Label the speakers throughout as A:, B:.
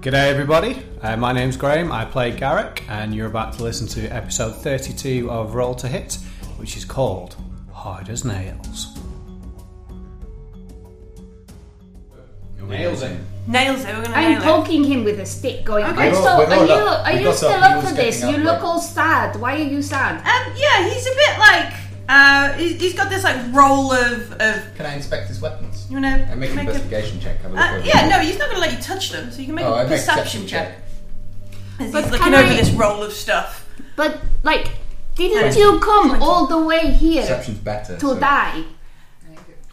A: G'day, everybody. Uh, my name's Graham. I play Garrick, and you're about to listen to episode 32 of Roll to Hit, which is called Hard as Nails. Nails eh? it.
B: Nails it. We're gonna
C: I'm
B: nail
C: poking him with a stick, going,
B: Okay.
C: "Oh,
D: We're
C: so
D: all- we're all
C: are you,
D: up.
C: are
D: We
C: you
D: got
C: still
D: up. He
C: up
D: was
C: for this?
D: getting
C: You
D: up,
C: look
D: but-
C: all sad. Why are you sad?
B: it. Um, yeah, he's a bit like uh, he- he's got this like roll of of
D: Can I inspect his weapons?
B: you wanna
D: I make an
B: a-
D: investigation check. Have a look
B: uh,
D: over
B: yeah,
D: it.
B: no, he's not gonna let you touch them, so you can make
D: Oh, I
B: a
D: make
B: perception
D: perception
B: check.
D: check.
B: As
C: But
B: he's looking
C: can
B: over
C: I-
B: this roll of stuff.
C: But like, didn't
B: Twenty.
C: you come
B: Twenty.
C: all the way here
D: Perception's better.
C: to die?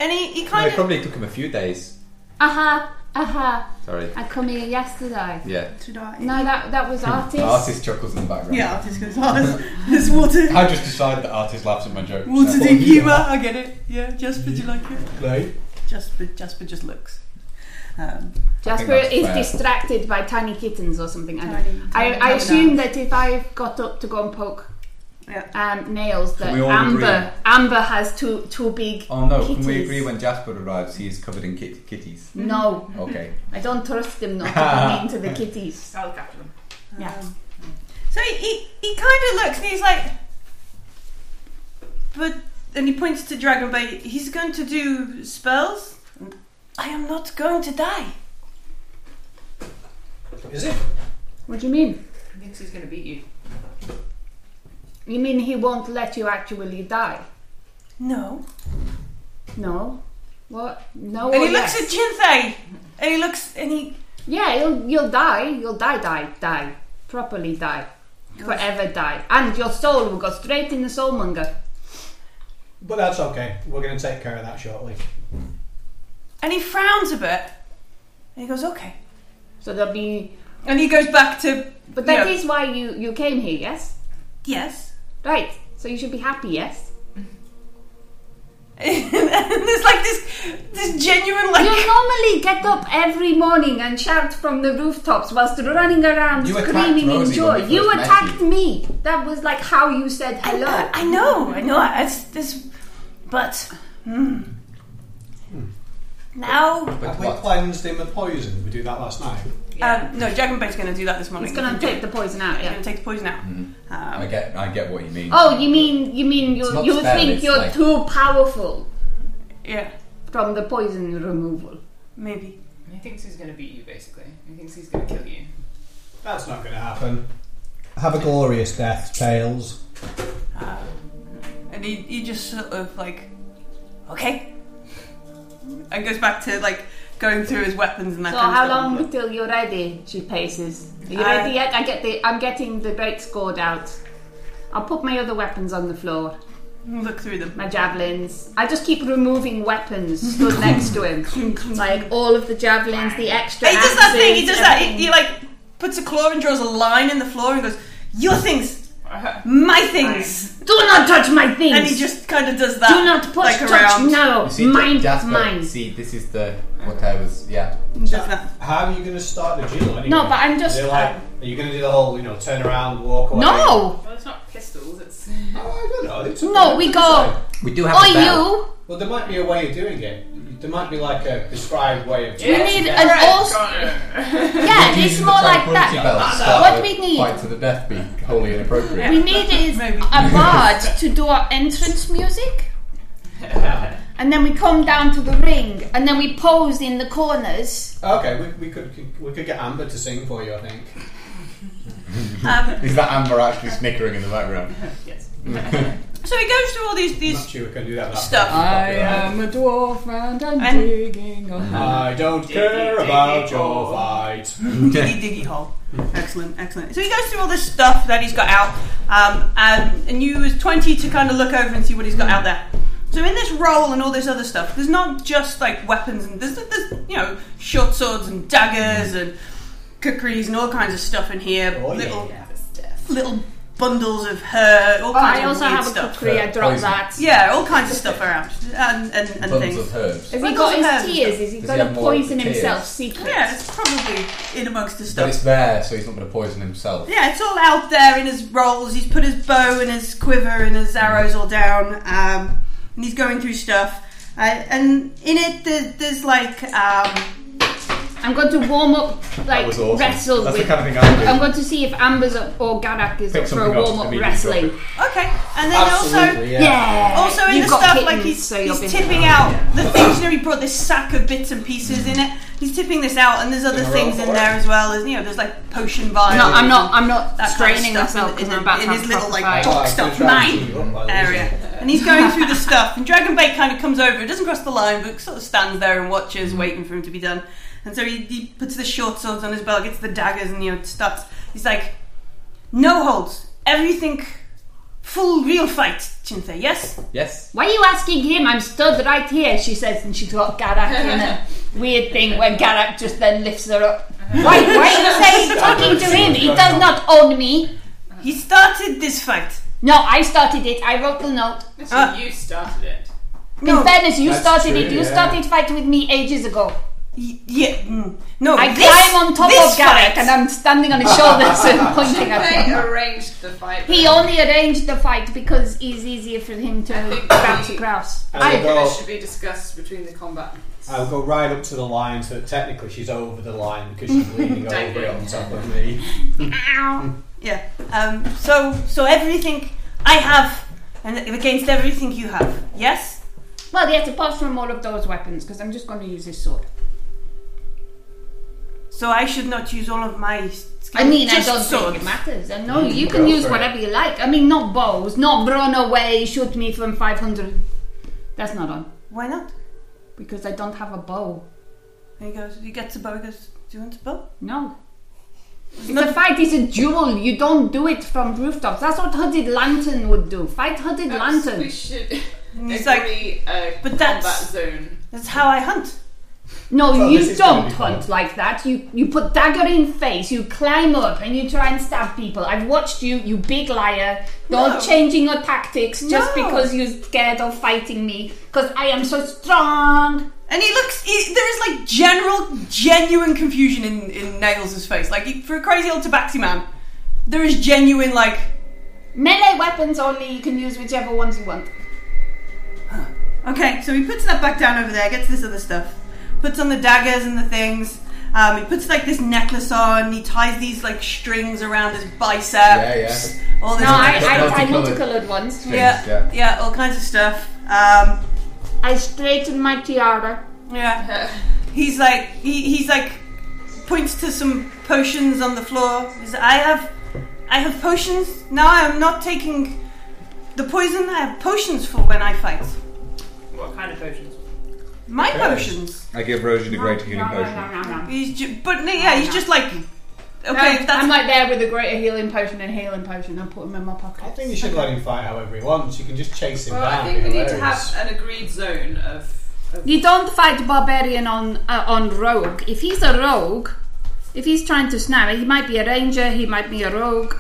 B: And he, he
D: No,
B: kind
D: it
B: of
D: probably took him a few days.
C: Aha, aha!
D: Sorry.
C: I come here yesterday.
D: Yeah.
B: to die.
C: No, that that was artist.
D: The artist chuckles in the background.
B: Yeah, I'll just go, oh, this, this water,
D: I just decided that artist laughs at my joke.
B: water
D: so-
B: deep humour, I get it. Yeah, Jasper, do you like it?
A: Hello.
B: Jasper, Jasper just looks. Um,
C: Jasper
D: I think that's
C: is
D: fair.
C: distracted by tiny kittens or something. I,
B: Tiny-
C: don't- I,
B: tiny
C: I
B: crocodiles.
C: assume that if I got up to go and poke
B: yeah.
C: um, nails, that
D: we all
C: Amber
D: agree?
C: Amber has two two big.
D: Oh no, can we
C: kitties.
D: agree when Jasper arrives he is covered in kit- kitties?
C: No,
D: Okay.
C: I don't trust them not to come into the kitties.
E: I'll look after them.
C: Yeah.
B: Um, so he, he, he kind of looks and he's like, but and he points to Dragon Bay. He's going to do spells. I am not going to die.
A: Is it?
C: What do you mean?
E: He thinks he's going to beat you.
C: You mean he won't let you actually die?
B: No.
C: No. What? No.
B: And
C: or
B: he looks
C: Oh, yes?
B: at Jinthay and he looks and he
C: Yeah, you'll you'll die. You'll die, die, die. Properly die. Forever die. And your soul will go straight in the soulmonger.
A: But that's okay. We're going to take care of that shortly.
B: and he frowns a bit and he goes okay
C: So there'll be.
B: and he goes back to
C: But that
B: Yeah.
C: is why you you came here, yes?
B: yes.
C: Right. So you should be happy, yes?
B: and there's like this this genuine
C: You
B: like
C: normally get up every morning and shout from the rooftops whilst running around
D: You attacked
C: screaming in
D: Rosie
C: joy.
D: when we
C: You
D: first met
C: attacked
D: you.
C: me. That was like how you said hello.
B: I know, I know. It's this, but hmm. now,
D: But
A: Have we
D: what?
A: cleansed him of poison? Did we do that last night?
E: Yeah.
B: um, no, Dragon Bait's going to do that this morning.
C: It's gonna take the poison out,
B: He's
C: yeah.
B: going to take the poison out. Um,
D: I get I get what you mean.
C: Oh, you mean you mean you
D: It's not
C: you
D: spell,
C: think
D: it's
C: you're
D: like-
C: too powerful
B: Yeah,
C: from the poison removal?
B: maybe.
E: He thinks he's going to beat you, basically. He thinks he's going to kill you.
A: That's not going to happen. Have a glorious death, Tails.
B: Uh, And he, he just sort of like, okay, and goes back to like going through his weapons and that.
C: So
B: kind of
C: how
B: stuff.
C: long till you're ready? She paces. Are you
B: Uh,
C: ready yet? I get the I'm getting the great sword out. I'll put my other weapons on the floor.
B: Look through them.
C: My javelins. I just keep removing weapons stood next to him. like all of the javelins, the extra.
B: He does that thing. He
C: axes,
B: does that. He,
C: everything.
B: he like puts a claw and draws a line in the floor and goes, "Your things, my things,"
C: Do not touch my things.
B: and he just kind of does that.
C: do not push
B: like,
C: touch
B: around.
C: now.
D: You see,
C: Mine,
D: Jasper,
C: mine.
D: See, this is the what I was yeah.
B: Does that.
A: How are you going to start the duel anyway?
C: No, but I'm just. um,
A: They're like, are you going to do the whole, you know, turn around, walk away?
C: no,
E: Well, it's not pistols, it's.
A: Oh, I don't know. They took
C: no,
A: it.
C: we go.
D: We do have
C: Or
D: a bell.
C: Oh, you.
A: Well, there might be a way of doing it. There might be like a prescribed way of doing
C: We
E: Yeah.
C: need
A: it.
C: an all. Yeah,
D: Using
C: it's
D: the
C: more like
D: tranquility
C: that.
D: bell to
E: Not
D: start
C: that.
D: a
C: What we need-
D: Fight to the death be wholly inappropriate.
C: We need is
B: Maybe.
C: a bard to do our entrance music, and then we come down to the ring, and then we pose in the corners.
A: Okay, we, we could we could get Amber to sing for you, I think.
B: Um,
D: Is that Amber actually snickering in the background?
E: yes.
B: so he goes through all these
A: I'm
B: these
A: not sure we can do that. that
B: stuff.
D: I am
E: a dwarf and I'm
B: And-
E: digging a
A: I don't care about your fight.
B: Diggy diggy hole. Excellent, excellent. So he goes through all this stuff that he's got out, um, and, and you was 20 to kind of look over and see what he's got out there. So in this roll and all this other stuff, there's not just like weapons and there's, there's you know short swords and daggers and cookeries and all kinds of stuff in here.
A: Oh, yeah.
B: little
E: death.
B: little bundles of herb. All kinds
C: Oh, I
B: of
C: also
B: weird
C: have a
B: stuff.
C: cookery. I drop
D: Poison.
C: that.
B: Yeah, all kinds of stuff around and and, and
D: Buns
B: things.
D: of
C: Has
D: herbs.
C: he
B: What
C: got
B: does it have?
C: his tears? Is he
D: Does he
C: going
D: have
C: to
D: more
C: poison
D: tears?
C: himself secret?
B: Yeah, it's probably in amongst the
D: But
B: stuff.
D: it's there, so he's not going to poison himself.
B: Yeah, it's all out there in his rolls. He's put his bow and his quiver and his arrows all down, um, and he's going through stuff. Uh, and in it, there, there's like um,
C: I'm going to warm up, like
D: that was awesome.
C: wrestle
D: That's
C: with.
D: the kind of thing I do.
C: I'm going to see if Amber's up or Garak is
D: Pick
C: up for a
D: something up,
C: warm up
D: immediately
C: wrestling.
D: drop
B: Okay, and then also
F: Absolutely, yeah.
B: Also in
C: You've
B: the
C: got
B: stuff
C: kittens,
B: like he's,
C: so you'll
B: he's
C: be-
B: tipping out the things. You know, he brought this sack of bits and pieces in it. He's tipping this out, and there's other
D: Gonna
B: things
D: roll
B: in
D: for
B: there as well. There's you know, there's like potion vials.
C: No, I'm not.
B: and
C: I'm not
B: that kind of
C: straigning
B: stuff
C: myself
B: in-
C: because
B: in-
C: I'm about
B: in
C: to
B: his
C: have
B: little,
C: a
B: like,
C: fight.
B: dog-
F: Alright,
B: Stop
F: so try and
B: mine.
F: keep it up by the
B: area.
F: reason.
B: And he's going through the stuff. And Dragonbait kind of comes over. It doesn't cross the line, but sort of stands there and watches, waiting for him to be done. And so he, he puts the short swords on his belt, gets the daggers, and you know starts. He's like, "No holds, everything, full real fight, Chinthe. Yes."
D: Oh.
F: Yes.
C: Why are you asking him? I'm stood right here, she says, and she's got Garak in a weird thing where Garak just then lifts her up. Why, why are you saying talking to him? He does not own me.
B: He started this fight.
C: No, I started it. I wrote the note.
E: So
B: Ah.
E: you started it.
B: No,
C: In fairness, you
F: That's
C: started
F: true,
C: it. You
F: yeah.
C: started fight with me ages ago.
B: y- yeah, mm. no.
C: I
B: this,
C: climb on top
B: this
C: of Garak
B: fight-
C: and I'm standing on his shoulders and pointing at
E: They
C: him.
E: arranged the fight.
C: He only arranged the fight because it's easier for him to
E: I think
C: bounce
E: we-
C: across.
E: I
A: I
E: think
A: will
E: this
A: go.
E: should be discussed between the combatants.
A: I will go right up to the line, so that technically she's over the line because she's leaning over it on top of me.
B: Yeah. Um. So, so everything I have, and against everything you have. Yes.
C: Well, yes, apart from all of those weapons, because I'm just going to use his sword.
B: So I should not use all of my. Skills.
C: I mean,
B: Just
C: I don't
B: swords.
C: think it matters. I know you
D: go
C: can use
D: for it.
C: whatever you like. I mean, not bows, not run away, shoot me from 500. That's not on
B: Why not?
C: because I don't have a bow.
B: And he goes. He gets a bow. He goes. Do you want a bow?
C: No. It's a fight, it's a duel. You don't do it from rooftops. That's what Hooded Lantern would do. Fight Hooded
E: Perhaps
C: Lantern.
E: We should
B: And he's Mm. like,
E: agree a
B: But
E: combat
B: that's-
E: zone.
B: that's how I hunt.
C: No,
A: So Oh, this
C: you
A: is gonna
C: don't
A: be fun.
C: hunt like that. You you put dagger in face, you climb up and you try and stab people. I've watched you, you big liar. Not
B: No.
C: changing your tactics just
B: No.
C: because you're scared of fighting me. Because I am so strong.
B: And he looks. He, there is like general, genuine confusion in in Nails' face. Like he, for a crazy old tabaxi man, there is genuine like.
C: Melee weapons only you can use whichever ones you want.
B: Okay, so he puts that back down over there, gets this other stuff, puts on the daggers and the things. Um, he puts like this necklace on. He ties these like strings around his biceps.
D: Yeah, yeah.
B: All this.
C: No, I,
D: but
C: I tie
D: multicolored.
C: multicolored ones.
B: yeah,
D: Yeah.
B: yeah, all kinds of stuff. Um,
C: I straighten my tiara.
B: yeah. He's like he, he's like points to some potions on the floor. He's like, I have I have potions. Now I am not taking the poison. I have potions for when I fight.
E: What kind of potions?
B: My
D: Okay.
B: potions.
D: I give Rosie the greater healing
C: No, no, no,
D: potion.
C: no, no.
B: He's ju- but no, yeah, he's just like okay. if that's
C: I'm like there with a greater healing potion and healing potion. I put them in my pocket.
A: I think you should let him fight however he wants. You can just chase him
E: Well,
A: down.
E: I think we need to
A: Hilarious.
E: have an agreed zone of. of
C: You don't fight barbarian on uh, on rogue. If he's a rogue, if he's trying to snare, he might be a ranger. He might be a rogue.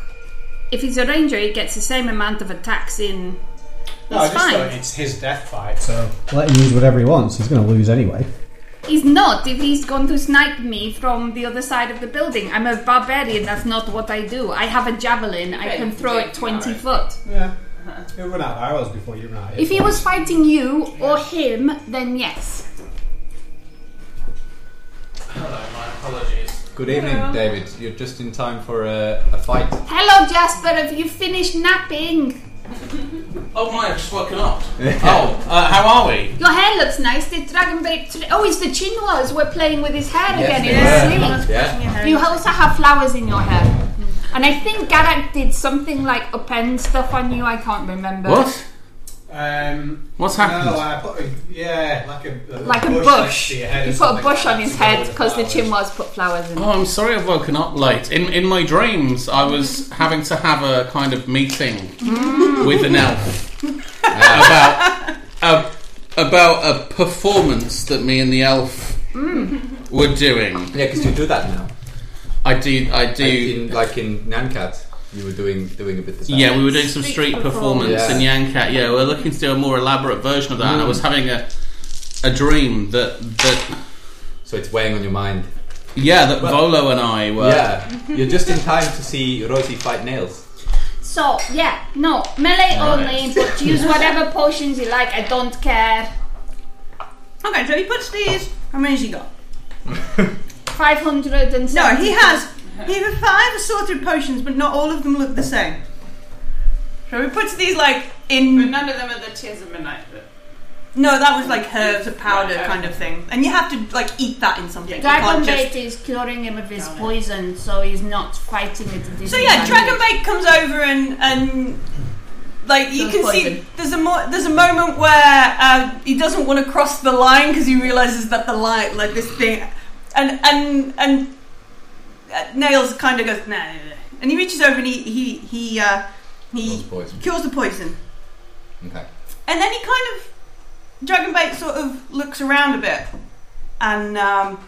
C: If he's a ranger, he gets the same amount of attacks in.
A: No, I
C: It's
A: just
C: fine.
A: thought it's his death fight, so let him use whatever he wants. He's going to lose anyway.
C: He's not. If he's going to snipe me from the other side of the building, I'm a barbarian. That's not what I do. I have a javelin. I
E: Okay,
C: can throw it
E: okay,
C: twenty
E: alright.
C: foot.
A: Yeah, he'll run out of arrows before you run out. Of
C: If he was fighting you or him, then yes.
F: Hello, my apologies.
D: Good evening, David. You're just in time for a, a fight.
C: Hello, Jasper. Have you finished napping?
F: Oh my, I've just woken up. oh, uh, how are we?
C: Your hair looks nice. The dragon bait. Tri- oh, it's the chinois we're playing with his hair
D: Yes,
C: again.
D: they
C: It's
D: were.
C: sweet.
B: Yeah.
C: You also have flowers in your hair. And I think Garak did something like append stuff on you. I can't remember.
F: What?
A: Um,
F: What's
A: No,
F: happened?
A: I put a, yeah, like a,
C: Like a bush. You put a bush on his head because the chinois put flowers in.
F: Oh, I'm sorry I've woken up late. In in my dreams, I was having to have a kind of meeting with an elf about a, about a performance that me and the elf were doing.
D: Yeah, because you do that now.
F: I do, I do.
D: In, like in Nancat, you were doing doing a bit of that.
F: Yeah, we were doing some
C: Street
F: street performance
D: performance.
F: in Yankat. Yeah, Mm. we are looking to do a more elaborate version of that. And I was having a a dream that that
D: So it's weighing on your mind.
F: yeah that Volo and I were.
D: yeah, you're just in time to see Rosie fight nails.
C: So yeah, no melee only, but use whatever potions you like. I don't care.
B: Okay, so he puts these. How many has he got?
C: five hundred and
B: No, he has he has five assorted potions, but not all of them look the same. So he puts these like
E: But
B: in.
E: none of them are the tears of midnight. But
B: No, that was like herbs, a powder
E: Right,
B: kind of thing, and you have to like eat that in something. You
C: Dragon
B: can't just-
C: Bait is curing him of his poison, so he's not fighting it. at this
B: So yeah,
C: moment.
B: Dragon Bait comes over and and like you
C: Does
B: can see
C: poison.
B: there's a mo- there's a moment where uh, he doesn't want to cross the line because he realizes that the line like this thing and and and uh, Nails kind of goes nah, nah, nah." and he reaches over and he he he uh,
D: Lots
B: he
D: of poison.
B: cures the poison
D: Okay.
B: and then he kind of Dragon Bait sort of looks around a bit and um,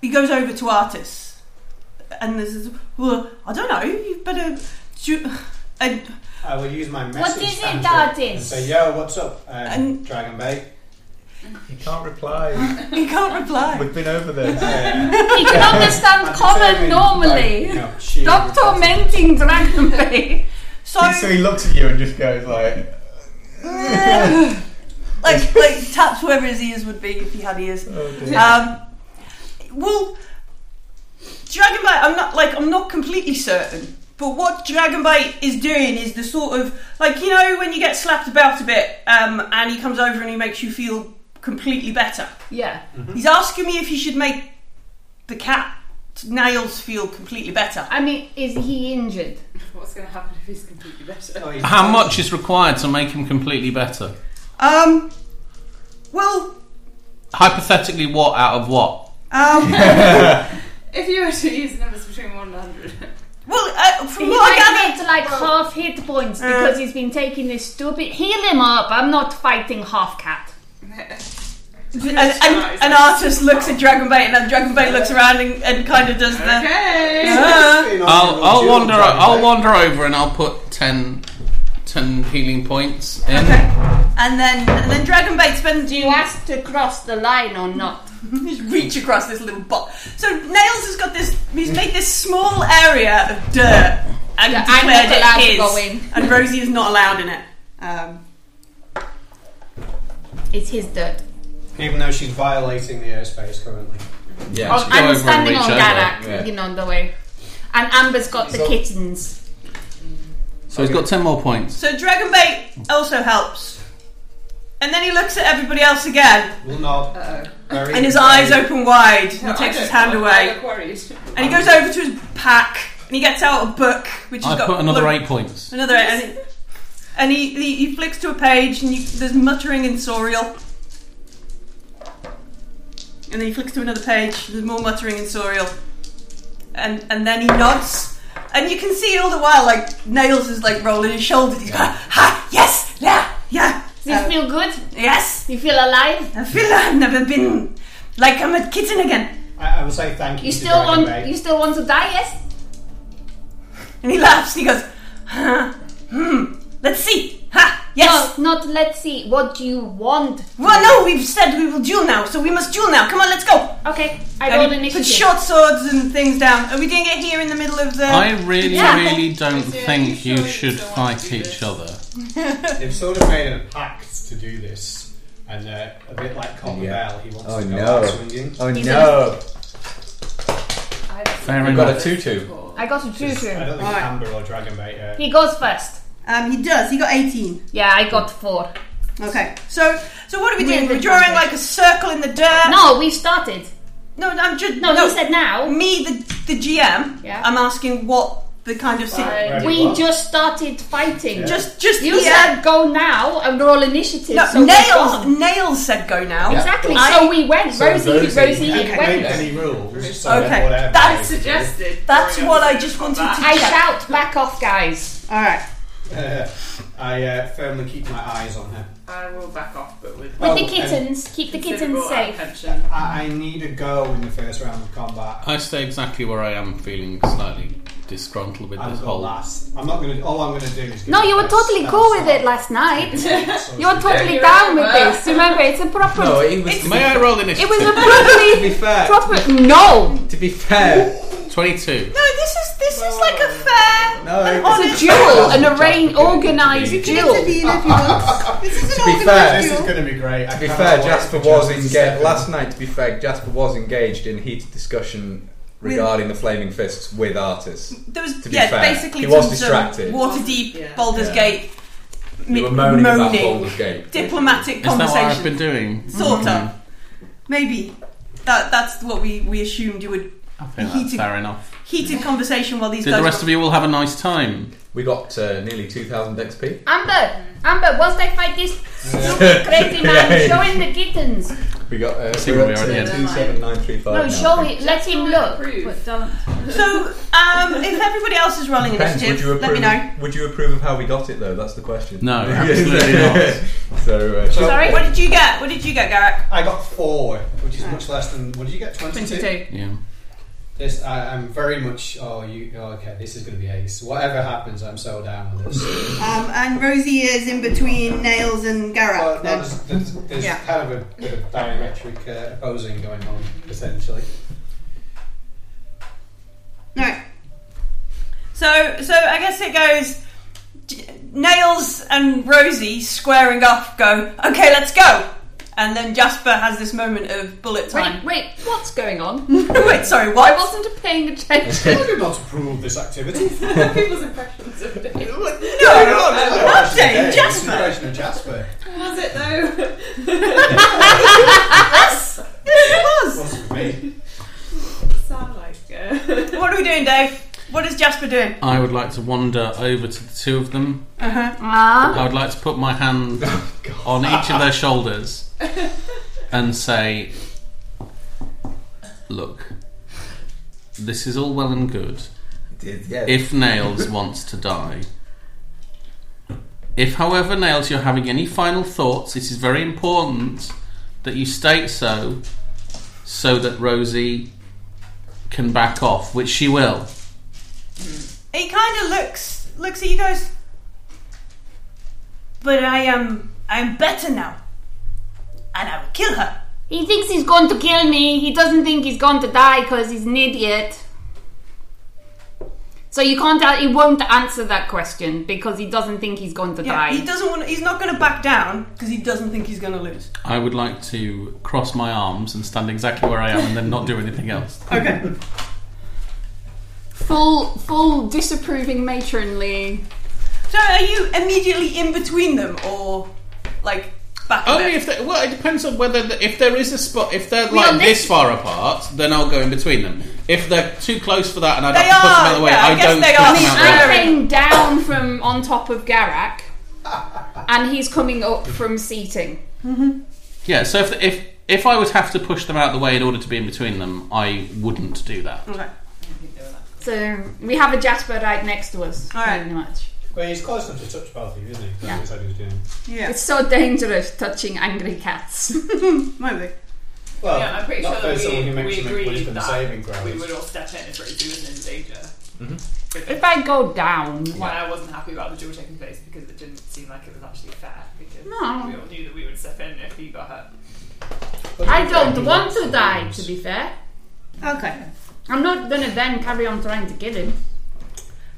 B: he goes over to Artis and this is well I don't know you better shoot. And
A: I will use my message.
C: What is it,
A: handle
C: that
A: and
C: is?
A: Say, yo, what's up, um,
B: And-
A: Dragon Bait?
G: You can't reply.
B: he can't reply.
G: We've been over this.
A: Uh,
C: He can understand
A: I'm
C: common
A: determined,
C: normally.
A: like, you know, she-
C: Stop tormenting Dragon Bait.
B: So
D: Oh.
G: So he looks at you and just goes like,
B: like like taps wherever his ears would be if he had ears.
G: oh dear.
B: Um, well, Dragon Bite, I'm not like I'm not completely certain, but what Dragon Bite is doing is the sort of like you know when you get slapped about a bit, um, and he comes over and he makes you feel completely better.
C: Yeah.
B: He's asking me if he should make the cat nails feel completely better.
C: I mean, is he injured?
E: what's going to happen if he's completely better?
A: Oh, he's-
F: How much is required to make him completely better?
B: Um, well,
F: Hypothetically, what out of what?
B: um,
E: If you were to use numbers between one and hundred,
B: well, uh, from
C: He
B: what I
C: might
B: gather,
C: need like half hit points because he's been taking this stupid. Heal him up. I'm not fighting half cat.
B: an, an, an artist looks at Dragon Bait, and then Dragon Bait looks around and, and kind of does the.
E: okay.
B: "Ah."
A: You know,
F: I'll,
A: you're
F: I'll
A: doing
F: wander.
A: Dragon
F: I'll
A: Bait.
F: wander over and I'll put 10, 10 healing points in.
B: Okay. And then and then Dragon Bait spends
C: Do you ask to cross the line or not?
B: just reach across this little box. So Nails has got this he's made this small area of dirt and
C: Yeah, I'm
B: declared
C: not allowed to
B: it his.
C: go in.
B: And Rosie is not allowed in it. Um,
C: It's his dirt.
A: Even though she's violating the airspace currently.
D: Yeah.
C: Oh,
F: Just go over
C: I'm
F: and
C: standing
F: reach
C: on
F: over,
C: Garak,
D: yeah.
C: you know, on the way. And Amber's got the
D: So-
C: kittens.
F: So he's got ten more points.
B: so Dragon Bait also helps. And then he looks at everybody else again,
A: Will not.
C: Uh,
E: Uh-oh.
A: Very
B: and his eyes open wide. And he takes his hand away,
E: I'm worried.
B: and he goes over to his pack, and he gets out a book, which has
F: I
B: got
F: put another
B: blue-
F: eight points.
B: Another and, and he, he he flicks to a page and you, there's muttering in Sorial. And then he flicks to another page. There's more muttering in Sorial. And and then he nods. And you can see all the while like Nails is like rolling his shoulders. He's like, ha, yes, yeah, yeah,
C: Does this
B: Um,
C: feel good?
B: yes.
C: You feel alive?
B: I feel I've never been like I'm a kitten again.
A: I, I will say thank you.
C: You
A: to
C: still
A: Dragon
C: want?
A: Bait.
C: You still want to die? Yes.
B: And he laughs. And he goes, huh, hmm, let's see, ha, yes.
C: No, not. Let's see. What do you want?
B: Well, no, we've said we will duel now, so we must duel now. Come on, let's go.
C: Okay, I
B: And
C: roll
B: he
C: initiative.
B: Put short swords and things down. Are we doing it here in the middle of the?
F: I really,
C: Yeah.
F: really don't
E: Is there-
F: think
E: you
F: you
E: sure
F: should
E: you don't want to
F: fight
E: do
F: each
E: this?
F: other.
A: They've sort of made a pact to do this, and uh, a bit like Cotton
D: Yeah.
A: Bell, he wants
D: Oh
A: to go
D: no.
A: out swinging.
D: Oh
C: He's
D: no!
F: Fair
D: I got a
F: enough.
D: tutu.
C: I got a two
A: I
C: two.
A: don't think
B: Alright.
A: Amber or Dragon Bait. Uh,
C: He goes first.
B: Um, he does. He got eighteen.
C: Yeah, I got four.
B: Okay. So, so what are we
C: Really
B: doing? We're
C: good
B: drawing
C: contact.
B: like a circle in the dirt.
C: No, we started.
B: no, I'm just
C: No, you said now.
B: me, the the GM.
C: Yeah.
B: I'm asking what the kind of scene.
A: Ready,
C: We
A: what?
C: just started fighting.
B: Just, just
C: you
B: yeah.
C: said go now and roll initiative.
B: no,
C: so we
B: nails.
C: gone.
B: Nails said go now.
C: Exactly.
B: I-
C: so we went.
D: So
C: Rosie, Rosie,
D: Rosie-
A: Okay,
C: went.
A: make any rules. So
B: Okay,
A: whatever
B: that's
A: they do.
E: suggested.
B: That's
E: Sorry,
B: what
E: I'm
B: I just wanted
E: about
B: to-
C: I shout, back off, guys.
B: All right.
A: Uh, I uh, firmly keep my eyes on her.
E: that. I will back off, but with
C: With the
A: Oh,
C: kittens, keep the kittens
E: considerable
C: safe.
E: attention.
A: I, I need a go in the first round of
D: Oh,
A: combat.
F: I stay exactly where I am, feeling slightly disgruntled with
A: I
F: this
A: was
F: whole.
A: going last. I'm not going to. All I'm going to do is. give
C: No, you were
A: this.
C: totally
A: That
C: cool
A: was
C: with it
A: all.
C: last night.
A: So
C: You were
A: stupid.
C: totally
E: you
C: down with
E: remember.
C: this. Remember, it's a proper.
D: No, it was.
F: May I roll
C: It
F: initiative?
C: was a
D: to be
C: properly
D: fair,
C: proper. No,
D: to be fair,
F: twenty-two.
B: No, this is this is like a fair.
G: No, it-
B: an
C: It's
B: honest
C: a duel, an arranged,
D: You
C: organised
D: can
C: duel.
B: This is an
D: To be fair,
B: organised
A: This is
B: duel.
A: going to be great.
D: To be fair, Oh, Jasper was engaged last night. To be fair, Jasper was engaged in heated discussion regarding the flaming fists with artists.
B: There was
D: to be
B: yeah,
D: fair,
B: basically
D: he was
B: some- some
D: distracted.
B: Waterdeep,
E: Yeah.
B: Baldur's
D: Yeah.
B: Gate,
D: We
B: mi-
D: were moaning, about Baldur's Gate.
B: diplomatic
F: Is that what I've
B: conversation.
F: been doing? Mm-hmm.
B: Sort of. Maybe that that's what we we assumed you would
F: I think
B: He
F: that's
B: did-
F: fair enough.
B: heated conversation while these
F: Did
B: guys.
F: the rest
B: were-
F: of you all have a nice time?
D: We got uh, nearly two thousand XP.
C: Amber, Amber, once they fight this stupid crazy man, show him the kittens.
D: We got uh,
F: See
D: we up
F: what we already
D: to
F: had.
D: two seven nine three
C: No,
D: five.
C: show him. Let him look.
E: Approve.
C: But don't.
B: so um, if everybody else is rolling
D: Depends. Would
B: initiative,
D: you approve?
B: let me know.
D: Would you approve of how we got it though? That's the question.
F: No, absolutely not.
D: so, uh,
A: So-
C: Sorry?
B: What did you get? What did you get, Garrett?
A: I got four, which is much less than. What did you get? 22?
C: 22.
F: Yeah.
A: This, I, I'm very much. Oh, you. Oh, okay, this is going to be ace. Whatever happens, I'm so down with this.
B: Um, and Rosie is in between Nails and Garrett.
A: well, no, there's there's, there's
B: Yeah.
A: kind of a bit of diametric uh, opposing going on, essentially.
B: Right. So, so I guess it goes. J- Nails and Rosie squaring off. Go. Okay, let's go. And then Jasper has this moment of bullet
C: Wait,
B: time.
C: wait, what's going on?
B: Wait, sorry,
C: I
B: what?
C: wasn't paying attention.
A: I do not approve of this activity.
E: People's impressions of it.
B: No, no, not saying
A: Today, this is the
B: Jasper.
A: question of Jasper.
E: Was it though?
B: Yes, it
A: What's with me?
E: Sound like uh, it.
B: was. What are we doing, Dave? What is Jasper doing?
F: I would like to wander over to the two of them.
B: Uh-huh.
C: Ah,
F: I would like to put my hand on each of their shoulders and say, Look, this is all well and good.
D: did, yeah.
F: If Nails wants to die. If, however, Nails, you're having any final thoughts, it is very important that you state so, so that Rosie can back off, which she will.
B: He kind of looks looks at you guys. But I am I am better now, and I will kill her.
C: he thinks he's going to kill me. He doesn't think he's going to die because he's an idiot. So you can't. a- He won't answer that question because he doesn't think he's going to
B: Yeah,
C: die.
B: he doesn't want. He's not going to back down because he doesn't think he's going to lose.
F: I would like to cross my arms and stand exactly where I am and then not do anything else.
B: Okay.
C: full, full disapproving matronly.
B: so are you immediately in between them or like back? a
F: Only
B: bit?
F: if they, well, it depends on whether the, if there is a spot. If they're
C: are
F: like
C: next-
F: this far apart, then I'll go in between them. If they're too close for that, and I
B: They
F: don't push them out of the
B: are,
F: way,
B: yeah, I
F: I,
B: guess
F: don't
B: they
F: push
B: are.
F: them out of the way.
C: I'm came down from on top of Garak, and he's coming up from seating.
F: Yeah. So if if if I would have to push them out of the way in order to be in between them, I wouldn't do that.
B: Okay.
C: So we have a Jasper right next to us,
B: All right.
C: pretty much.
A: Well, he's close enough to touch both of you, isn't he? That's
C: Yeah.
A: what he said he was doing.
B: Yeah.
C: It's so dangerous touching angry cats.
B: Maybe.
A: Well,
E: yeah, I'm pretty
A: Oh, not
E: sure
A: for
E: that
A: someone who
E: we,
A: makes
E: we
A: him make
E: agreed
A: wisdom
E: that
A: saving Mm-hmm. throws.
E: we would all step in if Rosie was in danger. But
C: if I go down,
E: why I wasn't happy about the duel taking place because it didn't seem like it was actually fair because
C: No.
E: we all knew that we would step in if he got hurt.
A: But
C: I
A: he
C: don't
A: definitely
C: want to
A: wants
C: die.
A: lose.
C: To be fair,
B: Okay.
C: I'm not gonna then carry on trying to kill him.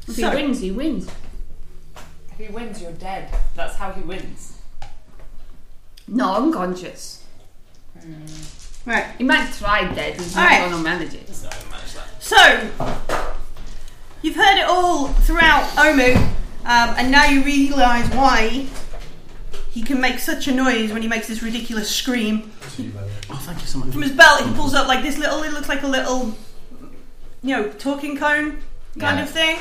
C: If
B: So-
C: he wins, he wins.
E: If he wins, you're dead. That's how he wins.
C: No, unconscious.
B: Right.
C: He might try dead. He's not
B: All right.
C: gonna manage it.
E: So I can manage that.
B: So, you've heard it all throughout Omu, um, and now you realise why he can make such a noise when he makes this ridiculous scream.
F: Oh, thank you so much.
B: From his belt, he pulls up like this little, it looks like a little, you know, talking cone kind of thing.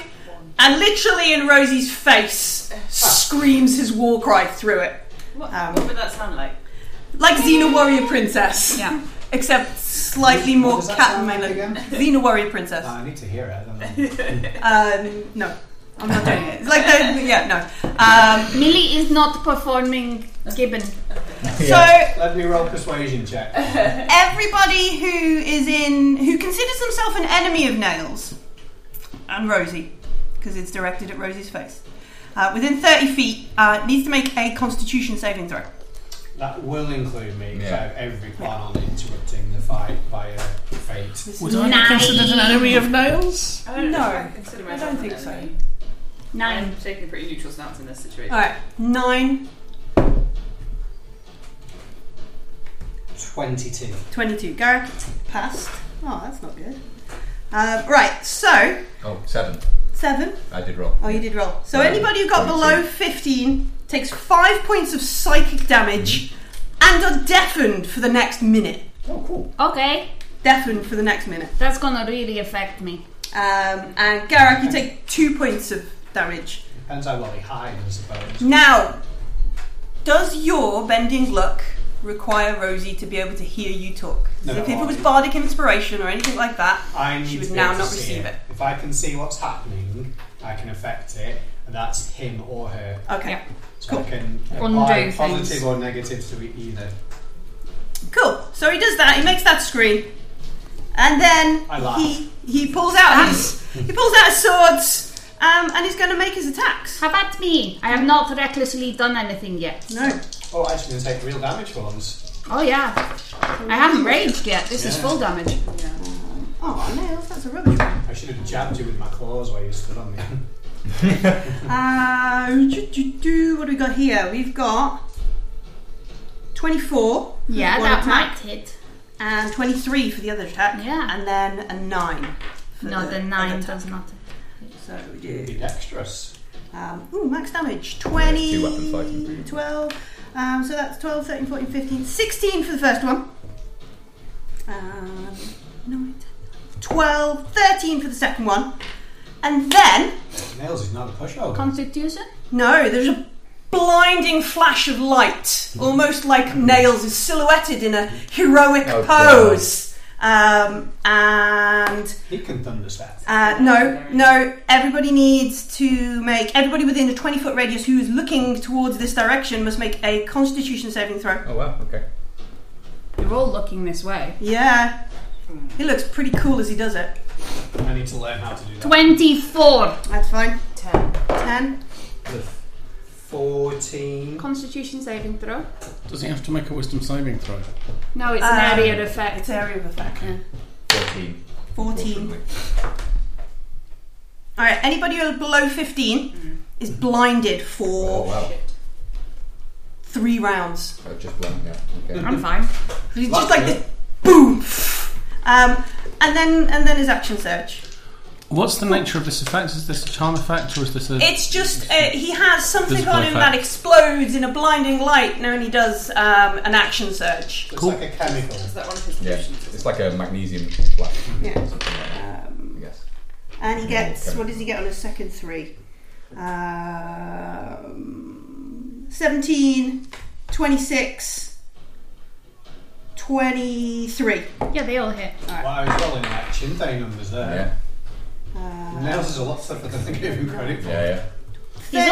B: And literally in Rosie's face, screams his war cry through it.
E: What,
B: Um,
E: what would that sound like?
B: Like Xena Warrior Princess.
C: Yeah.
B: Except slightly more
A: does that
B: cat
A: sound like
B: melody.
A: again?
B: Xena Warrior Princess.
A: I need to hear it. I don't know.
B: Um, no, I'm not doing it. It's like the yeah, no. Um,
C: Millie is not performing Gibbon.
B: so
A: Let me roll persuasion check.
B: everybody who is in who considers themselves an enemy of Nails and Rosie, because it's directed at Rosie's face, uh, within 30 feet uh, needs to make a Constitution saving throw.
A: That will include me because
D: Yeah.
A: I have every plan on interrupting the fight via fate.
C: Would I be Nice. considered an enemy
F: of nails?
E: I don't
B: No,
E: know if I consider
B: I
E: myself
B: don't
E: an
B: think so.
E: enemy.
C: Nine.
E: I'm taking a pretty neutral stance in this situation.
B: Alright, nine,
A: 22.
B: 22. Garrick passed. Oh, that's not good. Um, right, so,
D: Oh, seven.
B: seven.
D: I did roll.
B: Oh, you did roll. So
D: Um,
B: anybody who got below 15 takes five points of psychic damage and are deafened for the next minute.
D: Oh, cool.
C: Okay,
B: Deafened for the next minute.
C: that's gonna really affect me.
B: Um, and Garak, you take two points of damage.
A: Depends how well he hides, I suppose.
B: Now, does your bending luck require Rosie to be able to hear you talk?
A: No,
B: if,
A: no,
B: if it was
A: I-
B: bardic inspiration or anything like that,
A: I need
B: She would
A: to be
B: now
A: able to
B: not
A: see
B: receive it.
A: If I can see what's happening, I can affect it. And that's him or her.
B: okay.
C: Yeah.
A: So I
B: Cool.
A: can
C: Undo
A: apply
C: things.
A: positive or negative to e- either.
B: Cool. So he does that. He makes that screen, and then
A: I laugh.
B: he he pulls out his he pulls out his swords, um, and he's going to make his attacks.
C: How about me? I have not recklessly done anything yet.
B: No.
A: Oh, actually, going to take real damage for once.
C: Oh yeah, I haven't raged yet. This is
A: Yeah.
C: full damage.
B: Oh nails. That's a rubbish one.
A: I should have jabbed you with my claws while you stood on me.
B: Uh, do, do, do, what do we got here? We've got twenty four.
C: Yeah,
B: one
C: that
B: attack,
C: might hit.
B: And twenty three for the other attack.
C: Yeah.
B: And then a nine. for
C: No, the
B: other
C: nine
B: attack.
C: does not.
B: So we
A: Be
B: do.
A: dexterous.
B: Um, ooh, max damage. 20.
D: two weapon fighting.
B: 12. Um, so that's 12, 13, 14, 15, 16 for the first one. Um, nine, 10, 12, 13 for the second one. And then,
A: Nails is not a pushover.
C: Constitution.
B: no, there's a blinding flash of light, almost like Nails is silhouetted in a heroic
D: Oh,
B: pose. Um, and
A: he can thunder set.
B: uh, no, no. Everybody needs to make everybody within a twenty foot radius who is looking towards this direction must make a Constitution saving throw.
D: Oh, wow. Okay.
C: You're all looking this way.
B: Yeah, he looks pretty cool as he does it.
C: Ah.
A: I need to learn how to do that.
C: Twenty-four.
B: That's fine.
E: Ten.
B: Ten.
A: The f- 14.
C: Constitution saving throw.
F: Does he have to make a wisdom saving throw?
C: No, it's
B: Um,
C: an area
B: It's
C: effect.
B: area of effect.
D: Fourteen.
B: Fourteen.
D: fortunately.
B: All right. Anybody who is below fifteen is blinded
D: Oh,
B: for
D: wow.
B: three rounds.
D: Oh, just one. Yeah. Okay.
C: I'm fine.
B: He's just like this. Boom. Um, and then and then his action surge.
F: What's the nature of this effect? Is this a charm effect or is this a.
B: It's just uh, he has something
F: Physical
B: on him that
F: effect.
B: explodes in a blinding light, and only does um, an action surge.
A: It's
F: Cool.
A: like a chemical.
E: Is that one of his
D: Yeah.
E: conditions?
D: It's like a magnesium black.
B: Yeah.
D: Something like that, I
B: Um,
D: guess.
B: and he gets
D: Okay.
B: what does he get on his second three? Um, 17, 26, 23.
C: Yeah, they all hit.
A: Wow, I was rolling like Chintai numbers there.
D: Yeah.
B: Uh,
A: Nails is a lot tougher than I gave him credit for.
D: Yeah. Yeah.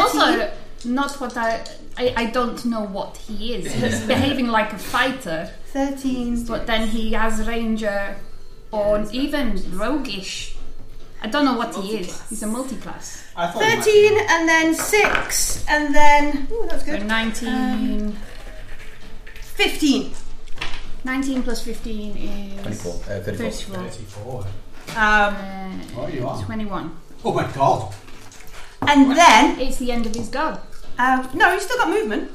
B: 13.
C: He's also not what I, I. I don't know what he is. He's behaving like a fighter,
B: 13.
C: but then he has ranger, or even roguish. I don't know what he is.
E: Multi-class.
C: He's a multi-class.
A: I thought he might-
B: 13 and then 6 and then. Ooh, that's
C: So
B: good.
C: 19, Um,
B: 15.
C: 19 plus 15 is
D: Twenty-four. Uh, Thirty-four.
C: 34.
A: 34.
B: Um,
C: Uh,
A: What are you on?
C: 21.
A: Oh my god.
B: and then.
C: It's the end of his go.
B: Um, no, he's still got movement.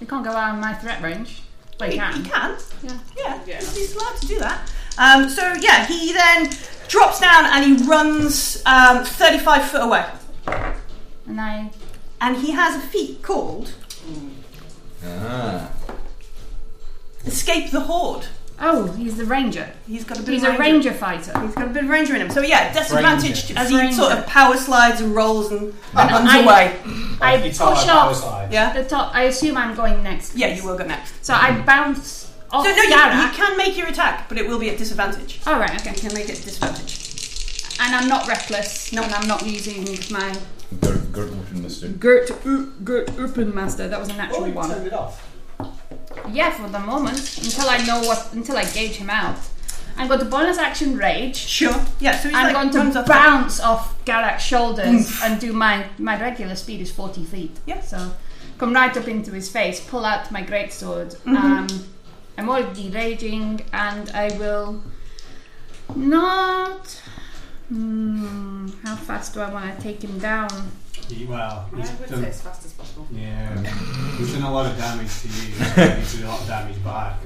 C: He can't go out of my threat range. But he
B: He-
C: can.
B: He can.
C: Yeah.
B: Yeah,
E: Yeah.
B: he's- he's allowed to do that. Um, so yeah, he then drops down and he runs um, 35 foot away.
C: And I.
B: And he has a feat called
D: Ah.
B: Escape the Horde.
C: Oh, he's the ranger.
B: He's got a bit
C: He's
B: of
C: a ranger fighter.
B: He's got a bit of ranger in him. So yeah, disadvantaged as he
C: Ranger.
B: sort of power slides and rolls and runs
C: I-
B: away.
C: I
A: It's
C: push
A: hard, power
C: off
A: slide.
B: Yeah,
C: the top. I assume I'm going next.
B: yeah, you will go next.
C: So I bounce off
B: So no, you, you
C: Garak.
B: can make your attack, but it will be at disadvantage.
C: Alright, okay.
B: You can make it at disadvantage.
C: And I'm not reckless. No, and I'm not using my
D: Gert Gert Muster.
C: Gert, uh, Gert Urban Master. That was a
A: Oh,
C: natural
A: you
C: one.
A: turned it off.
C: Yeah, for the moment, until I know what, until I gauge him out. I'm going to bonus action rage.
B: Sure. Yeah. So he's
C: I'm
B: like
C: going
B: runs
C: to
B: off.
C: bounce off Garak's shoulders and do my my regular speed is 40 feet.
B: Yeah.
C: So come right up into his face, pull out my greatsword.
B: Mm-hmm.
C: Um, I'm already raging, and I will not. Hmm, how fast do I want to take him down?
A: He- well, he's
E: I would say
A: done,
E: as fast as possible.
A: yeah, he's done a lot of damage to you. So he's done a lot of damage back.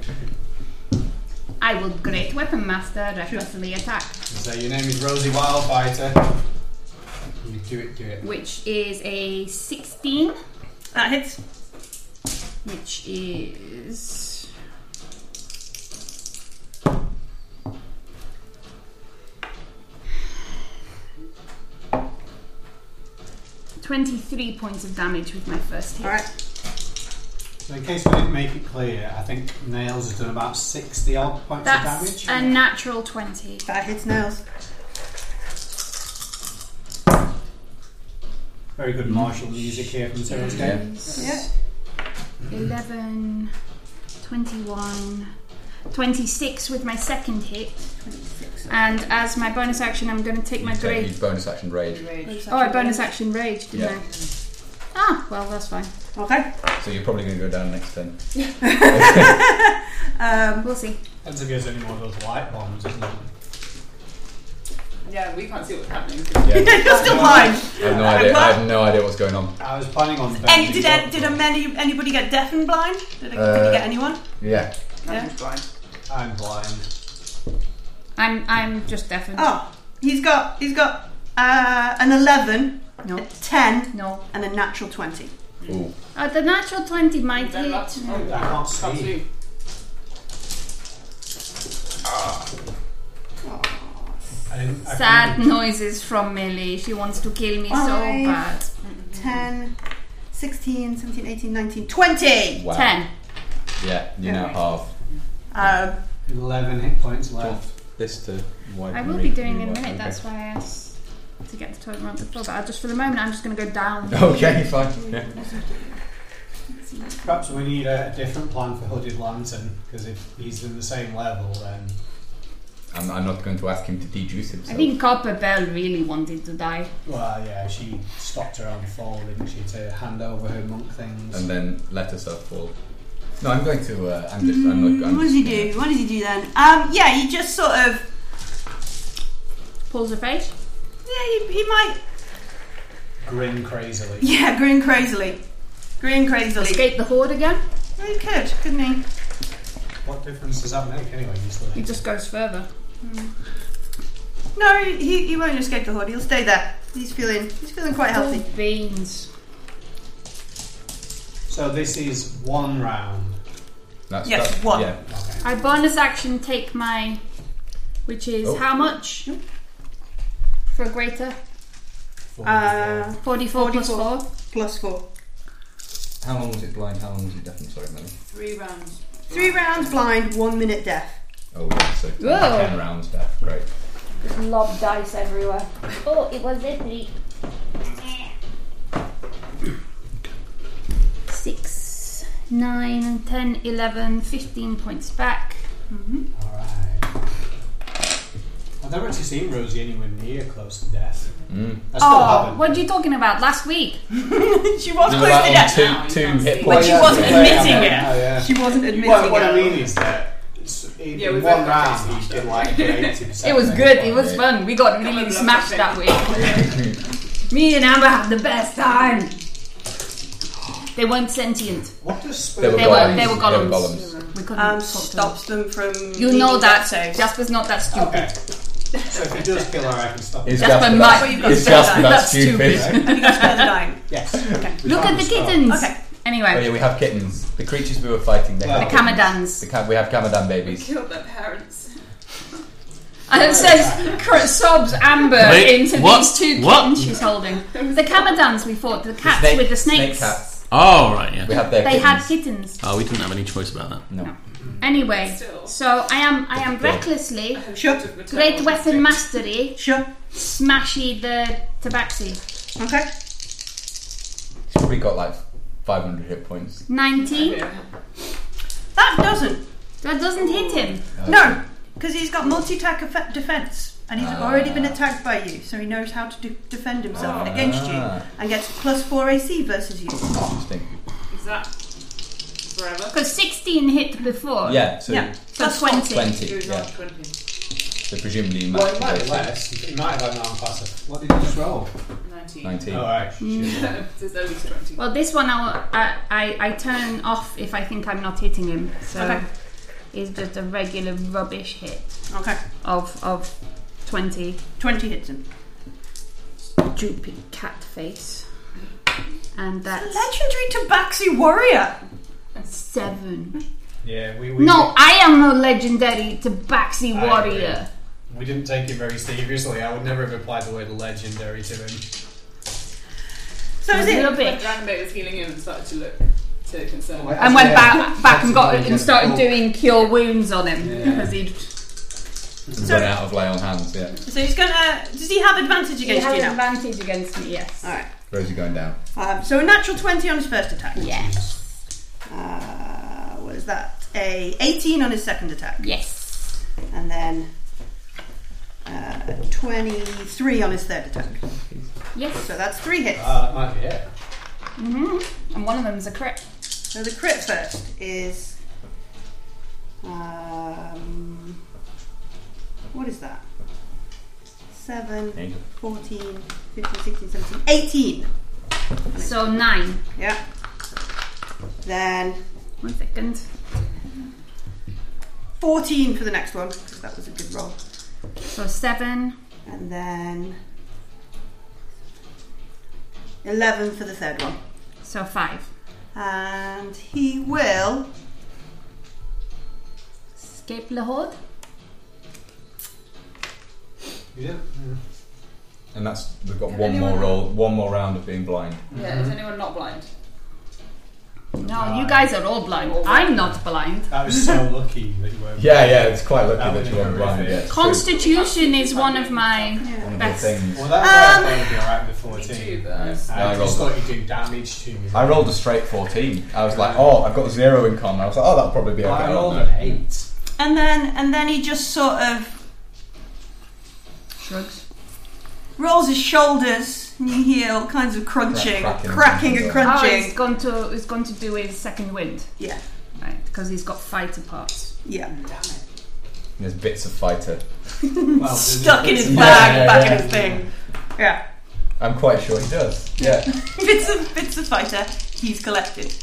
C: I will great weapon master recklessly attack,
A: So your name is Rosie Wildfighter. You do it, do it.
C: which is a 16,
B: That hits.
C: which is. Twenty-three points of damage with my first hit.
B: All right.
A: So in case we didn't make it clear, I think Nails has done about sixty odd points
C: That's
A: of
C: a
A: damage.
C: natural 20.
B: That hits nails.
A: Very good martial music here from Cyril's game.
B: Yeah.
C: 11, 21, 26 with my second hit. And as my bonus action, I'm going to take my
D: You take
C: great.
D: your bonus action rage,
E: Rage.
C: Oh, I bonus action rage, didn't
D: Yeah.
C: I? Ah, well, that's fine.
B: Okay.
D: so you're probably going to go down next turn.
B: Um,
C: We'll see.
A: Depends if he has any more of those light bombs, isn't it?
E: Yeah, we can't see what's happening.
D: Yeah,
B: you're still alive.
D: I have no idea. I have no idea what's going on.
A: I was planning on.
B: And
A: bending
B: did,
A: up,
B: a- did a many, anybody get deaf and blind? Did, a, did
D: Uh,
B: you get anyone?
D: Yeah,
B: Yeah.
A: but I'm blind.
C: I'm I'm just deafened.
B: Oh, he's got he's got uh, an eleven, a
C: No,
B: ten,
C: no.
B: and a natural twenty.
D: ooh,
C: Uh, the natural 20 might hit.
A: I can't see. I didn't, I
C: Sad
A: couldn't-
C: noises from Millie. She wants to kill me so
B: Five.
C: bad.
B: 10, 16, 17, 18, 19, 20.
D: wow.
C: 10.
D: Yeah, you now have
B: Um,
A: Eleven hit points left.
D: this to.
C: I will be doing in a minute, that's why I asked to get the toilet around the floor. But I just for the moment, I'm just going to go down.
B: Oh.
D: Okay, fine. Yeah.
A: Perhaps we need a, a different plan for Hooded Lantern because if he's in the same level, then
D: I'm, I'm not going to ask him to deduce himself.
C: I think Copper Bell really wanted to die.
A: well, yeah, she stopped her own fall, didn't she, to hand over her monk things?
D: and then let herself fall. No, I'm going to. Uh, I'm just. I'm not. I'm
B: what does
D: just,
B: he do? What does he do then? Um, yeah, he just sort of.
C: Pulls her face.
B: Yeah, he, he might.
A: Grin crazily.
B: Yeah, grin crazily. Grin crazily.
C: Escape the horde again.
B: He could, couldn't he?
A: What difference does that make anyway? You still
C: He just goes further.
B: No, he, he won't escape the horde. He'll stay there. He's feeling he's feeling quite healthy.
C: Cold beans.
A: So this is one round.
D: That's,
B: Yes,
D: that's-
B: one.
D: Yeah.
A: Okay.
C: I bonus action take my, which is
D: Oh.
C: how much for a greater
A: Four,
B: Uh,
C: forty-four, plus
B: 44.
C: four.
B: plus four.
D: How long was it blind? How long was it deafened? Sorry, Melly.
E: Three rounds.
B: Three rounds blind, one minute deaf.
D: Oh yeah, so ten,
C: Whoa.
D: ten rounds deaf. Great.
C: Just lob dice everywhere.
H: Oh, it was this week.
C: Six, nine, ten, eleven, fifteen points back.
A: All right. I've never actually seen Rosie anywhere near close to death.
D: Mm.
A: I still
C: Oh,
A: haven't.
C: what are you talking about? Last week.
B: she was
D: No,
B: close to death.
D: that
E: now,
D: on
E: you
D: two, two
E: can't see.
D: hit
E: When
B: she
D: points.
B: wasn't
D: Yeah.
B: admitting it.
A: Oh, yeah.
B: She wasn't admitting
A: Well, what I
B: it.
A: mean is that it's, in,
E: Yeah,
A: in
E: we both
A: one
E: got
A: round
E: smashed
A: he did like eighty percent.
C: It was good. It was
D: Yeah.
C: fun. We got really
E: Couple of
C: smashed that
E: laughs,
C: week. Me and Amber had the best time. They weren't sentient.
A: What does
D: They were
A: Spur
C: They
D: golems.
C: were- they were golems.
D: golems.
C: We couldn't
B: Um,
C: talk to them.
B: stops them from.
C: You know
B: needing
C: that
B: saves.
C: Jasper's not that stupid.
A: Okay. So if he does kill her, I can stop.
D: It's
A: him.
C: That's
D: just
C: my
D: that-
B: But you've got
D: It's
B: spare
D: just
B: dying.
D: that
C: That's
D: stupid.
A: stupid.
B: Have you got spare the dying?
A: Yes. We
C: Look
A: found
C: at the
A: spell.
C: kittens.
B: Okay.
C: Anyway,
D: Oh, yeah, we have kittens. The creatures we were fighting. They
A: Well.
D: have
C: the
D: kittens.
C: Camadans.
D: The ca- we have Camadan babies.
E: Killed their parents.
C: And it says cr- sobs Amber
F: Wait,
C: into
F: what?
C: these two
F: What?
C: kittens she's holding. The Camadans we fought, the cats with the snakes.
D: cats.
F: Oh, right, yeah.
D: We have their
C: they
D: kittens.
C: had kittens.
F: Oh, we didn't have any choice about that.
D: no.
C: Anyway,
E: Still.
C: so I am I am
D: Good.
C: recklessly
B: Sure.
C: great weapon mastery
B: Sure.
C: smashy the tabaxi.
B: Okay.
D: She's probably got like 500 hit points.
C: Nineteen.
E: Yeah.
B: That doesn't.
C: That doesn't hit him.
B: No, because he's got multi-attack effe- defense, and he's already been attacked by you, so he knows how to de- defend himself against you,
D: Ah.
B: and gets plus four AC versus you.
D: Interesting.
E: Is that forever?
C: Because 16 hit before.
D: Yeah, so
B: Yeah.
C: So 20.
D: 20.
E: Goes on
D: Yeah.
E: to 20.
D: So presumably you
A: Well,
D: match
A: it might
D: the
A: be less. It might have had an arm passive. What did you just roll?
E: 19.
D: 19.
A: Alright.
E: so it's at least 20.
C: Well, this one I'll, I, I I turn off if I think I'm not hitting him. So
B: Okay.
C: it's just a regular rubbish hit
B: Okay.
C: of of 20.
B: 20 hits him.
C: Droopy cat face. And that's
B: Legendary Tabaxi Warrior.
C: seven.
A: Yeah, we, we
C: No, I am no legendary Tabaxi
A: I
C: warrior.
A: we didn't take it very seriously. I would never have applied the word legendary to him.
B: So is it?
E: My
C: Rubbish.
E: grandmate was healing him and started to look to concern.
C: And went back, back and got
A: That's Oh.
C: and started doing cure wounds on him
A: Yeah.
C: because he'd
D: Run out of lay on hands, yeah.
B: So he's gonna. Does he have advantage
C: he
B: against
C: had
B: you now?
C: advantage against me. Yes.
B: Alright.
D: Rosie going down.
B: Um, so a natural 20 on his first attack.
C: Yes.
B: Uh, what is that? A 18 on his second attack.
C: Yes.
B: And then uh, 23 on his third attack.
C: Yes.
B: So that's three hits.
A: Uh, that might be it.
C: Mm-hmm. And one of them's a crit.
B: So the crit first is. Um, what is that? 7,
D: Angel.
B: 14, 15, 16, 17, 18.
C: So nine.
B: Yeah. Then
C: One second.
B: 14 for the next one, because that was a good roll.
C: So seven.
B: And then 11 for the third one.
C: So five.
B: And he will.
C: Escape the horde.
A: You did?
D: And that's we've got
E: Can
D: one more
E: anyone-
D: roll, one more round of being blind.
E: Yeah, is anyone not blind?
C: No,
A: Ah.
C: you guys are all blind. I'm not blind.
A: That was so lucky that you were.
D: Yeah, yeah, it's quite lucky
A: That
D: that,
A: would
D: you
A: be
D: weren't blind.
A: horrific.
D: Yeah, it's true.
C: Constitution is one of my
D: One of the
C: best.
D: things.
A: Well, that
B: Um,
A: would probably be alright
E: Me
A: with 14.
E: too, but I was-
A: I,
D: I
A: just
D: rolled-
A: thought you'd do damage to me.
D: I rolled a straight 14. I was like, oh, I've got zero in con. I was like, oh, that'll probably be okay.
A: I
D: don't
A: rolled
D: know.
A: an 8.
B: And then, and then he just sort of
C: Shrugs.
B: rolls his shoulders, and you hear all kinds of crunching,
D: cracking.
B: cracking and
C: Oh, he's
B: crunching.
C: going to he's going to do his second wind,
B: Yeah,
C: right? Because he's got fighter parts.
B: yeah.
D: There's bits of fighter.
A: Well,
B: Stuck in his
D: Yeah,
B: bag,
D: yeah,
B: back
D: yeah.
B: in his thing. Yeah.
D: I'm quite sure he does. Yeah.
B: bits of bits of fighter he's collected.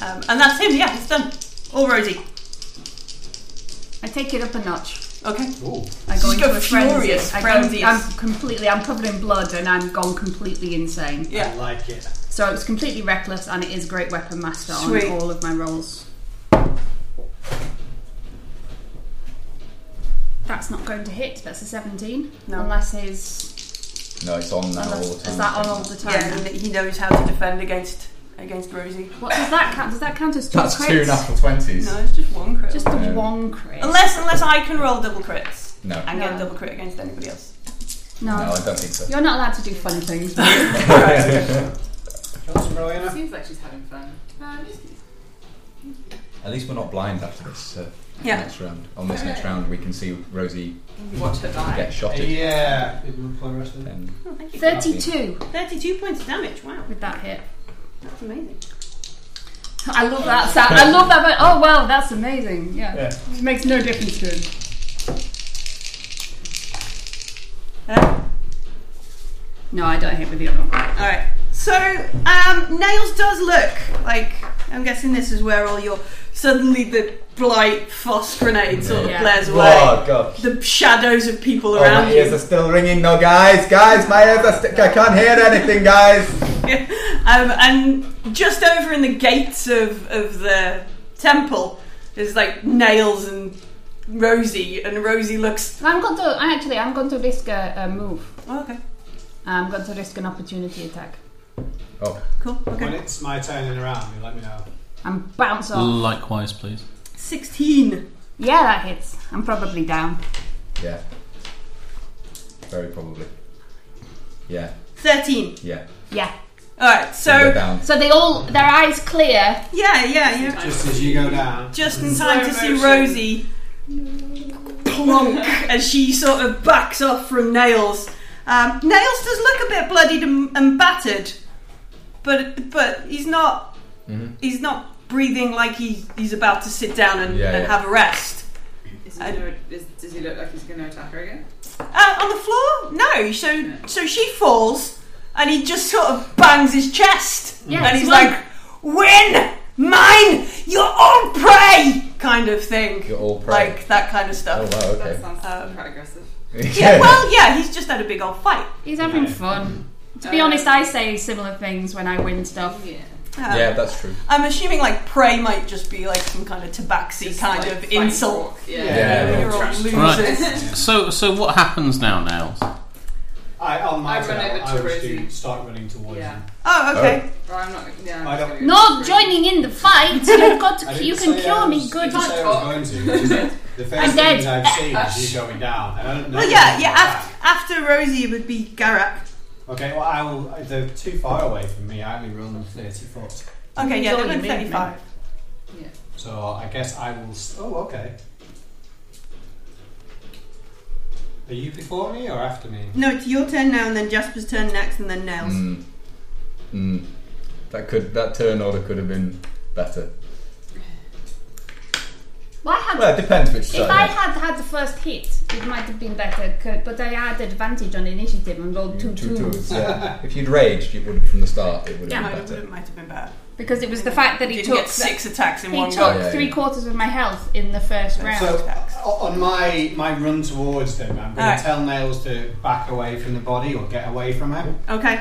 B: Um, and that's him. Yeah, it's done. All Rosie.
C: I take it up a notch.
B: Okay.
A: Ooh.
C: I
B: Just go
C: into a
B: furious,
C: frenzy. I go-
B: frenzied.
C: I'm completely. I'm covered in blood, and I'm gone completely insane.
A: I
B: Yeah.
A: like it.
C: So it's completely reckless, and it is great weapon master
B: Sweet.
C: on all of my rolls. That's not going to hit. That's a seventeen.
B: No.
C: Unless his
D: No, it's on now all
C: unless,
D: the time.
C: is that on all the time?
B: Yeah. And he knows how to defend against against Rosie.
C: What does that count? Does that count as two
D: That's
C: crits?
D: two natural 20s.
B: No, it's just one crit.
C: Just the
D: Yeah.
C: one crit.
B: unless unless I can roll double crits
D: No.
B: and get
C: No.
B: a double crit against anybody else.
C: no,
D: No, I don't think so.
C: you're not allowed to do fun things.
A: Do you want some Rowena?
E: Seems like she's having fun. Um, just-
D: At least we're not blind after this uh,
B: Yeah.
D: next round. On this next round, we can see Rosie
E: Watch her die.
D: get shotted.
A: Yeah. Did you play rest of it?
D: And
B: Oh, thank you.
C: Thirty-two
B: Thirty-two points of damage. Wow,
C: with that hit.
B: that's amazing.
C: I love that sound. I love that. But oh wow, that's amazing. Yeah, it makes no difference to him.
B: Uh,
C: No, I don't hit with the other one.
B: all right. So um, nails does look like. I'm guessing this is where all your suddenly the blight frost grenade sort of
C: Yeah.
B: blares away.
D: Oh, God.
B: The shadows of people
D: Oh,
B: around
D: my
B: you.
D: ears are still ringing. No, guys, guys, my ears are still. I can't hear anything, guys.
B: um, and just over in the gates of, of the temple is like nails and Rosie, and Rosie looks.
C: I'm going to I actually I'm going to risk a, a move.
B: Oh, okay,
C: I'm going to risk an opportunity attack.
D: Oh,
B: cool.
A: When
B: Okay,
A: it's my turning around, you let me know.
C: I'm bounce
B: Oh.
C: off.
F: Likewise, please.
B: sixteen.
C: Yeah, that hits. I'm probably down.
D: yeah. Very probably. Yeah,
B: 13.
D: yeah.
C: Yeah.
B: Alright,
D: We're
B: so.
D: down.
C: So they all their eyes clear.
B: Yeah, yeah, yeah.
A: Just as you go down.
B: Just in time to see
E: motion.
B: Rosie plonk as she sort of backs off from Nails. Um, Nails does look a bit bloodied and, and battered, but but he's not he's not breathing like he, he's about to sit down and,
D: Yeah,
B: and
D: yeah.
B: have a rest.
E: Is
B: I-
E: he gonna, is, does he look like he's going to attack her again?
B: Uh, on the floor? No. So so she falls and he just sort of bangs his chest
C: Yeah,
B: and
C: it's
B: he's
C: one-
B: like, "Win, mine, your own prey," kind of thing,
D: You're all prey.
B: like that kind of
D: oh
B: stuff.
D: wow,
E: That
D: okay.
E: sounds
B: Um,
E: quite aggressive.
B: Yeah, well, yeah, he's just had a big old fight.
C: He's having fun. To be
E: Uh,
C: honest, I say similar things when I win stuff.
E: Yeah.
B: Uh,
D: yeah, that's true.
B: I'm assuming like prey might just be like some kind of tabaxi
E: Just
B: kind
E: like
B: of
E: fight
B: insult.
E: walk. Yeah.
D: Yeah.
B: You're all
E: Trash
B: losers.
F: Right. So, so what happens now, Nails?
A: I, on my
E: I've run
A: turn,
E: over
A: I
E: to
A: would do
E: Rosie.
A: start running towards
E: Yeah.
A: him.
B: Oh, okay.
E: Or I'm not. Yeah, I'm
A: I
E: just
A: don't-
E: gonna go
C: Not
E: for it.
C: joining in the fight. You've got
A: I
C: to,
A: didn't
C: you can
A: say
C: kill
A: I
C: me
A: was-
C: good.
A: didn't say I was going to, because the first
C: dead.
A: things I've seen is you going down. and I don't know
B: Well, yeah,
A: who's
B: yeah.
A: back.
B: After, after Rosie would be Garak.
A: Okay, well, I will. They're too far away from me. I only run 30 foot.
B: Okay, yeah,
C: Enjoy
B: they're
C: your
B: like
C: movement.
B: 35.
A: So I guess I will. s oh, okay. Are you before me or after me?
B: No, it's your turn now, and then Jasper's turn next, and then Nails.
D: Mm. Mm. That could that turn order could have been better.
C: Why had
D: Well, it depends which
C: if I
D: side.
C: had had the first hit, it might have been better. c- But I had advantage on initiative and rolled two
D: Two
C: twos
D: twos, yeah. if you'd raged, it would have from the start. It would
C: Yeah.
D: have
B: Might
D: been
B: have,
D: better.
B: it might have been bad.
C: because it was the fact that he
B: Didn't
C: took
B: get six attacks in
C: he
B: one
C: took
B: go.
D: yeah, yeah.
C: three quarters of my health in the first round.
A: So o- on my my run towards them, I'm going
B: Alright.
A: to tell Nails to back away from the body or get away from him.
B: Okay.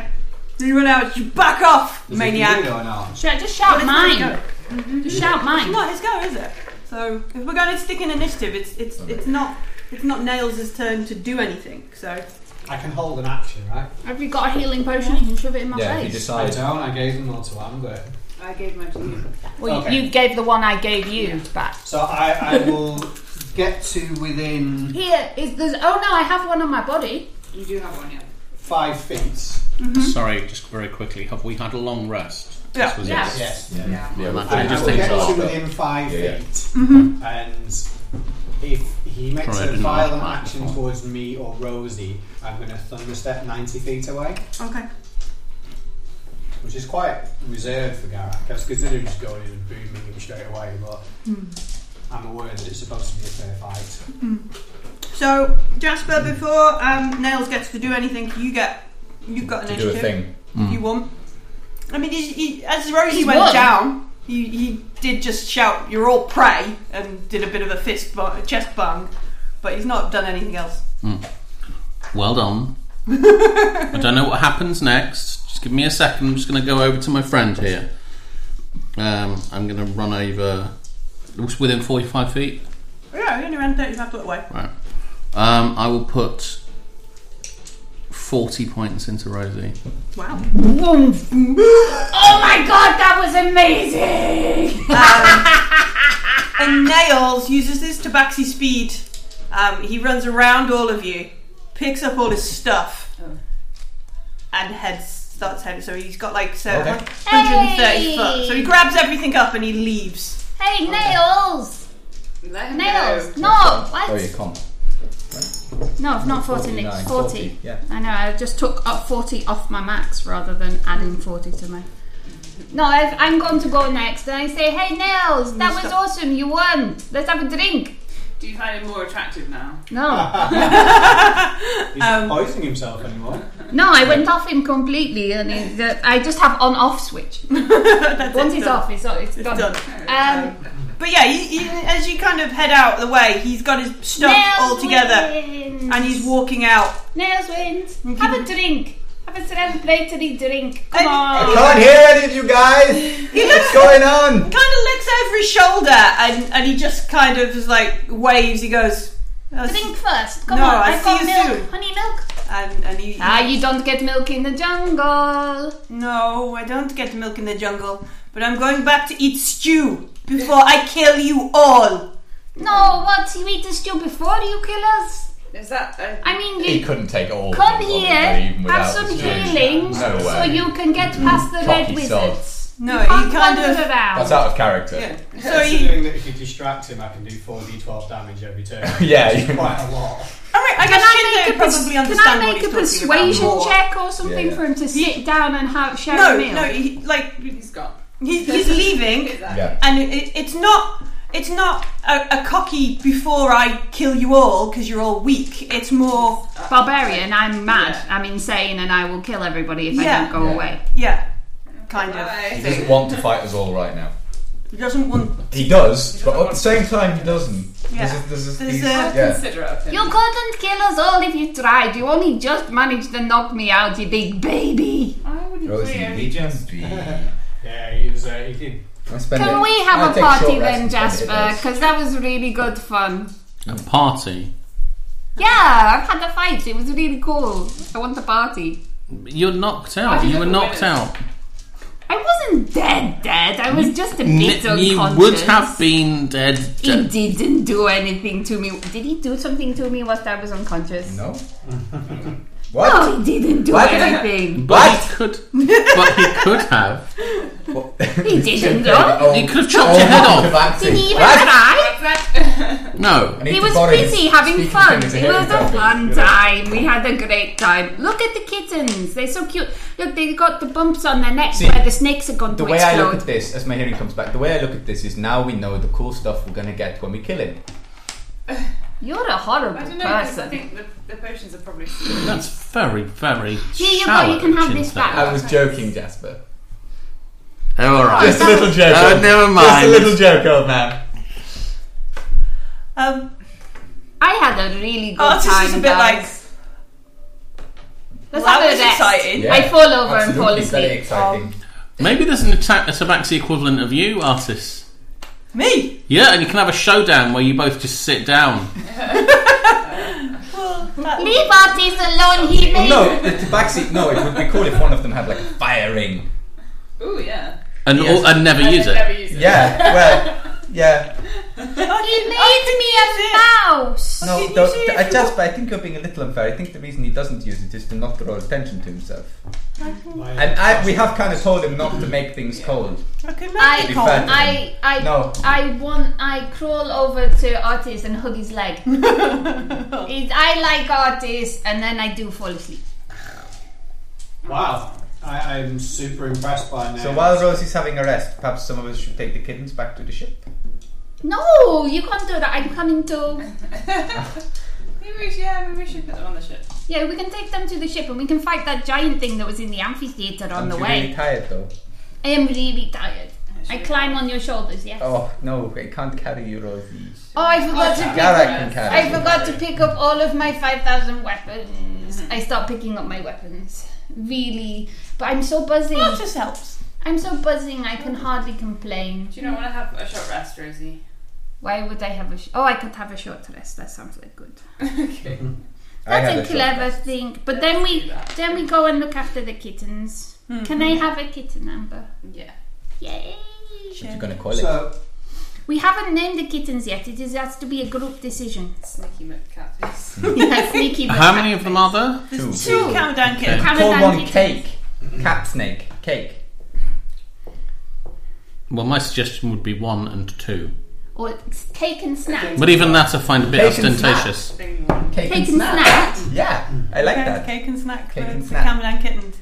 B: So you run out, you back off,
A: Does he do
B: maniac.
A: it or not?
C: Should I just
B: Well,
C: shout
B: it's not his
C: mine?
B: go.
C: Just shout mine.
B: It's not his go, is it? So if we're going to stick in initiative, it's it's it's not it's not Nails' turn to do anything. So
A: I can hold an action, right?
C: Have you got a healing potion? You can shove it in my
D: Yeah, if you
C: face.
A: I
D: decide.
A: don't. I gave them all to Amber.
E: I gave my to you.
C: well,
A: Okay.
C: you gave the one I gave you back.
A: So I, I will get to within
C: Here is there's oh no, I have one on my body.
E: You do have one, yeah.
A: five feet.
F: Sorry, just very quickly. Have we had a long rest?
B: Yeah.
F: This was
C: Yeah.
F: it.
A: Yes.
E: Yeah.
D: Yeah, we'll
F: I
A: I,
D: finish
A: I
F: just
A: will
F: think
A: get
F: so.
A: to within five
D: Yeah, yeah.
A: feet, and if he makes
F: Sorry, I
A: a
F: didn't like
A: violent
F: that
A: action
F: before.
A: towards me or Rosie, I'm going to thunder step ninety feet away,
B: okay.
A: which is quite reserved for Garak. I was considering just going in and booming him straight away, but I'm aware that it's supposed to be a fair fight.
B: So Jasper, before um, Nails gets to do anything, you get you've got an
D: to do a
B: initiative.
D: thing.
B: You won. I mean, he, he, as Rosie
C: Mm. He's
B: went
C: won.
B: down, he, he did just shout, "You're all prey," and did a bit of a fist bu- a chest bang, but he's not done anything else.
F: Well done. I don't know what happens next. Just give me a second. I'm just going to go over to my friend here. Um, I'm going to run over. It's within 45 feet.
B: Yeah, he only ran thirty-five foot away.
F: Right. Um, I will put 40 points into Rosie.
B: Wow.
C: Oh my god, that was amazing!
B: And Nails uses his tabaxi speed. Um, he runs around all of you, picks up all his stuff,
C: Oh.
B: and heads starts heading. So he's got like so
D: Okay.
B: 130
C: Hey!
B: foot. So he grabs everything up and he leaves.
C: hey nails,
E: Let him
C: nails.
E: go.
C: No,
D: Oh,
C: what?
D: you can't.
C: No, it's not 14. It's
D: 49,
C: 40.
D: Yeah.
C: I know. I just took up 40 off my max rather than adding
B: Mm.
C: 40 to my. No, I've, I'm going to go next, and I say, "Hey, Nails, that was awesome. You won. Let's have a drink."
E: Do you find him more attractive now?
C: No,
A: He's not poisoning himself anymore.
C: no, I went off him completely, and it, that- I just have on-off switch. Once
B: it,
C: it's
B: done.
C: off, it's, off, it's done.
B: done.
C: Um,
B: But yeah, he, he, as you kind of head out the way, he's got his stuff
C: Nails
B: all together,
C: wins.
B: and he's walking out.
C: Nails wins. Have a drink. Have a celebratory drink. Come
B: And-
C: on.
B: and
D: Can't hear any of you
B: He
D: guys.
B: looks
D: What's going on?
B: kind of looks over his shoulder, and and he just kind of is like waves. He goes. "That's-"
C: Drink first. Come
B: No,
C: on.
B: I
C: I've got
B: see you
C: milk.
B: soon.
C: Honey milk.
B: And, and he,
C: Ah, you don't get milk in the jungle.
B: No, I don't get milk in the jungle, but I'm going back to eat stew before I kill you all.
C: No, what? You eat the stew before you kill us?
E: Is that? A,
C: I mean,
D: He
C: you
D: couldn't take it all.
C: come
D: of it,
C: here,
D: even without
C: have some
D: the stage.
C: healing,
D: No
C: so
D: way. Mm,
C: you can get past the red
D: Cocky
C: wizards.
B: No,
C: you can't
B: he kind
C: wander
B: of-
C: around.
D: That's out of character.
B: Yeah. So he,
A: Considering that if you distract him, I can do 4d12 damage every turn.
D: Yeah,
A: which is
D: you-
A: quite a lot.
B: I mean, I guess Shinto could
C: pers-
B: probably
C: can
B: understand
C: I
B: what
C: make
B: he's
C: a
B: talking
C: persuasion
B: about more.
C: check or something
D: Yeah.
C: for him to sit down and have share a
B: No,
C: meal?
B: no, he, like
E: He's gone.
B: he, he's leaving,
D: Yeah.
B: and it, it's not it's not a, a cocky before I kill you all because you're all weak. It's more
C: Barbarian, I'm mad,
E: Yeah.
C: I'm insane, and I will kill everybody if I
B: Yeah.
C: don't go
D: Yeah.
C: away.
B: yeah, kind of.
D: He
E: Bye.
D: doesn't want to fight us all right now.
B: He doesn't want.
D: He does, but at the same time, he doesn't.
B: Yeah.
D: There's a- there's a-
B: There's
D: he's-
B: a-
D: yeah.
E: Considerate of him.
C: You couldn't kill us all if you tried. You only just managed to knock me out, you big baby.
E: I wouldn't
D: Well,
E: say
D: listen,
E: only
D: he can
E: just.
D: be-
A: Yeah, he was. Uh, he did.
D: I spend
C: Can
D: it-
C: we
D: I
C: have a
D: take short
C: party
D: rests
C: then,
D: and spend it
C: Jasper?
D: days.
C: Because that was really good fun.
F: A party.
C: Yeah, I've had the fights. It was really cool. I want the party.
F: You're knocked out.
E: Why
F: You were
E: did
F: knocked
E: the winners-
F: out.
C: I wasn't dead, dead. I was just a bit
F: N-
C: unconscious.
F: you would have been dead.
C: He didn't do anything to me. Did he do something to me whilst I was unconscious?
D: No.
C: No,
D: what?
C: he didn't do
D: What?
C: anything.
F: But he could. but he could have.
C: Oh, He didn't do.
D: Oh,
F: He could have chopped your head
D: lack
F: off.
D: of acting.
C: Did he even
D: Right?
C: try?
F: No.
D: I need
C: He
D: to
C: was
D: borrow his
C: busy having
D: speaking
C: fun.
D: fingers to
C: It
D: hear
C: was
D: himself.
C: a fun time. We had a great time. Look at the kittens. They're so cute. Look, they got the bumps on their necks
D: See,
C: where the snakes are going
D: The
C: to
D: way I look at
C: explode.
D: this, as my hearing comes back, the way I look at this is now we know the cool stuff we're gonna get when we kill him.
C: You're a horrible
E: I don't know, because I
C: person.
E: think the, the potions are probably.
F: That's very, very.
C: Here you go,
F: shallow,
C: you can have this
F: Chinta.
C: back.
D: I was joking, Jasper.
F: Oh, all right.
G: Just a little joke.
F: Oh, never
G: Just a
F: mind.
G: little joke, old man.
B: Um,
C: I had a really good
B: artist
C: time.
B: Oh, is a bit like.
C: guys.
B: Well,
C: Let's have
B: that
C: a
B: was
C: rest.
B: exciting.
D: Yeah,
C: I fall over
D: absolutely,
C: and fall
D: Very
C: asleep.
D: exciting.
F: Maybe there's an attack, a tabaxi equivalent of you, artist.
B: Me?
F: Yeah, and you can have a showdown where you both just sit down.
B: Well, that-
C: Leave artists alone. He made
D: Well, Oh, no, the tabaxi. No, it would be cool if one of them had like a fire ring.
E: Ooh, yeah.
F: and
D: Yes.
F: all, and never
E: And
F: use
E: then
F: it.
E: Never use it.
D: Yeah. Well. Yeah.
C: he made me a mouse.
D: No.
B: you
D: don't-
B: see if
D: I
B: you-
D: Jasper, I think you're being a little unfair. I think the reason he doesn't use it is to not draw attention to himself. And I, we have kind of told him not to make things cold.
B: Okay, maybe
C: I,
D: be fair
B: cold.
D: to
C: I, I,
D: No.
C: I want. I crawl over to artist and hug his leg. It- I like artist, and then I do fall asleep.
A: Wow, I, I'm super impressed by now.
D: So while Rosie's having a rest, perhaps some of us should take the kittens back to the ship.
C: No, you can't do that. I'm coming to.
E: Maybe we should, yeah, maybe we should put them on the ship.
C: Yeah, we can take them to the ship, and we can fight that giant thing that was in the amphitheater on
D: Aren't
C: the
D: you Really
C: way.
D: tired though.
C: I am really tired. I
E: Should we-
C: climb on your shoulders. Yes. Oh,
D: Oh no, I can't carry you, Rosie.
C: I forgot to. Pick,
D: Garak can carry.
C: I
D: you.
C: forgot to pick up all of my five thousand weapons. I start picking up my weapons. Really, but I'm so buzzing.
B: That just helps.
C: I'm so buzzing, I can hardly complain.
E: Do you not want to have a short rest, Rosie?
C: Why would I have a? Sh- oh, I could have a short rest. That sounds like good.
E: okay.
D: I
C: That's
D: had
C: a
D: short
C: clever
D: rest.
C: thing. But then
E: do
C: we
E: that.
C: then we go and look after the kittens. Can I have a kitten, Amber?
E: Yeah.
C: Yay!
D: What you gonna call it?
A: So,
C: We haven't named the kittens yet. It is has to be a group decision.
E: Sneaky McCatfish.
C: Yeah, Sneaky. but
F: How many of them are there?
D: Two.
B: There's two
C: Two.
B: countdown kids.
C: Cameras
D: Call
C: and
D: one
C: kittens.
D: cake. Cat snake. Cake.
F: Well, my suggestion would be one and two.
C: Or it's cake and snack.
F: But even that I find a bit
D: Cake and
F: ostentatious.
E: Thing one.
D: Cake,
C: Cake and snack.
D: Yeah, I like
B: Okay,
D: that.
B: Cake and snack.
D: Cake
B: for-
D: and
B: for
D: snack.
B: Cameron kittens.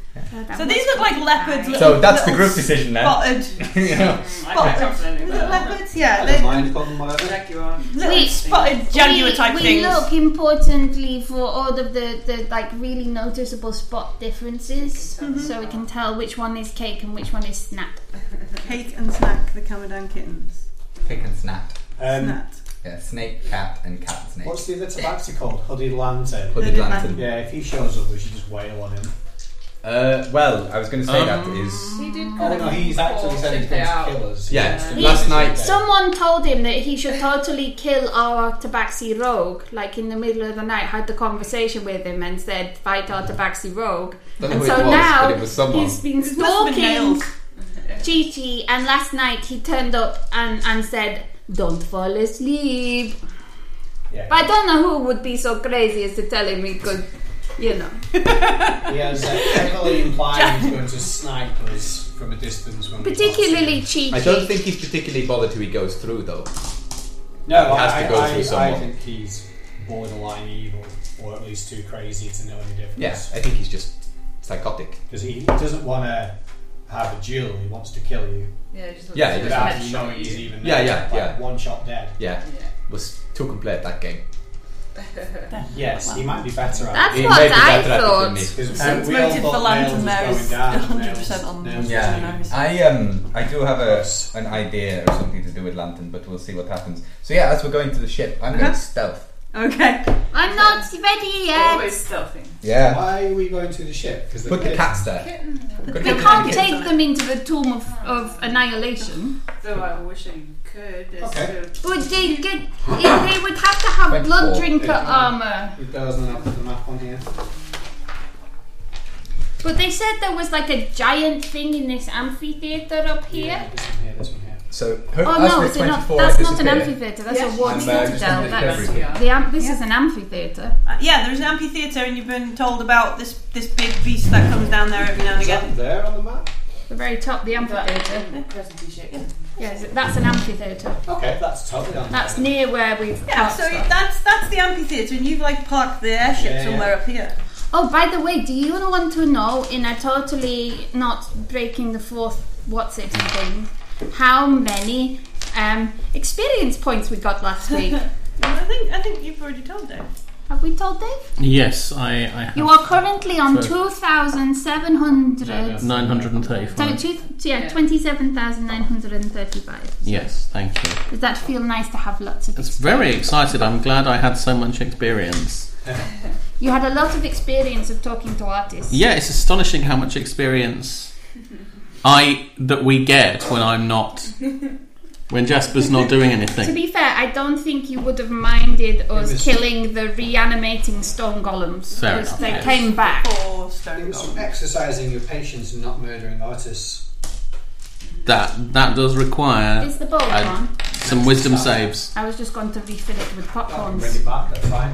B: So these look like leopards. little-
D: So that's the
B: little
D: group decision then.
B: Spotted.
D: You know.
E: Oh.
B: Spotted. Is it leopards? Yeah.
A: I don't
B: They're
A: mind if I'm whatever.
E: Jaguar.
B: little
C: We-
B: spotted jaguar
C: we,
B: type
C: we
B: things.
C: look importantly for all of the, the like really noticeable spot differences,
B: Mm-hmm.
C: so we can tell which one is cake and which one is snack.
B: Cake and snack. The Cameron kittens.
D: Cake and snack.
A: Um,
B: Snack.
D: Yeah, snake, cat, and cat snake.
A: what's the other tabaxi called? Hooded Lantern.
D: Hooded
B: Hooded
D: lantern.
A: Yeah, if he shows up, we should just wail on him.
D: Uh, well, I was going to say that is.
E: He did kind
A: Oh
E: of
A: no, he's actually
E: pull
A: said he's
E: shit
A: going
E: out.
A: to kill us.
D: Yeah,
A: He wants to
E: Yeah.
D: last
A: kill us.
D: night.
C: Someone told him that he should totally kill our tabaxi rogue. Like in the middle of the night, had the conversation with him and said, "Fight our tabaxi rogue."
D: Don't know
C: and
D: who
C: so
D: it was,
C: now
D: but it was someone.
C: he's been
B: It must have been
C: stalking
B: nails.
C: Gigi, and last night he turned up and, and said, "Don't fall asleep."
A: Yeah.
C: But I don't know who would be so crazy as to tell him he could, you know.
A: He has uh, heavily implied he's going to snipe us from a distance. When we
C: Particularly
A: pass
C: Chi
D: I don't
C: Chi.
D: think he's particularly bothered who he goes through though.
A: him. no,
D: It has to
A: I,
D: go
A: I,
D: through
A: I,
D: someone.
A: I think he's borderline evil, or at least too crazy to know any difference.
D: Yeah, I think he's just psychotic.
A: Because he doesn't want to have a duel, he wants to kill you.
E: Yeah, just
D: Yeah, he
E: yeah,
A: Without you knowing he's even
D: Yeah,
A: there.
D: yeah,
A: Like,
D: yeah.
A: One shot dead.
D: Yeah, was too complete that game.
A: Yes, he might be better at
C: That's
D: He
C: what
D: may be
C: I
D: better at it than me.
C: thought.
A: Because
B: So it's
A: we all
B: voted
A: thought
B: for Lantern
A: Nails was
B: Mare is
A: going down.
B: 100%
A: Nails-
B: on
A: Nails was
B: Yeah.
A: going up.
D: I um I do have a an idea or something to do with lantern, but we'll see what happens. So yeah, as we're going to the ship, I'm going
B: Uh-huh.
D: stealth.
B: Okay.
C: I'm not ready yet.
E: Always stealthy.
D: Yeah,
A: Why are we going to the ship? Because
D: put the cats there.
C: But you can't take them into the tomb of, of annihilation.
E: Though I wish I could. It's
A: Okay.
E: sort of-
C: But they get, if they would have to have blood
D: Twenty-four.
C: drinker armor.
A: It does, and then I'll put the map on here.
C: But they said there was like a giant thing in this amphitheater up here.
A: This one here, this one here.
D: So her,
C: Oh
D: as
C: no,
D: we're
C: it's not.
D: 24,
C: That's
D: I
C: not an
D: disappear.
C: amphitheater. That's
E: Yeah.
C: a water
D: And, uh, just
C: citadel.
D: make
C: That's
D: everything.
E: Yeah.
C: the amp- this is an amphitheater.
B: Uh, yeah, there's an amphitheatre, and you've been told about this this big beast that comes down there every now and
A: Is
B: again.
A: that there on the map?
C: The very top, the amphitheater.
E: Crescent shape.
C: Yes, that's an amphitheater.
A: Okay, that's totally on
C: That's
A: there.
C: near where we've.
B: Yeah,
C: parked
B: so
C: stuff.
B: that's that's the amphitheatre, and you've like parked the airship
A: Yeah,
B: somewhere up here.
C: Oh, by the way, do you want to know, in a totally not breaking the fourth what's it thing, how many um, experience points we got last week?
B: Well, I think I think you've already told them.
C: have we told Dave?
H: Yes, I, I have.
C: You are currently on
H: So-
C: two thousand seven hundred.
H: 935.
C: So two, yeah,
E: Yeah.
C: twenty-seven thousand nine hundred and thirty-five.
H: yes, thank you.
C: Does that feel nice to have lots of?
H: It's very excited. I'm glad I had so much experience.
C: You had a lot of experience of talking to artists.
H: Yeah, it's astonishing how much experience I that we get when I'm not when Jasper's not doing
C: To
H: anything.
C: be fair, I don't think you would have minded us
A: was-
C: killing the reanimating stone golems
H: Fair
C: because
H: enough,
C: they
H: yes.
C: came back.
B: Four
A: It
B: stone
A: was
B: golems.
A: from exercising your patience and not murdering artists.
H: That that does require
C: Is the bowl
H: I-
C: on?
H: some wisdom saves.
C: I was just going to refill it with
A: I can
C: popcorns.
A: bring it back, that's fine.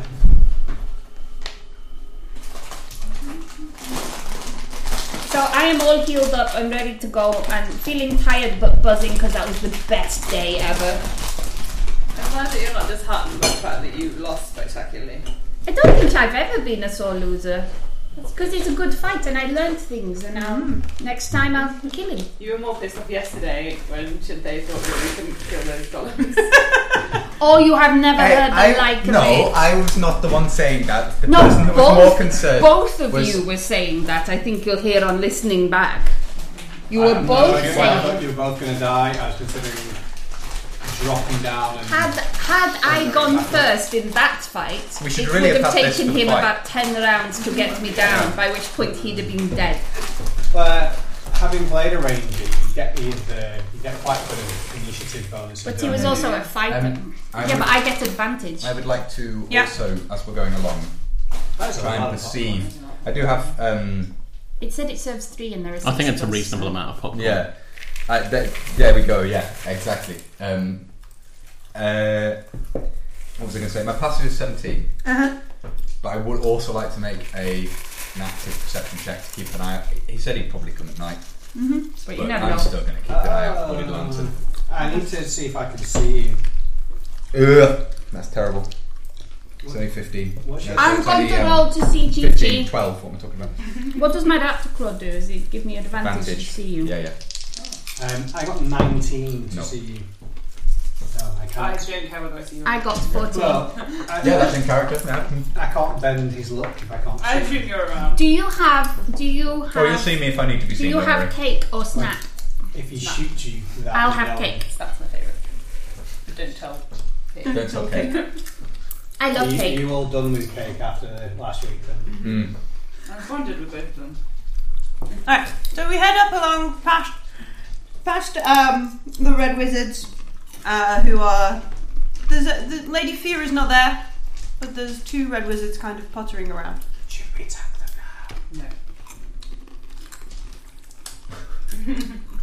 C: So I am all healed up. I'm ready to go and feeling tired but buzzing because that was the best day ever.
E: I'm glad that you're not disheartened by the fact that you lost spectacularly.
C: I don't think I've ever been a sore loser. That's because it's a good fight and I learned things and now
D: Mm-hmm.
C: next time I'll kill him.
E: You were more pissed off yesterday when should they thought that we couldn't kill those golems.
C: Or you have never heard uh, the
D: I, I,
C: like
D: no,
C: of it.
D: I was not the one saying that. The
C: No,
D: person that
C: both-
D: was more concerned.
C: Both of
D: was-
C: you were saying that. I think you'll hear on listening back. You were both
A: I
C: saying.
A: thought you were both going to die. I was considering dropping down and.
C: Had had I gone first in that fight,
D: We should
C: it
D: really
C: would have
D: have had this
C: taken
D: for the
C: him
D: fight.
C: about ten rounds to get me down. By which point he'd have been dead.
A: But having played a ranger, you get the, the you get quite a bit of initiative bonus.
C: But he
A: don't
C: was
A: you?
C: also a fighter.
D: Um, I
C: yeah,
D: would-
C: but I get advantage.
D: I would like to
B: Yeah.
D: also, as we're going along,
A: That's
D: try
A: a
D: and
A: lot of
D: perceive. I do have. Um,
C: It said it serves three, and there is.
H: I think it's a
C: six of us.
H: reasonable amount of popcorn.
D: Yeah. Uh, th- there we go. Yeah, exactly. Um, uh, what was I going to say? My passive is 17.
C: Uh-huh.
D: But I would also like to make a, an active perception check to keep an eye out. He said he'd probably come at night,
C: But
D: but,
C: you never
D: I'm
C: know.
D: still going to keep an eye out for Wooded Lantern.
A: Um, I need to see if I can see you.
D: Ugh, that's terrible. It's only 15.
A: What's your-
D: No,
C: I'm
D: it's
C: going
D: only,
C: to
D: um,
C: roll to see
D: 15,
C: GG.
D: 12, what am I talking about?
C: What does my Raptor do? Is it give me advantage,
D: Advantage.
C: to see you?
D: Yeah, yeah.
A: Um, I got 19 to
D: No.
A: see you. No, I
E: I
A: can't.
E: don't care whether I see you.
C: I got fourteen.
A: Well, I,
D: Yeah, that's in character. Now.
A: I can't bend his luck if I can't.
E: I
A: see
E: assume you're around.
C: Do you have? Do you have?
D: Oh, you'll see me if I need to be
C: do
D: seen.
C: you
D: don't
C: have
D: worry.
C: cake or snack?
A: If he shoots you, without
C: I'll
A: you
C: have
A: knowing.
C: cake.
E: That's my favourite. Don't tell.
D: Don't tell Kate.
C: I love
A: Are
C: cake.
A: you, you all done with cake after the last week then?
D: Mm.
E: I bonded with both of them.
B: Alright, so we head up along past past um, the Red Wizards, uh, who are. There's a, the Lady Fear is not there, but there's two Red Wizards kind of pottering around.
A: Should we attack them now?
E: No.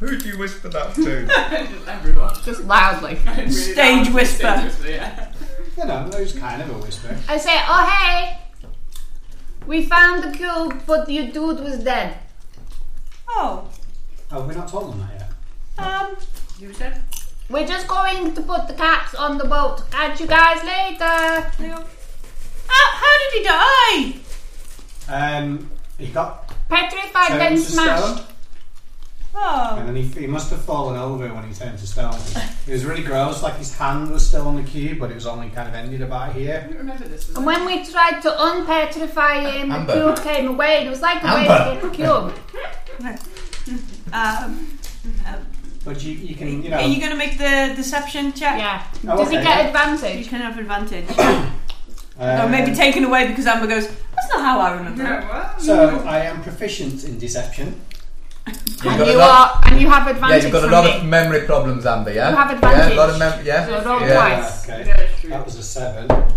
D: Who do you whisper that to?
E: Everyone.
C: Just loudly.
E: Really
B: Stage
E: loud.
B: whisper.
E: Stage whisper, yeah.
A: You know, it was kind of a whisper.
C: I say, oh hey, we found the cube, but your dude was dead.
B: Oh,
A: Have we not told them that yet?
B: um,
E: You said?
C: We're just going to put the caps on the boat. Catch you guys later.
B: hang on. How, how did he die?
A: Um, he got
C: Petrified
A: turned
C: then
A: to
C: smashed.
A: stone,
B: Oh.
A: and then he, he must have fallen over when he turned to stone. It was really gross. Like his hand was still on the cube, but it was only kind of ended about
E: I
A: here.
E: don't remember this. Was
C: And when we tried to unpetrify him,
D: Amber.
C: the cube came away. and It was like a way
G: Amber.
C: to get cube.
B: Um,
A: But you, you can, you know,
B: Are you going to make the deception check?
C: Yeah.
A: Oh,
C: Does he
A: okay.
C: get
B: You
C: advantage?
B: can have advantage.
A: uh,
B: or maybe taken away because Amber goes, that's not how I remember. it."
E: Yeah, what?
A: So I am proficient in deception.
D: You've
C: and
D: got a
C: you
D: lot,
C: are, and you have
D: yeah,
C: advantage
D: you've got a
C: from
D: lot
C: me.
D: of memory problems, Amber. Yeah,
C: You have
D: Yeah, a lot of
C: advantage.
D: mem- yeah.
C: So roll
D: Yeah.
C: twice.
A: Okay.
E: Yeah, it's true.
A: That was a seven.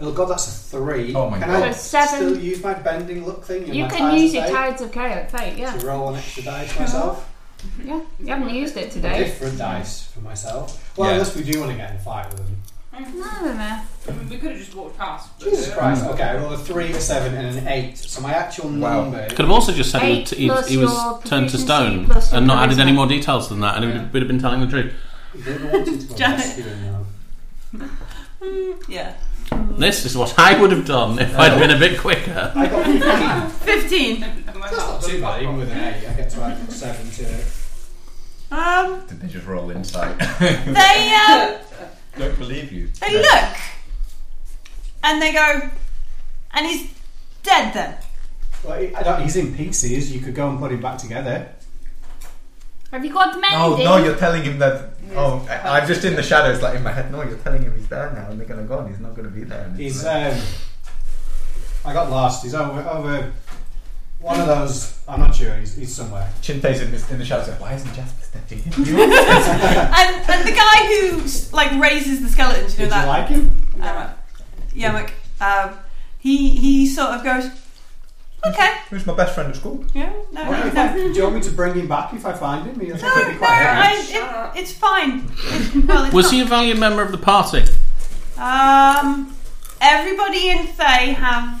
A: Oh god, that's a three.
D: Oh my
A: can
D: God.
A: I
C: So seven.
A: still use my bending look thing? and
C: You
A: my
C: can
A: tides
C: use
A: of
C: your
A: fate
C: tides of chaos, fate, yeah.
A: to roll an extra die for myself.
C: Yeah, you haven't used it today.
A: Different dice for myself. Well,
D: Yeah.
A: unless we do want to get in a fight with them.
C: No, no, no.
E: I mean, we could have just walked past. but-
A: Jesus Christ. Okay, I rolled a three, a seven, and an eight. So my actual
D: Wow.
A: number.
H: Could have also just said
C: Eight
H: he, he,
C: plus
H: he was
C: your
H: turned to
C: proficiency
H: stone
C: plus your
H: and not added
C: charisma.
H: any more details than that, and it would, would have been telling the truth.
A: They wanted to go
B: Giant.
A: rescue him now.
B: Yeah.
H: This is what I would have done if I'd been a bit quicker.
A: I got 15.
B: 15.
E: And my
A: That's
E: heart
A: not
E: was
A: too bad,
E: like,
A: even with an eight. I get to add seven to it.
B: Um,
D: Did they just roll insight?
B: they, um,
D: Don't believe you.
B: they look and they go, and he's dead then.
A: Well, he- I don't, he's in pieces. You could go and put him back together.
C: Have you got
D: Oh
C: mending?
D: no, you're telling him that.
E: Yes.
D: Oh, I, I'm just in the shadows, like in my head. No, you're telling him he's there now, and they're gonna go, and he's uh, not gonna be there. And it's
A: He's
D: like-
A: um, I got lost. He's over over one of those. I'm not sure. He's, he's somewhere.
D: Chinte's in the, in the shadows. Like, Why isn't Jasper stepping in?
B: And, and the guy who, like, raises the skeletons, you know
A: Did
B: that?
A: you like him?
B: Um, yeah, Mick, um, he, he sort of goes, okay,
D: He was my best friend at school.
B: yeah, no,
A: What
B: no,
A: if
B: no.
A: I- do you want me to bring him back if I find him? He's
B: No,
A: pretty
B: no,
A: quiet.
B: I, it, it's fine. It, well, it's
H: Was
B: not.
H: he a valued member of the party?
B: Um, everybody in Thay have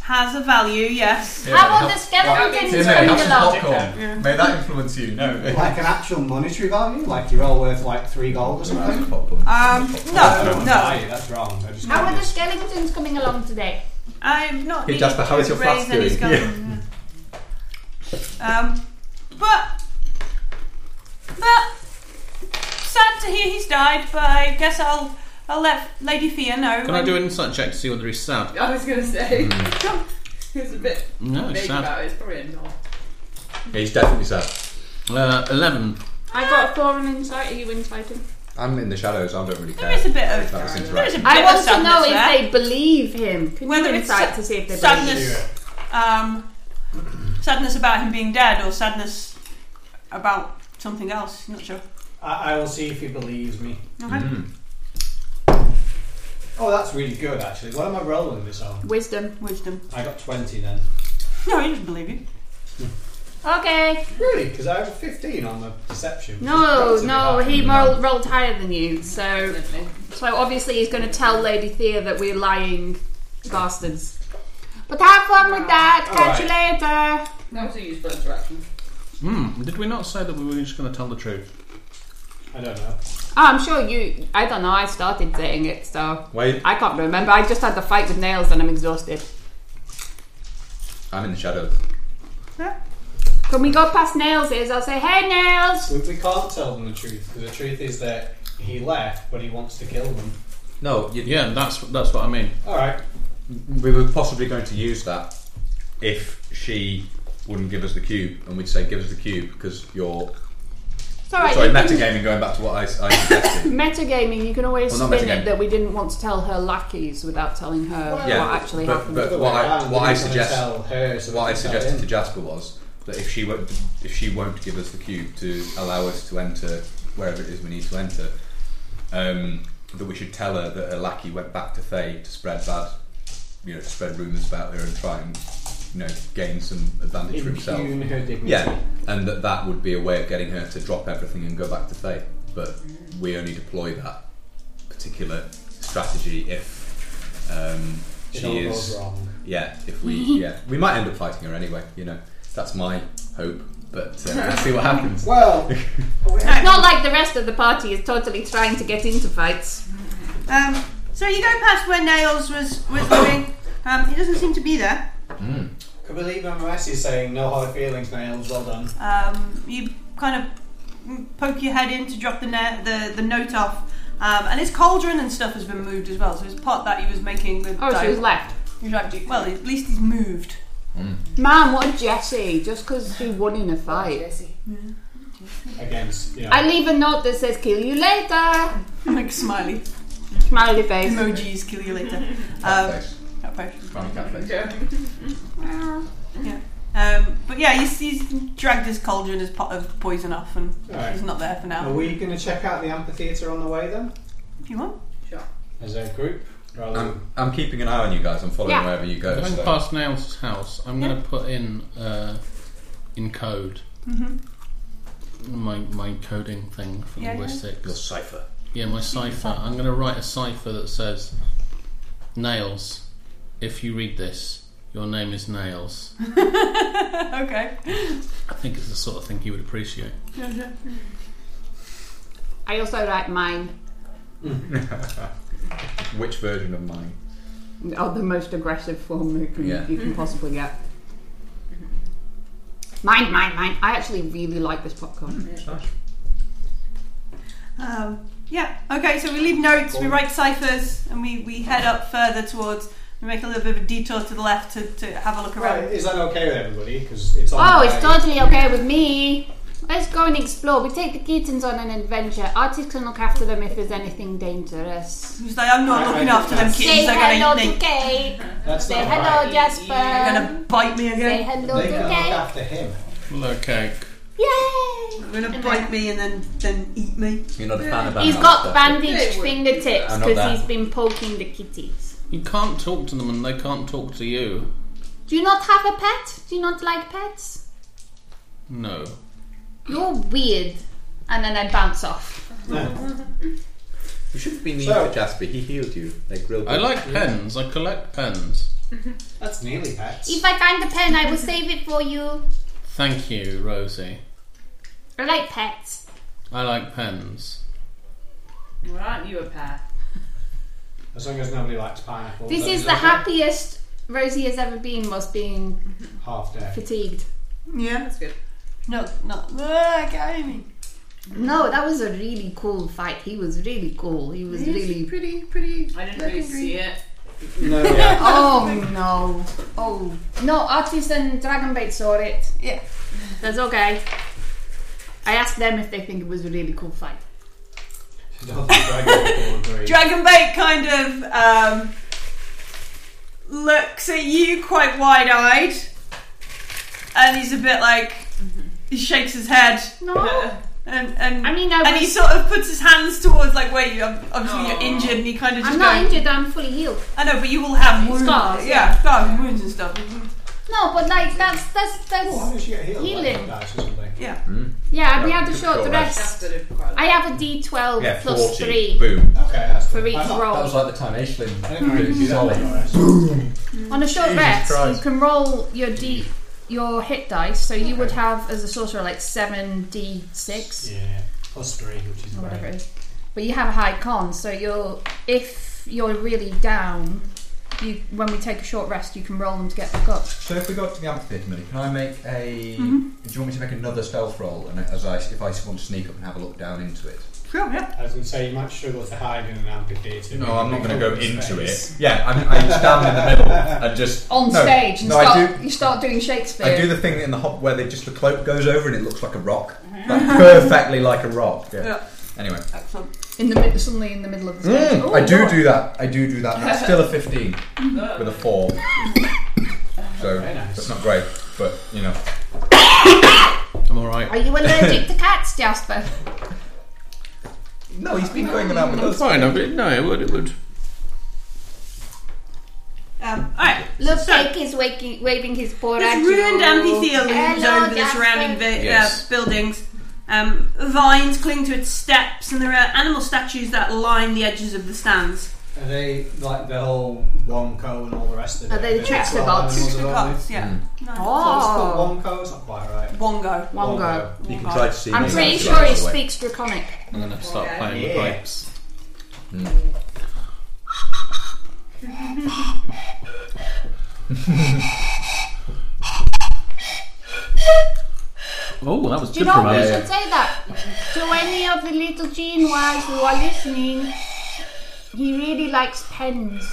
B: has a value. Yes.
C: How about the skeleton
D: Tim,
C: didn't
E: Timmy,
C: ring the
D: have some
C: lock?
D: popcorn. May that influence you? No.
A: Like an actual monetary value, like you're all worth like three gold or something.
D: popcorn.
B: Um, no, no.
A: Aye, that's wrong. I just
C: How are the skeletons coming along today?
B: I've not.
D: Hey,
B: needed
D: Jasper, how
B: to
D: is your
B: raise
D: flask
B: any
D: doing?
B: skeletons, yeah. Um, but but sad to hear he's died. But I guess I'll I'll let Lady Fia know.
H: Can I do an insight check to see whether he's sad?
E: I was going to say. He was a bit
H: No, he's
E: vague
H: sad.
E: about it. It's probably a nod.
D: he's definitely sad.
H: Uh, Eleven.
C: I got four on insight. Are you inciting?
D: I'm in the shadows. I don't really care.
B: There is a bit
D: If
B: of
D: that was
B: there is a
D: interactive.
B: bit
C: I
B: of
C: want to
B: sadness
C: know
B: there.
C: if they believe him. Can
B: Whether
C: you
B: it's
C: insight
B: sa-
C: to see if they believe him?
B: sadness, um, sadness about him being dead, or sadness about something else. Not sure.
A: I, I will see if he believes me.
B: Okay.
D: Mm-hmm.
A: Oh, that's really good actually. What am I rolling this on?
C: Wisdom.
B: Wisdom.
A: I got twenty then.
B: No, he doesn't believe you.
C: Okay.
A: Really? Because I have fifteen on the deception.
C: No,
A: That's a bit
C: no,
A: high.
C: he rolled, rolled higher than you. So,
E: Definitely.
C: so obviously he's going to tell Lady Thea that we're lying bastards. But have fun with that. Catch you later.
E: That was a useful interaction.
H: Hmm. Did we not say that we were just going to tell the truth?
A: I don't know.
C: Oh, I'm sure you. I don't know. I started saying it, so
D: Wait,
C: I can't remember. I just had the fight with nails, and I'm exhausted.
D: I'm in the shadows.
C: Can we go past nails? Is I'll say, hey nails.
A: We, we can't tell them the truth because the truth is that he left, but he wants to kill them.
D: No, you,
H: Yeah, that's that's what I mean.
A: All right.
D: we were possibly going to use that if she wouldn't give us the cube, and we'd say, "Give us the cube because you're."
C: It's all right.
D: Sorry,
C: you can-
D: metagaming. Going back to what I, I suggested.
C: Metagaming, you can always
D: Well, not
C: spin
D: metagaming.
C: it that we didn't want to tell her lackeys without telling her
A: Well,
D: Yeah,
C: what actually
D: but-
C: happened.
D: but-
A: Other
D: what
A: way
D: I-
A: around,
D: what
A: we
D: I
A: don't wanna
D: suggest-
A: tell her so we
D: what I
A: can tell
D: suggested
A: him.
D: to Jasper was that if she won't, if she won't give us the cube to allow us to enter wherever it is we need to enter, um, that we should tell her that her lackey went back to Thay to spread bad, you know, to spread rumours about her and try and, you know, gain some advantage for himself.
A: impugn her dignity.
D: Yeah, and that that would be a way of getting her to drop everything and go back to Thay. But we only deploy that particular strategy if um,
A: It
D: she
A: all
D: is.
A: goes wrong.
D: Yeah, if we yeah we might end up fighting her anyway. You know, that's my hope. But uh, let's see what happens.
A: Well,
C: It's not like the rest of the party is totally trying to get into fights.
B: Um, So you go past where Nails was was living. Um, he doesn't seem to be there.
A: Could believe MMS is saying no hard feelings, Nails. Well done.
B: Um, you kind of poke your head in to drop the na- the, the note off. Um, and his cauldron and stuff has been moved as well. So his pot that he was making the
C: Oh, so
B: di-
C: he's left.
E: You don't do
B: well, at least he's moved.
C: Man, what a Jesse! Just because she won in a fight.
E: Jesse.
A: Against, you know.
C: I leave a note that says "kill you later."
B: Like smiley
C: Smiley face.
B: emojis. Kill you later.
D: Cat
B: Um,
D: face.
B: not very-
D: Funny cat face.
B: Um, but yeah, he's, he's dragged his cauldron, his pot of poison off, and
A: Alright.
B: he's not there for now.
A: Are we going to check out the amphitheatre on the way then?
B: If you want.
A: As a group? Rather than-
D: I'm, I'm keeping an eye on you guys. I'm following
C: um, Yeah.
D: wherever you go.
F: Going
D: so-
F: past Nails' house, I'm going to put in uh, in code my my coding thing for
B: Mm-hmm. Yeah, yeah.
F: linguistics.
A: cipher.
F: Yeah, my cipher. I'm going to write a cipher that says, "Nails, if you read this, your name is Nails."
B: Okay.
F: I think it's the sort of thing you would appreciate.
C: I also write mine.
D: Which version of mine?
C: Oh, the most aggressive form you can,
D: Yeah.
C: you can possibly get. Mine, mine, mine. I actually really like this popcorn.
B: Um, yeah. Okay. So we leave notes, we write ciphers, and we, we head up further towards. We make a little bit of a detour to the left to, to have a look
A: Right,
B: around.
A: is that okay with everybody? Because it's on
C: Oh,
A: the
C: it's
A: way.
C: totally okay with me. Let's go and explore. We take the kittens on an adventure. Artist can look after them if there's anything dangerous.
B: He's like, I'm
A: I- I
B: not looking
A: think
B: after them
A: that's-
B: kittens. They're
C: hello
B: gonna
C: to
B: eat me.
C: Kate.
A: That's
C: Say
A: not
C: hello,
A: right.
C: Jasper.
B: They're gonna bite me
C: Say
B: again.
C: hello
A: They
C: to
A: can look
C: Kate.
A: after him.
F: Hello, cake.
C: Yay!
B: They're gonna bite me and then then eat me.
D: You're not a fan of
C: He's
D: animals,
C: got
D: but-
C: bandaged fingertips
D: I'm not
C: because
D: that.
C: he's been poking the kitties.
F: You can't talk to them, and they can't talk to you.
C: Do you not have a pet? Do you not like pets?
F: No.
C: You're weird. And then I bounce off.
D: You should have been mean
A: So-
D: to Jasper. He healed you. Like real good.
F: I like pens. I collect pens.
A: That's nearly pets.
C: If I find the pen, I will save it for you.
F: Thank you, Rosie.
C: I like pets.
F: I like pens.
E: Well, aren't you a pair?
A: As long as nobody likes pineapple.
C: This
A: that
C: is the
A: okay.
C: happiest Rosie has ever been whilst being
A: half day.
C: fatigued.
B: Yeah.
E: That's good.
B: No. No. Ah, get me.
C: No, that was a really cool fight. He was really cool. He was really.
A: pretty, pretty.
E: I didn't really see it.
A: No,
C: Oh no! Oh no! Artis and Dragonbait saw it.
B: Yeah.
C: That's okay. I asked them if they think it was a really cool fight.
A: I don't think Dragon will agree.
B: Dragonbait kind of um, looks at you quite wide eyed and he's a bit like, he shakes his head
C: No,
B: and, and,
C: I mean I
B: and he
C: was. Oh.
B: sort of puts his hands towards like where you obviously
E: Aw.
B: you're injured and he kind of just
C: I'm not
B: goes,
C: injured. I'm fully healed.
B: I know, but you will have wounds.
C: Scars,
B: yeah, scars and wounds and stuff.
C: No, but like that's that's that's.
A: Oh, how did she get healed? Like,
C: Healing.
A: dice or something.
B: Yeah.
C: Yeah, we
D: Yeah,
C: had a
D: good
C: short
D: call,
C: rest.
E: Jasper did quite a lot.
C: I have a D12
D: Yeah,
C: plus
D: 40.
C: three
D: Boom.
A: Okay, that's
C: for
A: good.
C: each
A: I'm not-
D: That
C: roll.
D: was like the time Aisling.
A: I didn't really do that
D: Solid.
A: on the rest.
C: On a short
G: Jesus
C: rest,
G: Christ.
C: you can roll your D, your hit dice. So you would have, as a sorcerer, like seven D6
A: Yeah, plus three, which is
C: or whatever it
A: great.
C: is. But you have a high con, so you're if you're really down, you when we take a short rest, you can roll them to get back up.
D: So if we go up to the amphitheatre, Millie, can I make a?
C: Mm-hmm.
D: Do you want me to make another stealth roll? And as I, if I want to sneak up and have a look down into it.
B: Sure, yeah.
A: I was going to say, you might struggle to hide in an amphitheatre.
D: No, I'm not going to go
A: Space.
D: into it. Yeah, I'm, I stand in the middle and just
C: On
D: no,
C: stage, and
D: No, I
C: start,
D: do.
C: you start doing Shakespeare.
D: I do the thing in the hop where they just the cloak goes over and it looks like a rock,
C: Mm-hmm.
D: like perfectly like a rock. Yeah.
B: Yeah.
D: Anyway,
B: Excellent.
C: in the mid, suddenly in the middle of the stage.
D: Mm,
C: Oh,
D: I do
C: God.
D: do that. I do do that. and That's still a 15 with a four. So
A: Very nice.
D: that's not great, but you know.
F: I'm alright.
C: Are you allergic to cats, Jasper?
D: No, he's been going about with
F: I'm
D: us.
F: fine. I mean, no, it would. It would.
B: Um, Alright.
C: Look,
B: so-
C: Jake is waking, waving his paw at
B: It's
C: you.
B: ruined amphitheatre zone for the
C: Jasper.
B: surrounding vi-
F: Yes.
B: uh, buildings. Um, vines cling to its steps, and there are animal statues that line the edges of the stands.
A: Are they like the whole Wonko and all the rest of
C: Are
A: it?
C: they the
A: That's
C: trickster
A: what
C: gods?
A: animals are all Hmm.
B: Gods, yeah.
A: So
B: No.
A: it's
C: Oh,
A: called Wonko, it's not quite right.
B: Wongo.
C: Wongo.
D: You can
B: Wongo.
D: try to see.
C: I'm
D: me
C: pretty
D: as
C: sure
D: well,
C: he
D: by the way.
C: speaks Draconic.
F: I'm going to start playing with
A: Yeah.
F: pipes.
H: Oh, that was
C: Do you
H: good
C: know we
H: promotion.
C: should say that to any of the little gene wives who are listening? He really likes pens.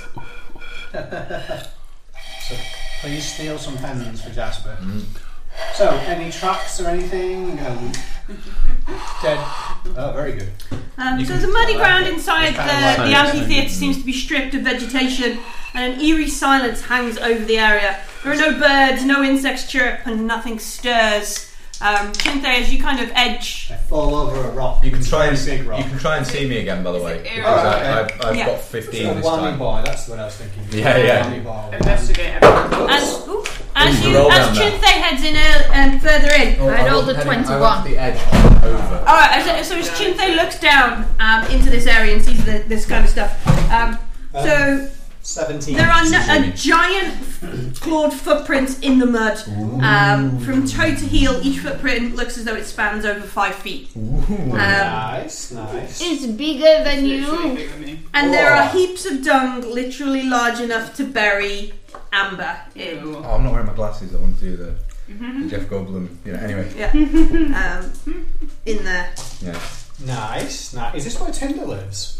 A: So please steal some pens for Jasper.
D: Mm.
A: So, any tracks or anything? Um, dead. Oh, very good.
B: Um,
H: You
B: so
H: can
B: the muddy
A: tell
B: ground
A: that.
B: inside
A: It's kind of
B: the,
H: like-
B: the
H: Silence,
B: amphitheatre seems to be stripped of vegetation, and an eerie silence hangs over the area. There are no birds, no insects chirp, and nothing stirs. Um, Chinte, as you kind of edge,
A: I fall over a rock.
D: You can try and
A: It's a
D: see.
A: big
D: You
A: rock.
D: can try and see me again, by the way.
E: it
D: Because
E: arrow?
D: I, I've, I've
B: Yeah.
D: got
A: It's
D: 15
A: a
D: this
A: whammy
D: time.
A: boy. That's what I was thinking.
D: Yeah, yeah.
A: Whammy boy.
E: Investigate everything.
B: as, ooh, as
D: Ooh,
B: you
D: roll
B: as
D: down
B: Chinte heads in ear- and further in.
D: Oh,
C: I rolled
D: was
C: a
D: heading-
C: 21.
D: the edge over.
B: All right, so, so as Chinte looks down um, into this area and sees the, this kind of stuff, um,
A: Um,
B: so
A: Seventeen.
B: There are no,
D: Excuse
B: a
D: me.
B: giant clawed footprints in the mud. Um, from toe to heel, each footprint looks as though it spans over five feet. Um,
A: nice, nice.
C: It's bigger than
E: Literally
C: you.
E: bigger than me.
B: and
H: Oh.
B: there are heaps of dung literally large enough to bury Amber in.
D: Oh, I'm not wearing my glasses. I want to do the, the Jeff Goldblum. You know, anyway,
B: Yeah. Um, in there.
D: yeah.
A: Nice, nice. Is this where Tinder lives?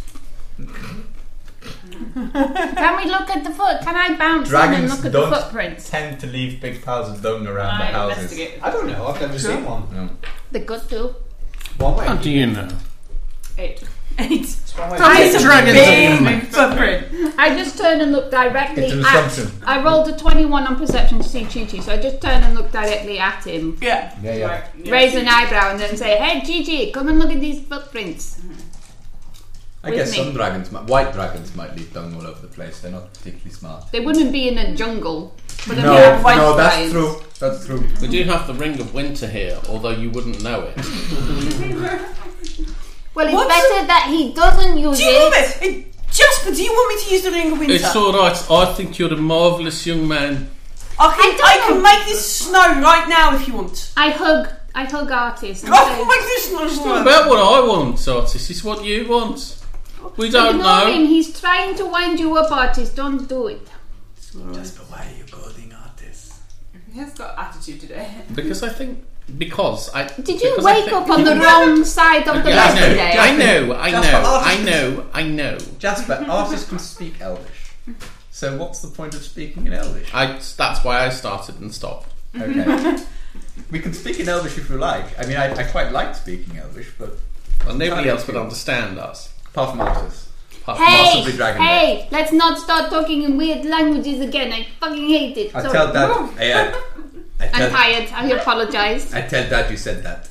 C: Can we look at the foot? Can I bounce in and
D: Dragons
C: look at the
D: don't-
C: footprints?
D: Tend to leave big piles of dung around the
E: I
D: houses.
E: investigate.
A: I don't know. I've never seen one.
D: No.
C: The good do.
A: One way.
H: How do you know?
E: Eight.
B: It's
A: It's one way.
B: it's a
H: dragons in
B: big footprint.
C: I just turned and looked directly
D: It's an
C: at.
D: assumption.
C: I rolled a 21 on perception to see Chi Chi, so I just turned and looked directly at him,
B: Yeah.
D: Yeah, yeah.
E: Right, yeah.
C: raise an eyebrow, and then say, "Hey, Chi Chi, come and look at these footprints."
D: I
C: With
D: guess
C: me.
D: some dragons, might, white dragons, might leave dung all over the place. They're not particularly smart.
C: They wouldn't be in a jungle, but
D: No,
C: they have white
D: no, that's
C: lions.
D: true. That's true.
H: We do have the Ring of Winter here, although you wouldn't know it.
C: Well, it's
B: What's
C: better that he doesn't use
B: Do you want
C: it.
B: this? Hey, Jasper, do you want me to use the Ring of Winter?
H: It's all right. I think you're a marvelous young man.
B: I can,
C: I
B: I,
C: don't
B: can
C: know.
B: make this snow right now if you want. Oh,
C: I hug. I hug artists.
D: Oh
C: and
B: I can
C: say,
B: make this snow.
H: It's not about what I want, artist. It's what you want. We don't
C: Ignore him.
H: know.
C: He's trying to wind you up, artist. Don't do it.
D: But why are you calling artists?
E: He has got attitude today.
H: Because I think. Because I.
C: Did you
H: because I
C: wake
H: think-
C: up on the wrong side of the
H: Yeah,
C: bed
H: I know.
C: today?
H: I know. I
D: Jasper,
H: know. I
D: artist.
H: know. I know.
D: Jasper, artists can speak Elvish. So what's the point of speaking in Elvish?
H: I. That's why I started and stopped.
D: Okay. we can speak in Elvish if we like. I mean, I, I quite like speaking Elvish, but
H: Well, nobody
D: Entirely
H: else would
D: true.
H: understand us.
D: apart from artists.
H: apart from us.
C: Hey,
D: Possibly Dragon
C: hey! Let's not start talking in weird languages again. I fucking hate it.
D: I
C: So-
D: tell Dad. Yeah. I
C: I'm
D: tell,
C: tired. I apologize.
D: I tell Dad you said that.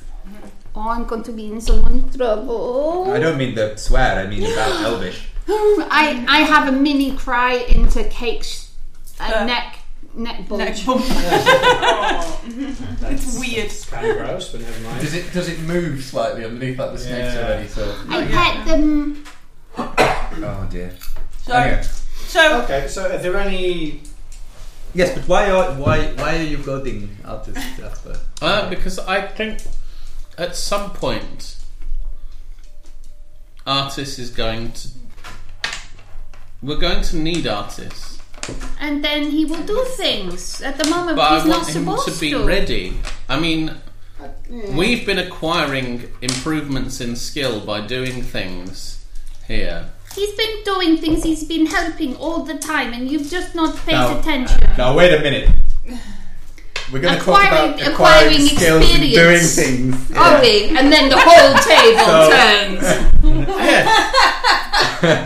C: Oh, I'm going to be in so much trouble.
D: I don't mean the swear. I mean about Elvish.
C: I I have a mini cry into Cake's uh,
B: Uh,
C: neck neck bulge.
B: Neck bump.
A: That's-
B: It's weird.
A: It's kind of gross, but never mind.
D: Does it does it move slightly underneath like the snakes
A: Yeah.
D: already? So.
C: I pet them.
D: Oh dear.
B: So,
D: Anyway.
B: so
A: Okay, so are there any?
D: Yes, but why are why why are you goading artists, Jasper?
H: Uh, because I think at some point, artists is going to. We're going to need artists,
C: And then he will do things. At the moment,
H: but
C: he's
H: I
C: not
H: want him
C: supposed
H: to be ready. I mean, we've been acquiring improvements in skill by doing things here.
C: He's been doing things. He's been helping all the time, and you've just not paid
D: No.
C: attention.
D: Now wait a minute. We're going to talk
C: Acquiring-
D: about acquiring,
C: acquiring
D: skills and doing
C: experience.
D: things.
C: Are we? And then the whole table
D: So-
C: turns.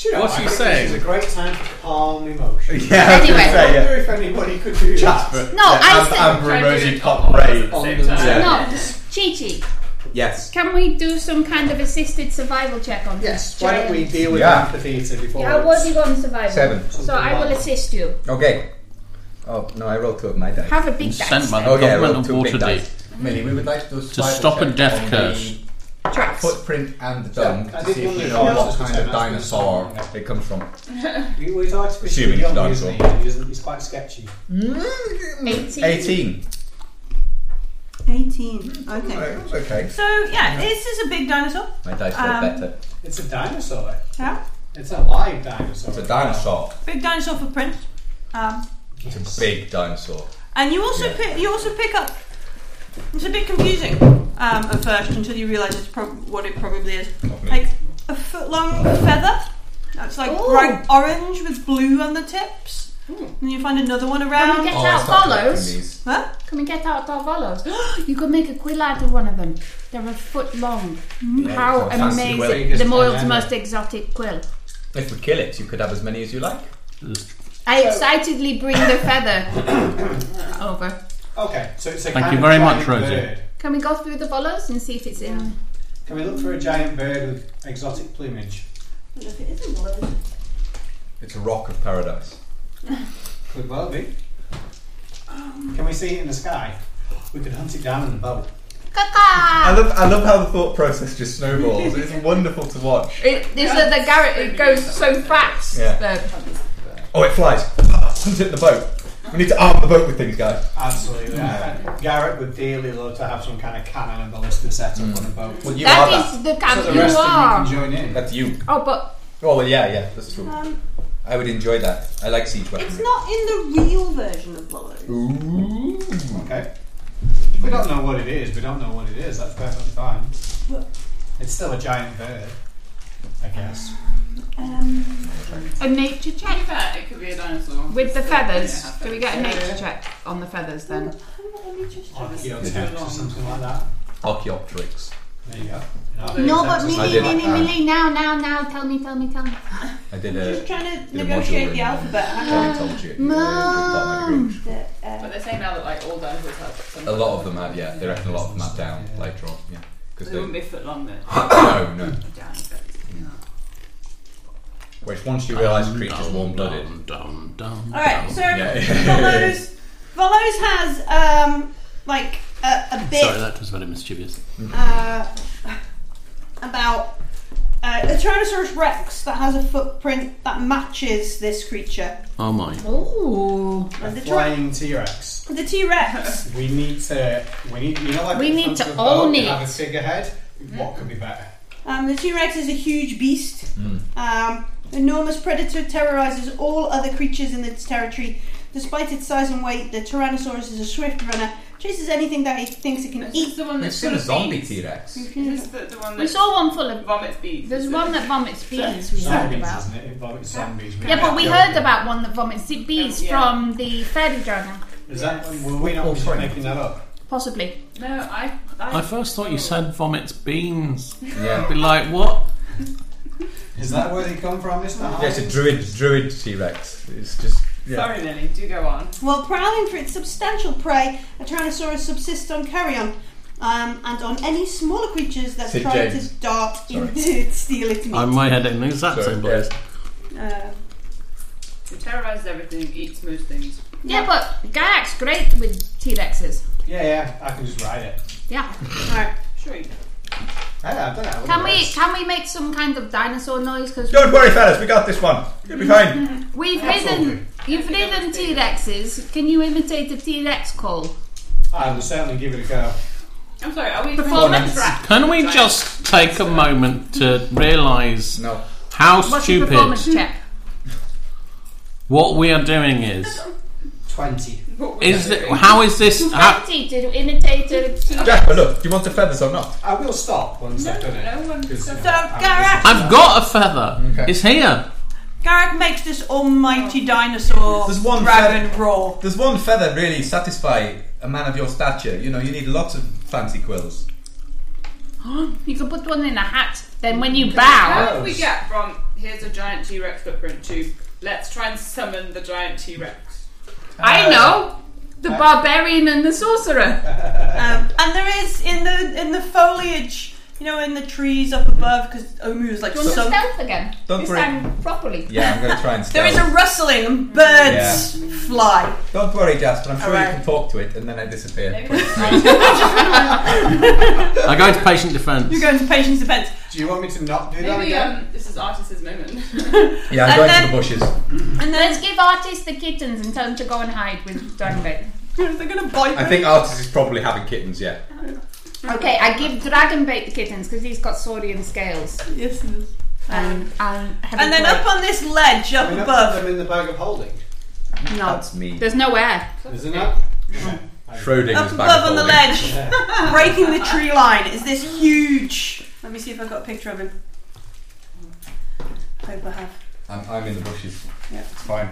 A: Do you know,
H: What
A: I
H: are you
A: think
H: saying?
A: This is a great time to calm emotion.
D: Yeah, I was
C: Anyway.
D: gonna
A: I
D: say, yeah.
A: wonder if anybody could do that.
D: Jasper.
C: No,
D: yeah,
C: I
D: Am-
C: said-
D: Amber and
E: Try to do
D: Rosie
E: it
D: pop
E: all at
D: raves.
H: Oh.
E: the
A: on
E: same
A: the
E: time.
D: Yeah.
C: No, Chi Chi,
D: Yes.
C: can we do some kind of assisted survival check on
A: Yes.
C: this?
A: Why don't we
C: giant?
A: deal with
D: Yeah.
A: the theatre before?
C: Yeah, what do you want survival?
D: Seven.
C: So I will assist you.
D: Okay. Oh no, I rolled two of my dice.
C: Have a big dice.
H: Sent by the
D: Oh yeah, I
H: government
D: rolled
H: of
D: two big
H: Waterdeep
D: dice. Millie, we would like to,
H: to stop a death curse.
C: Tracks.
D: Footprint and dung
A: Yeah, I
D: to
A: did
D: see if
A: wonder
D: we
A: if
D: know
A: yours
D: what
A: was the
D: kind
A: same
D: of
A: as mine.
D: dinosaur it comes from.
A: He was artificially
D: Assuming it's
A: young,
D: done,
A: isn't
D: so.
A: he? He's, he's quite sketchy.
C: Eighteen.
D: Eighteen.
B: 18. Okay.
D: Right, Okay.
B: So yeah, this is a big dinosaur.
D: My dice rolled
B: Um,
D: better.
A: It's a dinosaur.
B: Yeah,
A: It's a live dinosaur.
D: It's a dinosaur.
B: big dinosaur footprint. Um,
D: It's a big dinosaur.
B: And you also
D: Yeah.
B: pick, you also pick up. It's a bit confusing um, at first until you realise it's prob- what it probably is. Like a foot long feather. That's like
C: Ooh.
B: bright orange with blue on the tips. And you find another one
C: Can we
B: around.
C: get
D: I
C: out
D: start collecting
C: follows?
D: these.
B: Huh?
C: Can we get out our follows? you could make a quill out of one of them. They're a foot long. How
D: it's a fancy
C: amazing!
D: quill.
C: The world's most exotic quill.
D: If we kill it, you could have as many as you like.
C: I excitedly bring the feather over.
A: Okay, so it's a
H: Thank
A: kind
H: you
A: of
H: very much,
A: giant
H: Rosie.
A: bird.
C: Can we go through the follows and see if it's in?
A: Can we look for a giant bird with exotic plumage?
B: I wonder if it isn't one of those.
D: It's a rock of paradise.
A: Could well be.
C: Um.
A: Can we see it in the sky? We could hunt it down in a boat.
C: Caca!
D: I love, I love how the thought process just snowballs. It's wonderful to watch.
C: It, this is the Garrett. It goes so fast.
D: Yeah.
C: that-
D: Oh, it flies. Hunt it in the boat. We need to arm the boat with things, guys.
A: Absolutely. Uh, Garrett would dearly love to have some kind of cannon and ballista set up on a boat.
D: Well, you
C: that
D: are that.
C: is the camp
A: so the
C: you
A: rest
C: are.
A: of you can join in.
D: That's you.
C: Oh, but
D: Oh, well, yeah, yeah, that's true.
B: Um,
D: I would enjoy that. I like siege
B: it's
D: weaponry.
B: not in the real version of Blows.
D: Ooh.
A: Okay. If we don't know what it is, we don't know what it is. That's perfectly fine. It's still a giant bird, I guess.
B: Um,
C: a nature check
E: it could be a dinosaur.
C: with the feathers.
E: Yeah,
C: Do we get a
E: feathers.
C: nature check on the feathers then?
B: I'm not really interested.
A: Archaeopteryx or something like that.
D: Archaeopteryx.
A: There you go.
C: No, but
A: me.
D: I
C: Millie,
D: did like
C: Millie,
D: that.
C: Millie, now, now, now, tell me, tell me, tell me.
D: I did
B: Just
D: a.
B: trying to
D: Did a
B: negotiate the
D: module in-
B: alphabet.
D: I
B: aren't
D: already told you.
C: Mum.
D: Uh, the bottom
B: I? The,
E: But
B: uh,
E: they're saying now that like all dinosaurs have some.
D: of A lot of them have, yeah. They reckon a lot of them have down later on, yeah. Because
E: They
D: they.
E: wouldn't be a foot long then.
D: No, no.
E: Down, but-
D: Which once you realise the creature's warm blooded.
F: Dum, dum, dum,
B: All right,
F: dum.
B: so
D: Yeah.
B: Volos, Volos has um like a, a bit
F: Sorry, that was very mischievous.
B: uh, about uh, a Tyrannosaurus Rex that has a footprint that matches this creature.
F: Oh my.
C: Ooh.
B: And the, Tyra-
A: Flying T Rex.
B: the T-Rex.
A: We need to. We need. You know, like
C: We
A: in
C: need
A: front
C: to
A: of a boat,
C: own
A: you
C: it.
A: Have a figurehead. What could be better?
B: Um, the T-Rex is a huge beast. Um, enormous predator terrorizes all other creatures in its territory. Despite its size and weight, the Tyrannosaurus is a swift runner, chases anything that it thinks it can
E: This
B: eat.
E: is the one
D: It's
E: that's
D: still
E: full
D: a
E: of
D: zombie
E: bees.
D: T Rex.
E: This is the, the one
C: We
E: that
C: saw one full of.
E: vomits bees.
C: There's
E: is
C: one
E: it?
C: that vomits bees we heard
A: Zombies,
C: about.
A: isn't it? It vomits zombies.
C: Yeah, but we
A: Yeah.
C: heard about one that vomits the bees
E: Oh, yeah.
C: from the fairy dragon.
A: Is that? Were we
D: Oh,
A: not just
D: sorry.
A: making that up?
C: Possibly.
E: No, I. I,
F: I first thought you said vomits beans. I'd
D: Yeah.
F: be like, what?
A: Is that where they come from? Is that?
D: Yeah, it's a druid druid T Rex. It's just. Yeah.
E: Sorry, Lily. Do go on.
B: While prowling for its substantial prey, a Tyrannosaurus subsists on carrion um, and on any smaller creatures that
D: Sid
B: try
D: James.
B: to dart
D: Sorry.
B: into it, steal its meat.
F: I might head in the exact
D: Sorry,
F: same place.
B: Uh,
E: It terrorizes everything, eats most things.
C: Yeah, but Gaiac's great with T Rexes.
A: Yeah, yeah. I can just ride it.
C: Yeah.
B: alright.
E: Sure, you
A: I, I don't know. I
C: Can
A: wouldn't
C: we
A: know.
C: can we make some kind of dinosaur noise? Because
D: Don't worry, fellas, we got this one. You'll be fine.
C: we've
A: Absolutely.
C: ridden you've ridden T Rexes. Can you imitate a T Rex call?
A: I will certainly give it a go.
E: I'm sorry, are we
C: Performance.
F: Can we just take a moment to realise
D: No.
F: how
C: What's the
F: stupid
C: performance check?
F: what we are doing is?
A: Twenty.
F: Is th- how is this? How,
C: Twenty to imitate a T Rex.
D: Jasper, look, do you want the feathers or not?
A: I will stop once I've done it.
E: No one.
A: Because-
B: So, Garak,
F: I've got a feather.
D: Okay.
F: It's here.
B: Garak makes this almighty dinosaur
D: There's one
B: dragon roar.
D: Does one feather really satisfy a man of your stature? You know, you need lots of fancy quills.
C: You can put one in a hat. Then when you bow,
E: How did we get from here's a giant T Rex footprint to let's try and summon the giant T Rex?
C: I know the barbarian and the sorcerer.
B: Um, and there is in the in the foliage, you know, in the trees up above, because Omu is like
C: Do you want to
B: so.
C: stealth again?
D: Don't
C: this
D: worry.
C: time properly.
D: Yeah, I'm going to try and
B: There
D: stealth.
B: is a rustling and birds fly.
D: Don't worry, Jasper, I'm sure
B: Alright.
D: you can talk to it and then I disappear.
F: I go into patient defence.
B: You're going to patient's defense.
A: Do you want me to not do that
E: Maybe
A: again?
E: um, this is artist's moment.
D: Yeah, I'm
B: And
D: going
B: then-
D: to the bushes.
B: And
C: Let's
B: then
C: give artists the kittens and tell them to go and hide with Dragonbait.
B: they're going to bite
D: I
B: me.
D: think Artis is probably having kittens, yeah.
C: Okay, I give Dragonbait the kittens because he's got saurian scales.
B: Yes, it is.
C: Um, and,
B: And then up on this ledge
A: I
B: up
A: mean, I
B: above,
A: put them in the bag of holding.
C: No.
D: That's me.
C: Oh. There's no air.
A: Isn't that?
D: Schrodinger's
B: Up
D: bag
B: above
D: of
B: on the
D: holding.
B: ledge, breaking the tree line, is this huge. Let me see if I've got a picture of him. Hope I have.
D: I'm, I'm in the bushes.
B: Yeah.
D: It's fine.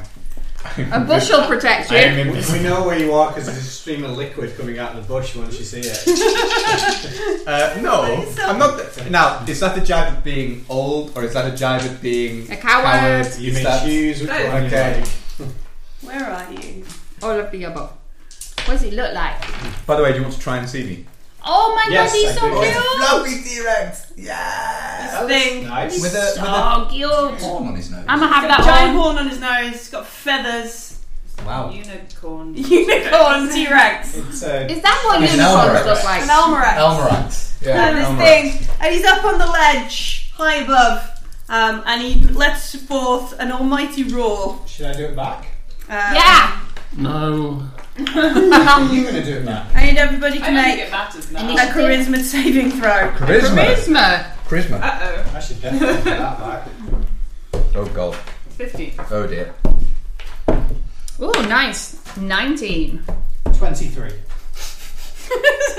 C: A bushel protects
G: I am
C: you.
G: in
A: We know where you are because there's a stream of liquid coming out of the bush once you see it.
D: Uh, no, I'm not. now, is that a jive at being old, or is that a jive at being
C: A coward.
A: You
D: Is
A: may
D: that-
A: choose which one you
D: Okay.
A: like.
B: Where are you?
C: All of the above. What does he look like?
D: By the way, do you want to try and see me?
C: Oh my
A: Yes,
C: god, he's
A: I
C: so
A: do.
C: cute.
D: Floppy T-Rex. Yeah.
B: This thing.
A: Nice.
D: With a with a
C: Oh, cute.
D: horn on his nose.
C: I'm gonna have
B: He's got a
C: that
B: giant
C: one.
B: horn on his nose, he's got feathers.
D: wow.
E: Unicorn.
B: Unicorn T Rex.
A: It's uh,
C: Is that what
D: He's an
C: unicorns
D: Elmer.
C: look like?
B: An Almanac.
D: Elmorax. Yeah.
B: and this
D: Elmorax.
B: thing, and he's up on the ledge, high above, um, and he lets forth an almighty roar.
A: should I do it back?
B: Um,
C: Yeah.
H: No.
C: Um,
A: Are you gonna do it back?
B: I need everybody to
E: I don't think
B: make
E: it matters
B: a
E: now.
C: Initiative.
B: charisma saving throw.
D: Charisma.
C: Charisma.
D: Charisma.
E: Uh oh.
A: I should definitely do that back.
D: Oh god.
E: 15.
D: Oh dear.
C: Ooh, nice. 19.
A: Twenty-three.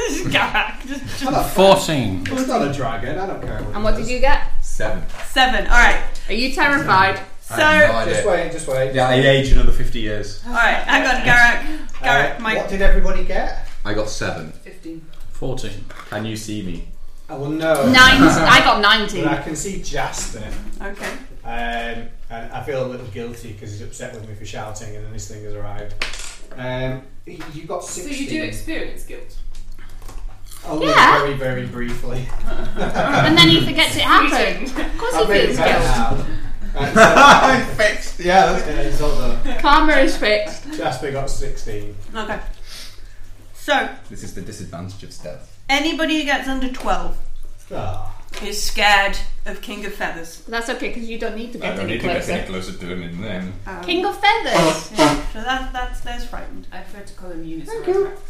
B: Just Garak, just- just
H: 14.
A: It's not a dragon. I don't care.
C: And what did you get?
D: Seven.
B: seven. All right.
C: Are you terrified?
B: So,
D: I have no
A: Just
D: idea.
A: wait. Just wait.
D: Yeah, I age another fifty years.
B: all right. Hang on, Garak. Garak,
A: Uh,
B: my
A: What did everybody get?
D: I got seven.
E: 15.
H: 14.
D: And you see me.
A: I will know.
C: 19. I got
A: Oh, But
C: 19.
A: I can see Jasper,
B: okay.
A: um, and I feel a little guilty because he's upset with me for shouting, and then this thing has arrived. Um, you got
E: So
A: sixteen.
E: you do experience guilt.
A: Only
C: Yeah.
A: very, very briefly.
C: And then he forgets it happened. Of course he
A: I've made it
C: feels guilt.
A: better now.
D: I'm fixed. Yeah.
A: Right, so, yeah, it's all done.
C: Karma is fixed.
A: Jasper got sixteen.
B: Okay. So,
D: This is the disadvantage of stealth.
B: anybody who gets under 12
A: Ah,
B: is scared of King of Feathers.
C: That's okay because you don't need to get any
D: get
C: closer.
D: closer to him in then.
B: Um,
C: King of feathers.
B: yeah, so that, that's, that's frightened.
E: I prefer to call him Eunice.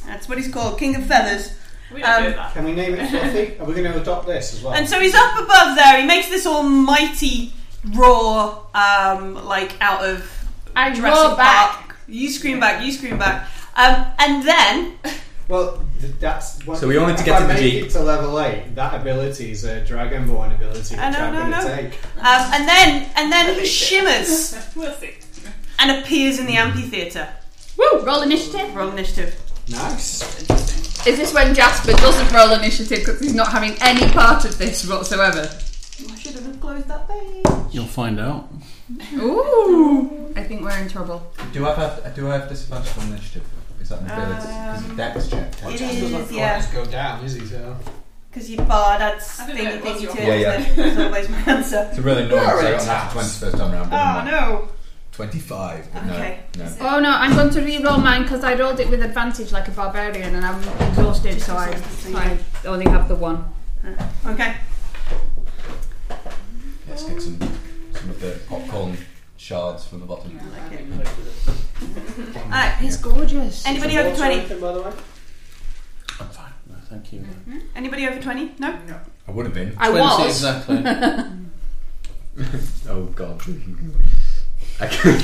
B: That's what he's called, King of Feathers.
E: We don't
B: Um,
E: do that.
A: can we name it Fluffy? Are we going to adopt this as well?
B: And so he's up above there. He makes this almighty roar, um, like out of
C: I
B: Jurassic
C: roar back.
B: Park. You scream back. You scream back. Um, and then
A: well, th- that's what
D: So we wanted to
A: if
D: get
A: I
D: to the
A: make
D: Jeep.
A: it to level eight. That ability is a dragonborn ability, which
B: I know,
A: I'm
B: no,
A: going to
B: no.
A: take.
B: Um, and then and then he shimmers
E: We'll see.
B: and appears in the amphitheater.
C: Woo! Roll initiative.
B: Roll initiative.
A: Nice.
C: Is this when Jasper doesn't roll initiative because he's not having any part of this whatsoever?
B: I should have closed that page.
H: You'll find out.
C: Ooh! I think we're in trouble.
D: Do I have do I have disadvantage on initiative? Is that an ability? Because
B: Um,
D: dex
B: It
D: check.
A: Jasper's not
B: is,
A: going
B: yeah.
A: to go down, is he? So.
B: Because you barred, that's
E: I don't
B: thingy
E: know, it was
B: thingy
E: your
B: too.
D: fault. Yeah, yeah.
B: That's always my answer.
D: It's a really annoying because I got
A: Alright.
D: an after 20 first time round. but
B: Oh
D: never mind.
B: no.
D: 25. but
B: Okay.
D: No, no.
C: Oh no, I'm going to re-roll mine because I rolled it with advantage like a barbarian and I'm exhausted so I, I only have the one.
B: Okay.
D: Let's get some, some of the popcorn shards from the bottom.
B: Alright.
C: He's gorgeous.
B: Anybody over twenty?
A: By the way.
H: I'm fine. No, thank you.
B: Anybody over twenty? No.
D: I would have been.
C: I
H: 20
C: was.
H: exactly.
D: Oh god. I can't,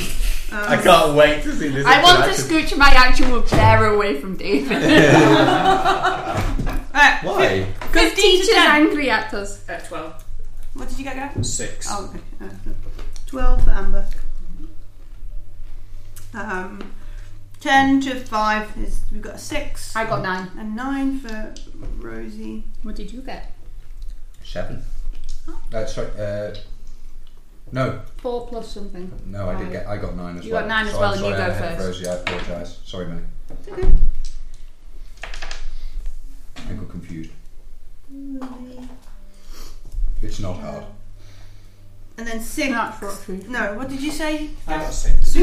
D: I
B: Um,
D: can't wait to see this.
C: I want to
D: interaction.
C: scooch my actual chair away from David.
B: Alright.
D: Why?
C: Because teacher's
B: ten.
C: angry at us.
E: At 12.
B: What did you get, Gav?
A: Six.
B: Oh, okay. Uh, Twelve for Amber. Um, ten to five is we've got a six
C: I got nine.
B: and nine for Rosie.
C: What did you get?
D: Seven. Uh, sorry. Uh, no,
C: Four plus something.
D: no, I did
C: Five.
D: get. I got nine as
C: You
D: well.
C: got nine as
D: So
C: well,
D: I'm
C: and you go
D: sorry, I ahead of
C: first.
D: Rosie, I apologise. Sorry, Millie. I got confused.
C: Mm-hmm.
D: It's not hard.
B: And then six. No, what did you say?
A: I got six.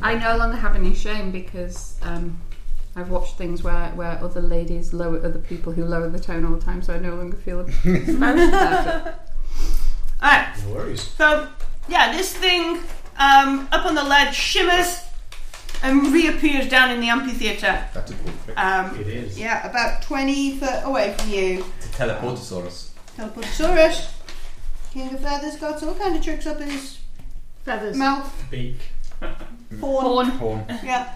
C: I no longer have any shame because um, I've watched things where, where other ladies lower other people who lower the tone all the time, so I no longer feel embarrassed about it.
B: Alright.
A: No worries.
B: So, yeah, this thing um, up on the ledge shimmers and reappears down in the amphitheatre.
D: That's a cool trick.
B: Um,
A: It is.
B: yeah, about 20 foot away from you.
D: Teleportosaurus.
B: Teleportosaurus. King of Feathers got all kind of tricks up in his
C: Feathers.
B: mouth,
G: Beak.
H: Mm.
B: horn.
C: Horn.
D: Horn.
B: Yeah.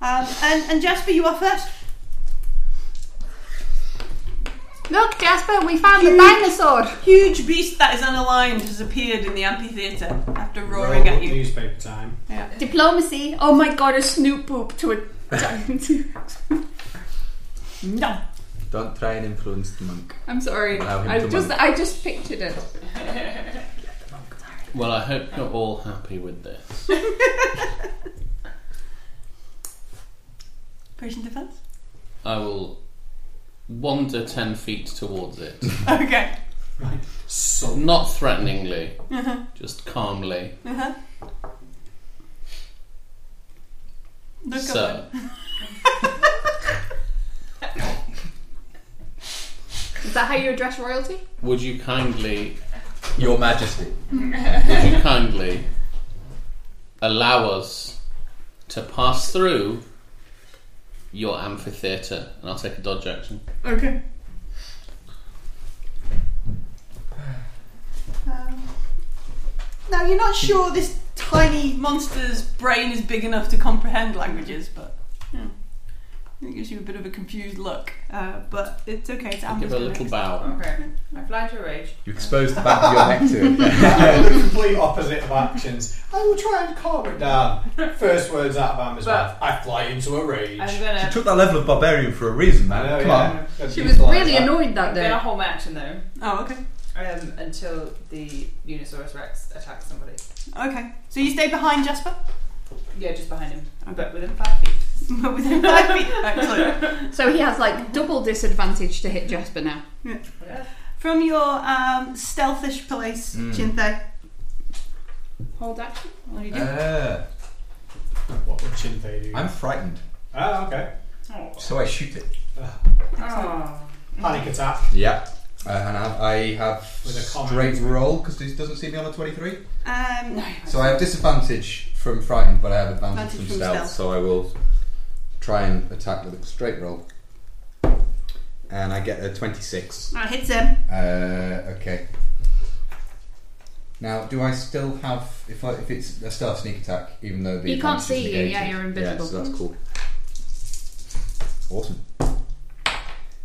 B: Um, and, and Jasper, you are first.
C: Look, Jasper, we found the dinosaur.
B: Huge beast that is unaligned has appeared in the amphitheatre after roaring
A: Roll
B: at you.
A: Newspaper time.
C: Diplomacy. Oh my god, a snoop up to a giant.
B: No.
D: Don't try and influence the monk.
C: I'm sorry.
D: Allow him
C: I
D: to
C: just
D: move.
C: I just pictured it.
H: Well, I hope you're all happy with this.
B: Persian defense.
H: I will wander ten feet towards it,
B: Okay.
A: So
H: not threateningly,
B: Uh-huh.
H: just calmly.
B: Uh huh. Look up.
H: so,
C: Is that how you address royalty?
H: would you kindly,
D: Your Majesty.
H: would you kindly allow us to pass through your amphitheatre? And I'll take a dodge action.
B: Okay. Um, now you're not sure this tiny monster's brain is big enough to comprehend languages, but yeah. it gives you a bit of a confused look. Uh, but it's okay. It's
H: Give her a little bow.
E: Okay. I fly to a rage.
D: You exposed the back of your neck to it.
A: the complete opposite of actions. I will try and calm it down. First words out of Amber's
E: But-
A: mouth. I fly into a rage.
E: I'm
D: She
E: gonna.
D: took that level of barbarian for a reason,
A: I
D: man.
A: know,
D: Come on.
A: yeah. Gotta
C: She
A: be
C: was
A: polite
C: really
A: like that.
C: another that
E: I'm gonna
C: day.
E: hold my action though
B: Oh, okay.
E: um, until the Unisaurus Rex attacks somebody.
B: Okay. So you stay behind Jasper?
E: Yeah, just behind him, but within five feet.
B: Within five feet. Excellent.
C: So he has like double disadvantage to hit Jasper now.
E: Yeah.
B: From your um, stealthish place,
D: Mm.
B: Chinthe,
C: Hold action.
B: what do you do?
D: Uh,
A: What would Chinthe do?
D: I'm frightened,
A: Oh, okay.
E: Oh.
D: so I shoot it.
E: Oh.
B: Mm-hmm.
A: Panic attack.
D: Yeah. Uh, and I, I have
A: With a comment.
D: straight roll because this doesn't see me on a 23.
B: Um, no.
D: So I have disadvantage from frightened, but I have advantage,
B: Advantage
D: from,
B: from
D: stealth,
B: stealth.
D: So I will try and attack with a straight roll, and I get a twenty-six.
C: Ah,
B: That hits him.
D: Uh, okay. Now, do I still have if I, if it's a stealth sneak attack, even though the
C: You can't
D: advantage is
C: see you, yeah,
D: negated?
C: you're
D: Yeah,
C: invisible.
D: so that's cool. Awesome.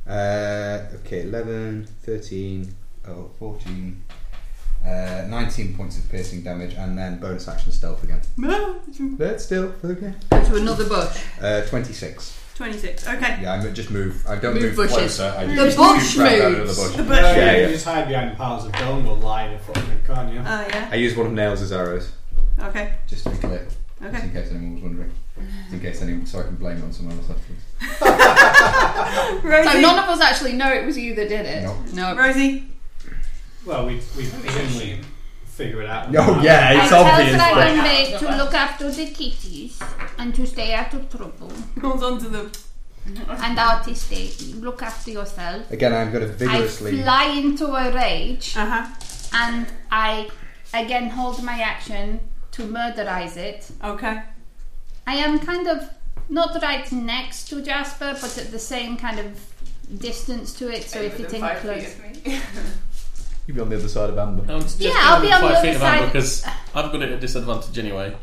D: Uh, okay, 11, 13, oh, 14, uh, 19 points of piercing damage, and then bonus action stealth again. But still, okay.
C: Go to another bush.
D: Uh, 26.
B: 26. Okay. Um,
D: Yeah, I mo- just move. I don't
C: Move
D: move,
C: bushes.
D: closer. I
C: The
D: just
C: bush
D: shoot round out of
C: moves.
D: the bush.
B: The bush.
A: Yeah,
D: Yeah,
A: you
D: yeah.
A: can just hide behind piles of dongle lying in front of you, can't
C: Uh,
A: you?
B: Oh, yeah.
D: I use one of Nails' as arrows,
B: Okay.
D: just to be clear, just
B: Okay.
D: in case anyone was wondering. Just in case anyone, so I can blame it on someone else afterwards.
B: Rosie.
C: So none of us actually know it was you that did it.
D: Nope.
C: No.
B: Rosie.
A: Well, we we presumably figure it out.
D: Oh, yeah, it's obvious.
E: but-
C: maid look after the kitties and to stay out of trouble.
B: Holds on to the.
C: And artist, eh, look after yourself.
D: Again, I'm going to vigorously.
C: I fly into a rage
B: Uh huh.
C: and I again hold my action to murderize it.
B: Okay.
C: I am kind of not right next to Jasper, but at the same kind of distance to it. So if it's
E: Within
C: in
E: five feet
C: close,
E: of me.
D: You'll be on the other side of Amber.
H: No, it's just
C: Yeah, I'll be
H: within
C: on the
H: five
C: other
H: feet of Amber
C: side.
H: because I've got it at disadvantage anyway.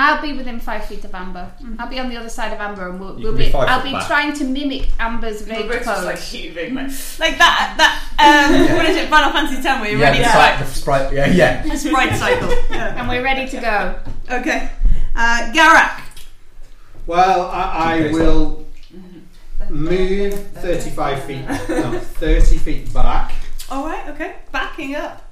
C: I'll be within five feet of Amber.
B: Mm-hmm.
C: I'll be on the other side of Amber, and we'll,
D: You
C: we'll
D: can be
C: be.
D: five
C: I'll
D: foot
C: be
D: back.
C: trying to mimic Amber's
E: We're
C: rage
E: both just
C: pose.
E: like heaving, like.
B: Like that. That. Um, What is it? Final Fantasy 10 where you're
D: Yeah,
B: ready
D: the,
B: to
D: side,
B: fight.
D: the sprite. Yeah, yeah.
B: A sprite cycle. Yeah.
C: and we're ready to go.
B: Okay. Uh, Garak.
A: Well, I, I
D: Okay, so-
A: will
C: Mm-hmm.
A: move 35 feet, no, 30 feet back.
B: Alright, okay. Backing up.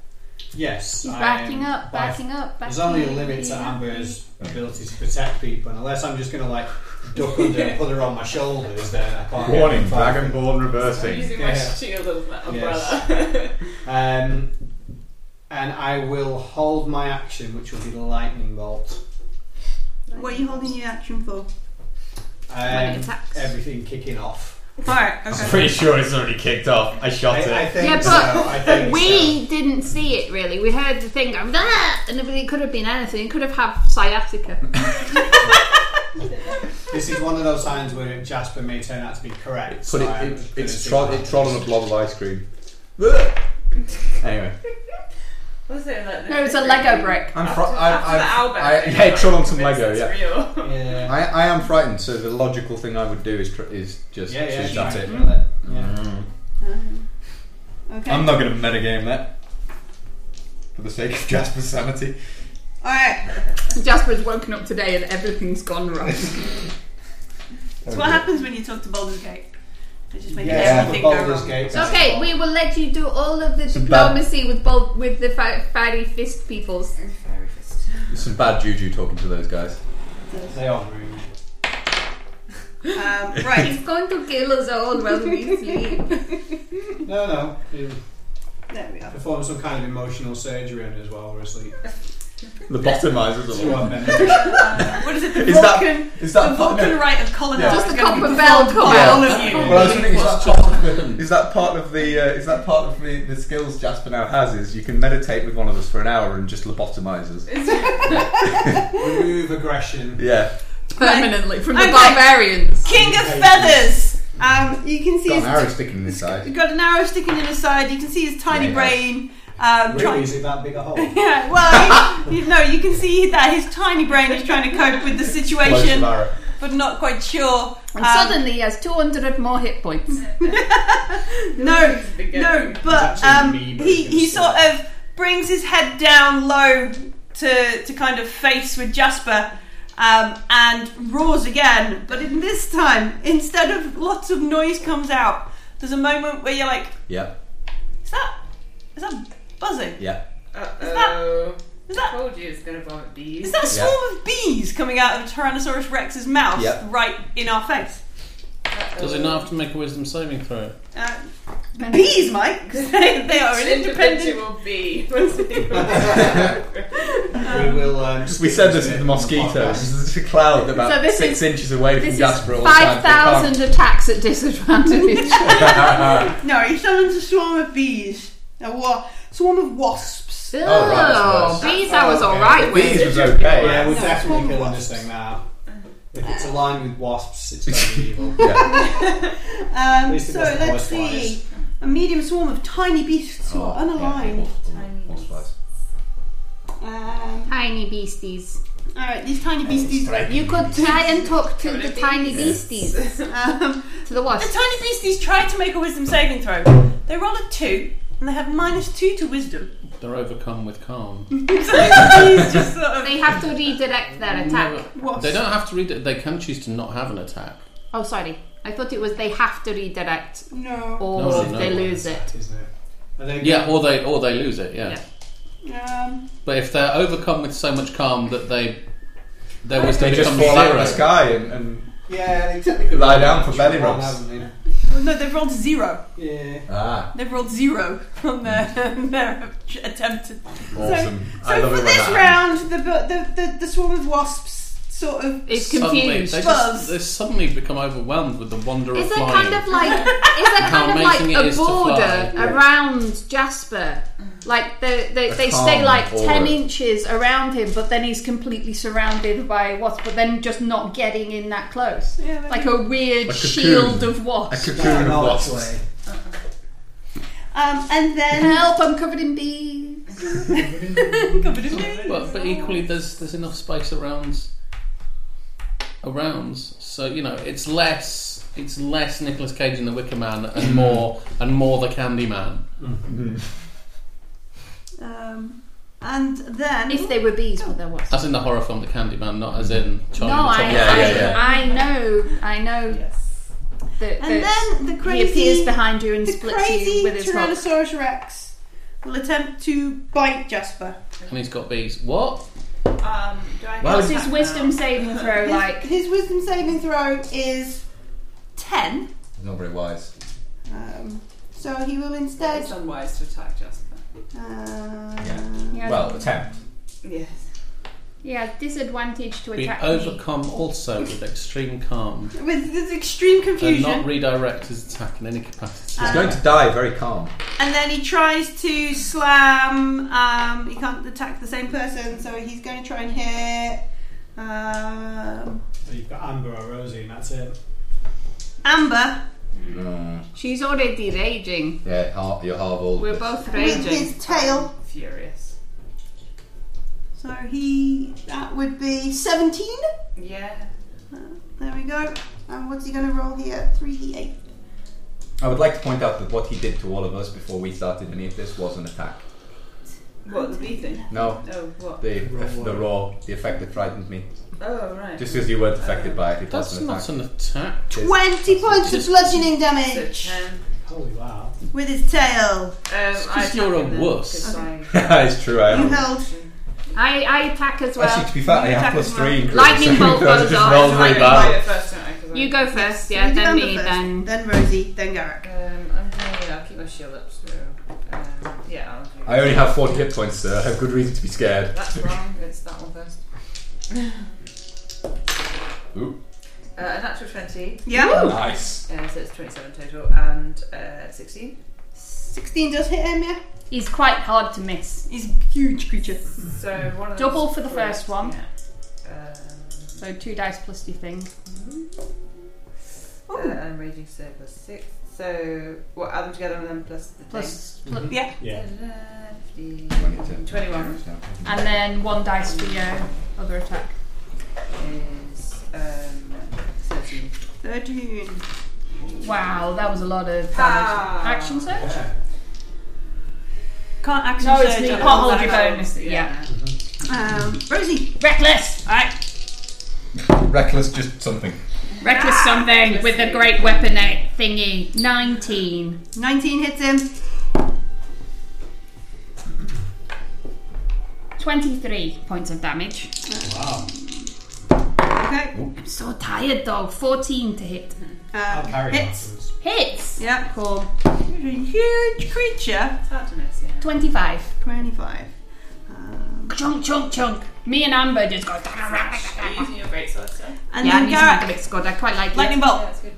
A: Yes.
C: He's
A: I
C: backing
A: am
C: up,
A: by-
C: backing up, backing
A: There's
C: up.
A: only a limit to Amber's ability to protect people, and unless I'm just going to like duck under and put her on my shoulders, then I can't. get
G: Warning,
A: far.
G: Dragonborn
E: I'm
G: reversing.
E: using
A: Yeah.
E: my shield as my umbrella.
A: Um, and I will hold my action, which will be the lightning bolt.
B: What are you holding your action for?
A: Um,
C: attacks.
A: everything kicking off.
B: Alright,
G: I'm
B: okay.
G: pretty sure it's already kicked off. I shot it.
A: I, I think
C: Yeah,
A: so,
C: but
A: I think so.
C: We didn't see it really. We heard the thing go, "Ah!" and it could have been anything. It could have had sciatica.
A: This is one of those signs where Jasper may turn out to be correct.
D: But
A: so I'm
D: it, it,
A: gonna
D: it's
A: do
D: tro-
A: that.
D: it trod on a blob of ice cream.
A: Anyway,
E: Was it like
C: No, it's a Lego brick.
D: I'm
E: After,
D: fri- I,
E: after the
D: I,
E: Albert
D: I,
E: thing,
D: yeah,
E: like,
D: trod on some
E: this
D: Lego.
E: is
D: Yeah,
E: real.
A: yeah,
D: I, I am frightened. So the logical thing I would do is tr- is just
A: yeah, yeah,
D: shoot at
A: yeah.
D: it.
A: Yeah.
B: Okay.
D: I'm not going to metagame that for the sake of Jasper's sanity.
B: All right.
C: Jasper's woken up today and everything's gone wrong.
B: So what happens when you talk to Baldur's Gate? They just make
A: Yeah,
B: everything
A: the
B: go
A: Baldur's
B: wrong.
A: Gate.
C: It's okay, we will let you do all of the diplomacy with both with the fi- fiery fist peoples.
E: Fairy fist.
D: There's some bad juju talking to those guys.
A: They are rude.
B: Um, right.
C: He's going to kill us all while we sleep.
A: No, no. They
B: there we are.
A: perform some kind of emotional surgery on us while we're asleep.
D: The bottomizers
A: See what happens.
B: What is it? The
D: Is that-
B: Vulcan,
D: Is that
B: the Vulcan
D: no.
B: right of Colin
D: Yeah.
C: Just
B: is
C: the
B: gonna be
C: copper bell
B: performed
C: come
B: by
C: out.
B: all of you.
D: Well, I was thinking, is that part of the, is that part of the uh, is that part of the, the skills Jasper now has? Is you can meditate with one of us for an hour and just lobotomizers.
A: Remove aggression.
D: Yeah,
C: Permanently from the
B: Okay.
C: barbarians.
B: King of feathers. Um, you can see
D: got
B: his
D: an arrow sticking in his side.
B: You've got an arrow sticking in his side. You can see his tiny
D: Yeah.
B: brain. Um,
A: Really,
B: trying,
A: is it that big a hole?
B: yeah, well, he, you know, you can see that his tiny brain is trying to cope with the
D: Close to
B: situation,
D: an arrow.
B: but not quite sure.
C: And
B: Um,
C: suddenly he has 200 more hit points.
B: no, no, but
A: It's actually
B: um,
A: me, but
B: he,
A: you
B: he
A: can see
B: sort of brings his head down low to, to kind of face with Jasper um, and roars again. But in this time, instead of lots of noise comes out, there's a moment where you're like,
D: Yeah,
B: is that, is that buzzing?
D: yeah.
E: Uh oh.
B: Is that
E: Told you it's gonna vomit bees.
B: Is that a
D: Yeah.
B: swarm of bees coming out of Tyrannosaurus Rex's mouth
D: Yep.
B: right in our face?
F: Does it not have to make a wisdom saving throw?
B: Uh, bees, Mike, 'cause they, they are an independent.
E: individual bee.
A: We will. Um,
D: We said this with the mosquitoes. There's a cloud about
C: So this
D: six
C: is-
D: inches away from
C: This is
D: Jasper. all the time.
C: 5,000 attacks at disadvantage.
B: No, he summons a swarm of bees. A wa- swarm of wasps.
D: Oh, right, that's
C: Oh,
D: worse.
C: bees I was
A: Oh, okay.
C: alright with.
D: Bees was okay.
A: Yeah, we're
B: No,
A: definitely
B: it's
A: killing
B: wasps.
A: this thing now. If it's aligned with wasps, it's totally evil.
D: Yeah.
B: Um,
A: least it
B: so
A: wasn't
B: let's
A: horse flies.
B: see. A medium swarm of tiny beasts who are
D: Oh, yeah,
B: unaligned.
D: horse- horse flies.
B: Um,
C: Tiny beasties.
B: Alright, these tiny beasties.
C: You could try and talk to the tiny beasties.
B: Um,
C: To the
B: the
C: wasp.
B: tiny beasties try to make a wisdom saving throw. They roll a two, and they have minus two to wisdom.
F: They're overcome with calm.
B: so he's just sort of.
C: They have to redirect their attack.
B: Wasps.
F: They don't have to read it. They can choose to not have an attack.
C: Oh, sorry. I thought it was they have to redirect
B: No.
C: or
F: No, no,
C: they
F: no.
C: lose it.
A: Isn't it? Are they
F: Yeah, or they or they lose it. Yeah.
C: Yeah.
B: Um,
F: But if they're overcome with so much calm that they their
D: They
F: wisdom
D: just
F: becomes
D: fall out of the
F: zero.
D: sky and, and
A: Yeah, they technically
D: Lie down for belly
A: One,
D: rubs.
A: haven't
B: well, no, they've rolled zero.
A: they? Yeah.
D: ah,
B: They've rolled zero on their, their attempt. to-
D: awesome. I
B: So
D: love
B: for
D: it when
B: this
D: that
B: round, the, the the the swarm of wasps sort of.
C: It's
F: Suddenly,
C: confused.
F: they,
B: Buzz.
F: just, they suddenly become overwhelmed with the wonder
C: Is
F: of
C: there
F: flying.
C: kind of like is there kind of like
F: amazing it
C: a
F: is to
C: border
F: fly,
C: around Jasper? Like they they,
D: A
C: they
D: calm
C: stay like ten
D: aura.
C: inches around him, but then he's completely surrounded by wasps, but then just not getting in that close.
B: Yeah, they-
C: Like a weird
D: A cocoon.
C: shield of
D: A
C: wasps.
D: cocoon of wasps.
A: Way.
B: um, and then
C: Help! I'm covered in bees.
B: covered in bees.
F: But, but equally, there's there's enough space around around. So you know, it's less it's less Nicolas Cage in the Wicker Man and more and more the Candy Man.
B: Um, and then
C: If they were bees, but there was.
F: As in the horror film The Candy Man, not as in
C: No,
F: Charlie
C: I
F: and the
D: Yeah, yeah, yeah.
C: I, I know I know
E: yes.
C: that,
B: and
C: that
B: then the
C: he appears
B: crazy
C: behind you and
B: the
C: splits you
B: crazy
C: with his hook.
B: Tyrannosaurus Rex will attempt to bite Jasper.
F: Chocolate. And he's got bees. What?
E: Um, do I
D: Well,
C: What's his wisdom saving throw
B: His,
C: like?
B: his wisdom saving throw is ten.
D: Not very wise.
B: Um, so he will instead.
E: It's unwise to attack Jasper.
B: Uh,
C: Yeah.
D: Well, attempt.
E: Yes.
C: Yeah, disadvantage to
F: Being
C: attack me.
F: overcome also with extreme calm
B: With this extreme
F: and
B: confusion,
F: not redirect his attack in any capacity.
D: He's going to die very calm.
B: and then he tries to slam. Um, he can't attack the same person, so he's going to try and hit um,
A: So you've got Amber or Rosie, and that's it.
B: Amber
D: No.
C: She's already raging.
D: Mm, Yeah, har- you're Harvold.
C: We're both
B: With
C: raging.
B: his tail.
E: Furious.
B: So he. That would be 17.
E: Yeah.
B: There we go. And what's he going to roll here? 3d8.
D: I would like to point out that what he did to all of us before we started any of this was an attack.
E: What the bleeding?
D: No,
E: Oh, what?
D: the the raw, the effect that frightened me.
E: Oh, right.
D: Just because you weren't affected by it, it
H: That's
D: was an
H: not
D: attack.
H: an attack.
B: 20 points of bludgeoning
E: So
B: damage
E: ten.
A: Holy wow.
B: with his tail.
E: Um, I
H: 'cause you're a
E: attack him then,
H: wuss.
E: 'cause I-
D: it's true. I
B: You
D: am.
B: held.
C: I, I attack as well.
D: Actually, to be fair, I
B: attack
D: have plus
B: as
D: three. in crit,
C: Lightning
D: so
C: bolt
D: those
C: goes
D: just
C: off.
D: rolls
E: I
D: way
E: can
D: bad.
E: go first, don't I? 'Cause I-
C: you go first, yeah,
B: You
C: then
B: can go
C: me,
B: first,
C: then.
B: Then Rosie, then Garrick.
E: Um, I'm gonna, yeah, I'll keep my shield up, so. Um, yeah, I'll do
D: I only have 40 hit points, sir. I have good reason to be scared.
E: That's wrong, it's that one first.
D: Ooh.
E: Uh, a natural 20,
B: Yeah.
D: Nice.
E: uh, so it's 27 total, and uh, 16.
B: 16 does hit him, yeah?
C: He's quite hard to miss.
B: He's a huge creature.
E: So one of
C: Double
E: those
C: for the
E: three-
C: first one.
E: Yeah. Um,
C: So two dice plus your thing.
E: uh, and I'm raging so plus 6. So what, add them together and then plus the
C: Plus,
B: Yeah.
A: Yeah.
E: thing. Ta-da, 50,
D: 22.
E: 21
C: and then one dice for your other attack.
E: is um, 13.
B: 13.
C: Wow, that was a lot of damage.
E: Ah.
C: Action search?
B: Can't action
C: No, it's
B: surge
C: me.
B: on
C: Can't
B: all
C: hold your
B: that.
C: bonus. Yeah.
B: Um, Rosie.
C: Reckless!
B: Alright.
D: Reckless, just something.
C: Reckless something with the great weapon eh, thingy. 19.
B: 19 hits him.
C: 23 points of damage.
A: Wow.
B: Okay.
C: I'm so tired though. 14 to hit.
A: I'll
B: Uh,
A: carry
B: hits.
A: that.
C: Hits!
B: Yeah.
C: Cool.
B: He's a huge creature.
E: It's hard to miss, yeah.
C: 25.
B: 25. Um,
C: Chunk, chunk, chunk. Me and Amber just go.
E: Are you using your greatsword still?
B: and
C: And yeah, I
B: then
C: need to make a
B: Garrick.
C: big squad. I quite like
B: Lightning
C: it.
E: Yeah,
B: bolt.
E: that's good.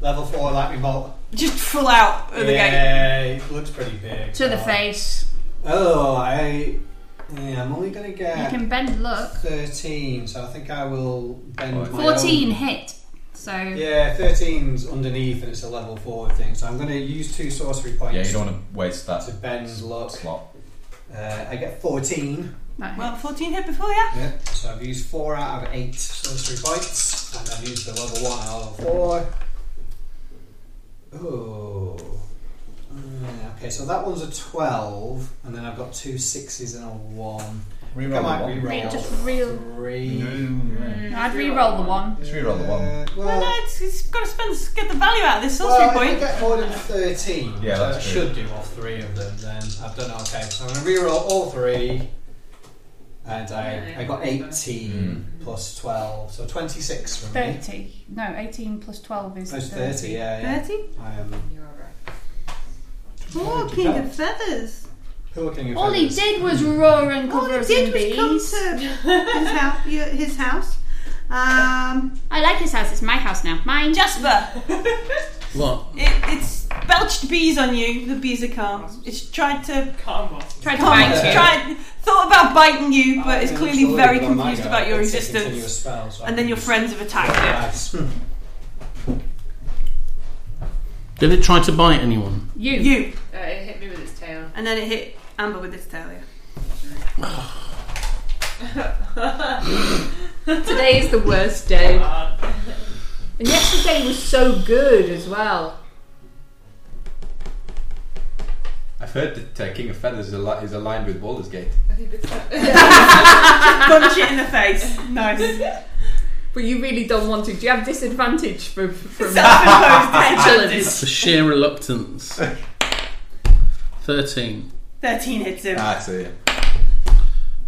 A: Level 4 lightning bolt.
B: Just full out of the gate.
A: Yeah, it looks pretty big.
C: To the
A: so-
C: face.
A: Oh, I. Yeah, I'm only going to get
C: You can bend look.
A: 13, so I think I will bend my own-
C: 14 hit. So
A: Yeah, 13's underneath and it's a level 4 thing, so I'm going to use two sorcery points
D: Yeah, you don't want to waste that
A: to bend luck.
D: slot.
A: Uh, I get 14,
C: that
B: Well, 14 hit before, yeah?
A: yeah. so I've used 4 out of 8 sorcery points, and I've used the level 1 out of level 4. Oh. Uh, Okay, so that one's a 12, and then I've got two sixes and a 1. I
D: Reroll
A: might
D: the one.
A: reroll.
C: Just real-
A: Three.
D: Mm,
C: hit. I'd re-roll the one.
D: Just reroll the one.
A: Uh,
B: No, no,
A: well,
B: it's, it's got to spend, get the value out of this sorcery
A: Well, if I
B: point.
A: get more than 13,
D: Yeah,
A: so I
D: that's
A: should do all three of them then. I've done okay. So I'm going to reroll all three. And I, I got 18
D: Hmm.
A: plus 12, so 26 from me.
C: 30. No, 18 plus 12 is
A: That's 30, yeah, yeah.
B: 30.
A: I am.
E: You're alright.
B: Oh,
A: Did you
B: King
A: go?
B: of Feathers.
A: Who are King of
C: All he
A: Feathers?
C: did was roar and
B: All
C: cover
B: he
C: us in
B: did was come
C: bees.
B: to his house. His house. Um,
C: I like his house. It's my house now. Mine.
B: Jasper,
H: What?
B: it, it's belched bees on you. The bees are calm. It's tried to
E: Calm off.
C: Tried to
B: calm,
C: bite
A: Yeah.
C: you.
B: tried thought about biting
E: Oh,
B: you, but is
A: I'm
B: clearly
A: sure
B: very
A: that my
B: confused
A: guy
B: about your
A: could take a continuous
B: existence.
A: Spell, so I
B: And then
A: can
B: your
A: just
B: friends have attacked
A: relax.
H: Did it try to bite anyone?
C: You.
B: you. You,
E: Uh, it hit me with its tail.
B: and then it hit Amber with its tail. yeah.
C: Today is the worst day.
E: Uh,
C: And yesterday was so good as well.
D: I've heard that uh, King of Feathers is, al- is aligned with Baldur's Gate.
E: I think it's that.
B: Punch it in the face. Nice.
C: But you really don't want to. Do you have disadvantage from from
B: Self-imposed
H: For sheer reluctance. 13.
B: Thirteen hits him.
D: Ah, so yeah.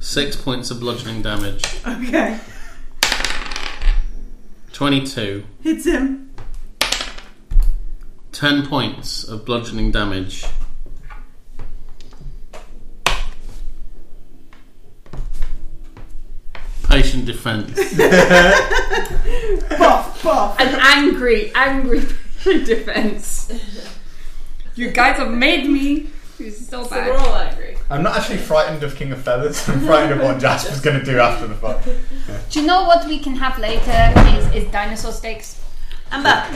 H: Six points of bludgeoning damage.
B: Okay,
H: 22.
B: hits him.
H: 10 points of bludgeoning damage. Patient defense.
B: Buff, buff.
C: an angry, angry defense? You guys have made me. This is so
E: So we're
C: bad.
E: all angry.
I: I'm not actually frightened of King of Feathers. I'm frightened of what Jasper's going to do after the fight.
C: Do you know what we can have later? Is is dinosaur steaks?
B: I'm back.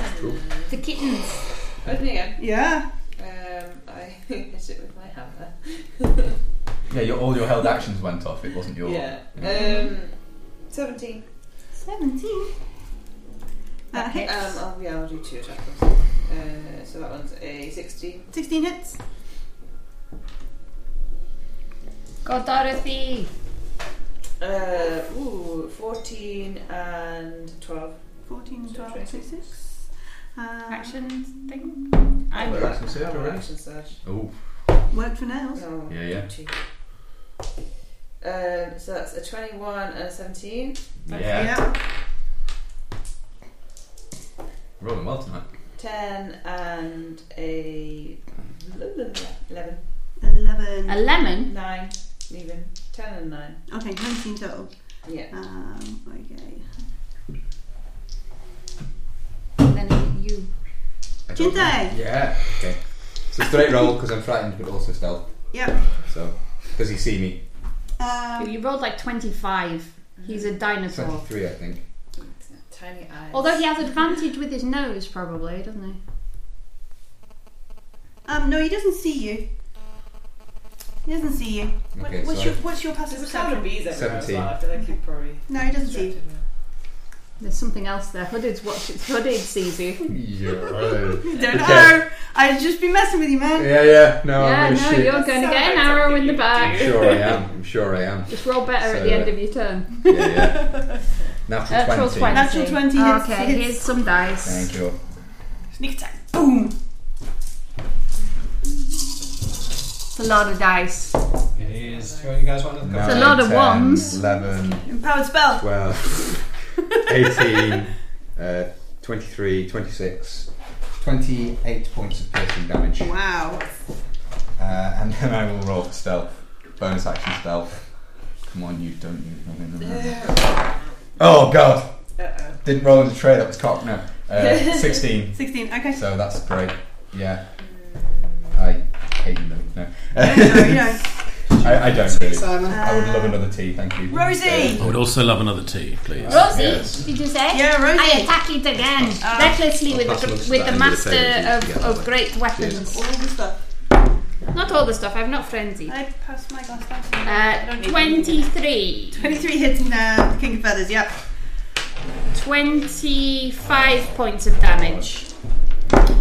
E: The kittens. Opening again.
B: Yeah.
E: Um, I hit it with my hammer.
D: Yeah, your, all your held actions went off. It wasn't your.
E: yeah. Um, 17.
B: 17. That hits.
E: Um, I'll, yeah, I'll do two attack rolls. Uh, so that one's a 16.
B: 16 hits.
C: Go, Dorothy.
E: Uh, ooh, 14 and 12.
B: 14 and 12,
E: Twenty.
B: 26. Uh,
C: Actions thing.
E: I'm
D: Well, Oh, that's considered already.
E: Action surge.
D: Oh,
B: Work for nails.
E: No,
D: Yeah, yeah.
E: two. Um, so that's a 21 and a 17.
D: yeah. Rolling well tonight.
E: 10 and a 11.
B: 11.
C: A lemon.
E: 9, even. 10 and 9.
B: Okay, 19 total.
E: Yeah.
B: Um, okay.
C: Then you.
B: Jinte!
D: Yeah. Okay. So straight roll because I'm frightened, but also stealth.
B: Yep.
D: So does he see me?
B: Um,
C: You rolled like 25. He's a dinosaur.
D: Twenty-three, I think.
E: Tiny eyes.
C: Although he has advantage with his nose, probably, doesn't he?
B: um, no, he doesn't see you. He doesn't see you. What,
D: Okay,
B: what's,
D: so
B: your, what's your passive
E: There's a sound of
B: perception?
E: bees everywhere as
D: 17.
E: well. I feel like you'd probably.
B: No, he doesn't see you.
C: There's something else there. Hooded's watch. It's Hooded sees you.
D: Yeah.
B: Don't
D: Okay.
B: know. I'd just be messing with you, man.
D: yeah, yeah. No,
C: yeah,
D: I'm
C: no,
D: shit.
C: you're going to get an
E: Sounds like
C: arrow
E: something
C: in the
E: you
C: back.
D: I'm sure I am. I'm sure I am.
C: Just roll better
D: So,
C: at the end
D: uh,
C: of your turn.
D: Yeah, yeah. Natural
C: Natural
D: twenty.
C: 20.
B: Natural 20 hits.
C: Oh, okay,
B: hits.
C: here's some dice.
D: Thank you.
B: Sneak attack. Boom.
C: It's a lot of dice.
A: It is. Do you guys want another
D: Nine,
C: a lot of
D: 10,
C: ones.
D: 11,
B: Empowered spell.
D: 12, 18, uh, 23, 26, 28 points of piercing damage. Uh,
B: Wow.
D: and then I will roll for stealth. Bonus action stealth. Come on, you don't use nothing. Oh, God!
E: Uh
D: Didn't roll in the trade, that was cock, no. Uh, 16.
B: 16. Okay.
D: So that's great. Yeah. I hate them. No.
B: Sorry, no.
D: I, I don't really.
A: Simon.
D: I would love another tea, thank you.
B: Rosie!
F: I would also love another tea, please.
C: Rosie,
D: Yes.
C: did you say?
B: Yeah, Rosie.
C: I attack it again. Recklessly with,
D: Well,
C: the,
D: that's
C: with
D: what
C: the
D: I'm gonna
C: master
D: say,
C: of,
D: Rosie. Yeah,
C: of
D: like,
C: great weapons.
B: All the stuff.
C: Not all the stuff, I'm not frenzied.
B: I passed my glass down. to you. I don't
C: Uh,
B: need anything.
C: 23.
B: 23 hits in uh, the King of Feathers, yep.
C: 25 points of damage.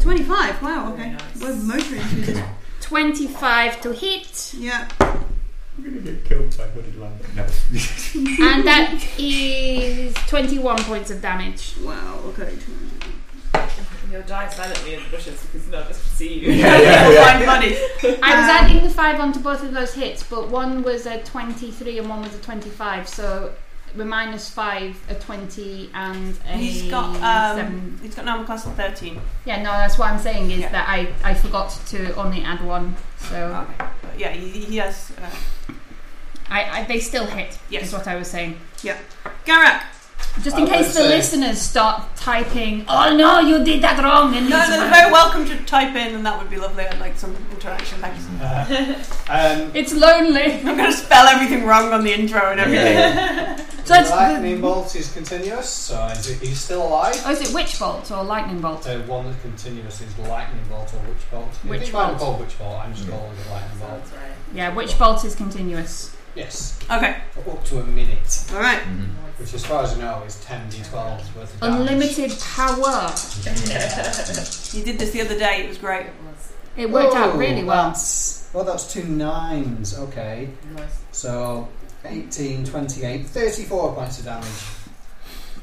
B: 25, wow, okay. We're motoring through this.
C: 25 to hit,
B: Yeah.
I: Get killed by hooded lamb. No.
C: and that is 21 points of damage.
B: Wow, okay.
E: uh. You'll die silently in the bushes because no one can see you.
B: Find money.
C: I was
B: Um,
C: adding the 5 onto both of those hits, but one was a 23 and one was a 25, so we're minus 5, a 20, and a
B: He's got
C: seven.
B: um, he's got an armor class of 13.
C: Yeah, no, that's what I'm saying is
B: Yeah. Uh,
C: that I, I forgot to only add one, so
B: Okay. But yeah, he, he has. Uh,
C: I, I they still hit,
B: Yes.
C: is what I was saying.
B: Garak!
C: Just in
G: I
C: case
G: would
C: the
G: say-
C: listeners start typing, oh no, you did that wrong, and
B: No,
C: it's
B: they're
C: wrong."
B: very welcome to type in, and that would be lovely. I'd like some interaction. Thanks. Uh,
A: Um,
C: It's lonely.
B: I'm going to spell everything wrong on the intro and everything.
C: That's
A: lightning bolt is continuous, so is it, he's still alive.
C: Oh, is it witch bolt or lightning bolt?
A: So one that's continuous is lightning bolt or witch bolt. I
C: Witch
A: think mine
C: bolt.
A: are called witch bolt. I'm just calling it lightning bolt.
E: That's right.
C: Yeah, witch bolt is continuous.
A: Yes,
B: Okay,
A: for up to a minute,
B: alright.
D: Mm-hmm.
A: which, as far as I know, is 10d12 worth of damage.
C: Unlimited power.
B: You did this the other day, it was great.
E: It was
C: It worked out
A: Whoa,
B: Oh.
C: really well.
A: That's, well, that's two nines. Okay,
E: nice.
A: so 18, 28, 34 points of damage.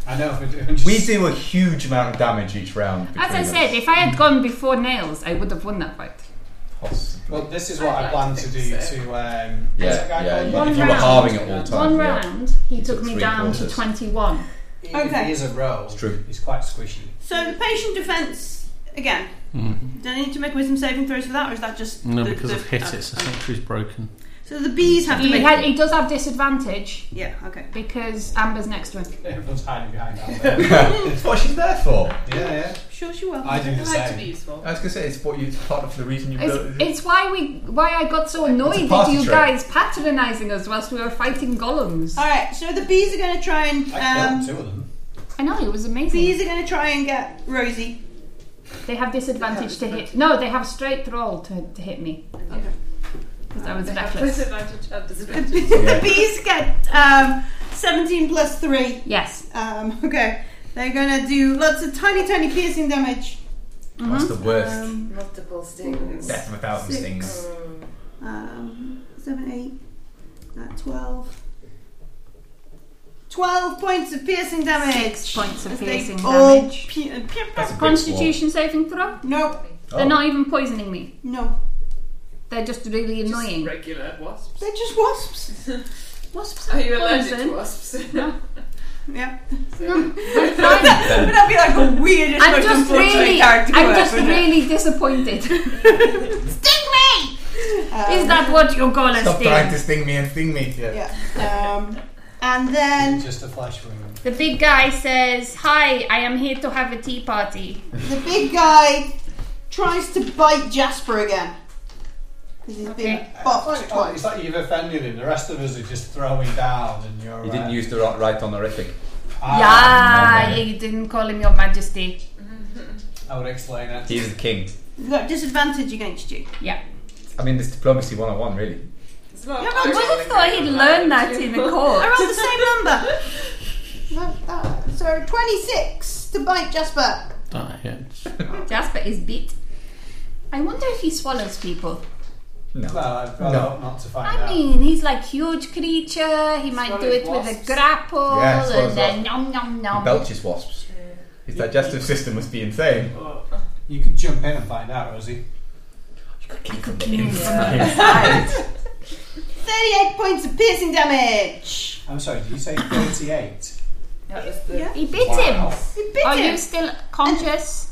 A: I know if we're doing just.
D: We do a huge amount of damage each round.
C: As I
D: between us.
C: said, if I had gone before nails, I would have won that fight.
D: Possibly.
A: Well, this is what
E: I'd
A: I,
E: like
A: plan
E: to
A: to do
E: think so.
A: to. Um, what's
D: Yeah,
A: that guy
D: yeah.
A: called?
D: you- if you were
C: round.
D: harming at all times.
C: One
D: yeah.
C: round, he
D: It's
C: took
D: at
C: me
D: three
C: down
D: quarters.
C: to 21.
A: Even if
B: Okay.
A: He is a rogue.
D: It's true.
A: He's quite squishy.
B: So the patient defense again. Do I need to make wisdom saving throws for that, or is that just
F: No,
B: the-
F: because
B: the-
F: I've hit
B: oh,
F: it, so
B: okay.
F: sanctuary's broken.
B: So the bees have to
C: He,
B: make.
C: had, he does have disadvantage
B: yeah. Okay.
C: because Amber's next to him.
A: Everyone's hiding behind that. yeah,
D: That's what she's there for.
A: yeah.
B: Sure, she will.
A: I do the
E: Like to be
A: same.
E: useful.
D: I was gonna say it's what you part of the reason you built.
C: It's, it's why we why I got so annoyed that
D: party
C: you
D: trick.
C: guys patronising us whilst we were fighting golems.
B: All right. So the bees are going to try and.
A: I killed
B: Um,
A: two of them.
C: I know it was amazing.
J: These are going to try and get Rosie.
C: They have disadvantage to hit. No, they have straight roll to, to hit me. Okay. Uh, Because I was reckless.
E: Disadvantage and
J: The,
E: disadvantage.
J: b- the bees get um, 17 plus 3.
C: Yes.
J: Um, okay. They're going to do lots of tiny, tiny piercing damage.
C: mm-hmm.
D: That's the worst.
J: Um,
E: Multiple stings.
K: Death of a thousand
J: Six.
K: stings.
J: um, 7, 8, uh, 12. 12 points of piercing damage.
C: Six points of
J: As
C: piercing
J: they all
C: damage.
J: Pe- uh, pe-
D: That's a big
C: Constitution saving throw.
J: no,
K: Oh.
C: They're not even poisoning me.
J: no.
C: They're just really annoying.
E: Regular wasps.
J: They're just wasps.
C: Wasps
E: Are you allergic
C: poison.
E: to wasps?
C: No.
J: Yeah.
C: I'm fine.
J: But that'd be like the weirdest,
C: I'm
J: most
C: just
J: unfortunate
C: really,
J: character
C: I'm
J: ever,
C: just
J: wouldn't it?
C: really disappointed. sting me! Is
J: Um,
C: that what you call a
D: Oh,
K: Stop trying to
C: sting?
K: sting me and sting me. Yeah.
J: Yeah. Um, and then
A: Just a flash wound.
C: The big guy says, "Hi, I am here to have a tea party."
J: the big guy tries to bite Jasper again. Because he's been
C: Okay.
J: bopped
A: Oh, it's
J: twice.
A: like you've offended him. The rest of us are just throwing down, and you're.
D: You didn't
A: uh,
D: use the right, right honorific.
A: Ah,
C: yeah,
D: no.
C: you didn't call him Your Majesty.
A: I would explain it.
D: He's the king.
J: You've got disadvantage against you.
C: Yeah.
D: I mean, this diplomacy 101, really.
E: It's not
J: Yeah, but
C: I would have thought he'd learn that in the
J: I
C: court.
J: rolled the same number. Not that. So 26 to bite Jasper.
F: That hits.
C: Jasper is beat. I wonder if he swallows people.
D: No.
A: Well, I'd rather hope not to find
C: I
A: out.
C: mean, he's like huge creature. He might do
E: Swallows
C: it with a
E: wasps.
C: grapple
K: Yeah, he swallows
C: and then nom nom
D: He
C: nom.
D: belches wasps.
K: His digestive system must be insane.
E: Oh.
A: you could jump in and find out, Rosie.
C: Right.
J: 38 points of piercing damage.
A: I'm sorry, did you say 38?
E: That was the
J: Yeah.
C: he bit
A: Wow.
C: him.
J: He bit
C: Are
J: him.
C: you still conscious?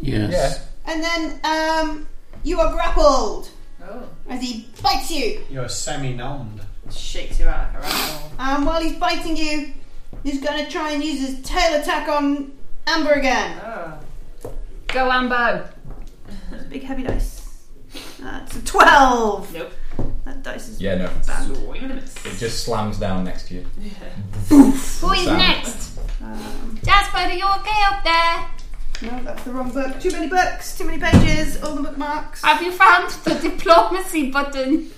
F: Yes.
J: And then um, you are grappled
E: Oh.
J: as he bites you.
A: You're semi nommed.
E: Shakes you out like a rattle.
J: And while he's biting you, he's going to try and use his tail attack on Amber again.
E: Oh.
C: Go Ambo.
J: Big heavy dice. That's a 12.
E: Nope.
J: That dice is
D: Yeah, no.
J: bad.
E: So we're gonna miss.
D: It just slams down next to you.
C: Who is
D: Sam.
C: next?
J: Um,
C: Jasper, are you okay up there?
J: no, that's the wrong book. Too many books, too many pages, all the bookmarks.
C: Have you found the diplomacy button?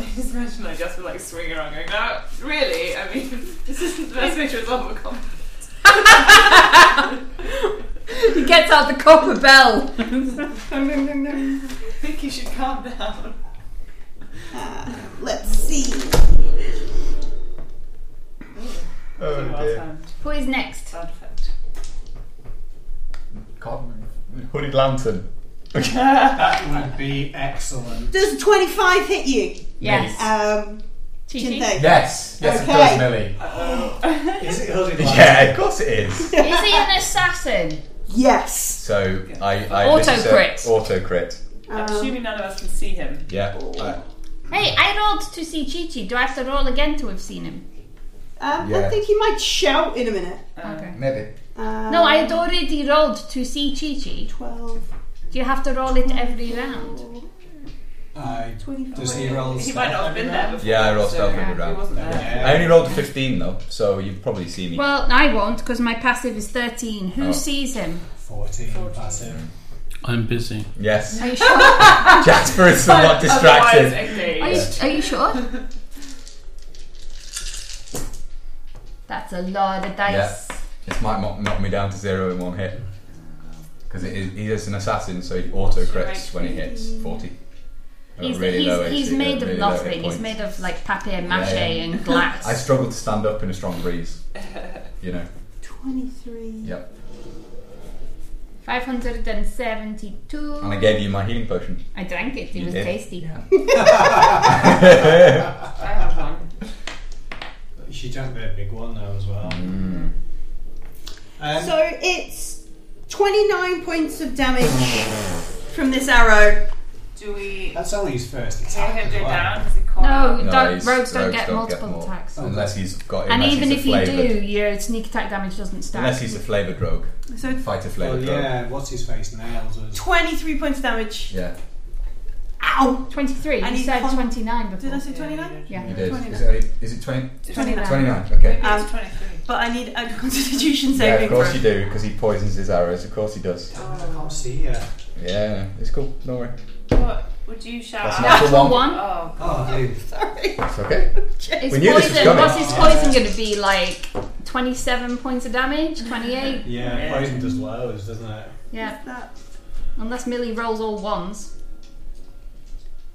E: I just imagine I just would like swing around going, no, really? I mean, this isn't the best way to resolve a conflict.
C: He gets out the copper bell.
E: I think you should calm down.
J: Uh, let's see.
K: Oh
E: well
K: dear.
E: timed.
C: Who is next?
E: Sound effect.
K: Hooded lantern.
A: That would be excellent.
J: Does 25 hit you?
C: Yes.
J: Um,
C: Chichi.
J: Chintay.
K: Yes, yes
J: Okay.
K: it does, Millie.
A: Is it hooded lantern?
K: Yeah, of course it is.
C: Is he an assassin?
J: Yes.
D: So I, I
C: Auto
D: this is a-
C: crit.
D: Auto crit.
E: I'm assuming none of us can see him.
D: Yeah.
C: Oh.
D: Uh,
C: Hey, I rolled to see Chichi. Do I have to roll again to have seen him?
J: Um, I
D: Yeah.
J: think he might shout in a minute.
C: Okay.
D: maybe.
J: Um,
C: No, I had already rolled to see Chichi.
J: 12,
C: Do you have to roll it every round?
A: I,
J: 25.
A: does he roll
E: He
A: stealth
E: might not have been
A: every
E: there
A: round?
E: before.
D: Yeah, I rolled
E: so
D: stealth every
E: he
D: round.
E: wasn't there.
A: Yeah.
D: I only rolled a 15 though, so you've probably seen me.
C: Well, I won't because my passive is 13. Who
D: Oh.
C: sees him?
A: 14, passive.
F: I'm busy.
D: Yes.
C: Are you sure?
D: Jasper is somewhat
E: Otherwise,
D: distracted.
C: Are
E: engaged.
C: you, are you sure? That's a lot of dice.
D: This might mo- knock me down to zero in one hit. Because he is an assassin, so he auto crits when he hits 40. At
C: He's,
D: really low
C: he's, he's
D: AC, at
C: made of
D: really low hit
C: nothing. He's
D: points.
C: made of like papier mâché
D: Yeah, yeah.
C: and glass.
D: I struggled to stand up in a strong breeze. You know,
J: 23.
D: yep.
C: 572.
D: And I gave you my healing potion.
C: I drank it. It
D: Oh. You
C: was
D: did?
C: tasty.
E: I have one.
A: She drank the big one though as well. Um,
J: So it's 29 points of damage from this arrow.
E: Do we
A: that's only his first
E: tear
A: attack. as
E: him go
A: well.
E: down? Does he call
C: No,
E: out?
D: No,
C: don't,
D: he's-
C: rogues don't
D: rogues
C: get
D: don't get
C: multiple
D: more.
C: attacks.
D: Unless he's got
C: and
D: unless
C: even
D: he's
C: if
D: a
C: you
D: flavored,
C: do, your sneak attack damage doesn't start.
D: Unless he's a flavoured rogue.
J: So
D: Fighter
A: Well,
D: flavoured rogue.
A: yeah, what's his face nails us.
J: 23 points of damage.
D: Yeah.
B: Wow!
C: 23.
B: And
C: you
B: you
C: said
B: con-
C: 29 before.
B: Did I say 29?
C: Yeah.
D: It is. Is it, only, is it 20?
B: 29.
D: 29, okay.
E: Maybe
B: Um,
E: it's 23.
B: But I need a constitution
D: Yeah,
B: saving
D: of course
B: throw.
D: you do, because he poisons his arrows. Of course he does.
A: Damn it, Oh, I can't see ya.
D: Yeah, it's cool. Don't worry.
E: What would you shout
D: That's
E: out?
D: not-
C: Natural
D: One.
C: one.
E: Oh,
A: Oh, dude.
B: Sorry.
D: It's okay.
C: It's
D: We knew this was
C: poison.
D: coming.
C: What's his poison going to be? Like 27 points of damage? 28?
A: Yeah,
E: Yeah.
A: poison does loads, doesn't it?
C: Yeah.
B: That-
C: Unless Millie rolls all ones.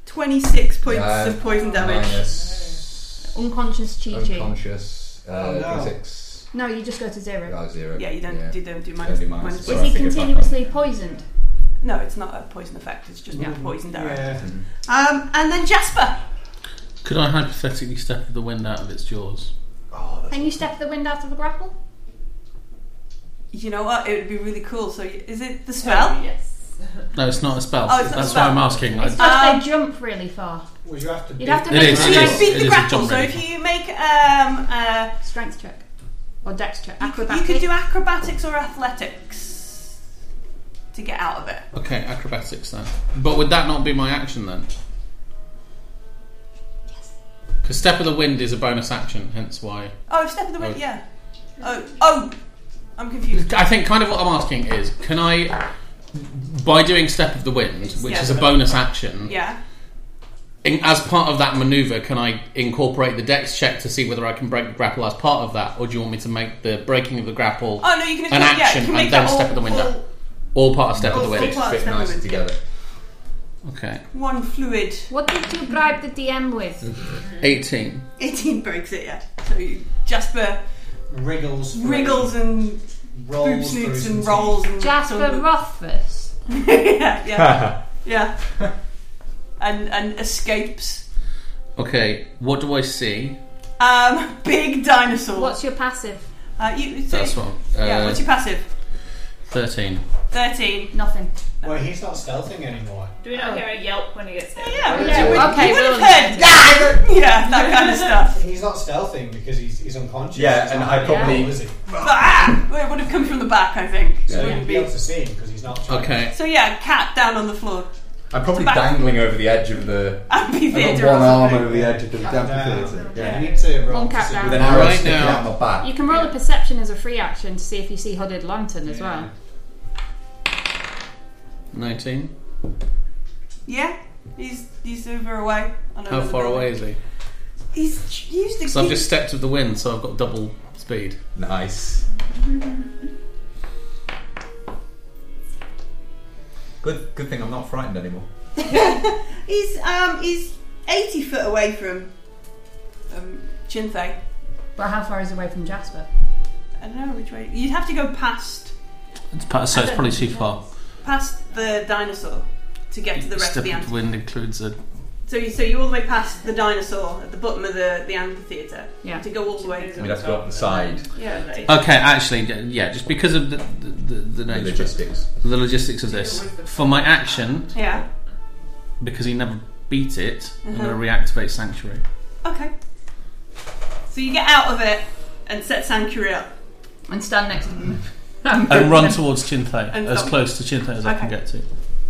B: 26 points
D: Uh,
B: of poison damage.
D: Minus.
C: Unconscious Chi Chi.
D: Unconscious. Uh,
A: Oh, no.
D: D6.
C: No, you just go to zero.
D: Oh, zero.
B: Yeah, you don't do don't do
D: Don't
B: minus.
D: do minus.
B: minus-
D: Sorry,
C: Is he
D: I figured that
C: continuously poisoned?
B: No, it's not a poison effect. It's just
A: Yeah.
B: a poison arrow.
A: Yeah.
B: Um, and then Jasper.
F: Could I hypothetically step the wind out of its jaws?
D: Oh, that's
C: Can you step the wind out of a grapple?
B: You know what? It would be really cool. So y- is it the spell?
E: yes.
F: No, it's not a spell.
B: Oh, it's not a
F: That's
B: spell.
F: why I'm asking. I-
C: It's just
B: Um,
C: they jump really far.
A: Would you have to?
C: You'd have to
F: It
C: make
F: is,
C: a
B: So you
F: is.
C: strength,
B: beat
F: It
B: the
F: a
B: grapple.
F: jump
B: So
F: really.
B: if you make um uh,
C: strength check or dex check.
B: you, could-
C: Acrobatic.
B: you could do acrobatics or athletics to get out of it.
F: Okay, acrobatics then. But would that not be my action then? Because step of the wind is a bonus action, hence why.
B: Oh, step of the wind.
F: Oh.
B: Yeah. Oh, oh, I'm confused.
F: I think kind of what I'm asking is, can I, by doing step of the wind, which
B: Yeah.
F: is a bonus action,
B: Yeah.
F: in, as part of that maneuver, can I incorporate the dex check to see whether I can break the grapple as part of that, or do you want me to make the breaking of the grapple
B: Oh no, you can.
F: an
B: yeah, you
F: action
B: can make
F: and then
B: that all,
F: step of the wind
B: all
F: up? all part of step of the
B: all
F: wind?
B: part of
D: fit
B: step of the
D: nicely
B: wind, yeah.
D: together.
F: Okay,
B: One fluid.
C: What did you bribe the DM with?
F: eighteen.
B: 18 breaks it. Yeah. So you, Jasper
A: Wriggles. through,
B: wriggles and boob
A: rolls through
B: snoots
A: some
B: and
A: teeth.
B: rolls and sort
C: Jasper
B: of-
C: Rothfuss.
B: yeah, yeah, yeah. And and escapes.
F: Okay, what do I see?
B: Um, big dinosaur.
C: What's your passive?
B: uh, you, so
F: That's one. Uh,
B: yeah. What's your passive?
F: Thirteen.
B: Thirteen.
C: Nothing.
A: Well, he's not stealthing anymore.
E: Do we not hear a yelp when he gets hit?
B: Yeah.
C: Yeah,
B: You would,
C: okay,
B: You would
C: we'll-
B: have heard. "Ah!" yeah, that kind of stuff.
A: He's not stealthing because he's, he's unconscious.
I: Yeah,
A: He's
I: and
A: not
I: I
A: really
I: probably-
A: stealth, Is he?
B: But ah, well, it would have come from the back, I think.
A: So
B: So,
A: you'd
B: yeah.
A: be able
B: Be,
A: to see him because he's not. trying-
F: Okay.
B: so yeah, cat down on the floor.
D: I'm probably
B: Back-
D: dangling over the edge of the. I've
B: Amphitheatre.
D: got one
B: or
D: arm
B: something.
D: over the edge of the
A: Cut down.
D: amphitheatre. Yeah.
A: You need to roll
C: One
A: to
C: cat
A: see-
C: down.
D: With an arrow
F: Right
D: sticking
F: now.
D: out my back.
C: You can roll a perception as a free action to see if you see hooded lantern as well.
F: Nineteen.
B: Yeah, he's he's over away. on
F: How
B: another
F: far
B: building.
F: away is he?
B: He's used the.
F: So I've
B: key-
F: just stepped with the wind, so I've got double speed.
D: Nice. Good, good thing I'm not frightened anymore.
B: He's um he's eighty foot away from um Chinthay.
C: But how far is it away from Jasper?
B: I don't know which way. You'd have to go past
F: It's pa- so it's probably too far.
B: past the dinosaur to get to the rest
F: Step
B: of the
F: of the
B: amphitheatre.
F: wind includes a.
B: So you so you're all the way past the dinosaur at the bottom of the, the amphitheatre.
C: Yeah.
B: To go all the way to
D: We'd have to go up the side.
B: Yeah. right.
F: Okay, actually, yeah, just because of the the, the, the
D: The
F: nature,
D: logistics.
F: the logistics of this. For my action,
B: Yeah.
F: because he never beat it, I'm
B: Mhm.
F: going to reactivate sanctuary.
B: Okay. So you get out of it and set Sanctuary up.
C: And stand next to him.
F: And run towards Chintay,
B: And
F: as
B: stop.
F: close to Chintay as I can
B: Okay.
F: get to.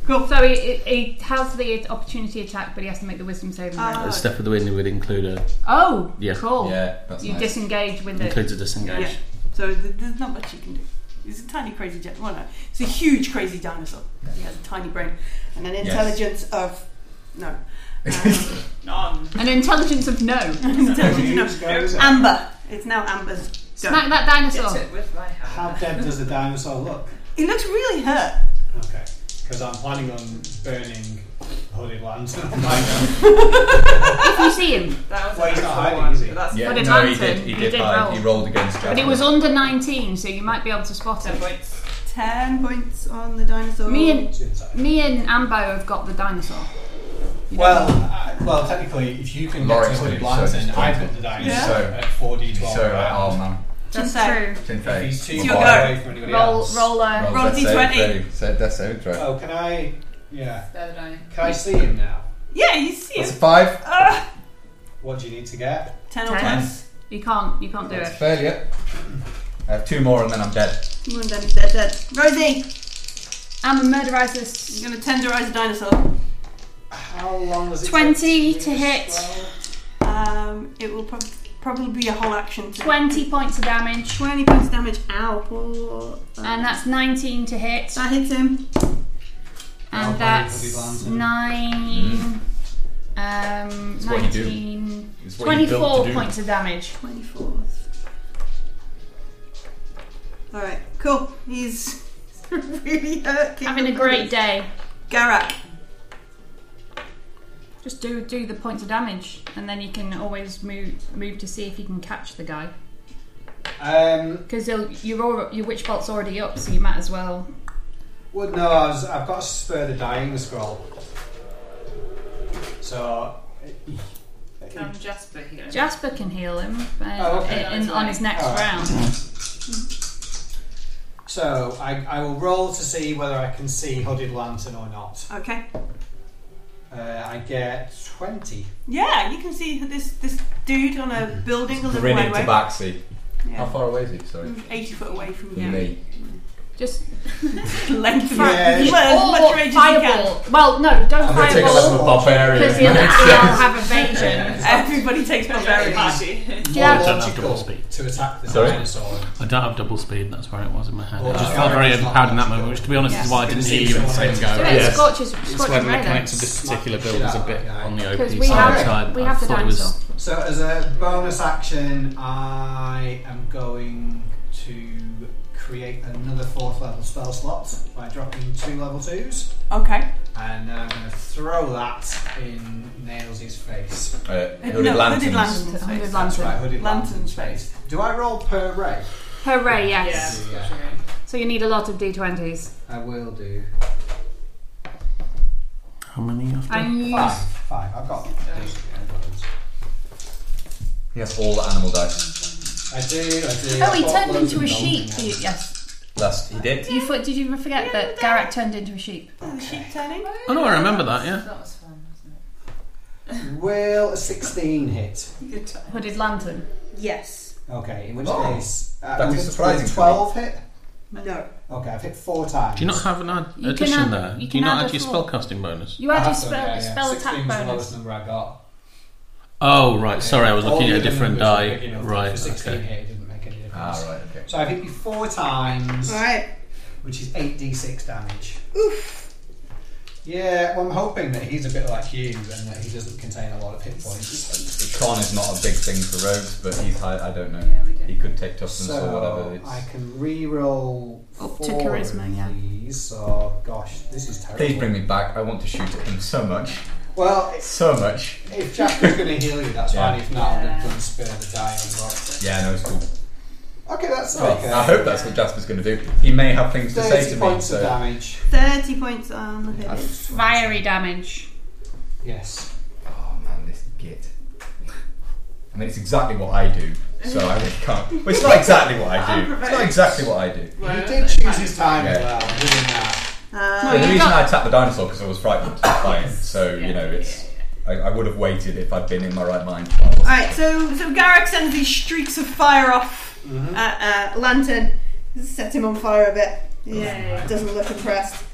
B: Cool.
C: So he, he he has the opportunity attack, but he has to make the wisdom saving throw.
B: Ah.
F: A step of the wind would include a
C: oh,
F: Yeah.
C: cool.
D: Yeah, that's
C: You
D: nice.
C: disengage with it.
F: includes a disengage.
B: Yeah. So th- there's not much you can do. He's a tiny crazy jet. Well, no, it's a huge crazy dinosaur. He has a tiny brain and an intelligence of no. Um,
E: None.
C: An intelligence of no.
B: intelligence of
A: Goes
B: no.
A: up.
B: Amber. It's now Amber's.
C: Smack that
E: Hit
C: dinosaur.
E: it with my
A: How
E: hand.
A: dead does the dinosaur look?
B: He looks really hurt.
A: Okay, because I'm planning on burning hooded lantern. Well,
C: If you see him,
E: That was
A: Well,
E: an
A: he's not
E: actual
A: hiding,
E: one,
A: is he?
E: but that's
D: Yeah,
C: But it
D: no, he
C: landed.
D: did. He
C: He
D: did.
C: did
D: fine.
C: roll.
D: He rolled against Jasper.
C: but it was under 19, so you might be able to spot
E: ten
C: him.
E: points.
B: Ten points on the dinosaur.
C: Me and me and Ambo have got the dinosaur.
A: I, well, technically, if you can get to
D: Lawrence
A: hooded
D: did, so it's
A: lantern, I
D: pointed.
A: put the dinosaur
B: Yeah.
D: So-
A: at four d twelve.
D: So, oh man.
B: That's
C: That's
B: it.
C: true.
A: if he's
D: Tinfei.
A: too
B: your
A: far
B: go.
A: away from anybody
C: Roll,
A: else.
C: roll uh, a
B: Roll
D: Roll death saving
B: D20.
D: throw. Sa- Death saving throw.
A: Oh, can I? Yeah,
E: They're the dying.
A: can I see him now?
B: Yeah, you see
D: That's a
B: him.
D: five.
A: What do you need to get?
B: Ten or
C: Ten.
B: plus.
C: You can't, you can't do
D: That's a
C: it.
D: failure. I have two more and then I'm dead.
B: One down, he's dead, dead. Rosie,
C: I'm a murderitis.
B: you're gonna tenderize a dinosaur.
A: How long does it
C: 20
A: take
C: to
A: do
C: hit.
A: this spell?
B: Um, it will prob- probably be a whole action. To
C: 20 points of damage,
B: 20 points of damage. Ow. poor-
C: and that's 19 to hit,
B: that hits him.
A: I'll probably
C: and that's
A: glance
C: 9. Um,
D: Mm. what you do.
C: 19.
D: It's what you built to
C: 24
D: do.
C: points of damage.
B: 24th. Alright, cool. He's really hurt. Keep
C: Having a
B: him
C: great
B: honest.
C: day.
B: Garak.
C: Just do do the points of damage, and then you can always move move to see if you can catch the guy.
A: Um,
C: Because your aura- your witch bolt's already up, so you might as well.
A: well, no, I was, I've got to spur the dying scroll. So.
E: Can Jasper here?
C: Jasper can heal him uh,
A: Oh, okay.
C: in- in- on his next
A: All right.
C: round.
A: So I, I will roll to see whether I can see Hooded Lantern or not.
B: Okay.
A: Uh, I get 20.
B: Yeah, you can see this this dude on a building a little way
D: Grinning
B: away.
D: tabaxi. How
B: Yeah.
D: far away is he? Sorry.
B: 80 foot away from
D: From
B: you.
D: me.
C: Just
B: Length of
A: Yeah.
B: as much range as you can.
C: Oh, fireball. Well, no, don't
D: I'm gonna take a
C: fireball
D: level of barbarian.
C: because he'll, he'll have evasion.
B: Everybody takes
E: Join
B: part
E: the
B: very much.
E: party.
C: Yeah.
A: More
H: Don't have to
A: logical
H: roll speed.
A: to attack the
D: Sorry?
A: dinosaur.
F: I don't have double speed. That's where it was in my head.
A: Well,
F: I just
A: uh,
F: felt very
A: it's not
F: overpowered in that
A: practical.
F: moment, which, to be honest,
B: Yes.
F: is why I didn't hear you in the same go.
C: Do it.
F: It's
C: Scorches,
F: where
C: scorches
F: the
C: ray then.
F: mechanics of this
A: Smack
F: particular
A: the
F: build
A: shit
F: is a
A: out of
F: bit
A: that guy.
F: on the
C: Because
F: OP
C: we
F: side.
A: have-
F: so I-
C: we
F: I
C: have the
F: thought it was-
C: dinosaur.
A: So as a bonus action, I am going to create another fourth level spell slot by dropping two level twos,
B: Okay.
A: and then I'm going to throw that in Nailsy's face.
D: Uh, hooded
B: no,
D: lanterns.
B: hooded lantern's
C: Hundred
B: face.
A: That's
C: lantern.
A: right, hooded
B: Lantern's
A: lantern's face. Do I roll per ray?
C: Per ray, yes.
E: Yeah.
A: Yeah.
E: sure.
C: So you need a lot of d20s.
A: I will do
F: How many after?
C: And you
A: five. Five. I've got.
D: He has all the animal dice.
A: I do. I do.
C: Oh, he
A: I've got
C: turned
A: loads
C: into a
A: of
C: sheep.
A: golden
C: You,
A: ones.
C: yes.
D: Last he did.
C: You thought, did you forget that Garak turned into a sheep?
B: The sheep turning.
F: Oh no, I remember that. Yeah.
E: That was fun, wasn't it?
A: Will a sixteen hit?
E: Good time.
C: Hooded lantern.
B: Yes.
A: Okay, in which
D: Oh.
A: case uh,
D: That
A: would-
D: is surprising
A: would
D: to me.
A: Twelve hit.
B: No.
A: Okay, I've hit four times.
F: Do you not have an ad-
C: You can
F: addition
C: add-
F: there?
C: you
F: Do you
C: can
F: not
C: add
F: add your
C: a four.
F: spellcasting bonus?
C: You had
A: I
C: your
A: have
C: spell,
A: done, Uh, yeah, yeah.
C: spell attack
A: 16 was the
C: bonus.
A: lowest number I got.
F: Oh right, sorry, I was
A: All
F: looking
A: the
F: at a
A: other
F: different
A: numbers were
F: die.
A: big enough
F: Right,
A: For sixteen
F: okay.
A: hit, it didn't make any difference.
D: Ah, right, okay.
A: So I've hit you four times,
B: Alright.
A: which is eight d six damage. Oof. Yeah, well, I'm hoping that he's a bit like you and that he doesn't contain a lot of hit points.
D: Con is not a big thing for rogues, but he's high, I don't know.
E: Yeah, we
D: He
E: did.
D: could take toughness or whatever.
A: So
D: It's,
A: I can re-roll
C: Up
A: four
C: to charisma, yeah.
A: Please, so gosh, this is terrible.
D: please bring me back. I want to shoot at him so much,
A: Well,
D: so much.
A: If Jasper's going to heal you, that's
D: Yeah.
A: fine. If not, I'm going
E: Yeah.
A: to done spare the dying rock.
D: Yeah, no, it's cool.
A: Okay, that's
D: Well,
A: okay.
D: I hope that's what Jasper's going to do. He may have things to say
A: 30
D: to me.
A: points of
D: So
A: damage.
B: 30 points on the hit.
C: Fiery damage.
A: Yes.
D: oh man, this git. I mean, it's exactly what I do. So I really can't. Well, it's not exactly what I do. It's not exactly what I do.
E: Well,
A: he did choose his time
D: Yeah.
A: well, doing that.
D: Well, the
C: you
D: reason
C: got-
D: I attacked the dinosaur because I was frightened by it. So you know, it's I, I would have waited if I'd been in my right mind. But I wasn't.
B: Alright, so so Garrick sends these streaks of fire off at uh, Lantern. Sets him on fire a bit. Yeah, doesn't look impressed.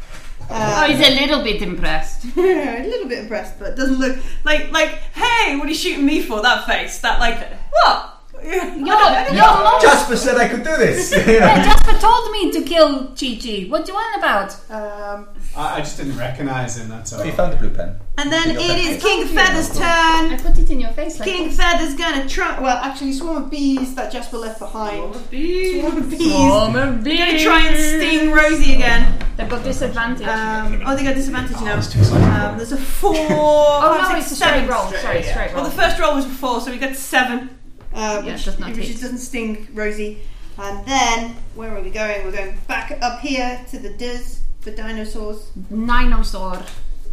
C: Oh,
B: Uh,
C: he's a little bit impressed.
B: a little bit impressed, but doesn't look like like. Hey, what are you shooting me for? That face, that like what?
C: Your, your mom,
D: Jasper said I could do this. You know?
C: Jasper told me to kill Gigi. What do you want about?
A: Um, I, I just didn't recognise him, that's all.
D: You found the blue pen.
B: And then
D: Your
B: it
D: face.
B: is King Feather's turn.
C: put it in your face like
B: King Feather's gonna try. Well, actually, swarm of bees that Jasper left behind. Swarm of bees. Gonna try and sting Rosie again.
C: They've got disadvantage.
B: Um, oh, they got disadvantage now. Um, there's a four.
C: oh,
B: five,
C: no,
B: six,
C: it's a straight
B: seven.
C: roll. Sorry, straight
B: Well,
C: roll.
B: the first roll was before, so we got seven, uh,
C: Yeah,
B: which,
C: does not
B: which
C: hit.
B: doesn't sting Rosie. And then where are we going? We're going back up here to the Diz for dinosaurs.
C: Dinosaur.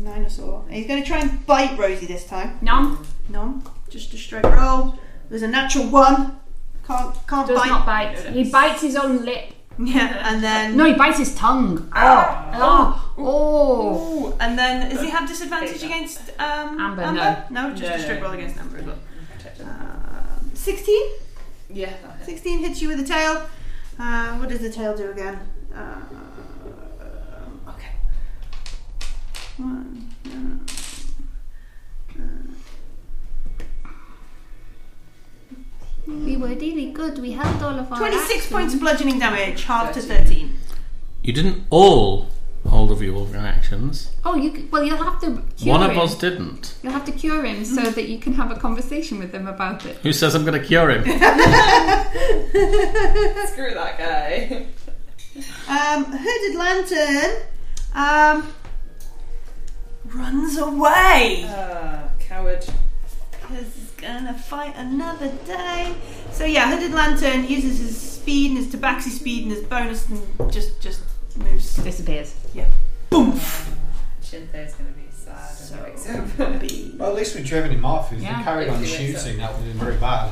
B: Dinosaur. And he's going to try and bite Rosie this time.
C: Nom.
B: No, just a straight roll. There's a natural one. Can't can't
C: Does
B: bite.
C: not bite. He bites his own lip.
B: Yeah, and then
C: No, he bites his tongue. Oh. Oh.
B: Ooh, and then has he had disadvantage against um,
C: Amber,
B: No, just
E: No,
B: a straight
E: no.
B: roll against Amber as well. Um, 16?
E: Yeah, that hit.
B: 16 hits you with the tail. Uh, what does the tail do again? Uh, okay. One,
C: really good. We held all of our.
B: 26
C: action.
B: points of bludgeoning damage, half to 13.
F: You didn't all hold of your reactions.
C: Oh, you c- well, you'll have to. Cure
F: One of
C: him.
F: us didn't.
C: You'll have to cure him so that you can have a conversation with him about it.
F: Who says I'm going to cure him?
E: Screw that guy.
B: Um, Hooded Lantern um, runs away.
E: Uh, coward.
B: Because he's gonna fight another day. So yeah, Hooded Lantern uses his speed and his tabaxi speed and his bonus and just just moves.
C: Disappears.
E: Shinte's gonna be sad
B: So
E: when he wakes up.
B: be.
A: Well, at least we've driven him off. If he
C: Yeah.
A: carried
E: If
A: on
E: he wakes up.
A: shooting, that would have been very bad.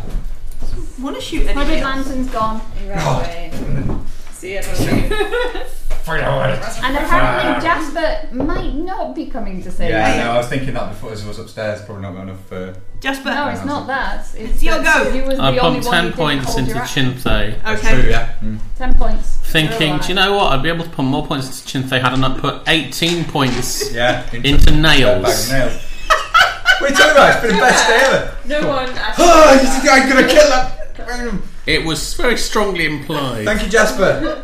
B: Want to shoot anybody
C: Hooded
B: else?
C: lantern's gone,
E: He ran away. See everyone.
C: and apparently Jasper might not be coming to save.
D: Yeah,
B: yeah.
D: no, I was thinking that before as it was upstairs. Probably not got enough. Uh,
B: Jasper.
C: No, it's not that.
B: It's your
C: that
B: go.
C: You was the
F: I
C: only
F: pumped
C: one who didn't
F: 10 points
C: hold
F: into
C: your action.
F: Chinthe,
B: Okay.
D: yeah.
C: Ten points.
F: thinking,
C: Alright.
F: do you know what? I'd be able to pump more points into Chinthe had I not put 18 points
D: Yeah.
F: into
D: Bag
F: nails.
D: of nails. what are you talking about? It's been the best day ever.
E: no one actually.
D: Oh,
E: did
D: this
E: that.
D: guy gonna kill that.
F: It was very strongly implied.
D: Thank you, Jasper.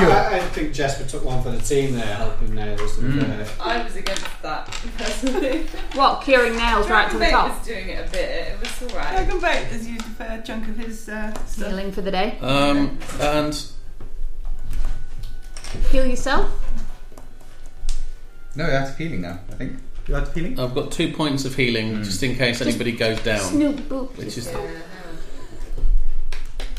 A: Yeah,
D: you.
A: I, I think Jesper took one for the team there, helping Nails. with,
D: Mm.
A: uh,
E: I was against that personally.
C: What? Curing nails right to the
E: Dragon Bait
C: top.
E: was doing it a bit. It was alright.
B: Dragon Boat has used a fair chunk of his uh, stuff.
C: Healing for the day.
F: Um, and
C: Heal yourself.
D: No, you're out of peeling now. I think you're out of peeling.
F: I've got two points of healing just in case anybody goes down.
C: Snoop boop.
F: Which is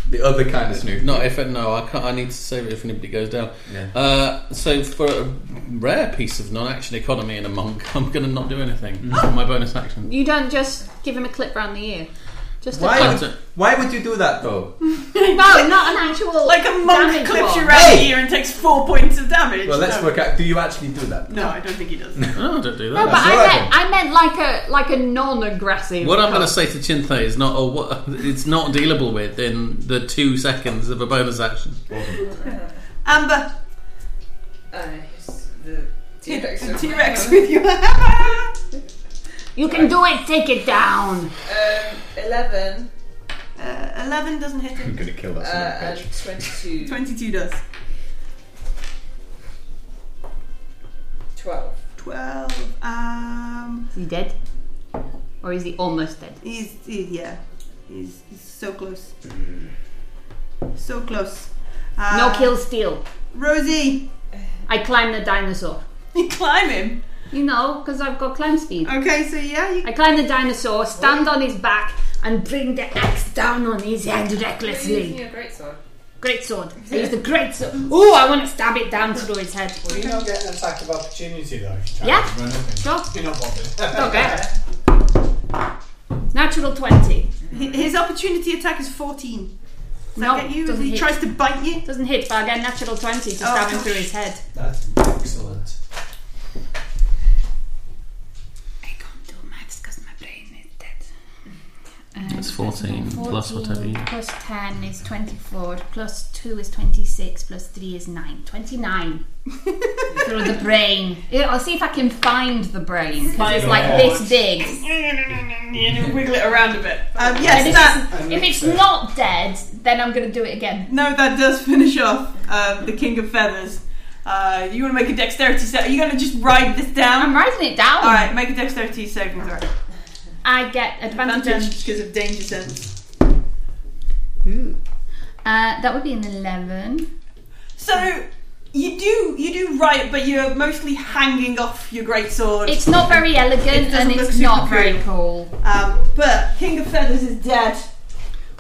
D: The other kind of snoop.
F: not if no, I can't. I need to save it if anybody goes down.
D: Yeah.
F: Uh, so for a rare piece of non-action economy in a monk, I'm going to not do anything for my bonus action.
C: You don't just give him a clip round the ear. Just a
D: Why?
C: clip.
D: Would, why would you do that though?
C: No, not an actual.
B: Like a monk
C: damage
B: clips
C: one.
B: you around the ear and takes four points of damage.
D: Well, let's
B: no.
D: work out. Do you actually do that?
B: No, I don't think he does.
F: No, don't do
C: No,
F: that.
C: but
D: That's
C: I
D: alright
C: meant, I meant like a like a non-aggressive.
F: what I'm going to
C: cut.
F: say to Chinthe is not, or what it's not dealable with in the two seconds of a bonus action.
B: Amber,
E: Uh, he's the
B: T
E: T-Rex. Um, over my
B: Rex
E: own.
B: with you.
C: You can do it. Take it down.
E: Um, 11
B: Uh, 11 doesn't hit
D: I'm
B: him.
D: gonna kill that
E: uh,
D: son of a bitch.
E: and 22.
B: 22 does.
E: 12.
B: 12. Um,
C: Is he dead? Or is he almost dead?
B: he's, he, yeah. He's, he's so close. Mm. So close. Uh,
C: no kill steal.
B: Rosie,
C: I climb the dinosaur.
B: you climb him.
C: You know, because I've got climb speed.
B: Okay, so yeah, you
C: I climb the dinosaur, stand on his back, and bring the axe down on his head
E: You're using
C: recklessly.
E: your greatsword.
C: Great sword. I use the great sword. Ooh, I want to stab it down through his head.
A: Will you not get an attack of opportunity though? if you try
C: Yeah.
A: and run up him?
C: Sure.
A: You're not bothered.
C: Okay. Natural twenty.
B: Hi- His opportunity attack is 14. Does
C: Nope,
B: that get you?
C: doesn't
B: He
C: hit.
B: tries to bite you.
C: Doesn't hit, but I get natural twenty to
B: Oh,
C: stab him
B: gosh.
C: through his head.
A: That's excellent.
C: I can't do maths because my brain is dead.
F: It's 14, plus whatever you-
C: Plus 10 is 24, plus 2 is 26, plus 3 is 9. 29. Through the brain. Yeah, I'll see if I can find the brain. 'cause it's like this big.
B: Wiggle it around a bit. Um,
C: And
B: yes,
C: if
B: that.
C: it's- if it's not dead, then I'm going to do it again.
B: No, that does finish off um, the King of Feathers. Uh, you want to make a dexterity set? Are you going to just ride this down?
C: I'm writing it down.
B: Alright, make a dexterity saving throw.
C: I get advantage.
B: Advantage because of danger sense.
C: Uh, that would be an 11.
B: So you do you do right, but you're mostly hanging off your greatsword.
C: It's not very elegant
B: It doesn't
C: and
B: look
C: it's
B: super
C: not very cool.
B: Um, but King of Feathers is dead.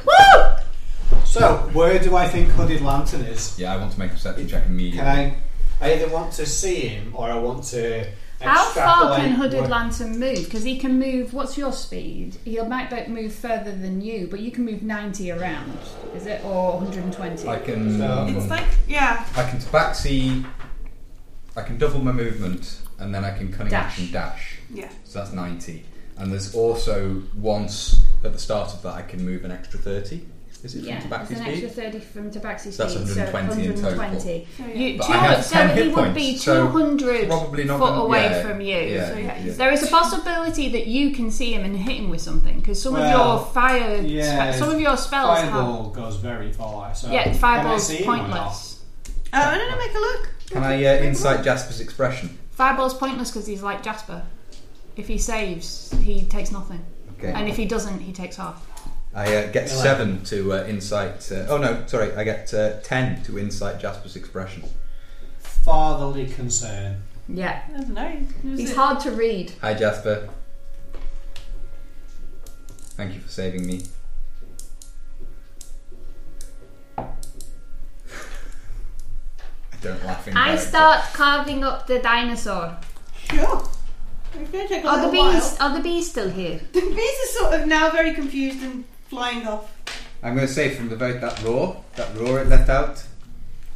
C: Woo!
A: So, where do I think Hooded Lantern is?
D: Yeah, I want to make a perception check immediately.
A: Can I? I either want to see him or I want to.
C: How far can
A: extrapolate
C: Hooded
A: what-
C: Lantern move? Because he can move. What's your speed? He might be- move further than you, but you can move ninety around. Is it or 120?
D: I can.
A: So-
B: It's like yeah.
D: I can tabaxi. I can double my movement, and then I can cunning
C: Dash.
D: action dash.
B: Yeah.
D: So that's ninety. And there's also once at the start of that I can move an extra thirty. Is it
C: Yeah,
D: from tobacco
C: it's an extra
D: speed?
C: 30 from Tabaxi Speed.
D: That's 120
C: so
D: in total.
C: 120.
B: So, yeah.
D: But I have
C: so
D: 10
C: he
D: hit
C: would be
D: points, so
C: 200
D: probably not
C: foot
D: gonna-
C: away
D: yeah,
C: from you.
D: yeah,
C: so
D: yeah.
C: There is a possibility that you can see him and hit him with something because some
A: Well,
C: of your fire, spe-
A: yeah,
C: some of your spells have.
A: Fireball goes very far. So
C: Yeah,
A: can I
C: fireball's
A: see him or not?
C: pointless.
B: Uh,
D: Oh,
B: I'm gonna make a look.
D: Can I uh, insight Jasper's expression?
C: Fireball's pointless because he's like Jasper. If he saves, he takes nothing,
D: Okay.
C: and if he doesn't, he takes half.
D: I uh, get seven to uh, insight. Uh, oh no, sorry, I get uh, ten to insight Jasper's expression.
A: Fatherly concern.
C: Yeah,
B: I don't know. Is
C: he's
B: it-
C: hard to read.
D: Hi Jasper. Thank you for saving me. I don't laugh in
C: I
D: character.
C: start carving up the dinosaur.
B: Sure. It's gonna take a
C: Are
B: little
C: the
B: while.
C: bees? Are the bees still here?
B: The bees are sort of now very confused and flying off.
D: I'm going to say from the vote that roar, that roar it let out,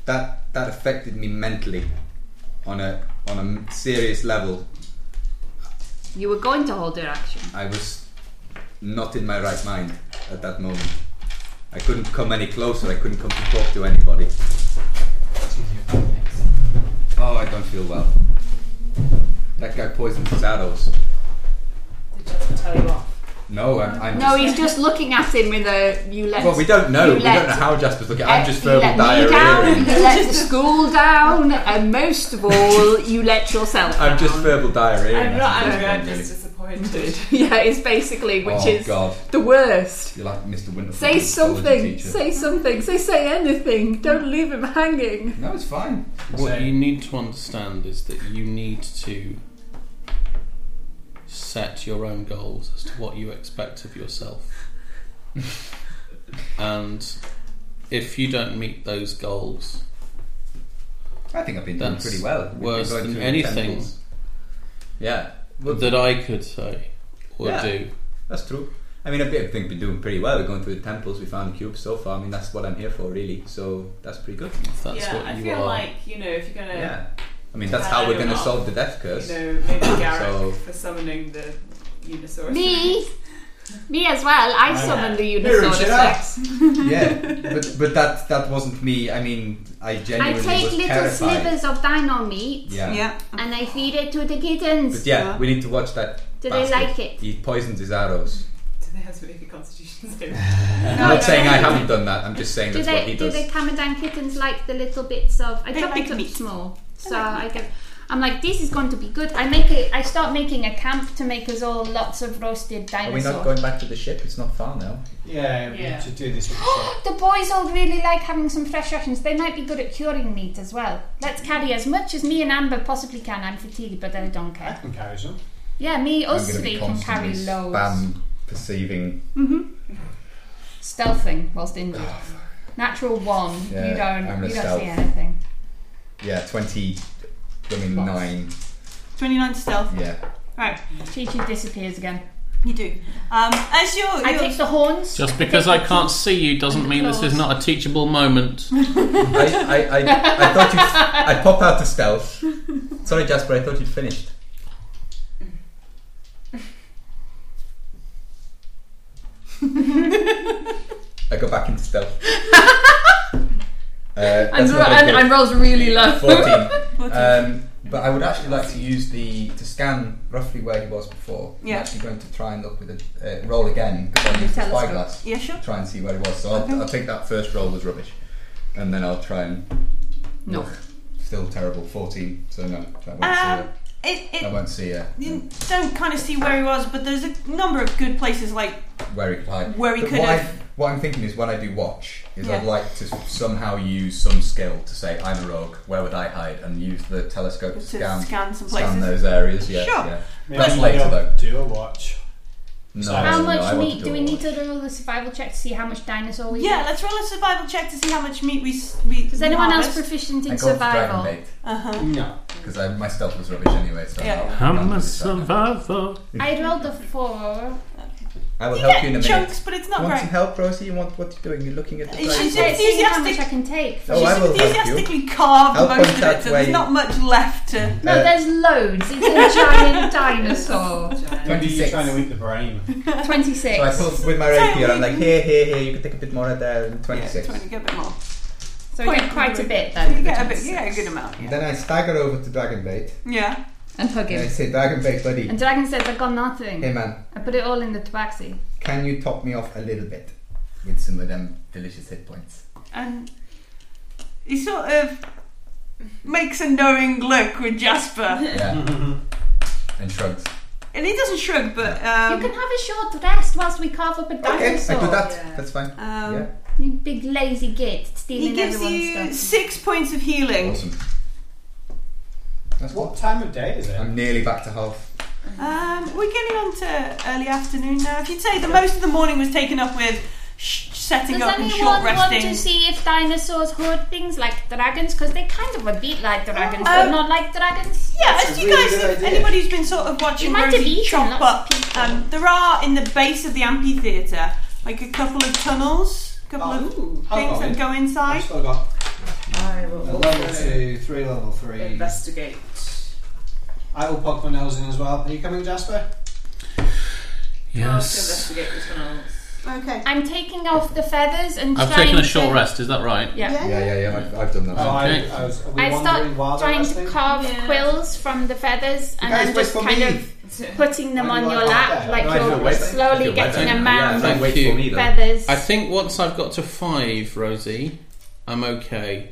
D: that that affected me mentally on a on a serious level.
C: You were going to hold your action.
D: I was not in my right mind at that moment. I couldn't come any closer. I couldn't come to talk to anybody. Oh, I don't feel well. That guy poisoned his arrows.
E: Did Jasper tell you off?
D: No, I'm. I'm
C: No, he's just looking at him with a you let.
D: well, we don't know.
C: you
D: We
C: let-
D: don't know how Jasper's looking. I'm
C: eh,
D: just
C: you
D: verbal
C: let me down.
D: diarrhea.
C: You let the school down, and most of all, you let yourself.
D: I'm just
C: down.
D: verbal diarrhea.
E: I'm not angry, I'm
D: Really.
E: just disappointed.
C: Yeah, it's basically which
D: oh
C: is
D: God,
C: the worst.
D: you're like Mr. Winterfell.
C: Say
D: the zoology
C: something.
D: teacher.
C: Say something. Say say anything. Don't leave him hanging.
D: no, it's fine.
F: What you need to understand is that you need to set your own goals as to what you expect of yourself. and if you don't meet those goals,
D: I think I've been doing
F: That's
D: pretty well. We've been
F: worse
D: going
F: than
D: through
F: anything.
D: temples. Yeah, Well-
F: that I could say or
D: Yeah.
F: do.
D: That's true. I mean, I think we've been doing pretty well. We're going through the temples. We found cubes so far. I mean, that's what I'm here for, really. So that's pretty good.
F: If that's
E: yeah,
F: what
E: I
F: you
E: feel
F: are.
E: like, you know, if you're gonna,
D: Yeah. I mean, that's how we're going to solve the death curse.
E: you know, maybe Garrick
D: So-
E: for summoning the Unisaurus.
C: Me, me as well. I
B: Oh,
C: summoned the unicorn
A: Here, shut up.
C: sex.
D: yeah, but but that that wasn't me. I mean, I
C: I
D: genuinely
C: take
D: was
C: little
D: terrified.
C: slivers of dino meat
D: Yeah.
B: Yeah.
C: and I feed it to the kittens.
D: But yeah, we need to watch that.
C: Do they
D: bastard.
C: like it?
D: He poisons his arrows.
E: Do they have to make a constitution save?
B: No,
D: I'm not
B: no,
D: saying
B: no.
D: I haven't done that. I'm just saying
C: Do
D: that's what he
C: they do
D: does.
C: the Camadan kittens like the little bits of? I
B: They
C: chop
B: like
C: it up
B: meat.
C: small, so I go. I'm like, this is going to be good. I make a, I start making a camp to make us all lots of roasted
D: Are we not
C: dinosaur.
D: going back to the ship? It's not far now.
A: Yeah,
E: Yeah.
A: we should do this. with the
C: The boys all really like having some fresh rations. They might be good at curing meat as well. Let's carry as much as me and Amber possibly can. I'm fatigued, but I don't
A: I
C: care.
A: can carry some.
C: Yeah, me,
D: I'm
C: us
D: gonna be
C: three can carry
D: constantly
C: loads.
D: Spam perceiving.
C: Stealthing whilst injured. Natural one.
D: Oh, Yeah,
C: you don't.
D: I'm a
C: you don't
D: stealth.
C: see anything.
D: Yeah, twenty. I mean,
C: Plus.
D: nine.
B: 29 stealth.
D: Yeah.
B: Right,
C: Chi Chi disappears again.
B: you do. Um, as your,
C: I
B: your
C: take the horns.
F: Just because I can't see you doesn't
E: Oh
F: mean this is not a teachable moment.
D: I, I, I, I thought you. I pop out to stealth. Sorry, Jasper. I thought you'd finished. I go back into stealth. Uh, that's not very good.
C: rolls really
D: Fourteen.
B: Fourteen.
D: Um, but I would actually like to use the to scan roughly where he was before.
B: Yeah.
D: I'm actually going to try and look with a uh, roll again because I
C: With
D: used the
C: telescope.
D: spyglass.
B: yeah, sure.
D: Try and see where he was. So I'll, I'll take that first roll was rubbish, and then I'll try and
C: No.
D: look. Still terrible. Fourteen. So no, I
B: Um, it,
D: won't see her. I
B: it,
D: won't see her.
B: you don't kind of see where he was, but there's a number of good places like
D: Mm, Where he could hide.
B: Where he
D: But
B: could
D: what,
B: have-
D: I, what I'm thinking is when I do watch is I'd
B: Yeah.
D: like to somehow use some skill to say I'm a rogue. Where would I hide? And use the telescope
B: to
D: to scan.
B: scan, some
D: Scan
B: places.
D: those areas, yeah.
B: Sure.
D: yeah.
A: Maybe
D: That's
A: we
D: later,
A: don't
D: though.
A: Do a watch.
D: No,
A: How
C: How
D: no, I
C: much
D: want
C: meat
D: to
C: do we
D: all
C: need
D: that.
C: to roll a survival check to see how much dinosaur we
B: Yeah,
C: eat?
B: let's roll a survival check to see how much meat we s- we.
C: Is anyone else
B: harvest.
C: proficient
D: I
C: in
D: got dragon
C: survival?
D: bait
B: Uh-huh.
A: No.
D: because my stealth was rubbish anyway. So
B: Yeah.
D: I'll- I'll do that now.
C: I rolled a four.
D: I will
B: You
D: help
B: get
D: you in a minute.
B: chunks, but it's not
D: you want
B: great.
D: some help, Rosie? You want what you're doing? You're looking at the
B: It's
D: dice.
B: just-
H: Let's see how
B: enthusiastic-
H: much I can take.
D: Oh, I
B: She's
D: will help you.
B: enthusiastically carved
D: I'll
B: most of
D: point
B: it,
D: out
B: so
D: where
B: there's
D: you-
B: not much left to.
H: No,
D: Uh,
H: there's loads. It's a giant dinosaur.
A: When are you
D: 26.
A: trying to eat the brain?
D: So I
H: 26.
D: pulled with my rapier. I'm like, here, here, here. You can take a bit more out there. And
B: Yeah,
D: 26.
B: trying to get a bit more.
H: So we get quite a bit
B: So
H: then.
B: you
H: with
B: get a
H: the
B: bit, you get a
H: 26.
B: good amount.
D: And
B: Yeah.
D: Then I stagger over to Dragonbait.
B: yeah.
H: And hug
D: And I
H: him.
D: say, Dragonbait, buddy.
H: And Dragon says, I got nothing.
D: Hey, man.
H: I put it all in the tabaxi.
D: Can you top me off a little bit with some of them delicious hit points?
B: And he sort of makes a knowing look with Jasper,
D: Yeah. and shrugs.
B: and he doesn't shrug, but um,
H: you can have a short rest whilst we carve up a
D: Okay,
H: dinosaur.
D: I do that. That's fine.
B: um,
D: yeah.
H: You big lazy git
B: he
H: stealing
B: gives you
H: everyone's stuff.
B: six points of healing.
D: Awesome. That's
A: What time of day is it?
D: I'm nearly back to half.
B: Um, we're getting on to early afternoon now. If you'd say the most of the morning was taken up with sh- setting
H: Does
B: up and short
H: anyone want
B: resting.
H: to see if dinosaurs hoard things like dragons? Because they kind of a bit like dragons, but
B: Um,
H: not like dragons.
B: yeah,
A: That's
B: as
A: a
B: you
A: really
B: guys,
A: good
B: have,
A: idea.
B: anybody who's been sort of watching
H: You might have
B: Rosie
H: eaten
B: chop up,
H: lots of people.
B: um, there are in the base of the amphitheatre like a couple of tunnels, a couple
A: Oh,
B: of
A: How
B: things
A: long?
B: that go
A: I've
B: inside.
A: still got
E: I
A: a
E: will
A: level two, three level three.
E: investigate.
A: I will poke my nose in as well. Are you coming, Jasper?
F: Yes.
E: I'll investigate the tunnels.
B: Okay.
H: I'm taking off the feathers and
L: I've
H: trying
L: taken a
H: to-
L: short rest, is that right?
H: Yeah.
D: Yeah, yeah, yeah. I've, I've done that.
A: Oh, I,
L: Okay.
A: I was. Are we
H: I
A: wandering
H: start
A: wild
H: trying
A: resting?
H: to carve
B: Yeah.
H: quills from the feathers, and
D: guys,
H: I'm
D: wait
H: just
D: for
H: kind
D: me.
H: of putting them
A: Why
H: on
A: do you
H: your
A: like
H: lap,
A: that?
H: like
A: Why do you
H: you're
A: wait?
H: slowly getting a mound
F: Yeah,
H: of
F: thank you.
H: feathers.
F: I think once I've got to five, Rosie, I'm okay.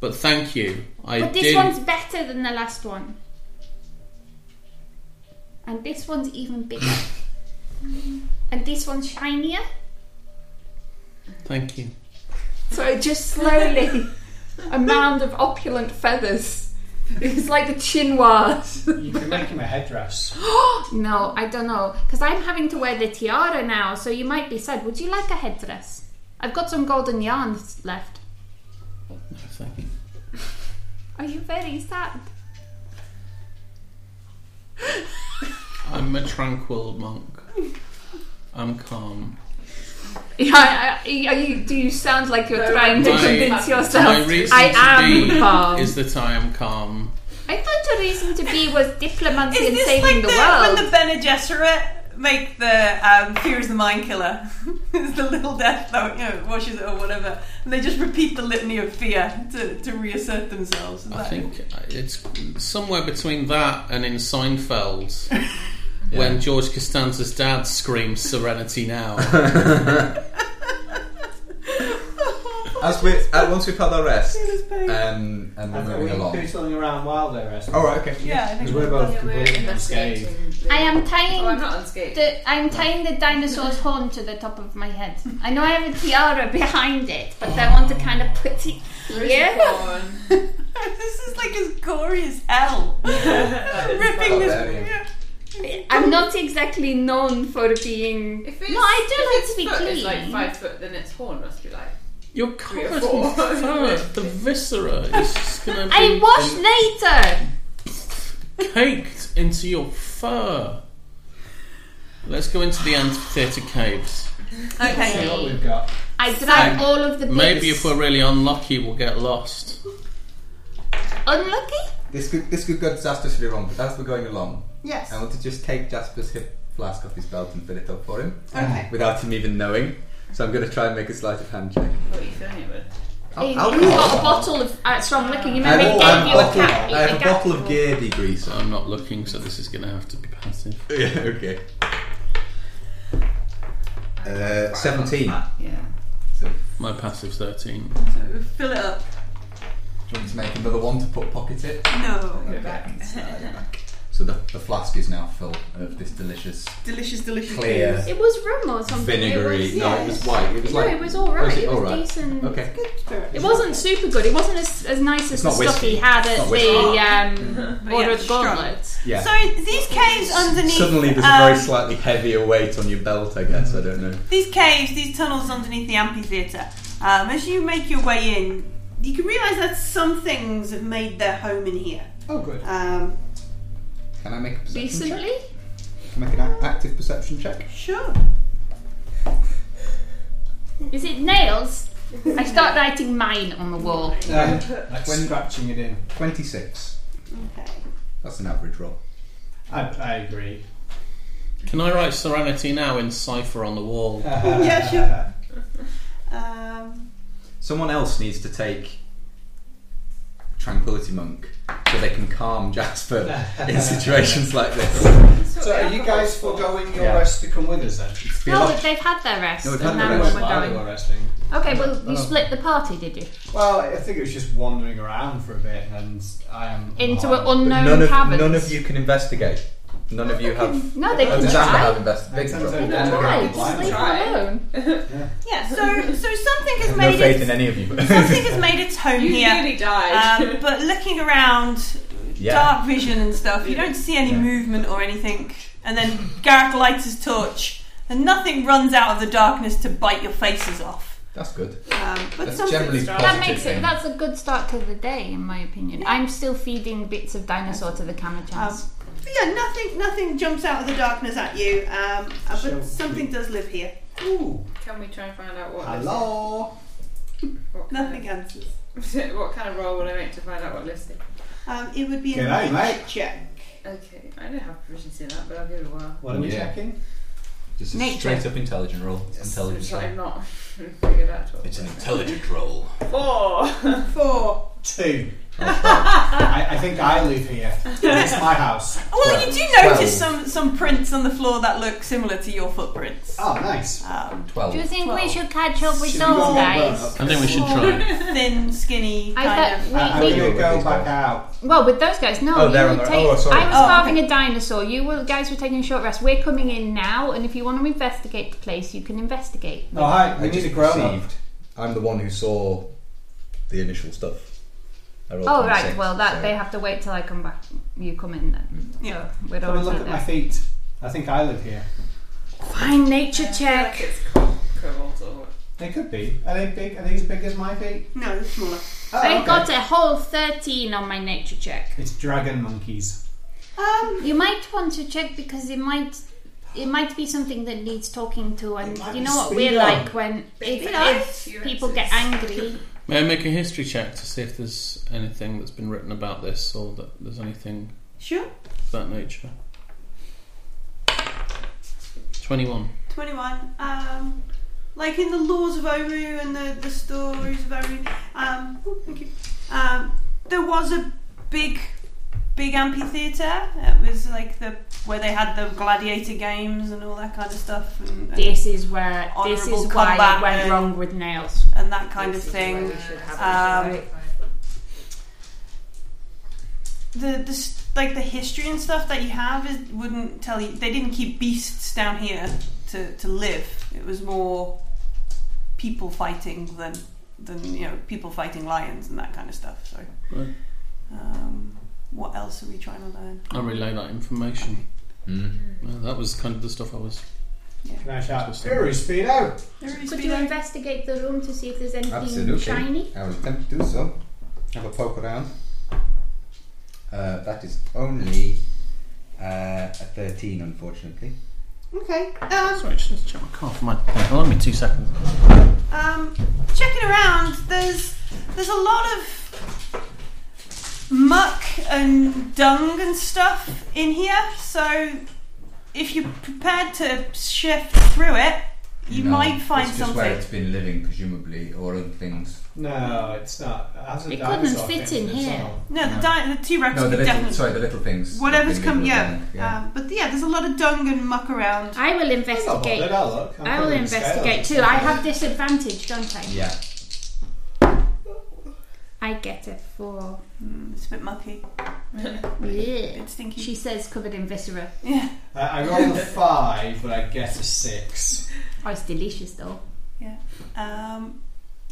F: But thank you. I
H: But this
F: did.
H: one's better than the last one. And this one's even bigger. and this one's shinier.
F: Thank you.
H: So just slowly, a mound of opulent feathers. It's like the chinois.
A: You can make him a headdress.
H: No, I don't know. Because I'm having to wear the tiara now, so you might be sad. Would you like a headdress? I've got some golden yarns left.
F: No, thank you.
H: Are you very sad?
F: I'm a tranquil monk. I'm calm.
H: Yeah, I, I, are you, do you sound like you're trying to
F: my-
H: convince
F: My
H: yourself?
F: reason
H: I
F: to
H: am
F: be
H: calm.
F: is that I am calm.
H: I thought your reason to be was diplomacy
B: Is
H: and
B: this
H: saving
B: like
H: the,
B: the,
H: world.
B: when the Bene Gesserit make the um, Fear is the Mind Killer? it's the little death that you know, washes it or whatever. And they just repeat the litany of fear to, to reassert themselves. Is
F: I
B: that-
F: think it's somewhere between that and in Seinfeld when George Costanza's dad screams "Serenity now."
D: As we, uh, once we've had our rest,
B: pain.
D: um, and we're
A: I think
D: moving
A: we can do
D: along. Oh.
A: something around while they're resting.
D: All right, okay.
B: Yeah, I think
A: Because we're both
E: Yeah, we're
A: completely unscathed.
E: investigating. the-
H: I am tying
E: Oh, I'm not unscathed.
H: the I'm tying the dinosaur's horn to the top of my head. I know I have a tiara behind it, but I want to kind of put it here.
E: Porn.
B: this is like as gory as hell. Ripping this.
D: barbarian.
B: Yeah.
H: I'm not exactly known for being.
E: If it's,
H: No, I do
E: if
H: like
E: its
H: to be
E: foot is like
H: clean.
E: five foot, then its horn must be like.
F: You're
E: Three or
F: covered in
E: four.
F: fat. The viscera is just going to be
H: I wash later.
F: caked into your fur. Let's go into the amphitheatre caves.
B: Okay.
A: See what we've got.
H: I drag all of the bits.
F: Maybe if we're really unlucky, we'll get lost.
H: unlucky.
D: This could this could go disastrously wrong, but as we're going along,
B: Yes.
D: I want to just take Jasper's hip flask off his belt and fill it up for him,
B: Okay.
D: without him even knowing. So I'm going to try and make a sleight of hand check.
E: What are you filling it with?
H: He's
D: I'll-
H: got a bottle of uh, strong liquor. You
D: I have, a-
H: remember he
D: I have
H: gave
D: a
H: you a
D: bottle,
H: cap.
D: I have a
H: a cap.
D: bottle of gear degreaser.
F: I'm not looking, so this is going to have to be passive.
D: yeah, okay. Uh, 17.
E: Yeah.
F: My passive 13.
B: So fill it up.
D: Do you want me to make another one to put pocket it?
B: No.
D: Okay. Slide back. So the, the flask is now full of this delicious
B: Delicious, delicious.
D: clear
H: It was rum or something. It
D: vinegary.
H: was-
D: no, it was white. It was
H: No,
D: like
H: it was all right.
D: was it
H: it, was
D: all right?
H: decent.
D: okay.
H: It wasn't super good. It wasn't as, as nice as
D: It's
H: the
D: not
H: stuff
D: whiskey.
H: he had
D: It's
H: at
D: not whiskey.
H: the um,
B: But
H: Order
B: yeah,
H: of the
B: strong.
H: Goblet.
D: Yeah.
B: So these caves underneath.
D: Suddenly, there's a very
B: um,
D: slightly heavier weight on your belt. I guess I don't know.
B: these caves, these tunnels underneath the amphitheatre, um, as you make your way in, you can realise that some things have made their home in here.
A: Oh, good.
B: Um,
D: Can I make a perception check?
H: Recently?
D: to make an ac- active perception check.
B: Sure.
C: Is it nails? I start writing mine on the wall.
A: Um,
D: Like
A: when scratching it in.
D: 26.
B: Okay.
D: That's an average roll.
A: I, I agree.
H: Can I write Serenity now in cipher on the wall?
A: Uh,
B: Yeah, sure. Um,
D: Someone else needs to take Tranquility Monk so they can calm Jasper in situations like this.
A: So are you guys foregoing your
D: Yeah.
A: rest to come with us then?
D: It's been a
C: No,
D: lot-
C: but they've had their rest,
D: No, we've had
C: and
D: their
C: now
D: rest.
C: we're
A: While they
C: going.
A: were resting.
C: Okay, well,
A: Oh.
C: you split the party, did you?
A: Well, I think it was just wandering around for a bit, and I am behind.
C: Into an
D: Oh. but
C: unknown
D: none, of,
C: caverns.
D: none of you can investigate. None of you have.
C: No, they
D: Oh,
C: can
D: Jasper
C: try.
D: have investigated.
A: Sounds
D: roll.
A: like- Yeah,
C: Try,
A: they can
C: just leave
E: try.
C: them alone.
B: yeah. So, so something has
D: No
B: made
D: faith
B: it,
D: in any of you.
B: something has made its home
E: You
B: here.
E: nearly died.
B: Um, but looking around,
D: Yeah.
B: dark vision and stuff, you
E: Yeah.
B: don't see any
D: Yeah.
B: movement or anything. And then Garak lights his torch, and nothing runs out of the darkness to bite your faces off.
D: That's good.
B: Um, but
D: That's
B: something
D: generally
B: strikes-
D: Positive
C: That makes
D: thing.
C: it. That's a good start to the day, in my opinion. I'm still feeding bits of dinosaur to the
B: Um,
C: Kamachans.
B: but yeah, nothing, nothing jumps out of the darkness at you. Um, uh,
A: Shall
B: but something does live here.
A: Ooh,
E: Can we try and find out what?
A: hello.
E: What kind,
B: Nothing answers.
E: of, what kind of roll would I make to find out what lives here?
B: Um, it would be a
A: G'day,
B: nature
A: mate.
B: check.
E: Okay, I don't have proficiency in that, but I'll give it a while.
A: What are we
D: Yeah.
A: checking?
D: Just a
C: Nature.
D: straight up intelligent roll. Intelligence
E: It's like
D: roll.
E: I'm not figured out. what-
D: It's an intelligent roll.
E: Four.
B: Four.
A: Two. I, I think I live here. It's my house.
B: Well, you do
D: Twelve.
B: notice some, some prints on the floor that look similar to your footprints.
A: Oh, nice.
B: Um,
D: Twelve.
C: Do you think we
B: Twelve.
C: should catch up with
A: Should we
C: those
A: go
C: guys?
A: back?
H: I think we should try.
B: thin, skinny,
C: I
B: kind
C: bet
B: of.
A: I, Uh, I'm
C: we,
A: gonna
C: we,
A: go back out.
C: well with those guys. No,
D: Oh,
C: you
D: they're on
C: would
D: their-
C: take.
D: oh, sorry.
C: I was
B: Oh,
C: carving
B: okay.
C: a dinosaur. You were guys were taking a short rest. We're coming in now, and if you want to investigate the place, you can investigate.
A: Oh, hi.
D: I
A: We need a
D: just
A: grown up.
D: perceived. I'm the one who saw the initial stuff. I rolled
C: Oh
D: 26,
C: right, well that
D: so-
C: they have to wait till I come back. You come in then.
B: Mm. Yeah.
C: So we're
A: Come and
C: always
A: look
C: like
A: at my
C: that.
A: feet. I think I live here.
C: Fine nature
E: Like
C: check.
E: it's cobalt or
A: They could be. Are they big? Are they as big as my feet?
B: No, it's smaller.
A: Oh,
C: I
A: okay.
C: got a whole thirteen on my nature check.
A: It's dragon monkeys.
B: Um,
C: You might want to check because it might it might be something that needs talking to, and
A: It might be
C: you know what we're
A: speed up.
C: like when if,
E: Speed up.
C: if people get angry.
H: May I make a history check to see if there's anything that's been written about this or that there's anything
B: sure.
H: of that nature? 21.
B: 21. Um, like in the laws of Oru and the, the stories of Oru, um, oh, thank you. Um, there was a big, big amphitheatre. It was like the where they had the gladiator games and all that kind of stuff and, and,
C: This is where this
B: Honourable
C: is why
B: combat
C: it went
B: and-
C: wrong with nails.
B: and that kind of thing. Um, the, the s- like the history and stuff that you have is, wouldn't tell you. They didn't keep beasts down here to, to live. It was more people fighting than than you know people fighting lions and that kind of stuff. So,
H: Right.
B: um, what else are we trying to learn?
H: I relay that information.
D: Mm.
H: Well, that was kind of the stuff I was.
A: Can I shout?
H: Interesting.
A: Fury speedo.
C: Could you investigate the room to see if there's anything
D: Absolutely.
C: shiny?
D: I will attempt to do so. Have a poke around. Uh, that is only uh, a 13, unfortunately.
B: Okay. Um,
H: Sorry, just need to check my car for my. Hold on me two seconds.
B: um, checking around, there's there's a lot of muck and dung and stuff in here. So if you're prepared to shift through it, you
D: No,
B: might find
D: it's just where
B: something.
D: it's been living, presumably, or other things.
A: No, it's not. It, has a
C: It couldn't
A: dinosaur
C: fit
A: thing
C: in
A: its
C: here.
A: own.
B: No, the
D: No.
B: di- the T Rex
D: No, the
B: would
D: little.
B: definitely.
D: Sorry, the little things.
B: Whatever's
D: They've
B: come,
D: been living
B: yeah.
D: along, yeah.
B: Um, but yeah, there's a lot of dung and muck around.
C: I
A: I'm not
C: will
A: bothered,
C: investigate.
A: I'll look. I'm
C: I will
A: putting the scale
C: investigate
A: up.
C: too. I have disadvantage, don't I?
D: yeah.
C: I get it for.
B: Mm, it's a bit mucky, a
C: Yeah.
B: bit stinky.
C: She says covered in viscera.
B: yeah,
A: I, I rolled a five, but I get a six.
C: Oh, it's delicious though.
B: um,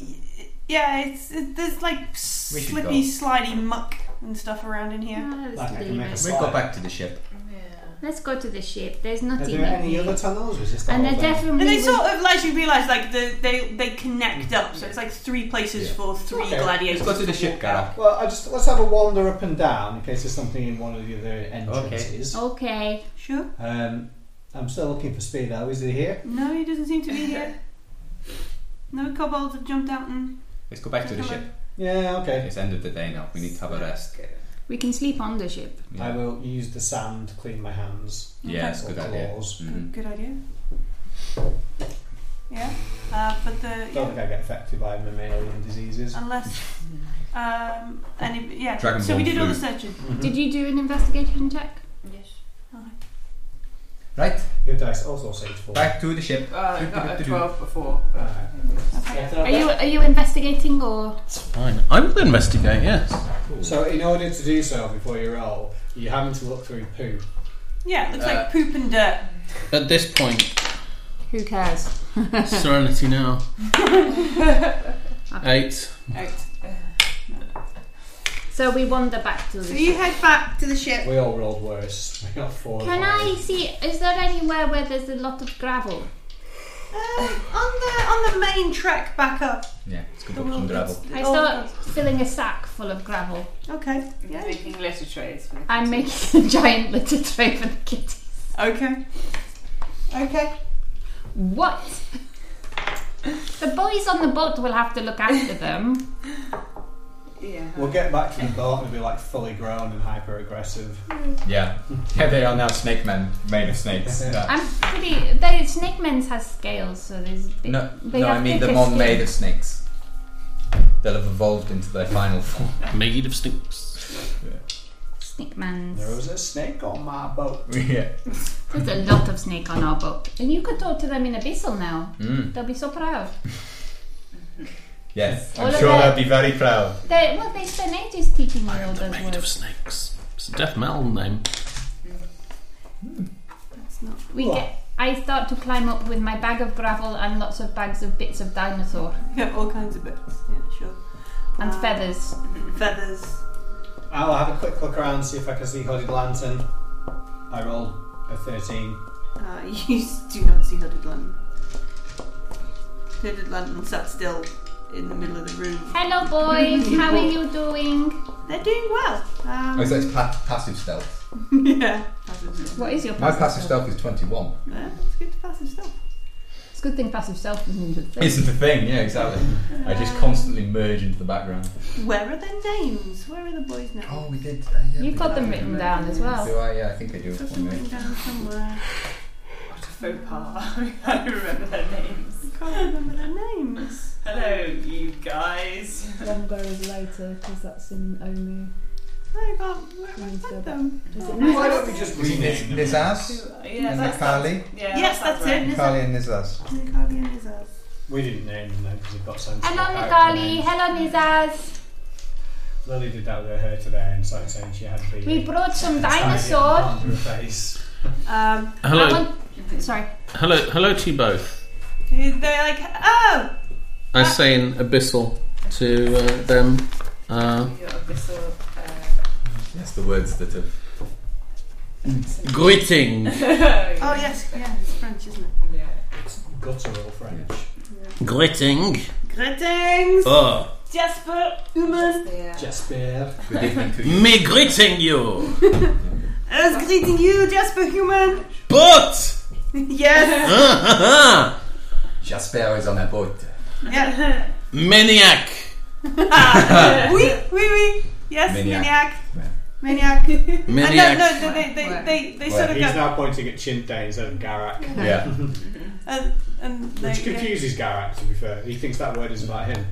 B: y- yeah. It's it, there's like
D: We should
B: slippy, slidey muck and stuff around in here.
C: Ah, it's
A: Like I can make a
C: delicious.
D: We've got back to the ship.
E: Yeah.
C: Let's go to the ship. There's
A: Are
C: nothing.
A: there
C: in
A: any
C: here.
A: other tunnels? Or is this the
C: And
A: whole
C: there
A: thing?
C: definitely.
B: And they
C: was-
B: sort of, like you realise, like the, they they connect
D: Mm.
B: up. So it's like three places for three
A: Okay.
B: gladiators.
D: Let's go to the ship,
B: walk out.
D: Garak.
A: Well, I just let's have a wander up and down in case there's something in one of the other entrances.
C: Okay.
B: Sure.
A: Um, I'm still looking for Speedo. Is he here?
B: No, he doesn't seem to be here. No kobolds have jumped out and.
D: Let's go back to the ship.
A: Yeah. Okay.
D: It's end of the day now. We need to have a rest.
C: We can sleep on the ship.
A: I will use the sand to clean my hands.
D: Yeah, it's a
A: Or
D: good idea.
A: claws.
D: Mhm.
B: Good idea. Yeah, uh, but the
A: Don't
B: yeah,
A: think I get affected by mammalian diseases.
C: Oh,
B: unless um, any yeah.
D: Dragon
B: so we
D: Ball
B: did all the
D: flu.
B: searching.
D: Mm-hmm.
C: Did you do an investigation check?
E: Yes.
D: Right,
A: Your dice also says four.
D: back to the ship.
E: Uh, I got a
D: Do-do-do-do-do.
E: 12 before. But
A: Alright. Yeah, so
C: Are you are you investigating or?
F: It's fine. I will investigate, yes.
A: So, in order to do so before you roll, you're having to look through poo.
B: Yeah, it looks
H: Uh,
B: like poop and dirt.
F: At this point,
C: Who cares?
F: serenity now. Eight.
E: Eight.
C: So we wander back to
B: So
C: the.
B: you head back to the ship.
A: We all rolled worse. We got four.
C: Can I see? Is there anywhere where there's a lot of gravel?
B: Um, on the on the main trek back up.
D: Yeah, it's good
B: The
D: luck
B: world
D: on gravel.
B: gets-
C: I
B: oh,
C: start filling a sack full of gravel.
B: Okay.
E: Yeah.
B: Yeah.
E: Making letter trays. for the
C: I'm
E: kids.
C: making a giant litter tray for the kitty.
B: Okay. Okay.
C: What? The boys on the boat will have to look after them.
E: Yeah.
A: We'll get back to the boat and be like fully grown and hyper aggressive.
D: Yeah, yeah, they are now snake men, made of snakes. Yeah.
C: I'm pretty. The snake men's has scales, so there's. Big,
D: No, no, I mean the mon made of snakes. They'll have evolved into their final form.
F: Made of snakes.
C: Snake men's.
A: There was a snake on my boat.
D: yeah.
C: There's a lot of snake on our boat, and you could talk to them in abyssal now.
D: Mm.
C: They'll be so proud.
D: Yes.
C: All
I: I'm
C: of
I: sure
C: their-
I: they'll be very proud.
C: They, well, they spend ages teaching me all those
F: Made of
C: words.
F: snakes. It's a death metal name.
B: That's not.
C: We get. I start to climb up with my bag of gravel and lots of bags of bits of dinosaur
B: We have all kinds of bits. Yeah, sure.
C: and
B: Uh,
C: feathers.
B: Feathers.
A: I'll have a quick look around, see if I can see Hooded Lantern. I rolled a 13.
B: Uh, you s- do not see hooded lantern. Hooded lantern sat still in the middle of the room.
C: Hello, boys. How are you doing?
B: They're doing well. Um,
D: Oh, so it's pa- passive stealth.
B: yeah.
C: What is your
D: My
C: passive?
D: passive stealth is 21.
B: Yeah, it's good to passive stuff.
C: It's a good thing passive self isn't a thing.
D: Isn't the thing, yeah, exactly. I just constantly merge into the background.
B: Where are their names? Where are the boys' names?
D: Oh, we did.
C: You've got them written down as well.
D: Do I? Yeah, I think I do.
B: Got
D: One
B: them
D: minute.
B: written down somewhere.
E: What a faux pas. I remember their names.
B: I can't remember their names.
E: Hello, you guys.
J: One goes later because that's in Omu.
B: I can't. Where have I
J: Mine's
B: put
J: got-
B: them?
J: Is it
A: Why don't we just rename them?
D: Nizaz
E: Yeah,
D: and
E: that's
D: Nikali.
E: Yeah,
B: Yes, that's
E: right.
B: it.
D: Nikali and Nizaz.
B: Nikali and Izzaz.
A: We didn't name them though because we've got sensible
C: Hello,
A: character
C: Nikali.
A: names.
C: Hello, Nizaz.
A: Lily did that with her hair today and started saying she had been.
C: We brought some dinosaur.
A: dinosaur. Face.
B: Um,
C: I
F: Hello,
C: want- Sorry.
F: hello, hello to you both.
B: they're like, oh,
F: I say in abyssal to uh, them. Uh,
E: You're a bit sort of,
D: Yes, the words that have.
F: greeting,
E: uh,
B: oh yes, yeah, it's French, isn't it?
E: Yeah.
A: It's guttural French.
F: greeting.
B: Greetings,
F: Oh,
B: Jasper, Human.
E: Yeah.
A: Jasper.
D: Good evening to you.
F: me greeting you,
B: I was greeting you, Jasper, Human.
F: but
B: yes,
D: Jasper is on a boat.
B: yeah.
F: maniac.
B: Oui, oui, oui. Yes, maniac.
D: Maniac.
B: Maniac. And
F: Maniac.
B: no, no, they, they, they, they sort of
A: He's
B: go.
A: now pointing at Chinte instead of Garak.
D: Yeah.
B: And, and um, they,
A: Which
B: yeah.
A: confuses Garak, to be fair. He thinks that word is about him.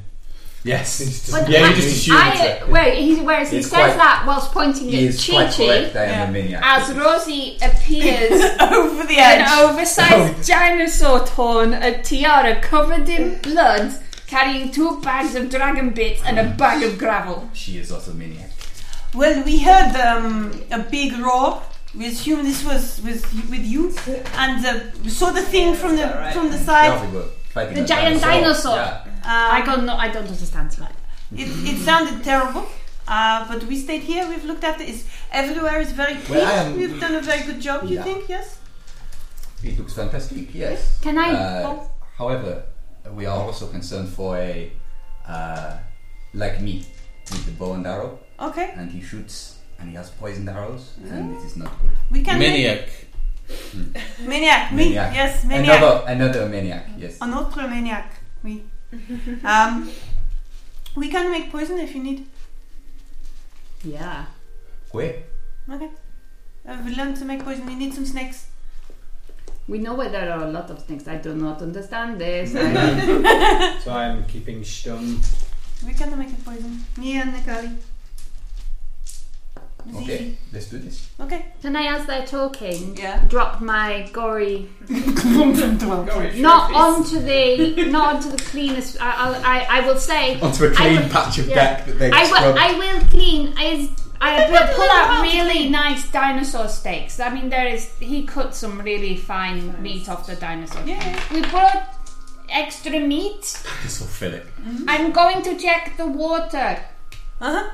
A: He
D: Yes.
A: just
C: But
A: doesn't-
D: Yeah,
C: I,
D: you just assume it's
C: I,
D: a-
C: wait, he's, whereas he
D: It's
C: says
D: quite-
C: that whilst pointing
D: He
C: at
D: is quite correct.
C: Chi-Chi,
D: I am a maniac.
C: as Rosie appears
B: over the
C: an
B: edge.
C: oversized dinosaur horn, a tiara covered in blood, carrying two bags of dragon bits and a bag of gravel.
D: She is also a maniac.
B: Well, we heard um, a big roar. We assume this was with with you, and uh, we saw the thing from the from the
D: Yeah,
B: side.
D: we were fighting
C: The
D: a
C: giant dinosaur.
D: Yeah.
C: I
B: Uh,
C: don't know. I don't understand. Right?
B: it, it sounded terrible, uh, but we stayed here. We've looked after. It's Everywhere is very clean.
D: Well, I am-
B: We've done a very good job, do you
D: Yeah.
B: think? Yes?
D: It looks fantastic, yes.
C: Can I-
D: Uh, however, we are also concerned for a uh, like me with the bow and arrow.
B: Okay.
D: And he shoots, and he has poisoned arrows, and it is not good.
B: We can make-
D: Hmm.
B: Maniac, me. Yes, maniac.
D: Another, another maniac. Yes.
B: Un autre maniac, oui. Um, we can make poison if you need.
C: Yeah.
D: Where?
B: Okay. Uh, we learned to make poison. We need some snakes.
C: We know where there are a lot of things. I do not understand this.
A: so I'm keeping stum.
B: We can make a poison. Me and Nikali. It's easy.
D: Okay, let's do this.
B: Okay.
C: Can I, as they're talking,
B: Yeah.
C: drop my gory
B: Gory
C: not onto the not onto the cleanest. I, I'll, I I will say
D: Onto a
C: I
D: clean
C: will-
D: patch of
C: yeah.
D: deck that they've
C: I will
D: scrubbed.
C: I will clean. I I will pull out
B: allowed to
C: really nice dinosaur steaks. I mean, there is he cut some really fine meat off the dinosaur.
B: Yeah.
C: We brought extra meat.
D: This will fill it.
C: I'm going to check the water.
B: Uh huh.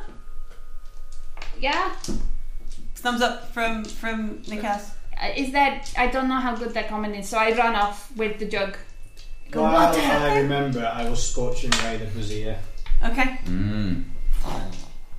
C: Yeah.
B: Thumbs up from from Nikas.
C: Uh, Is that I don't know how good that comment is, so I run off with the jug. Go,
A: While
C: water.
A: I remember, I was scorching ray the brazier.
B: Okay.
D: Mm.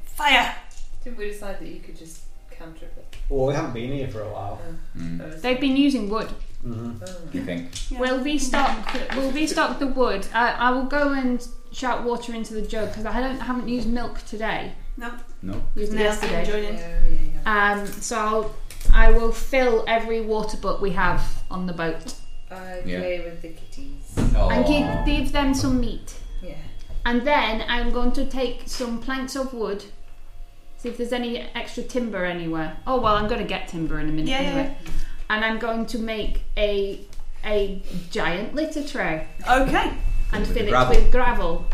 B: Fire.
E: Didn't we decide that you could just counter it?
A: Well, Oh, we haven't been here for a while.
C: They've been using wood. Mm-hmm.
D: You think?
C: We'll restock. We'll restock the wood. I, I will go and shout water into the jug because I don't haven't used milk today.
B: No.
D: No.
C: Used
B: Yes,
C: yesterday.
B: join in.
C: Um, so I'll, I will fill every water butt we have on the boat
E: I
D: Yeah. Oh.
E: play with the kitties.
B: Oh.
C: and
D: Aw.
C: give, give them some meat.
E: Yeah.
C: And then I'm going to take some planks of wood. See if there's any extra timber anywhere. Oh well, I'm going to get timber in a minute
B: Yeah, yeah,
C: anyway. And I'm going to make a a giant litter tray.
B: Okay.
C: and
D: With
C: fill it
D: gravel.
C: with gravel.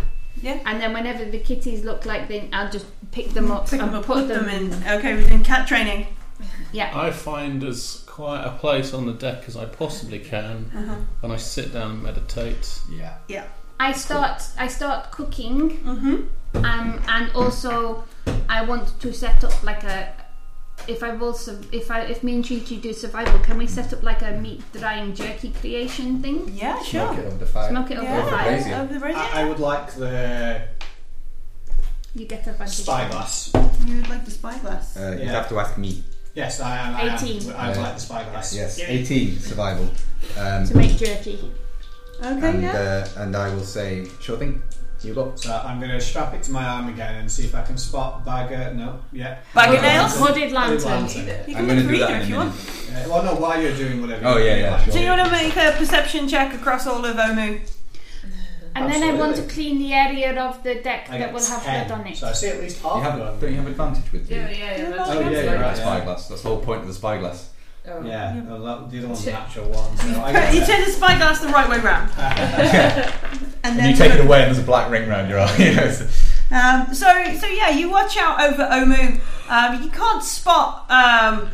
B: Yeah.
C: And then whenever the kitties look like they, I'll just pick them up
B: Pick
C: and
B: them up,
C: put, them,
B: in. Uh, Okay, we're doing cat training.
C: Yeah.
F: I find as quiet a place on the deck as I possibly can,
B: Uh-huh.
F: and I sit down and meditate.
D: Yeah.
C: I start. I start cooking,
B: Mm-hmm.
C: um, and also I want to set up like a. If I will, sur- if I, if me and Chi Chi do survival, can we set up like a meat drying jerky creation thing?
B: Yeah, sure.
D: Smoke it over the fire.
C: Smoke it over
B: Yeah.
C: the fire.
D: Crazy.
B: Over the brazier.
A: I, I would like the
C: You get advantage.
A: spyglass.
B: you would like the spyglass.
D: Uh, You'd
A: Yeah.
D: have to ask me.
A: Yes, I am. I am.
C: 18.
A: I would
D: Yeah.
A: like the spyglass.
D: Yes. 18 survival. Um,
C: To make jerky.
B: okay,
D: and,
B: yeah.
D: uh, and I will say, sure thing. You go.
A: So I'm going to strap it to my arm again and see if I can spot bagger. No, yeah.
B: Bag of
D: uh,
B: nails.
C: Hooded lantern.
A: lantern.
B: You
D: I'm
B: can
D: gonna
B: look for
D: do that
B: either
D: in a
B: if you
D: minute.
B: want.
A: Uh, well, no, while you're doing whatever.
D: Oh,
A: you're
D: yeah,
A: doing,
D: yeah,
A: like,
D: sure.
B: Do you want to make a perception check across all of Omu?
C: And then I want to
A: Absolutely.
C: clean the area of the deck
A: I
C: that
A: get
C: will have
A: 10,
C: blood on it.
A: So I see at least half
D: You have,
A: of
D: don't
A: them.
D: you have advantage with you?
E: Yeah, yeah, yeah.
B: Oh,
E: that's
A: Oh, yeah,
E: right.
A: you're right. Yeah.
D: Spyglass. That's the whole point of the spyglass.
E: Oh.
A: Yeah, no, that- the other one's a natural one. So I
B: You
A: get
B: turn the spyglass the right way round. and
I: And you take it away, and there's a black ring round your arm. You know, it's-
B: Um, so, so yeah, you watch out over Omu. Um, you can't spot um,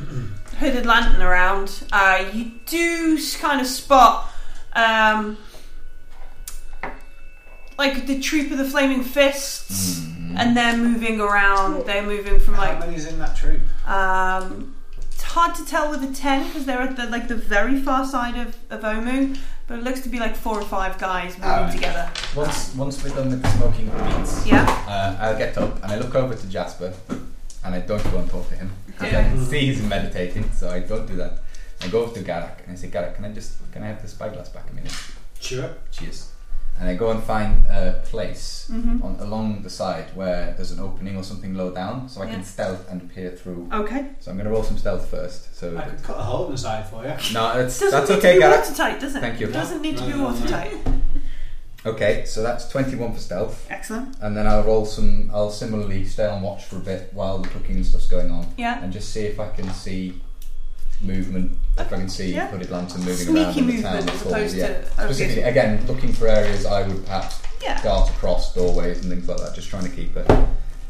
B: hooded lantern around. Uh, you do s- kind of spot um, like the troop of the flaming fists,
D: Mm.
B: and they're moving around. They're moving from
A: How
B: like
A: many's in that troop?
B: um, it's hard to tell with a ten because they're at the, like the very far side of, of Omu, but it looks to be like four or five guys moving
D: Alright.
B: together.
D: Once, once we've done the smoking meats,
B: Yeah.
D: uh, I'll get up and I look over to Jasper, and I don't go and talk to him. 'cause I
B: Okay.
D: can see he's meditating, so I don't do that. I go over to Garak and I say, Garak, can I just can I have the spyglass back a minute?
A: Sure.
D: Cheers. And I go and find a place
B: Mm-hmm.
D: on along the side where there's an opening or something low down, so I can
B: Yeah.
D: stealth and peer through.
B: Okay.
D: So I'm going to roll some stealth first. So
A: I could cut a hole in the side for you.
D: no, that's
B: Doesn't
D: that's
B: need
D: okay,
B: to be
D: Garak.
B: watertight, does it?
D: Thank you.
B: Doesn't need to
A: No,
B: be
A: no, no.
B: watertight.
D: Okay, so that's 21 for stealth,
B: Excellent.
D: and then I'll roll some. I'll similarly stay on watch for a bit while the cooking and stuff's going on,
B: Yeah.
D: and just see if I can see movement. If I can see
B: Yeah.
D: hooded lantern moving around
B: Sneaky
D: in the
B: movement
D: town.
B: as
D: at all,
B: opposed
D: yeah.
B: to oh,
D: Specifically,
B: obvious.
D: again, looking for areas I would perhaps
B: Yeah.
D: dart across doorways and things like that, just trying to keep a,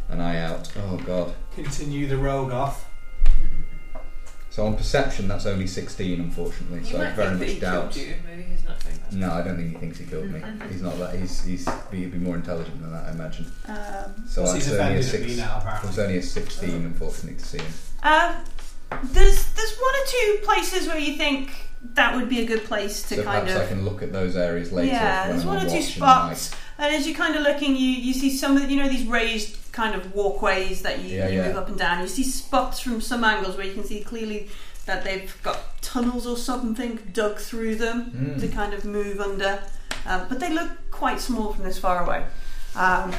D: an eye out. Oh god.
A: Continue the rogue off.
D: So on perception, that's only 16, unfortunately.
E: You
D: so I
E: might
D: very
E: think that he
D: much doubt.
E: killed you. Maybe he's not doing that.
D: No, I don't think he thinks he killed me.
B: Mm,
D: He's not that. He's he's he'd be more intelligent than that, I imagine.
B: Um,
D: So
A: Plus
D: that's
A: he's
D: only a
A: offended at me
D: six.
A: now,
D: It
A: apparently.
B: Oh.
D: was only a 16, unfortunately, to see him.
B: Uh, there's there's one or two places where you think that would be a good place to
D: so
B: kind
D: perhaps
B: of
D: I can look at those areas later.
B: yeah,
D: when
B: there's
D: I'm
B: one
D: on
B: or two
D: watch and,
B: spots, and as you're kind of looking, you you see some of the, you know these raised kind of walkways that you,
D: Yeah,
B: you
D: yeah.
B: move up and down. You see spots from some angles where you can see clearly that they've got tunnels or something dug through them
E: Mm.
B: to kind of move under, um, but they look quite small from this far away. Um,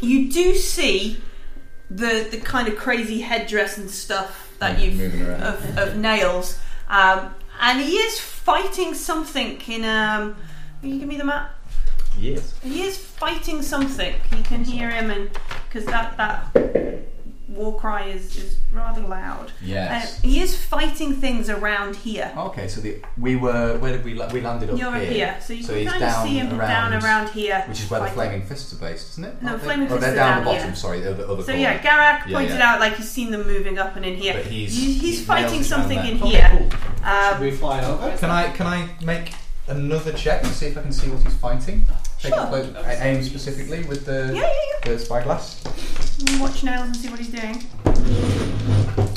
B: you do see the the kind of crazy headdress and stuff that you've Oh.
D: moving around.
B: of, of nails, um, and he is fighting something in. Um, will you give me the map?
D: Yes.
B: He is fighting something. You can hear him, and because that that war cry is, is rather loud.
D: Yes.
B: Uh, he is fighting things around here.
D: Okay, so the, we were where did we la- we landed up
B: You're up
D: here?
B: here, so you can
D: he's
B: kind of
D: down
B: see him
D: around,
B: down around here,
D: which is where the
B: like-
D: flaming fists are based, isn't it?
B: No,
D: Aren't they?
B: Flaming
D: Oh,
B: Fists
D: they're
B: are
D: down
B: down
D: the bottom.
B: here.
D: Sorry, the other, other
B: So
D: corner.
B: yeah, Garak
D: Yeah,
B: pointed
D: yeah.
B: out like he's seen them moving up and in here.
D: But he's-
B: You- he's
D: he
B: fighting
D: nails it down
B: something
D: there.
B: in
D: Okay,
B: here.
D: cool.
B: Um,
D: Can I can I make another check to see if I can see what he's fighting? Take a
B: Sure.
D: close- I aim specifically with the
B: Yeah, yeah,
D: the spyglass.
B: Watch nails and see what he's doing.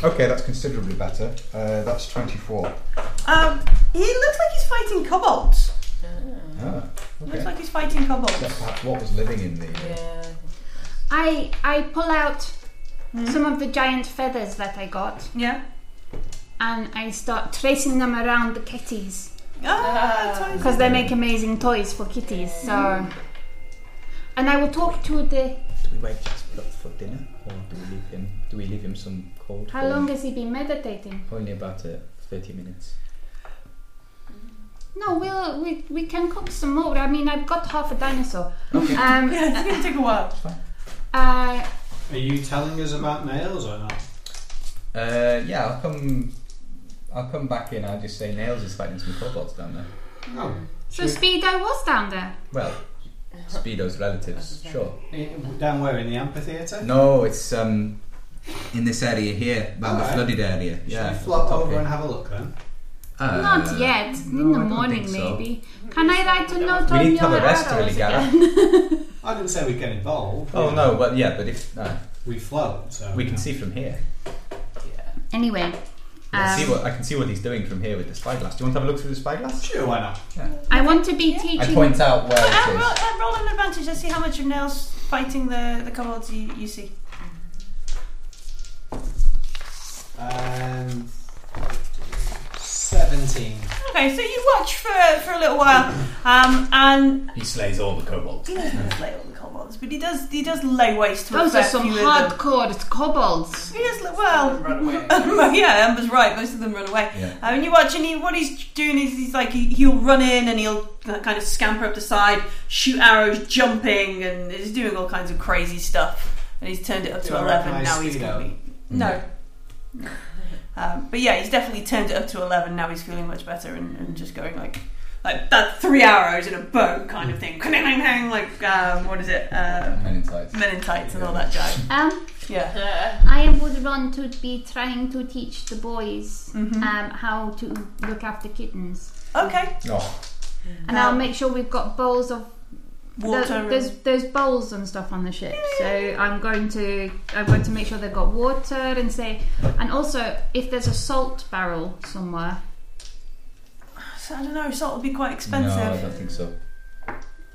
D: Okay, that's considerably better. Uh, that's twenty four.
B: Um, he looks like he's fighting kobolds.
D: Ah,
B: Looks
D: okay.
B: like he's fighting kobolds.
D: That's perhaps what was living in the.
I: uh,
C: I I pull out
B: Hmm?
C: some of the giant feathers that I got.
B: Yeah.
C: And I start tracing them around the kitties.
B: Ah,
C: Because they make amazing toys for kitties. So,
B: Hmm.
C: and I will talk to the.
I: Do we wake Jasper up for dinner, or do we leave him? Do we leave him some cold?
C: How long has he been meditating?
I: Only about uh, thirty minutes.
C: No, we'll, we we can cook some more. I mean, I've got half a dinosaur. Um,
B: yeah, it's gonna take a while.
C: Uh,
A: Are you telling us about nails or not?
D: Uh, yeah, I'll come. I'll come back in. I'll just say nails is fighting some cobots down there.
A: Oh.
C: so Speedo was down there.
D: Well, Speedo's relatives, sure.
A: Down where in the amphitheatre?
D: No, it's um, in this area here, around the
A: Alright.
D: flooded area.
A: Should
D: yeah,
A: we flop
D: top
A: over
D: here.
A: and have a look then?
D: Uh,
C: Not yet. In
D: no,
C: the
D: I don't
C: morning,
D: think so.
C: maybe. Can I write a note
D: We
C: on
D: need to
C: your
D: have a rest,
C: arrows
D: really,
C: again?
A: I didn't say we'd get involved.
D: Oh no, but yeah, but if no,
A: We float, so
D: we can see from here.
C: Anyway,
D: I
C: um,
D: can see what I can see what he's doing from here with the spyglass. Do you want to have a look through the spyglass?
A: Sure, why not?
C: I want to be teaching.
D: I point out where
B: Uh,
C: Oh,
D: it
B: roll,
D: is.
B: uh, roll an advantage. Let's see how much of nails fighting the the kobolds you, you see.
A: Um, 17.
B: Okay, so you watch for for a little while, um, and
D: He slays all the kobolds.
B: he doesn't slay all the kobolds, but he does he does lay waste to a
C: Those
B: fair
C: are some
B: few of them.
C: hardcore kobolds.
B: He does look well. yeah, Amber's right. Most of them run away.
C: Yeah.
B: I mean, Um, you watch, and he, what he's doing is he's like he, he'll run in and he'll kind of scamper up the side, shoot arrows, jumping, and he's doing all kinds of crazy stuff. And he's turned it up
A: Do
B: to
A: I
B: eleven.
A: recognise
B: Now he's gonna
A: Speedo? Mm.
B: be no. No. Um, but yeah, he's definitely turned it up to eleven. Now he's feeling much better and, and just going like, like that three arrows in a bow kind of thing. Like um, what is it? Uh,
D: Men in tights.
B: Men in tights and all that jive.
C: Um,
B: Yeah.
C: I would want to be trying to teach the boys
D: Uh,
C: um, how to look after kittens.
B: Mm-hmm. Okay.
D: No.
C: And I'll make sure we've got bowls of
B: Um, Water
C: There-
B: and-
C: there's there's bowls and stuff on the ship, so I'm going to I'm going to make sure they've got water and say, and also if there's a salt barrel somewhere.
B: So, I don't know. Salt would be quite
D: No,
B: expensive.
D: I don't think so.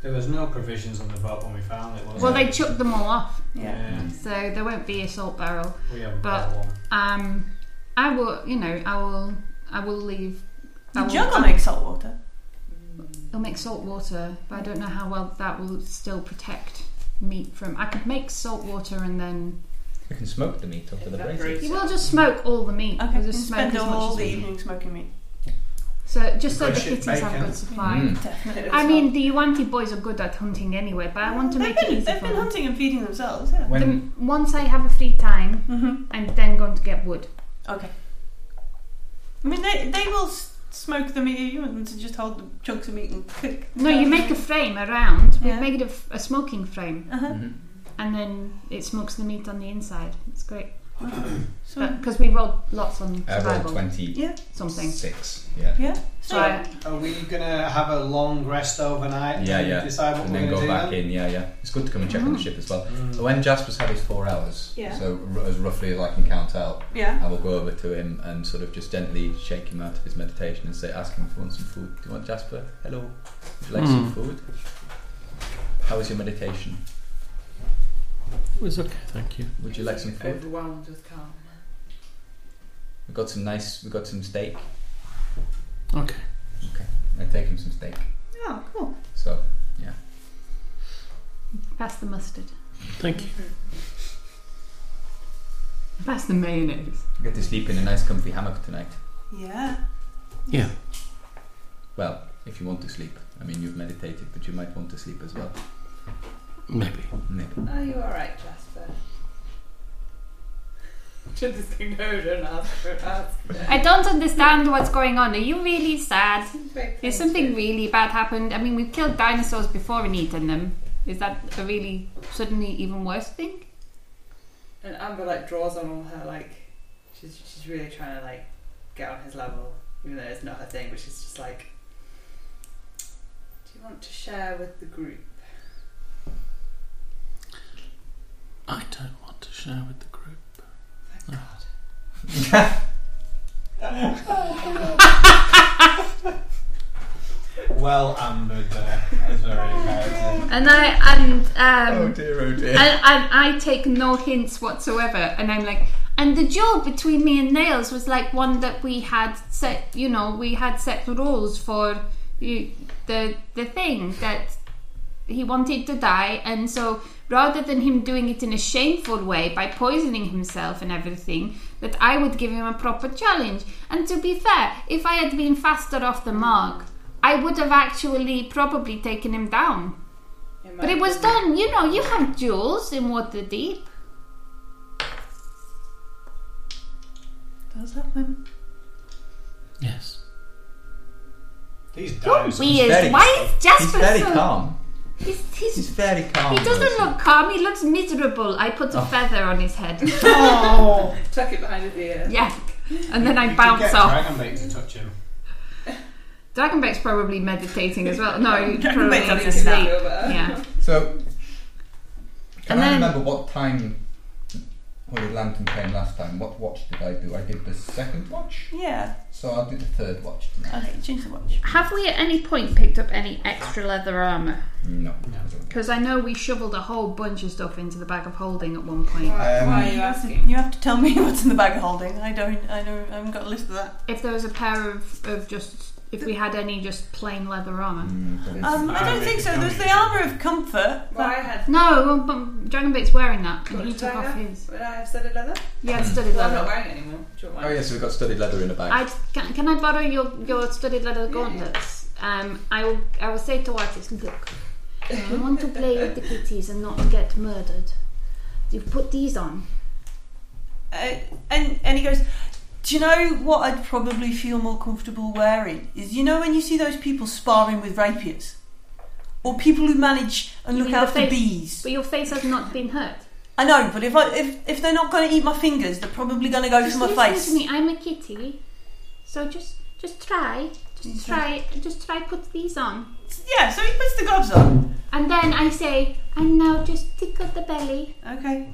A: There was no provisions on the boat when we found it, was
C: Well,
A: there?
C: they chucked them all off.
A: Yeah. Yeah.
C: So there won't be a salt barrel.
A: We haven't
C: but
A: got one.
C: um, I will. You know, I will. I will leave. I
B: The
C: will-
B: jug will make salt water.
C: It'll make salt water, but I don't know how well that will still protect meat from. I could make salt water and then
D: We can smoke the meat up to the brazier.
C: you will just smoke all the meat.
B: Okay,
C: We'll
B: you
C: just
B: spend
C: smoke as much
B: all
C: as
B: the
C: we-
B: evening smoking meat.
C: So just so
B: They
C: the
B: should
C: kitties
B: make
C: have
B: them.
C: good supply.
B: Mm. Definitely.
C: I mean, the Yuanti boys are good at hunting anyway, but I want to
B: They've
C: make it
B: been,
C: easy
B: they've
C: for
B: been
C: them.
B: hunting and feeding themselves. Yeah.
D: When-
C: The- once I have a free time, I'm then going to get wood.
B: Okay. I mean, they they will s- smoke the meat. You want them to just hold the chunks of meat and cook.
C: No, you make a frame around. We make it a, f- a smoking frame,
D: mm-hmm.
B: Uh-huh.
C: and then it smokes the meat on the inside. It's great. Because we rolled lots on
D: Uh, rolled
C: survival.
D: 20. Yeah.
C: Something.
D: Six. Yeah.
B: Yeah.
A: So, are we gonna have a long rest overnight?
D: Yeah,
A: and
D: yeah.
A: Decide what
D: and
A: we're
D: then
A: gonna
D: go
A: do
D: back
A: then?
D: in. Yeah, yeah. It's good to come and check on the
A: Mhm.
D: ship as well. So when Jasper's had his four hours,
B: Yeah.
D: so r- as roughly as I can count out,
B: Yeah.
D: I will go over to him and sort of just gently shake him out of his meditation and say, ask him if he wants some food. Do you want Jasper? Hello. Would you like some
F: Mm.
D: food? How was your meditation?
F: It was okay, thank you.
D: Would you like some food?
E: Overwhelmed with calm.
D: We got some nice. We got some steak.
F: Okay.
D: Okay. I take him some steak.
B: Oh, cool.
D: So, yeah.
C: Pass the mustard.
F: Thank you.
C: Pass the mayonnaise.
D: I get to sleep in a nice, comfy hammock tonight.
B: Yeah.
F: Yeah.
D: Well, if you want to sleep. I mean, you've meditated, but you might want to sleep as well.
F: Maybe.
D: Maybe.
E: Are you alright, Jasper? Should this thing go don't ask for ask.
C: I don't understand what's going on. Are you really sad?
E: Big
C: Is something really bad happened? I mean, we've killed dinosaurs before and eaten them. Is that a really suddenly even worse thing?
E: And Amber like draws on all her like she's she's really trying to like get on his level, even though it's not her thing, but she's just like Do you want to share with the group?
F: I don't want to share with the group.
A: Well, Amber, there. That's very embarrassing.
C: And I and um,
D: Oh dear, oh dear.
C: and, and I take no hints whatsoever, and I'm like, and the job between me and Nails was like one that we had set, you know, we had set rules for you, the the thing that he wanted to die, and so rather than him doing it in a shameful way by poisoning himself and everything, that I would give him a proper challenge. And to be fair, if I had been faster off the mark, I would have actually probably taken him down. But it was done, you know, you have jewels in Waterdeep.
B: Does happen.
F: Yes.
A: These
C: Don't
A: dinosaurs.
C: be as why is Jasper
D: He's very
C: so
D: calm.
C: He's, he's,
D: He's very calm.
C: he doesn't look calm, he looks miserable. I put a
D: Oh.
C: feather on his head.
A: Oh.
E: Tuck it behind his ear.
C: yeah. And then I
A: You
C: bounce
A: could get
C: off.
A: Dragonbait to touch him.
C: Dragonbait's probably meditating as well. No, he's probably
B: Dragonbait's on
C: asleep.
B: his
E: nap over.
C: Yeah.
D: So, can
C: And
D: I
C: then-
D: remember what time Holy Lantern came last time? What watch did I do? I did the second watch,
B: Yeah.
D: so I'll do the third watch tonight.
B: Okay, change the watch.
C: Have we at any point picked up any extra leather armour?
D: No.
C: Because I know we shoveled a whole bunch of stuff into the bag of holding at one point.
E: Why,
D: Um,
E: why are you
B: You have, to,
E: asking?
B: you have to tell me what's in the bag of holding. I don't. I know. I haven't got a list of that.
C: If there was a pair of, of just, if we had any just plain leather armour.
D: Mm, don't-
B: Um, I don't think so. There's the armor of comfort.
E: Why I had
C: No, well, but Dragonbait's wearing that, and
E: What
C: he
E: did
C: took
E: I
C: off
E: have?
C: his.
E: would I have studded leather?
C: Yeah, studded
E: Well, I'm not
C: leather.
E: wearing it anymore. Do you want
D: Oh
E: mine?
D: yeah, so we got studded leather in a bag.
C: I can, can I borrow your your studded leather
E: yeah.
C: gauntlets? Um, I will I will say to artists, look, I want to play with the kitties and not get murdered. You put these on.
B: Uh, and and he goes. Do you know what I'd probably feel more comfortable wearing? Is you know when you see those people sparring with rapiers, or people who manage and
C: You
B: look
C: mean the
B: after
C: face-
B: bees.
C: But your face has not been hurt.
B: I know, but if I if, if they're not going to eat my fingers, they're probably going to go to
C: Just
B: my
C: listen
B: face.
C: to me. I'm a kitty, so just just try,
E: Mm-hmm.
C: just try, just try. Put these on,
B: Yeah, so he puts the gloves on.
C: and then I say, and now just tickle the belly.
B: Okay.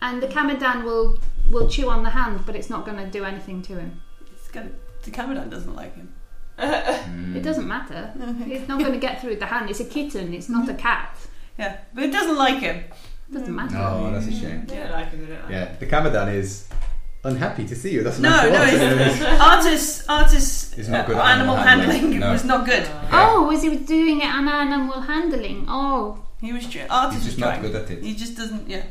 C: And the Kamadan will will chew on the hand, but it's not going to do anything to him.
B: It's gonna, the cameraman doesn't like him.
D: Mm.
C: It doesn't matter. It's not going to get through the hand. It's a kitten. It's not a cat.
B: Yeah, but it doesn't like him.
C: It doesn't matter.
D: Oh, that's a shame.
E: They don't like him, they don't like him.
G: Yeah, the Camadan is unhappy to see you. That's
B: No, no,
G: it's,
B: it's, artists, artists,
D: It's not
B: uh,
D: good at
B: animal
D: animal handling.
B: handling,
D: No.
B: was not good.
E: Uh,
C: Oh, was he doing it on animal handling? Oh,
B: He was tr- artist
D: He's just
B: was
D: not
B: trying.
D: good at it.
B: He just doesn't. Yeah.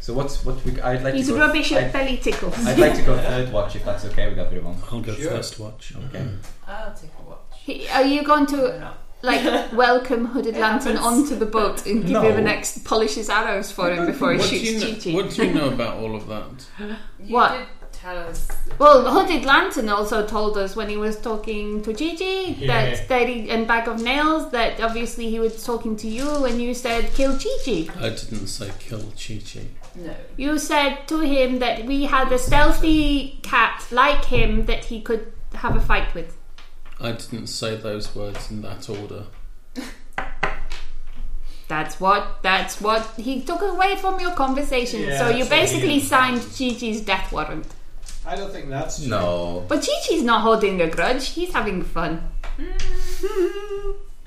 D: So what's what we? I'd like
C: he's
D: to go.
C: rubbish at
D: I'd,
C: belly tickles.
D: I'd like to go third watch if that's okay with everyone.
F: I'll go
A: Sure.
F: first watch.
D: Okay.
E: I'll take a watch.
C: He- Are you going
E: Why
C: to
E: not?
C: like welcome Hooded Lantern onto the boat and give
D: No.
C: him an ex polish his arrows for him before he
F: What do,
C: shoots
F: you know,
C: Chi Chi?
F: what do you know about all of that?
E: You
C: What?
E: did tell us.
C: Well, Hooded Lantern also told us when he was talking to Gigi
E: Yeah.
C: that, that he, and Bag of Nails that obviously he was talking to you and you said kill Gigi.
H: I didn't say kill Chi Chi.
E: No.
C: You said to him that we had a stealthy cat like him that he could have a fight with.
H: I didn't say those words in that order.
C: That's what that's what he took away from your conversation.
A: Yeah,
C: so you
A: that's what he
C: basically signed Gigi's death warrant.
A: I don't think that's true.
D: No.
C: But Gigi's not holding a grudge, he's having fun.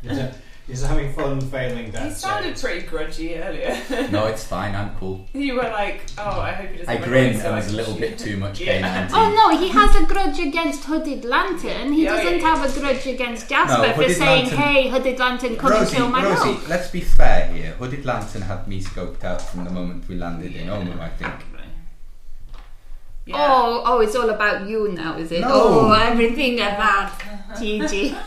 A: He's, a- he's having fun failing that.
E: He sounded pretty grudgy earlier.
D: No, it's fine. I'm cool.
E: you were like, oh, I hope he doesn't.
D: I
E: realise
D: grinned
E: so
D: and was a
E: much."
D: little bit too much
E: Yeah.
D: canine.
C: Oh no, he has a grudge against Hooded Lantern. He
E: Yeah,
C: doesn't
E: yeah.
C: have a grudge against Jasper
D: No,
C: for
D: Hooded
C: saying,
D: Lantern-
C: hey, Hooded Lantern, come and
D: Rosie,
C: kill my
D: Rosie,
C: dog.
D: let's be fair here. Hooded Lantern had me scoped out from the moment we landed in Omu, I think.
C: Oh, oh, it's all about you now, is it?
D: No.
C: Oh, everything about Gigi.
A: okay,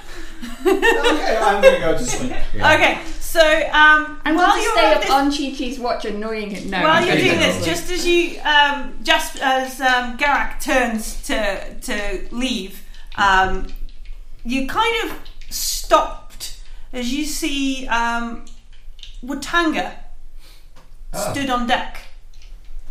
A: I'm gonna go to sleep.
B: Okay, so um,
C: I'm
B: while
C: going to
B: you're
C: stay
B: on
C: up
B: this,
C: on Chi Chi's watch annoying him now.
B: while you're
D: Okay,
B: doing
D: no.
B: this, just as you, um, just as um, Garak turns to to leave, um, you kind of stopped as you see um, Watanga
D: Ah.
B: stood on deck.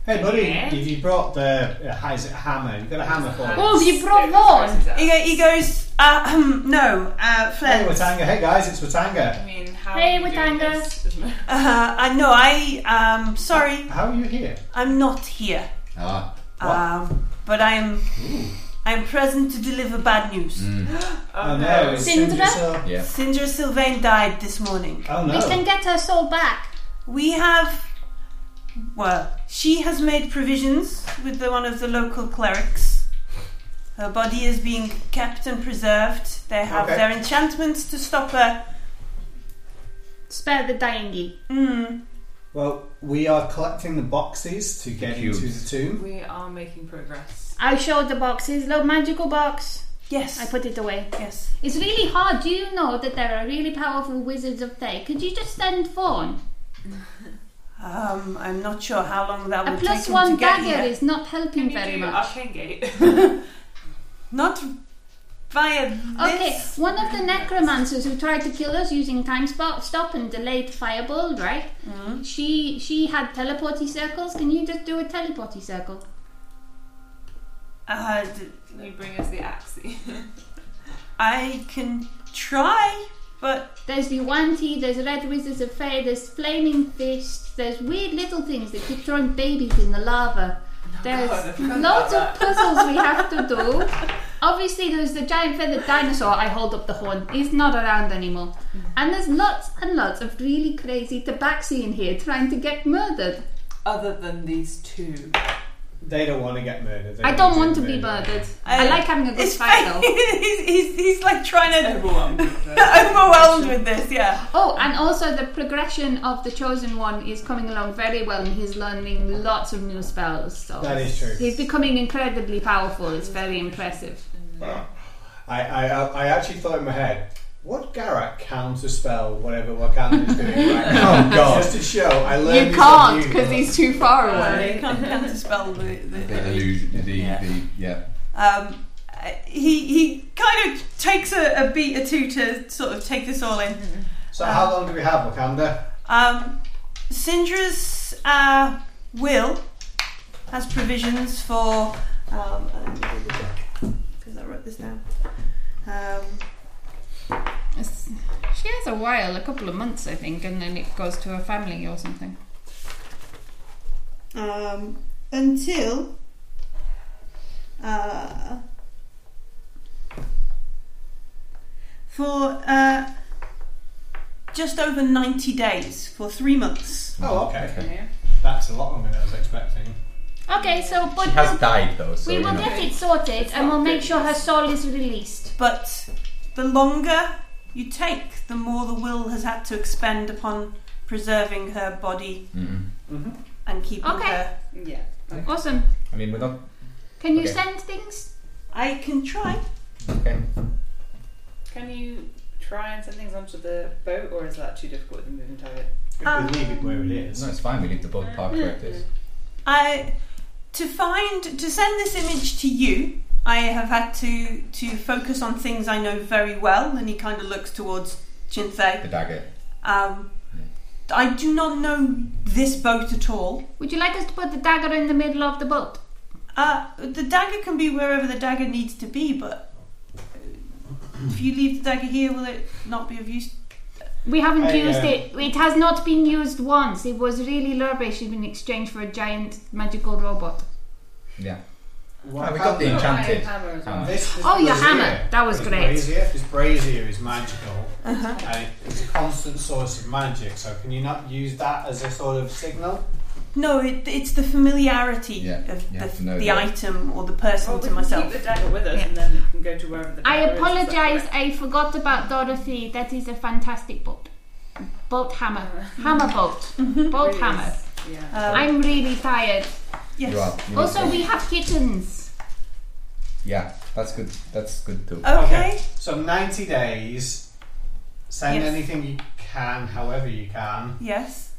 A: Hey, buddy,
E: Yeah.
A: if you brought the uh, is it hammer? You've got a hammer for me.
C: Oh, you brought
E: It was
C: one.
B: He,
E: racist.
B: go, he goes, uh, ahem, no, uh,
A: Hey,
B: Flint.
A: Watanga. Hey, guys, it's Watanga.
E: I mean, how
C: Hey,
E: are you doing
C: Watanga.
E: this?
B: Uh, I know. I um, sorry,
A: How are you here?
B: I'm not here.
D: Ah. What?
B: Um, but I am. I am present to deliver bad news.
A: Oh, no, it's
C: Sindra?
A: Sindra.
D: Yeah.
B: Sindra Sylvain died this morning.
A: Oh no.
C: We can get her soul back.
B: We have. Well, she has made provisions with the, one of the local clerics. Her body is being kept and preserved. They have
A: Okay.
B: their enchantments to stop her.
C: Spare the dying.
B: Mm.
A: Well, we are collecting the boxes to get
D: Cubes.
A: into the tomb.
E: We are making progress.
C: I showed the boxes, little magical box.
B: Yes.
C: I put it away.
B: yes.
C: It's really hard. Do you know that there are really powerful wizards of day? Could you just send Vaughn?
B: Um, I'm not sure how long that
C: A
B: would
C: plus
B: take him
C: one
B: to get
C: dagger
B: here.
C: is not helping
E: Can you
C: very
E: do
C: much.
E: Arcane Gate?
B: Not via this.
C: Okay, one of the necromancers who tried to kill us using time spot stop and delayed fireball, right?
B: Mm-hmm.
C: She she had teleporty circles. Can you just do a teleporty circle?
B: Uh, d-
E: you bring us the axe.
B: I can try, but
C: There's the Yuanti, there's Red Wizards of Fae, there's Flaming Fists, there's weird little things that keep throwing babies in the lava. There's
E: God, I forgot
C: loads of
E: about
C: puzzles we have to do. Obviously, there's the giant feathered dinosaur. I hold up the horn. He's not around anymore. And there's lots and lots of really crazy tabaxi in here trying to get murdered.
E: Other than these two.
A: They don't want to get murdered. They
C: I don't
A: get
C: want to be murdered. I,
B: I-
C: like having a good
B: it's
C: fight
B: fine.
C: though.
B: he's, he's, he's like trying to
E: Overwhelmed. with the-
B: overwhelmed with this. Yeah.
C: Oh, and also the progression of the chosen one is coming along very well, and he's learning lots of new spells. So
A: That is true.
C: He's becoming incredibly powerful. It's very impressive.
A: I, I, I actually thought in my head, would Garak counter spell whatever Wakanda is doing right now?
D: Oh, God.
A: Just to show, I learned
C: You
A: this
C: can't
A: on you.
C: because he's too far away.
B: You can't can't spell the. the
D: The illusion. The, yeah. The, yeah.
B: um, uh, he he kind of takes a, a beat or two to sort of take this all in.
A: So how long do we have, Wakanda?
B: Um, Syndra's uh, will has provisions for. Um, because I wrote this down. Um,
C: It's- She has a while, a couple of months, I think, and then it goes to her family or something.
B: um, until uh, for uh, just over 90 days for three months
A: Oh, okay.
E: Yeah.
A: That's a lot longer than I was expecting.
C: Okay, so but
D: She has died though, so
C: we
D: you
C: will
D: know.
C: get it sorted, and we'll make sure her soul is released.
B: but the longer you take the more the will has had to expend upon preserving her body
D: Mm-mm.
B: and keeping
C: Okay.
B: her
E: Yeah.
C: Awesome.
D: I mean, we're not.
C: Can you
D: Okay.
C: send things?
B: I can try
D: Okay.
E: Can you try and send things onto the boat, or is that too difficult with the moving target?
A: If
B: Um,
A: we leave it where it
D: No,
A: is.
D: it's fine. We leave the boat park where it is.
B: I to find to send this image to you, I have had to to focus on things I know very well, and he kind of looks towards Chinthe.
D: The dagger.
B: Um, I do not know this boat at all.
C: Would you like us to put the dagger in the middle of the boat?
B: Uh, the dagger can be wherever the dagger needs to be, but if you leave the dagger here, will it not be of use?
C: We haven't
B: I,
C: used
B: uh,
C: it. It has not been used once. It was really rubbish in exchange for a giant magical robot.
D: Yeah.
A: What
D: Ah, we got the
A: about-
D: enchanted Ah,
A: Hammer
D: hammer.
A: as well. This is
C: Oh, your
A: brazier.
C: hammer. That was
A: His
C: great.
A: Brazier. His brazier is magical.
B: Uh-huh.
A: And it's a constant source of magic. So can you not use that as a sort of signal?
B: No, it, it's the familiarity of
A: you have
B: the,
A: to know
B: the
A: that.
B: item or the person
E: Well, we
B: to
E: can
B: myself.
E: Keep the dagger with us, and then we can go to wherever the.
C: I
E: dagger is, is that
C: apologize.
E: correct?
C: I forgot about Dorothy. That is a fantastic boat. Boat hammer. Hammer boat. Boat
E: Really
C: hammer.
E: is, Yeah.
C: I'm really tired.
B: Yes.
D: You are. You need
C: also,
D: to-
C: we have kittens.
D: Yeah, that's good. That's good too.
A: So 90 days. Send
B: Yes.
A: anything you can, however you can.
B: Yes.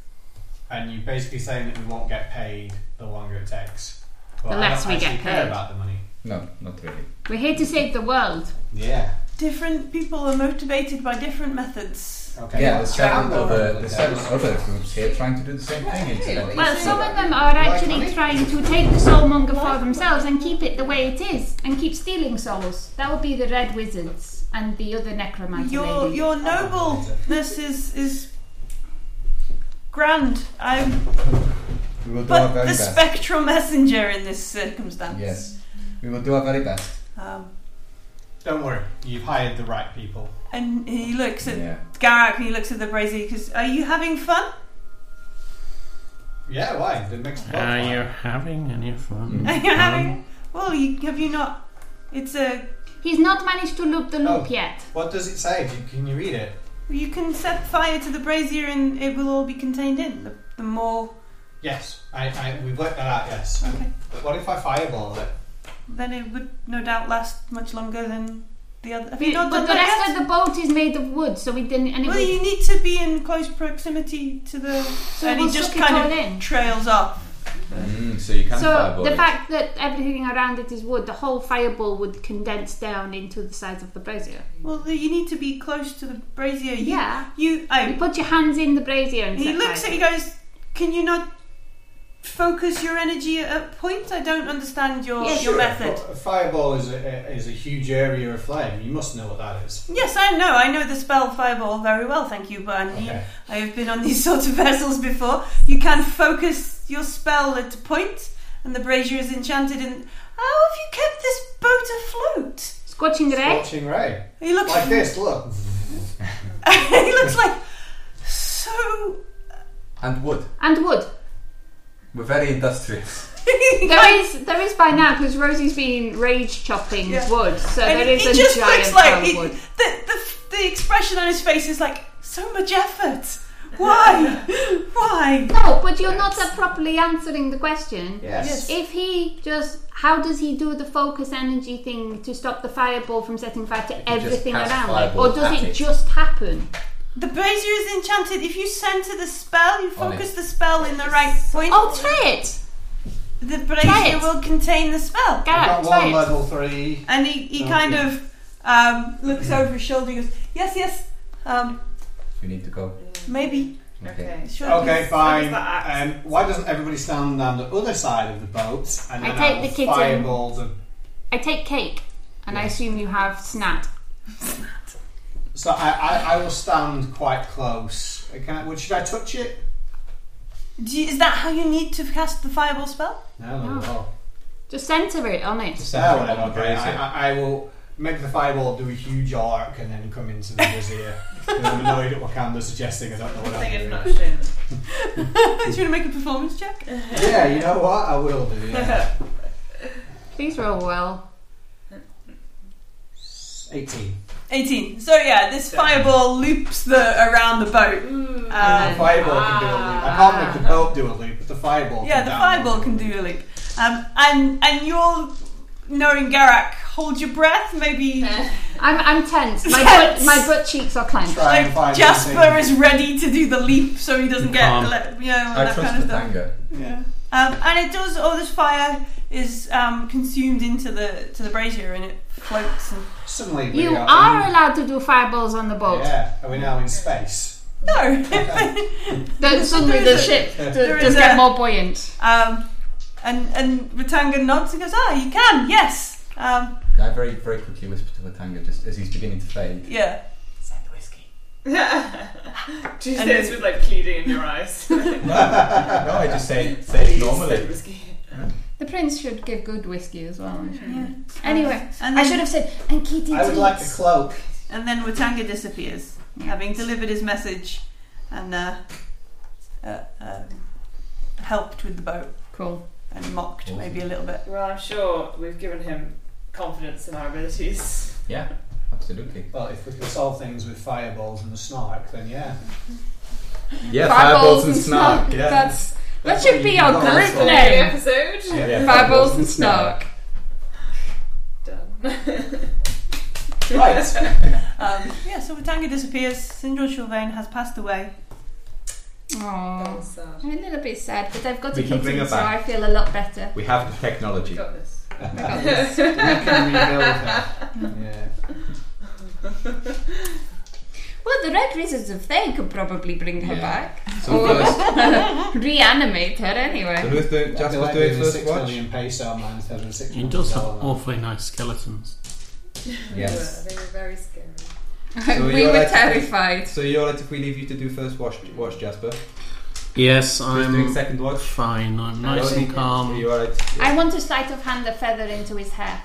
A: And you're basically saying that we won't get paid the longer it takes. But
C: The
A: I
C: less
A: don't
C: we get
A: actually care
C: paid.
A: about the money.
D: No, not really.
C: We're here to save the world.
A: Yeah.
B: Different people are motivated by different methods.
D: yeah, there's seven
A: Hammer.
D: other there's seven other groups here trying to do the same thing. incidentally.
C: Well, some of them are actually trying to take the soulmonger for themselves and keep it the way it is, and keep stealing souls. That would be the red wizards and the other necromancer.
B: Your
C: lady.
B: your nobleness is is grand. I'm
D: we will do our
B: but
D: very
B: the
D: best.
B: spectral messenger in this circumstance.
D: yes, we will do our very best.
B: Um,
A: Don't worry, you've hired the right people.
B: and he looks at
D: Yeah.
B: Garak and he looks at the brazier because are you having fun?
A: Yeah, why? The mixed blood.
F: Are
A: why?
F: you having any fun?
B: Are you
A: Um,
B: having? Well, you, have you not? It's a
C: He's not managed to loop the
B: Oh.
C: loop yet.
A: What does it say? Do you- Can you read it?
B: you can set fire to the brazier and it will all be contained in. The, the more
A: Yes, I, I, we've worked that out, yes. But what if I fireball it?
B: then it would no doubt last much longer than the other. Have you not
C: But
B: done
C: the
B: that
C: rest
B: yet?
C: of the boat is made of wood, so we didn't. And it
B: Well,
C: was-
B: you need to be in close proximity to the. and
C: we'll
B: he just
C: suck it
B: kind
C: all
B: of
C: in.
B: trails off.
D: Mm, so you can
C: So
D: fireball
C: the
D: it.
C: fact that everything around it is wood, the whole fireball would condense down into the size of the brazier.
B: Well, you need to be close to the brazier. You,
C: Yeah.
B: You. Oh,
C: You put your hands in the brazier and
B: he
C: set
B: looks at
C: fire.
B: you. Goes. Can you not focus your energy at a point? I don't understand your your
A: Sure,
B: method.
A: but A fireball is a, is a huge area of flame. You must know what that is.
B: Yes, I know. I know the spell fireball very well, thank you. But I mean,
A: Okay.
B: I have been on these sorts of vessels before. You can focus your spell at a point, and the brazier is enchanted. And how have you kept this boat afloat?
C: Scorching ray.
A: Scorching ray.
B: He looks
A: Like this, look.
B: he looks like so.
D: and wood.
C: and wood.
D: We're very industrious.
C: There is there is by now because Rosie's been rage chopping
B: Yeah.
C: wood, so
B: and
C: there
B: he-
C: is
B: he
C: a
B: just
C: giant
B: looks like
C: pile of
B: he-
C: wood.
B: the, the the expression on his face is like so much effort. Why? Why?
C: No, but you're not uh, properly answering the question.
A: Yes. Yes.
C: If he just, how does he do the focus energy thing to stop the fireball from setting fire to
D: just
C: everything
D: casts
C: around? Like, or
D: fireballs
C: does
D: at
C: it
D: it.
C: just happen?
B: The brazier is enchanted. If you center the spell, you
D: On
B: focus
D: it.
B: the spell in the right point.
C: Oh, try it.
B: The
C: Try
B: brazier
C: it.
B: will contain the spell.
A: I've got
C: Garrett, try
A: one
C: it.
A: level three.
B: And he, he
A: Oh,
B: kind
A: yeah.
B: of um, looks over his shoulder and goes, Yes, yes, um,
D: We need to go.
B: maybe.
E: Okay.
B: Sure.
A: Okay, fine.
E: that
A: Um, why doesn't everybody stand on the other side of the boat and
C: I
A: then
C: take
A: I
C: the
A: will
C: kitten.
A: fireball the
C: I take cake, and I assume you have snat.
A: So I, I, I will stand quite close. Uh, I can't, would, should I touch it?
B: Do you, is that how you need to cast the fireball spell?
A: No,
C: No.
A: no. no.
C: Just centre it on it.
A: No,
D: on the
A: whatever, okay.
D: brazier.
A: I, I, I will make the fireball do a huge arc and then come into the vizier. 'Cause I'm annoyed at Wakanda suggesting I don't know what
E: I think it's
A: I'm
E: not
A: doing.
E: shame.
B: Do you want to make a performance check?
A: Yeah, you know what? I will do. Yeah.
C: Please roll well.
A: 18.
B: 18. So, yeah, this fireball loops the around the boat. Uh,
A: the fireball can do a loop. I can't make the boat do a loop, but the fireball
B: Ah. Yeah,
A: can
B: the
A: download.
B: fireball can do a loop. Um, and, and you're, knowing Garak, hold your breath, maybe.
C: I'm, I'm tense. My,
B: Tense.
C: Butt, my butt cheeks are clenched.
A: Try and
B: Like
A: find
B: Jasper
A: something.
B: is ready to do the leap so he doesn't get
F: Calm.
B: le- you know all
D: I
B: that kind
D: trust
B: of
D: the
B: stuff.
D: dagger.
B: Yeah. Um, and it does. All this fire is um, consumed into the to the brazier, and it floats. And
A: Suddenly, we
C: You
A: are,
C: are allowed to do fireballs on the boat.
A: Yeah, are we now in space?
B: no,
C: Then suddenly
B: There
C: the
B: is a-
C: ship
B: there
C: does
B: is
C: get
B: a-
C: more buoyant.
B: Um, and and Ratanga nods and goes, "Ah, you can, yes, um,
D: I very, very quickly whisper to Latanga just as he's beginning to fade.
B: yeah."
D: Send whiskey.
E: Do you
B: And
E: say this
B: then-
E: with like pleading in your eyes?
D: No, no, I just say, say it normally.
C: The prince should give good whiskey as well. Anyway,
B: And
C: I
B: then-
C: should have said, and Kitty
A: I would like a
C: Teats."
A: cloak.
B: And then Watanga disappears, having delivered his message and uh, uh, um, helped with the boat
C: Cool.
B: and mocked maybe a little bit.
E: Well, I'm sure we've given him confidence in our abilities.
D: Yeah, absolutely.
A: Well, if we can solve things with fireballs and the snark, then yeah.
D: Yeah,
C: Fireballs
D: fireballs
C: and
D: and snark.
C: snark.
D: Yeah.
C: That's that
A: That's
C: should
A: what
C: be
A: you
C: our
A: got us
C: group
A: for.
C: name.
E: episode
D: Yeah, yeah,
C: Fireballs and snark.
E: done.
A: Right.
B: Um, yeah, so Watanga disappears. Sindra Chilvain has passed away.
E: That
C: Aww.
E: was sad.
C: I'm a little bit sad, but I've got
D: We
C: a
D: can bring
C: kitten,
D: her
C: so
D: back.
C: I feel a lot better.
D: We have the technology.
E: Got this.
C: I got this.
A: we can rebuild her. Yeah.
C: well, the red wizards, if they could probably bring her
D: Yeah.
C: back,
D: So first,
C: reanimate her
D: so
C: anyway.
D: who's
A: That'd
D: doing?
A: be
D: Jasper's
A: like
D: doing
A: being a
D: first
A: six
D: watch.
A: million peso man instead of a six
F: He
A: million
F: does have
A: dollar man.
F: awfully nice skeletons.
D: Yes.
E: They were very scary.
D: So
C: we
D: you're
C: were
D: like-
C: terrified.
D: So you're right if we leave you to do first watch, watch Jasper. Who's
F: Yes,
D: doing
F: I'm
D: second watch?
F: fine. I'm
D: Hello?
F: nice and
D: Are
F: calm.
D: you alright?
C: I want to sleight of hand a feather into his hair.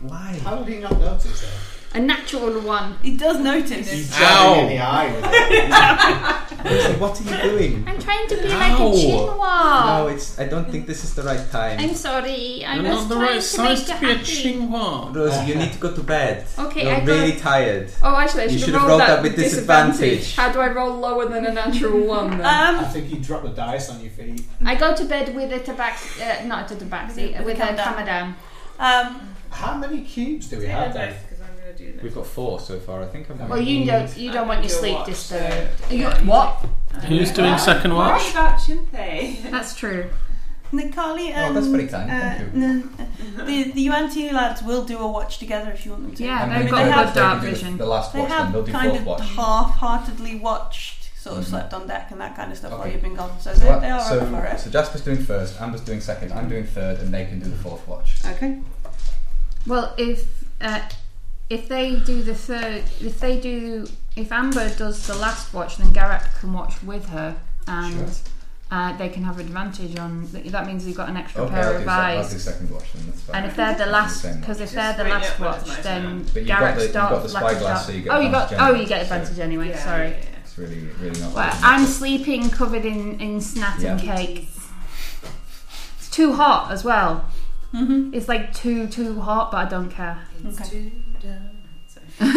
D: Why?
A: How did he not notice her?
C: A natural one.
B: He does notice.
A: Stabbing in the eye with it.
D: Lucy, what are you doing?
C: I'm trying to be like a
F: Ow.
D: No,
C: chihuahua.
D: it's. I don't think this is the right
C: I'm
D: time.
C: sorry. I'm
F: You're
C: just
F: not the
C: trying
F: right
C: to make
F: size
C: you
F: to be a
C: happy.
F: Chinghua.
D: Rose, you need to go to bed.
C: Okay,
D: You're
C: I got-
D: really tired.
C: Oh, actually, I
D: You
C: should
D: should
C: have
D: have
C: rolled
D: rolled
C: that
D: that with disadvantage.
C: How do I roll lower than a natural one? Then?
A: I
B: Um,
A: think he dropped the dice on your feet.
C: I go to bed with a tabaxi, uh, not a tabaxi, with,
B: With
C: a
B: a countdown.
C: camadan.
B: um,
A: How many cubes do we
E: Yeah,
A: have
E: nice,
A: then?
E: 'cause I'm gonna do
D: We've got four so far. I think. I'm
C: Well, you don't, you don't want your sleep
E: watch,
C: disturbed.
E: so-
C: You- what?
F: Who's doing second
E: What
F: watch?
E: about Shinpei?
C: That's true.
B: Nikali
D: Oh,
B: and
C: um,
D: that's very kind,
B: uh,
D: thank you.
B: n- the the Yuan-Ti lads will do a watch together if you want them to.
C: Yeah,
D: I'm
C: they've
D: gonna
C: got
D: go
B: good
D: upstairs
C: dark
D: and do the-
C: vision.
D: The last
B: They
D: watch, then
B: have
D: they'll do
B: kind
D: fourth
B: of
D: watch.
B: half-heartedly watched, sort of slept on deck and that kind of stuff while
D: Okay.
B: you've been gone. So
D: So,
B: they,
D: that-
B: they are up for
D: so,
B: it.
D: so Jasper's doing first, Amber's doing second, I'm doing third, and they can do the fourth watch.
B: Okay.
C: Well, if uh, if they do the third, if they do, if Amber does the last watch, then Garrett can watch with her, and
D: Sure.
C: uh, they can have advantage on. That means they've got an extra
D: Okay, I'll
C: pair
D: do,
C: of
D: sec- I'll
C: eyes.
D: do second watch then. That's fine.
C: And if they're the
D: I'll do
C: last,
D: same
C: because
D: watch.
C: if they're the
E: bring it
C: last
E: up when it's
C: watch,
E: nice
C: then
D: But you've got
C: Garrett
D: the- you've
C: starts.
D: got the spyglass, so you get
C: oh, you got
D: advantage
C: oh,
D: anyway,
C: you get
D: so-
C: advantage anyway.
E: Yeah,
C: Sorry.
E: yeah, yeah.
D: It's really, really not.
C: Well, I'm sleeping covered in, in snat and
D: Yeah.
C: cake. It's too hot as well. Mm-hmm. It's like too too hot, but I don't care.
B: Okay.
E: It's too down. Sorry.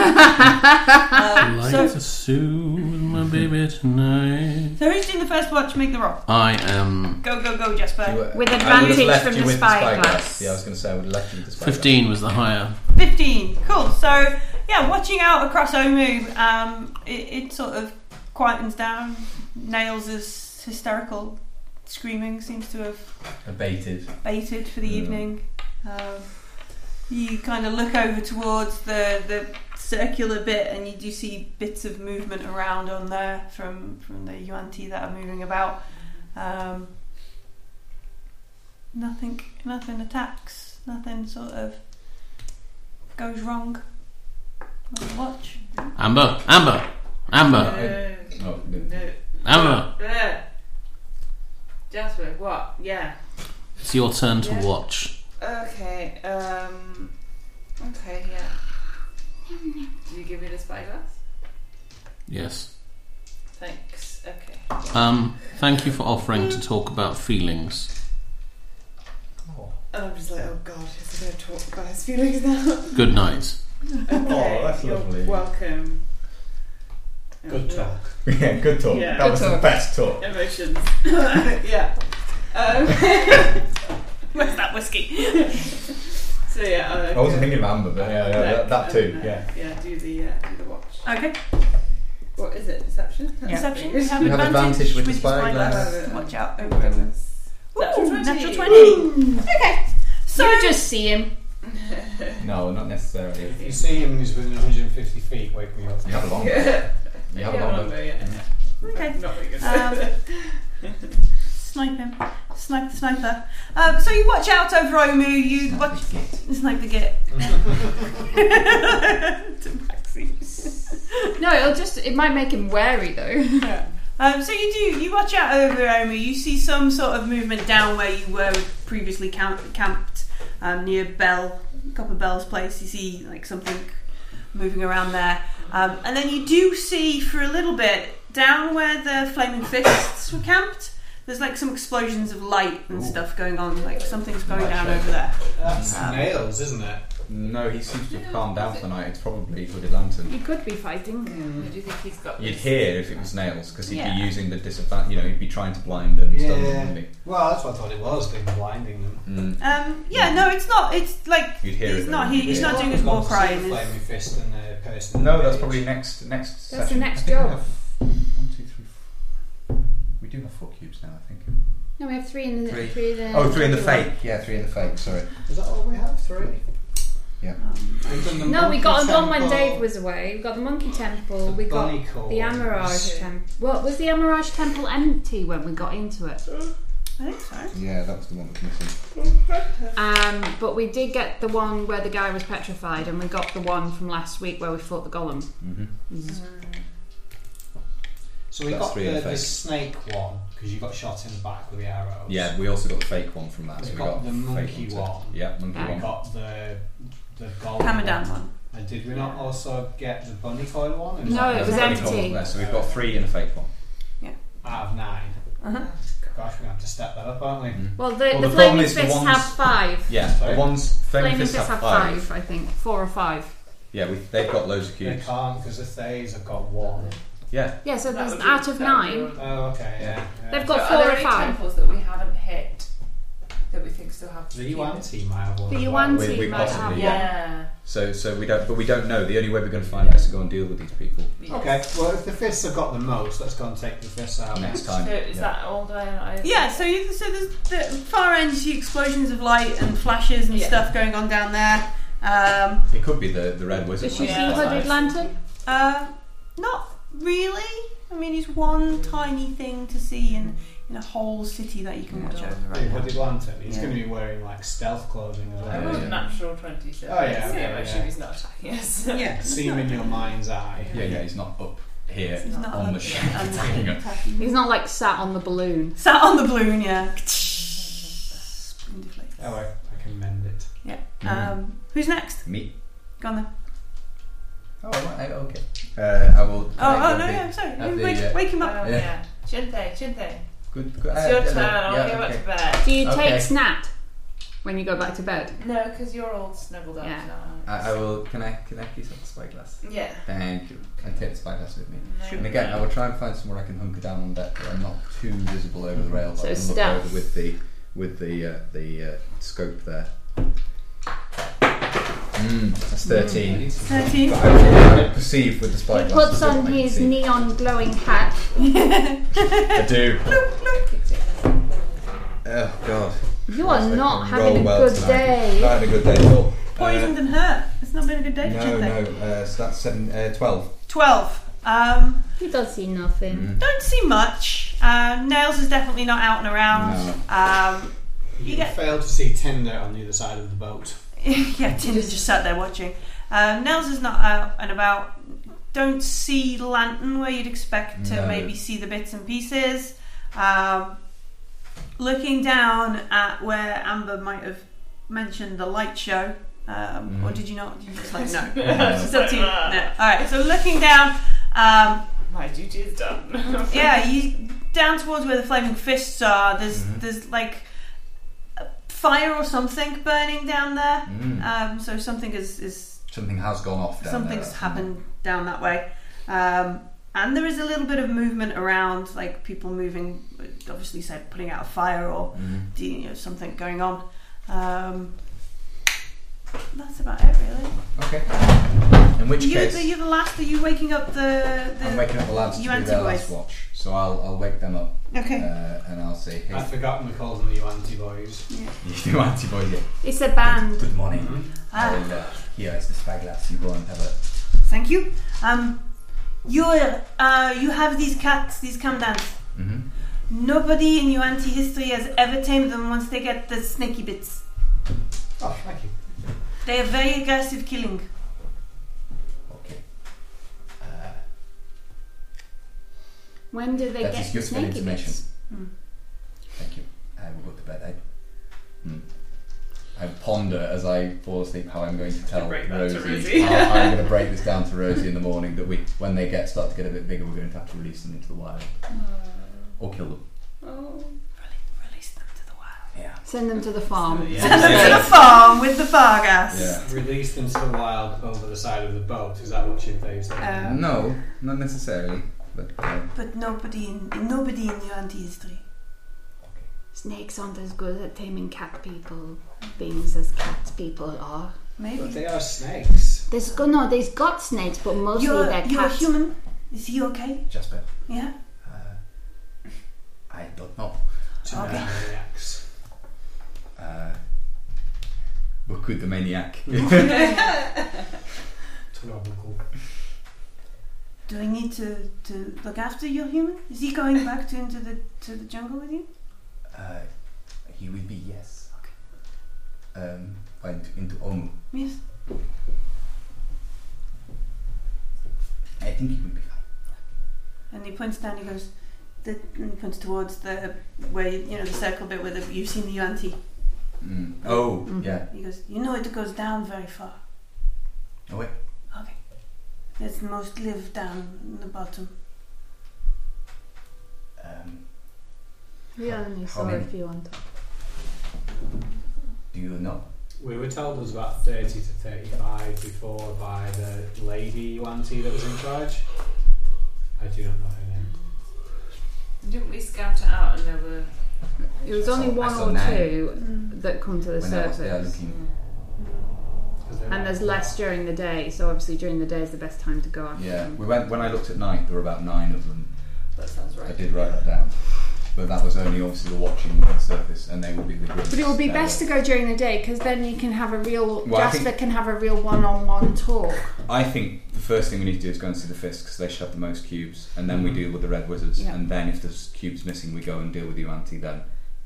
B: Um,
F: Like
B: so,
F: to soothe my baby tonight.
B: so who's doing the first watch? Make the roll.
F: I am.
B: Go go go, Jasper.
C: With
D: I would have
C: advantage
D: left
C: from
D: you
C: the
D: with the
C: spyglass.
D: Yeah, I was going to say I would have left you with the spyglass.
F: 15 was the higher.
B: Fifteen. Cool. So yeah, watching out across Omu, um, it, it sort of quietens down. Nails' hysterical screaming seems to have
D: Abated.
B: baited for the
D: Yeah.
B: evening. Um, you kind of look over towards the the circular bit, and you do see bits of movement around on there from from the yuan ti that are moving about. Um, nothing, nothing attacks. Nothing sort of goes wrong. On the watch.
F: Amber, Amber, Amber,
E: No,
D: Oh,
E: no,
D: the-
E: no.
F: Amber.
E: Uh, Jasper, what? Yeah.
F: It's your turn to
E: Yeah.
F: watch.
E: Okay. Um. Okay. Yeah. Do you give me the spyglass?
F: Yes.
E: Thanks. Okay.
F: Um, thank you for offering to talk about feelings.
E: And I'm just like, oh god, is he going to talk about his feelings now?
F: Good night.
E: Okay,
D: that's
E: you're
D: lovely.
E: Welcome.
A: Good
E: Yeah.
A: talk.
D: yeah, good talk.
E: Yeah.
D: That
C: Good
D: was the
C: talk.
D: best talk.
E: Emotions. yeah. Um,
B: Where's that whiskey?
E: so yeah. uh,
D: I wasn't
E: go-
D: thinking of Amber, but yeah, yeah,
E: No,
D: that, that too.
E: um, uh,
D: Yeah.
E: Yeah. Do the uh, do the watch.
B: Okay.
E: What is it? Deception.
B: Perception.
E: That's
B: You
E: it.
B: have,
D: You have
B: advantage,
D: advantage with the
B: your spyglass.
E: spyglass.
B: Watch out.
E: Bonus.
B: Natural 20. Okay. So
C: you just see him.
D: No, not necessarily.
A: You see him, he's within 150 feet, wake me up.
D: You have a long You have a long
E: Number, yeah.
B: Okay.
E: Not very
C: Uh,
E: good.
B: Um, snipe him. Snipe the sniper. Um, so you watch out over Omu. You watch. Snipe the git. to Maxi.
C: No, it'll just it might make him wary though.
B: Um, so you do. You watch out over Omu. You see some sort of movement down where you were previously camp, camped um, near Bell, Copper Bell's place. You see like something moving around there, um, and then you do see for a little bit down where the flaming fists were camped. There's like some explosions of light and stuff going on. Like something's going
D: Light
B: down
D: show.
B: over there.
A: That's
D: Um,
A: nails, isn't it?
D: No, he seems to have calmed down for the night. It's probably Hooded Lantern.
C: He could be fighting.
E: Do you think he's got?
D: You'd hear if it was nails because he'd
C: Yeah.
D: be using the disadvantage. You know, he'd be trying to blind and stun them. wouldn't
A: Well, that's what I thought it was, they were blinding them.
D: he? Mm.
B: Um, yeah, no, it's not. It's like
D: You'd hear
B: he's
D: it.
B: not.
D: though.
B: He, he's
D: Yeah.
B: not doing his war cry. and his-
A: Flaming fist and a person.
D: No, that's probably next next.
C: That's the
D: session.
C: next
D: I think we
C: job.
D: have One, two, three. four. We do have four cubes now, I think.
C: No, we have three in the
D: Three.
C: three, in the
D: Oh, three in the fake. Yeah, three in the fake. Sorry.
A: Is that all we have? Three?
D: Yeah.
A: We've done the
C: No, we
A: monkey
C: got them done when
A: temple,
C: Dave was away. We got the monkey temple. we got
A: bunny calls.
C: the Amaraj temple. What was the Amaraj temple empty when we got into it?
B: I think so.
D: Yeah, that was the one that's missing.
C: Um, but we did get the one where the guy was petrified, and we got the one from last week where we fought the golem.
D: Mm-hmm.
E: Mm-hmm.
A: So we
D: That's
A: got the,
D: three in the
A: the
D: fake.
A: snake one because you got shot in the back with the arrows.
D: Yeah, we also got the fake one from that.
A: We
D: so we
A: got
D: got
A: the
D: fake
A: monkey
D: too.
A: one.
D: Yeah, monkey
C: Okay.
A: We
D: one.
A: got the the gold.
B: Hamadan one.
A: And did we not also get the bunny coil one? Or was that
C: No, Oh, it
D: That's
C: was
D: the
A: out
D: only
C: empty.
D: one there, so we've got three and a fake one.
A: of nine.
B: Uh-huh.
A: Gosh, we have to step that up, aren't we?
D: Mm,
C: Well, the,
D: Well,
C: the,
D: the problem
C: flaming
D: is the
C: fists
D: ones-
C: have five.
D: Yeah,
A: Sorry?
D: the ones
C: Flaming
D: flaming
C: fists
D: fists
C: have five, I think, four or five.
D: Yeah, we, they've got loads of
A: They
D: cubes.
A: can't because the Thays have got one.
D: Yeah,
C: Yeah, so there's
E: would be-
C: out of
E: that would be
C: nine,
E: one.
A: Oh, okay, yeah. yeah.
C: they've
E: So
C: got
E: are
C: four
E: there
C: or
E: any
C: five.
E: temples that we haven't hit that we think still have to
A: the
E: be
A: Yuan
E: hidden?
A: team might have one.
C: The
A: as well.
C: Yuan
D: We- we
C: team might have
D: possibly-
C: one.
E: Yeah.
D: so so we don't, but we don't know. The only way we're going to find out is to go and deal with these people
A: Okay, well, if the fists have got the most, let's go and take the fists out
D: next
E: So
D: time.
E: is
D: yeah.
E: that all Diana? I-
B: Yeah, so you, so there's the far end. You see explosions of light and flashes and
E: Yeah.
B: stuff going on down there. Um,
D: It could be the, the red wizard.
C: Does she
D: one.
E: Yeah,
C: see
E: that's
C: Hooded
E: nice.
C: Lantern?
B: uh, not really. I mean, it's one tiny thing to see in in a whole city that you can watch over.
A: The hooded lantern. He's going to be wearing like stealth clothing
D: Oh,
A: as
E: I
A: well.
E: rolled a natural 20, so
A: Oh, yeah,
E: I assume
A: okay,
E: actually
A: yeah.
E: he's not attacking us.
B: Yeah,
A: See him in your mind's eye.
D: Yeah, yeah, he's not up here
B: It's not
D: on
B: up
D: the
B: here.
D: ship.
B: I'm not
D: Hang on.
B: attacking you.
C: He's not like sat on the balloon.
B: Sat on the balloon, yeah. Splendidly.
A: Oh, wait, I can mend it.
B: Yeah. Um, who's next?
D: Me.
B: Go on then.
D: Oh, right, okay. Uh, I will.
B: Oh,
D: I
B: oh
D: will
B: no,
D: be-
B: yeah, sorry.
D: at the,
B: wake,
D: uh,
B: wake him up.
E: Um,
D: Yeah.
E: yeah. Chinte, Chinte.
D: Good. good
E: It's
D: uh,
E: your
D: yeah,
E: turn. I'll
D: yeah,
E: go back
D: okay.
E: to bed.
C: Do you
D: Okay.
C: take snap when you go back to bed?
E: No, because you're all snuggled up
C: Yeah.
E: now.
D: I, I will. Can I can I please have the spyglass?
E: Yeah.
D: Thank you. I take the spyglass with me.
E: No.
D: And again, I will try and find somewhere I can hunker down on deck where I'm not too visible over the rail. but
C: So
D: I can look
C: stealth.
D: over with the with the uh, the uh, scope there. Mm, that's
A: I
D: thirteen.
A: need to-
B: 13.
D: I will- I will perceive with the spyglass.
C: He puts
D: to see
C: on
D: what I can
C: his
D: see.
C: neon glowing hat.
D: I do. oh God.
C: You are
D: That's
C: not
D: like
C: having
D: roll
C: a
D: well
C: good
D: tonight. Not
C: day.
D: having a good day at all. Uh,
B: Poisoned and hurt. It's not been a good day for
D: no,
B: Chinte.
D: no. Uh, so that's seven, uh, twelve.
B: 12. Um,
C: He does see nothing.
B: don't see much. Uh, Nails is definitely not out and around. Um,
A: You
B: You get-
A: fail to see Tinder on the other side of the boat.
B: yeah, Tinder just sat there watching. Um, Nails is not out and about. Don't see Lantern where you'd expect to
D: No.
B: maybe see the bits and pieces. Um, looking down at where Amber might have mentioned the light show. Um, Or
D: Mm.
B: did you not? Did you just like, no.
D: Uh,
B: It's up to you. No. Alright, so looking down. Um,
E: My duty is done.
B: yeah, you down towards where the flaming fists are. There's
D: Mm-hmm.
B: there's like a fire or something burning down there.
D: mm.
B: Um, so something is is
D: Something has gone off. Down
B: something's
D: there,
B: happened down that way. Um, and there is a little bit of movement around, like people moving. Obviously, said putting out a fire or
D: Mm.
B: you know, something going on. Um, That's about it, really.
D: Okay. In which
B: you,
D: case,
B: the, you're the last. Are you waking up the? the
D: I'm waking up the lads to
B: you
D: do their
B: anti-boys?
D: last watch, so I'll, I'll wake them up.
B: Okay.
D: Uh, and I'll say, hey,
A: I'd forgotten we called them the Uanti boys.
B: Yeah.
D: you do anti-boys yet?
C: It's a band.
D: Good morning.
A: Mm-hmm.
B: Ah.
D: Well, uh, here is the spyglass. You go and have a
B: Thank you. Um, you're, uh, you have these cats, these camdans.
D: Mhm.
B: Nobody in your anti history has ever tamed them once they get the snaky bits.
A: Oh, thank you.
B: They are very aggressive killing.
D: Uh,
C: When do they
D: That
C: get
D: is useful
C: snaky
D: information.
C: bits?
B: Hmm.
D: Thank you. I will go to bed. I, hmm. I ponder as I fall asleep how I'm going to tell
E: Break that
D: Rosie.
E: to Rosie.
D: how I'm going to break this down to Rosie in the morning that we, when they get start to get a bit bigger, we're going to have to release them into the wild
B: Hmm.
D: or kill them.
E: Oh.
B: Release them to the wild.
D: Yeah.
C: Send them to the farm.
A: Yeah.
B: Send them to the farm with the far gas.
A: Release them to the wild over the side of the boat. Is that what you think?
B: Uh,
D: No, not necessarily. But uh,
B: But nobody in nobody in your anti history.
C: Snakes aren't as good at taming cat people beings as cat people are.
A: But
B: Maybe.
A: they are snakes.
C: There's go- no, there's got snakes, but mostly
B: You're,
C: they're
B: you're a
C: cats.
B: human. Is he okay?
D: Jasper, Uh,
B: Yeah?
D: I don't know.
A: Maniacs.
D: Uh, but could the maniac?
A: Trouble.
B: Do I need to, to look after your human? Is he going back to into the to the jungle with you?
D: Uh, he will be yes. Okay. Um, and into Omu.
B: Yes.
D: I think he will be fine.
B: And he points down. He goes. The, and he points towards the where you, you know the circle bit where the, you've seen the Yuan-Ti.
D: Mm. Oh,
C: Mm-hmm.
D: yeah.
B: He goes. You know it goes down very far.
D: Oh wait.
B: Okay. It's most live down in the bottom.
D: Um,
C: We only saw a
D: many?
C: few on top.
D: do you know?
A: We were told there was about 30 to 35 before by the lady Wanty that was in charge. I do not know her name.
E: Didn't we scout it out and there were.
C: It was
D: I
C: only
D: saw- I
C: one
D: saw
C: or
D: nine
C: two that come to the
D: when I was there
C: surface.
D: looking.
A: 'Cause they're
C: And
A: not-
C: there's less during the day, so obviously during the day is the best time to go after
D: Yeah,
C: them.
D: we went when I looked at night. There were about nine of them.
E: That sounds right.
D: I did write that down, but that was only obviously the watching the surface, and they will be the. grunts.
C: But it would be
D: Now,
C: best to go during the day because then you can have a real
D: Well, I
C: Jasper
D: think-
C: can have a real one-on-one talk.
D: I think the first thing we need to do is go and see the fists because they shove the most cubes, and then we deal with the red wizards,
C: Mm-hmm. Yeah.
D: and then if there's cubes missing, we go and deal with you, Auntie. Then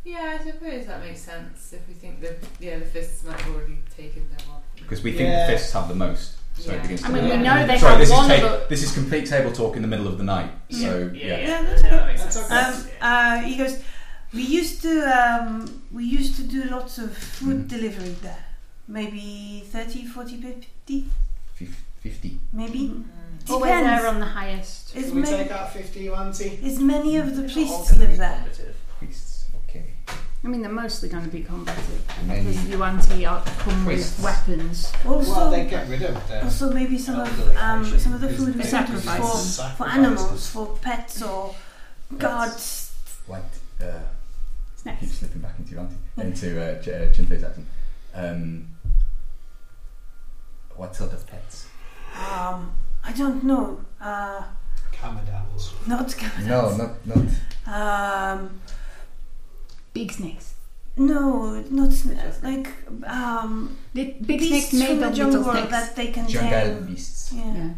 E: Yeah, I suppose that makes sense if we think the yeah the fists might have already taken them off.
D: because we think
A: Yeah.
D: the fists have the most. So it
E: Yeah.
D: begins to
C: I mean, we
D: look-
C: know they
D: Sorry,
C: have
D: this
C: one,
D: is
C: but-
D: this is complete table talk in the middle of the night. So yeah,
B: Yeah, that's
E: that makes
A: That's
E: sense.
A: okay.
B: Um, uh, he goes. We used to um, we used to do lots of food delivery there. Maybe 30, 40, 50,
D: Fif- fifty.
B: maybe.
E: Mm.
B: Depends.
C: Always there on the highest.
B: As
A: Can we take
B: many,
A: out 50 Wanty?
B: as many of the
E: All
B: priests
E: gonna
B: live
E: be
B: there.
E: competitive.
D: Priests, okay.
C: I mean, they're mostly going to be combative
D: Many
C: because you anti are come
D: Priests.
C: with weapons.
B: Also,
A: Well, they get rid of them.
B: also maybe some
A: elderly
B: of um,
A: patients
B: some of the
A: because
B: food was
A: they-
B: used
A: because
B: for, for
A: sacrifices.
B: animals, for pets or guards.
D: White. Uh,
C: Snacks.
D: keep slipping back into your auntie, into uh, J- uh, Chinfei's accent. Um, what sort of pets?
B: Um, I don't know. Uh,
A: Camadals.
B: not camels.
D: No, not not.
B: Um,
C: Big snakes.
B: no, not sn- like um,
C: The big
B: beasts
C: snakes
B: from
C: made
B: the
C: of little
B: jungle
C: snakes.
B: that they can
D: Jungle
B: tame.
D: beasts.
B: Yeah.
C: yeah.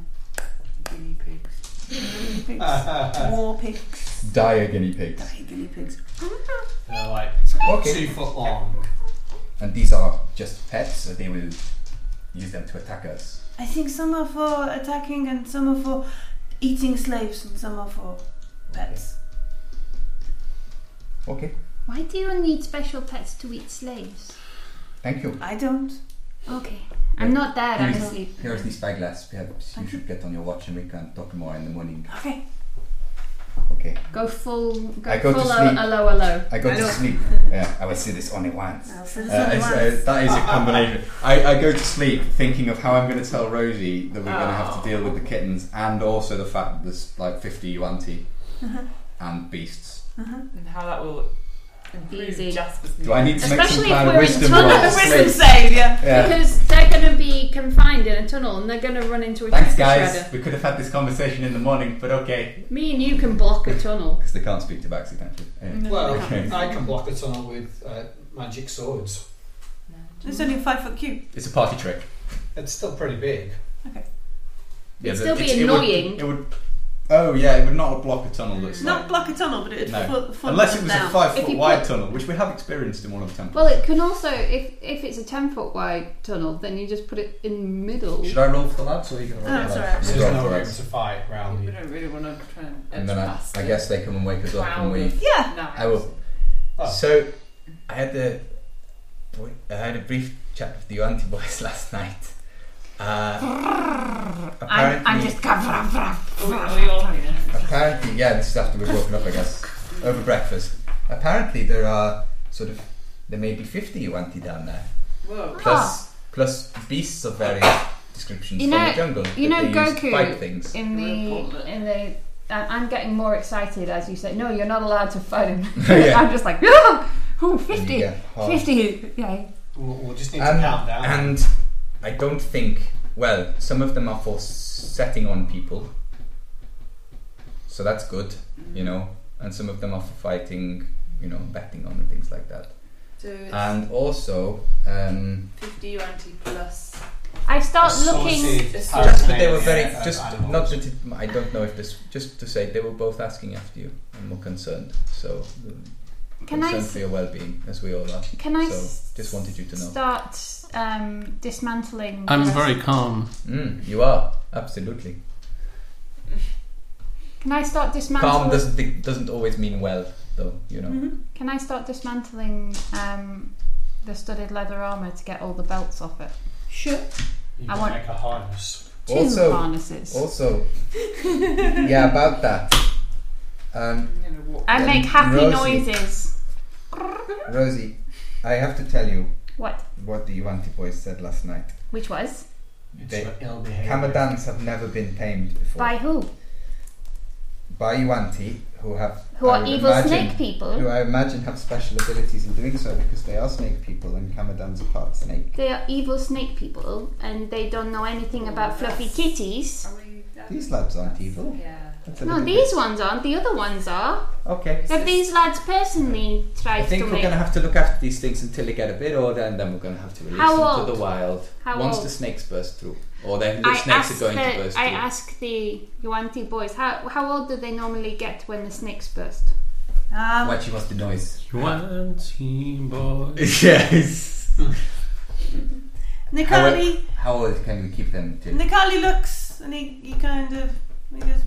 E: Guinea pigs.
B: Pigs.
A: Ah, They're
B: War pigs.
D: Dire guinea pigs.
B: Dire guinea pigs.
A: like
D: Okay.
A: two foot long.
D: And these are just pets, so they will use them to attack us.
B: I think some are for attacking and some are for eating slaves and some are for pets.
D: Okay,
C: Why do you need special pets to eat slaves?
D: thank you.
B: I don't.
C: Okay, I'm not there. I'm
D: Here's-
C: asleep.
D: Here's the spyglass. Perhaps you should get on your watch and we can talk more in the morning.
B: Okay.
D: Okay.
C: Go full. Go,
D: I go to
C: full
D: sleep.
C: low, low, low.
D: I go to sleep. Yeah, I will see this only once.
B: I'll say this
D: Uh,
B: only
D: it's,
B: once.
D: uh, that is a combination. I, I go to sleep thinking of how I'm going to tell Rosie that we're going to
C: Ah.
D: have to deal with the kittens and also the fact
C: Uh-huh.
D: that there's like 50 Yuanti and beasts.
E: And how that will
C: easy.
D: Do I need to make some
C: Especially if
D: kind of
C: we're
D: wisdom
C: in tunnels.
D: roll? Yeah.
C: Because they're going to be confined in a tunnel and they're going to run into a
D: Thanks,
C: chest
D: guys.
C: shredder.
D: We could have had this conversation in the morning, but okay.
C: Me and you can block a tunnel.
D: Because they can't speak to Baxi, can't you? Yeah.
A: Well,
D: Okay.
A: I can block the tunnel with uh, magic swords.
B: It's only a five foot
C: Mm.
B: cube.
D: It's a party trick.
A: It's still pretty big.
B: Okay. It'd
D: Yeah, but
B: still be
D: it's- it would-
B: annoying.
D: It would, Oh yeah, it would not block a tunnel that's
B: Not
D: like,
B: block a tunnel, but it'd
D: no.
B: foot,
D: unless it was a
B: down.
D: five
C: If
D: foot
C: you
D: wide
C: put-
D: tunnel, which we have experienced in one of the temples.
C: Well, it can also, if if it's a 10 foot wide tunnel, then you just put it in the middle.
D: Should I roll for the lads, or are you going to roll?
C: Oh,
D: for the
C: sorry.
D: lads?
A: There's
D: Roll
A: no
D: for
A: room
D: us.
A: to fight round
E: We
A: you.
E: don't really want to try and.
D: And then I, I guess they come and wake us up, and we.
E: Yeah. Nice.
D: I will.
C: uh,
D: So, I had the, boy- I had a brief chat with the anti boys last night. Uh,
C: I'm, I'm
D: apparently-
C: just.
E: Oh,
C: Well,
D: Apparently, yeah, this is after we've woken up, I guess, over breakfast. Apparently, there are sort of there may be fifty Uanti down there,
E: Whoa.
D: plus plus beasts of various descriptions
C: Ah. You
D: from
C: know,
D: the jungle.
C: you know
D: that they use to
C: Goku
D: fight things.
C: in the in the. I- I'm getting more excited as you say. No, you're not allowed to fight him.
D: Yeah.
C: I'm just like, oh, ooh, 50,
D: get hard.
C: 50, yay.
A: We'll, we'll just need to
D: and,
A: calm down.
D: and I don't think. Well, some of them are for setting on people, so that's good, you know. And some of them are for fighting, you know, betting on and things like that.
E: So it's
D: And also. Um,
E: 50 UNT plus.
C: I start looking.
D: Just that they were very,
A: Yeah,
D: just
A: animals.
D: not that it, I don't know if this, just to say they were both asking after you and were concerned. So, mm,
C: Can I
D: concerned
C: s-
D: for your well-being, as we all are.
C: Can I
D: So, just wanted you to know.
C: Start um, dismantling.
F: I'm
C: the-
F: very calm.
D: Mm, you are absolutely
C: Can I start
D: calm.
C: dismantling?
D: Doesn't thi- doesn't always mean well, though. You know.
C: Can I start dismantling um, the studded leather armor to get all the belts off it? Sure.
A: You
C: I
A: can
C: want
A: make a harness.
C: two
D: Also-
C: harnesses.
D: Also, yeah, about that. Um,
C: I
D: then
C: make happy
D: Rosie-
C: noises.
D: Rosie, I have to tell you
C: What?
D: what the Ivanti boys said last night.
C: Which was
D: They,
A: ill-behaved.
D: Kamadans have never been tamed before.
C: by who?
D: by Yuanti, who have
C: Who
D: I
C: are
D: would
C: evil
D: imagine-
C: snake people.
G: Who I imagine have special abilities in doing so because they are snake people and Kamadans are part snake.
C: They are evil snake people, and they don't know anything about fluffy kitties.
G: These lads aren't evil.
E: Yeah.
G: That's a
C: No,
G: little bit-
C: these ones aren't. The other ones are.
G: Okay.
C: Have these lads personally
I: I
C: tried
I: think
C: to
I: we're
C: make?
I: going to have to look after these things until they get a bit older, and then we're going to have to release
C: How
I: them to
C: old?
I: the wild.
C: How
I: once
C: old?
I: the snakes burst through, or then the
C: I
I: snakes
C: asked
I: are going
C: the,
I: to burst
C: I
I: through.
C: ask the Yuanti boys how how old do they normally get when the snakes burst? Ah.
B: Um,
I: What you must the noise?
F: Twenty boys.
D: yes. How
B: Nikali,
D: old, how old can you keep them till?
B: Nikali looks and he, he kind of he goes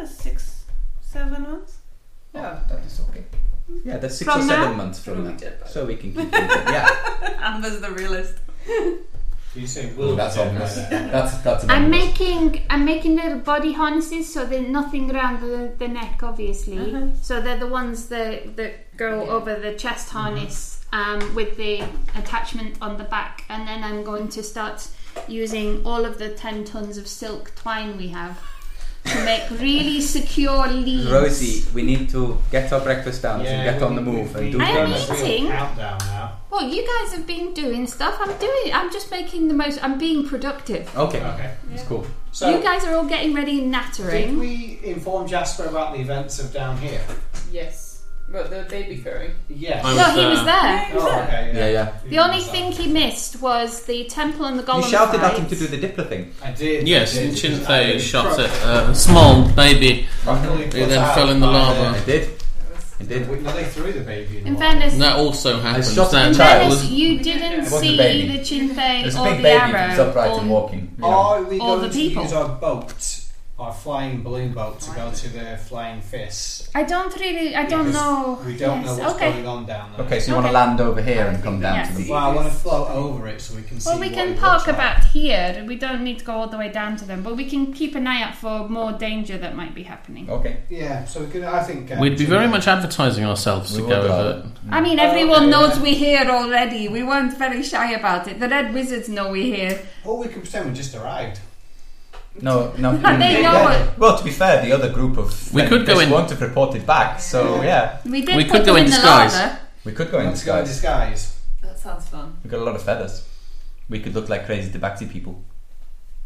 B: "Ah, six, seven months.
E: Yeah.
D: That is okay.
I: Yeah, that's six
C: From
I: or seven
C: now?
I: months from
E: Probably
I: now,
E: dead by
I: so we can keep them. Yeah,
B: Amber's the realist.
A: You say
D: Oh,
A: will.
D: that's
A: be
D: obvious.
A: dead by then.
D: That's that's. an
C: I'm
D: obvious.
C: making I'm making little body harnesses so they're nothing around the, the neck obviously. So they're the ones that that go over the chest harness um, with the attachment on the back, and then I'm going to start using all of the ten tons of silk twine we have to make really secure leads.
I: Rosie, we need to get our breakfast down
A: Yeah,
I: and get on
A: we-
I: the move
A: we-
I: and do
A: we-
C: I am
I: things.
A: we'll
C: eating.
A: Countdown now.
C: Well, you guys have been doing stuff. I'm doing. I'm just making the most. I'm being productive.
I: Okay,
A: Okay.
I: that's cool.
A: So
C: you guys are all getting ready and
A: Did
C: nattering.
A: we inform Jasper about the events of down here?
E: Yes. But the baby fairy.
A: Yes.
F: I'm-
C: No, he was there.
A: oh, okay.
I: Yeah, yeah.
C: The only thing he missed was the temple and the golem.
I: You shouted
C: fight.
I: at him to do the Diplo thing.
A: I did.
F: Yes,
A: I did,
F: Shinthei
A: because I
F: shot
A: did.
F: at a small baby.
A: Luckily
F: He
A: put
F: then
A: out
F: fell in the
A: by
F: lava.
I: I did. I
A: the-
I: did.
A: we- No, they threw the baby. In,
C: In
A: the
C: fairness,
F: That also happened.
I: shot
F: That
C: in
F: child
C: fairness, you didn't
D: It wasn't
C: see
D: a baby.
C: the Chinfei
D: There's a
C: or
D: big
C: the
D: baby who's
C: arrow.
D: upright and
C: on-
D: walking. you know.
A: Are we
C: Or
A: going
C: the
A: to
C: people.
A: use our boat, our flying balloon boat, to go to the flying fist?
C: I don't really. I don't
A: Because
C: know.
A: We don't know
C: yes.
A: what's
C: okay.
A: going on down there.
D: Okay, so you want to
C: Okay.
D: land over here and come down
C: Yes.
D: to the.
A: Well, I want to float over it so we can see.
C: Well, we
A: what
C: can
A: it looks
C: park
A: like.
C: about here. We don't need to go all the way down to them, but we can keep an eye out for more danger that might be happening.
D: Okay.
A: Yeah, so we can. I think uh,
F: We'd be
A: to-
F: very much advertising ourselves
D: We
F: to
D: would
F: go
D: rather.
F: over it.
C: I mean,
A: Oh,
C: everyone
A: okay,
C: knows
A: yeah.
C: we're here already. We weren't very shy about it. The Red Wizards know we're here.
A: Or we can pretend we just arrived.
D: No, no.
C: They know it.
D: Well, to be fair, the other group of
F: We could go
D: they
F: in-
D: won't have reported back, so yeah.
C: We did
F: We
C: put
F: could
C: them
F: go
C: in
F: in
C: the
F: disguise.
C: lava.
I: We could go in
A: Let's go in
I: disguise.
A: disguise.
E: That sounds fun.
I: We've got a lot of feathers. We could look like crazy Tabaxi people.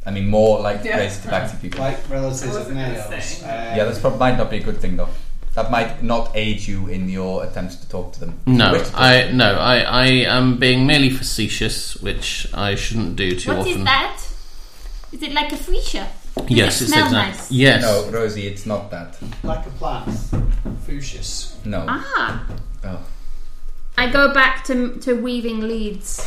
I: I mean, more like
E: Yeah.
I: crazy Tabaxi people.
A: Like relatives
E: I
A: of
E: wasn't gonna
A: males. Uh,
E: say.
I: yeah, that's probably might not be a good thing though. That might not aid you in your attempts to talk to them.
F: No,
I: Wish to talk
F: I no, I, I am being merely facetious, which I shouldn't do too
C: What is
F: often.
C: that? Is it like a freesia? Does
F: Yes,
C: it
F: it's
C: smell
F: exact-
C: nice.
F: Yes.
I: No, Rosie, it's not that.
A: Like a plant. Fuchsius.
I: No.
C: Ah,
I: Oh.
C: I go back to to weaving leads.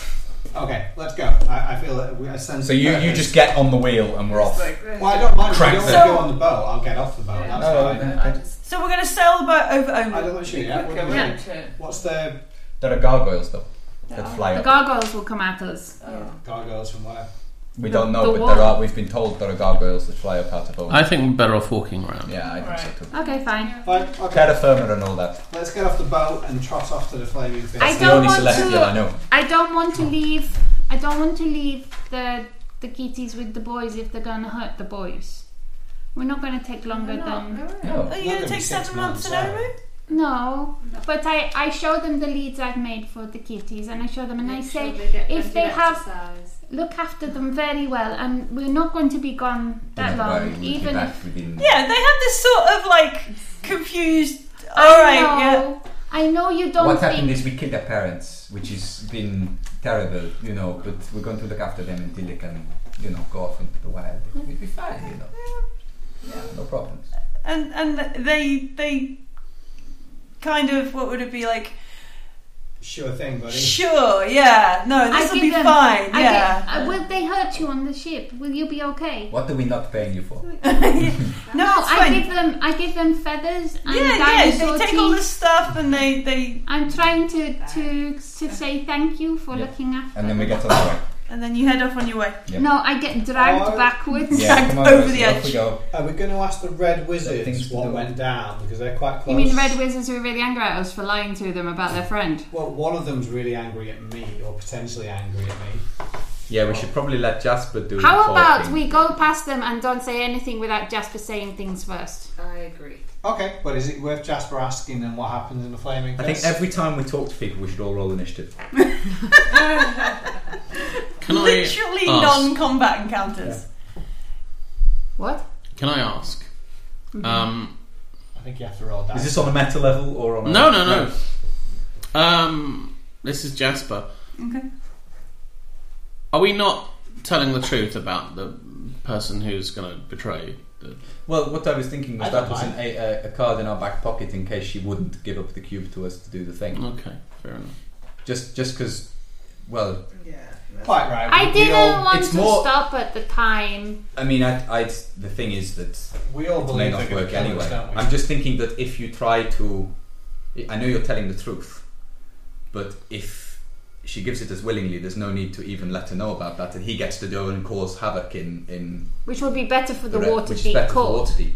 A: Okay, let's go. I, I feel that we, I sense.
I: So you, you just get on the wheel and we're off.
E: Like, really.
A: Well, I don't mind. If you
I: Crank
A: don't want to
B: them.
A: go on the boat, I'll get off the boat.
E: Yeah.
A: That's
I: No,
A: fine.
I: no,
E: I just
B: So we're going to sail the boat over
A: I
B: Omen.
A: don't want to shoot you.
E: yeah,
A: What do we
C: Yeah.
A: do? What's the
I: There are gargoyles though that
E: Yeah.
I: fly
C: The
I: up.
C: gargoyles will come at us.
A: gargoyles from where?
I: we
C: the-
I: don't know,
C: the
I: but there
C: wall.
I: are. We've been told there are gargoyles that fly up out of home.
F: I think we're better off walking around.
I: yeah, I think
E: Right.
I: so too.
C: Okay, fine.
A: Fine. Okay.
I: Terra firma and all that.
A: Let's get off the boat and trot off to the flaming fish.
C: I
I: The
C: don't
I: only
C: want
I: celestial I
C: to.
I: know.
C: I don't want to leave. I don't want to leave the the kitties with the boys if they're gonna hurt the boys. We're not gonna take longer than
I: No.
B: Are you
A: Not
B: going
A: gonna
B: to
A: be
B: take
A: six
B: seven months to
A: months,
B: Omu?
C: no. But I I show them the leads I've made for the kitties and I show them and I
E: Make sure
C: say
E: get
C: if
E: plenty
C: they
E: of
C: have-
E: exercise.
C: look after them very well and we're not going to be gone
I: Right,
C: that long
I: we'll be
C: even if
I: back within
B: Yeah, they have this sort of like confused. All right,
C: I
B: yeah.
C: know, I know you don't
I: what happened
C: think
I: is we killed their parents, which has been terrible, you know. But we're going to look after them until they can, you know, go off into the wild.
C: Hmm.
I: We'll be fine, you know. Yeah, no problems.
B: And and they they kind of what would it be like?
A: Sure thing, buddy.
B: Sure, yeah. No,
C: I
B: this will
C: give
B: be
C: them-
B: fine.
C: I
B: yeah.
C: give- uh, will they hurt you on the ship? Will you be okay?
I: What are we not paying you for?
B: no,
C: No,
B: it's
C: I
B: fine.
C: give them I give them feathers and
B: yeah, yeah.
C: dinosaur
B: They take
C: teeth.
B: all this stuff and they they
C: I'm trying to to to say thank you for
I: Yeah.
C: looking after.
I: And then we
C: them.
I: get on the way.
B: and then you head off on your way.
I: Yeah.
C: No, I get dragged
A: Oh.
C: backwards.
I: Yeah, come on,
B: over
I: Rosie,
B: the
I: off
B: edge.
I: we go.
A: Are we going to ask the red
I: things
A: wizards
I: to
A: what
I: do.
A: went down because they're quite
C: You
A: close?
C: mean red wizards were really angry at us for lying to them about their friend?
A: Well, one of them's really angry at me, or potentially angry at me.
D: Yeah, we should probably let Jasper do the
C: How about
D: talking.
C: we go past them and don't say anything without Jasper saying things first?
E: I agree.
A: Okay, but is it worth Jasper asking them what happens in the flaming
D: I
A: fish?
D: think every time we talk to people, we should all roll initiative.
F: Can
B: Literally
F: I ask,
B: non-combat encounters.
C: What?
F: Can I ask? Um,
A: I think you have to roll dice.
D: Is this on a meta level or on? A
F: no, no, no. Um, this is Jasper.
B: Okay.
F: Are we not telling the truth about the person who's going to betray? The...
D: Well, what I was thinking
A: I
D: was
A: don't
D: that was an, a, a- a card in our back pocket in case she wouldn't give up the cube to us to do the thing.
F: Okay, fair enough.
D: Just, just because. Well,
E: Yeah.
A: Quite right.
C: I
A: we, we
C: didn't
A: all,
C: want
D: it's
C: to
D: more-
C: stop at the time.
D: I mean, I, I, the thing is that
A: we all
D: it may
A: believe they're
D: not
A: going
D: work
A: to kill
D: anyway.
A: us, don't we?
D: I'm just thinking that if you try to, I know you're telling the truth, but if she gives it as willingly, there's no need to even let her know about that, and he gets to go and cause havoc in in
C: Which would be better for the,
D: red,
C: water
D: which
C: deep
D: is better for
C: court.
D: Waterdeep.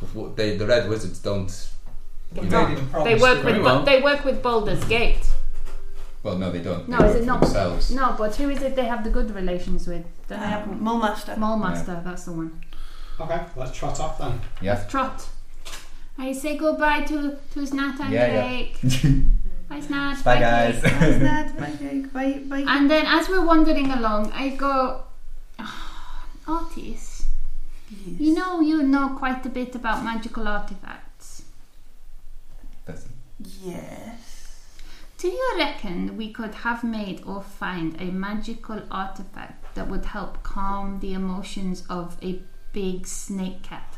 D: 'Cause wa- They, the red wizards don't.
A: But
D: you
A: they
D: know-
A: didn't
C: They
A: promise
C: work
A: to
C: with
A: do
F: well.
C: they work with Boulder's Gate.
D: Well, no, they don't.
C: No,
D: they
C: is
D: work
C: it
D: for
C: not-
D: themselves?
C: No, but who is it they have the good relations with? The
B: Um, Mole master.
C: mole master, that's the one.
A: it. Okay, let's trot off then.
C: Trot. I say goodbye to to Snat and
I: Yeah, yeah.
C: Jake. Bye Snat.
I: Bye, guys.
C: Jake.
B: That's that. Bye, Jake. Bye, bye.
C: And then as we're wandering along, I go, Otis, you know you know quite a bit about magical artifacts.
I: That's-
B: Yes.
C: Do you reckon we could have made or find a magical artifact that would help calm the emotions of a big snake cat?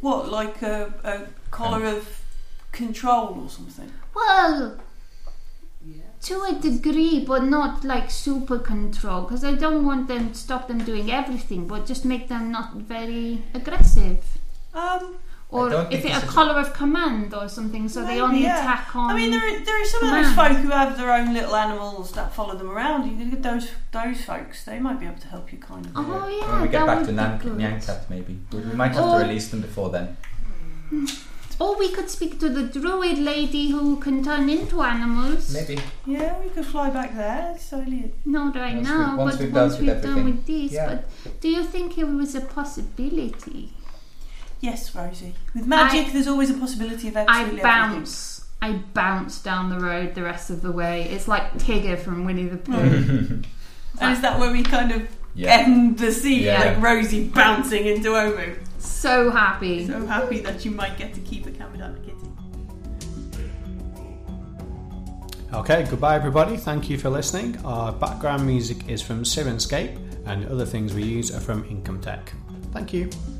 B: What, like a, a
I: Um,
B: collar of control or something?
C: Well,
E: Yeah.
C: to a degree, but not like super control, because I don't want them stop them doing everything, but just make them not very aggressive.
B: Um,
C: Or
I: don't
C: is
I: think
C: it
I: this
C: a
I: is-
C: collar of command or something, so they
B: Maybe,
C: only
B: yeah.
C: attack on.
B: I mean, there are, there are some of those
C: Man.
B: folk who have their own little animals that follow them around. You could get those those folks. They might be able to help you kind of.
C: Oh yeah,
I: when we get
C: that
I: back
C: would
I: to
C: be
I: Nan-
C: good.
I: Nyankat, maybe we, we might have
C: Or-
I: to release them before then.
C: Or we could speak to the druid lady who can turn into animals.
I: Maybe.
B: Yeah, we could fly back there slowly.
C: Not right
I: Once
C: now,
I: we- once
C: but
I: we've dealt
C: once
I: with
C: we've done
I: everything.
C: with this.
I: Yeah.
C: But do you think it was a possibility?
B: Yes, Rosie. With magic,
C: I-
B: there's always a possibility of
C: I
B: absolutely everything.
C: bounce I bounce down the road the rest of the way. It's like Tigger from Winnie the Pooh.
J: And is that where we kind of
D: Yeah.
J: end the scene?
D: Yeah.
J: Like Rosie bouncing into Omu.
C: so happy.
J: So happy that you might get to keep a Kamidama kitty.
A: Okay, goodbye everybody. Thank you for listening. Our background music is from Sirenscape, and other things we use are from Income Tech. Thank you.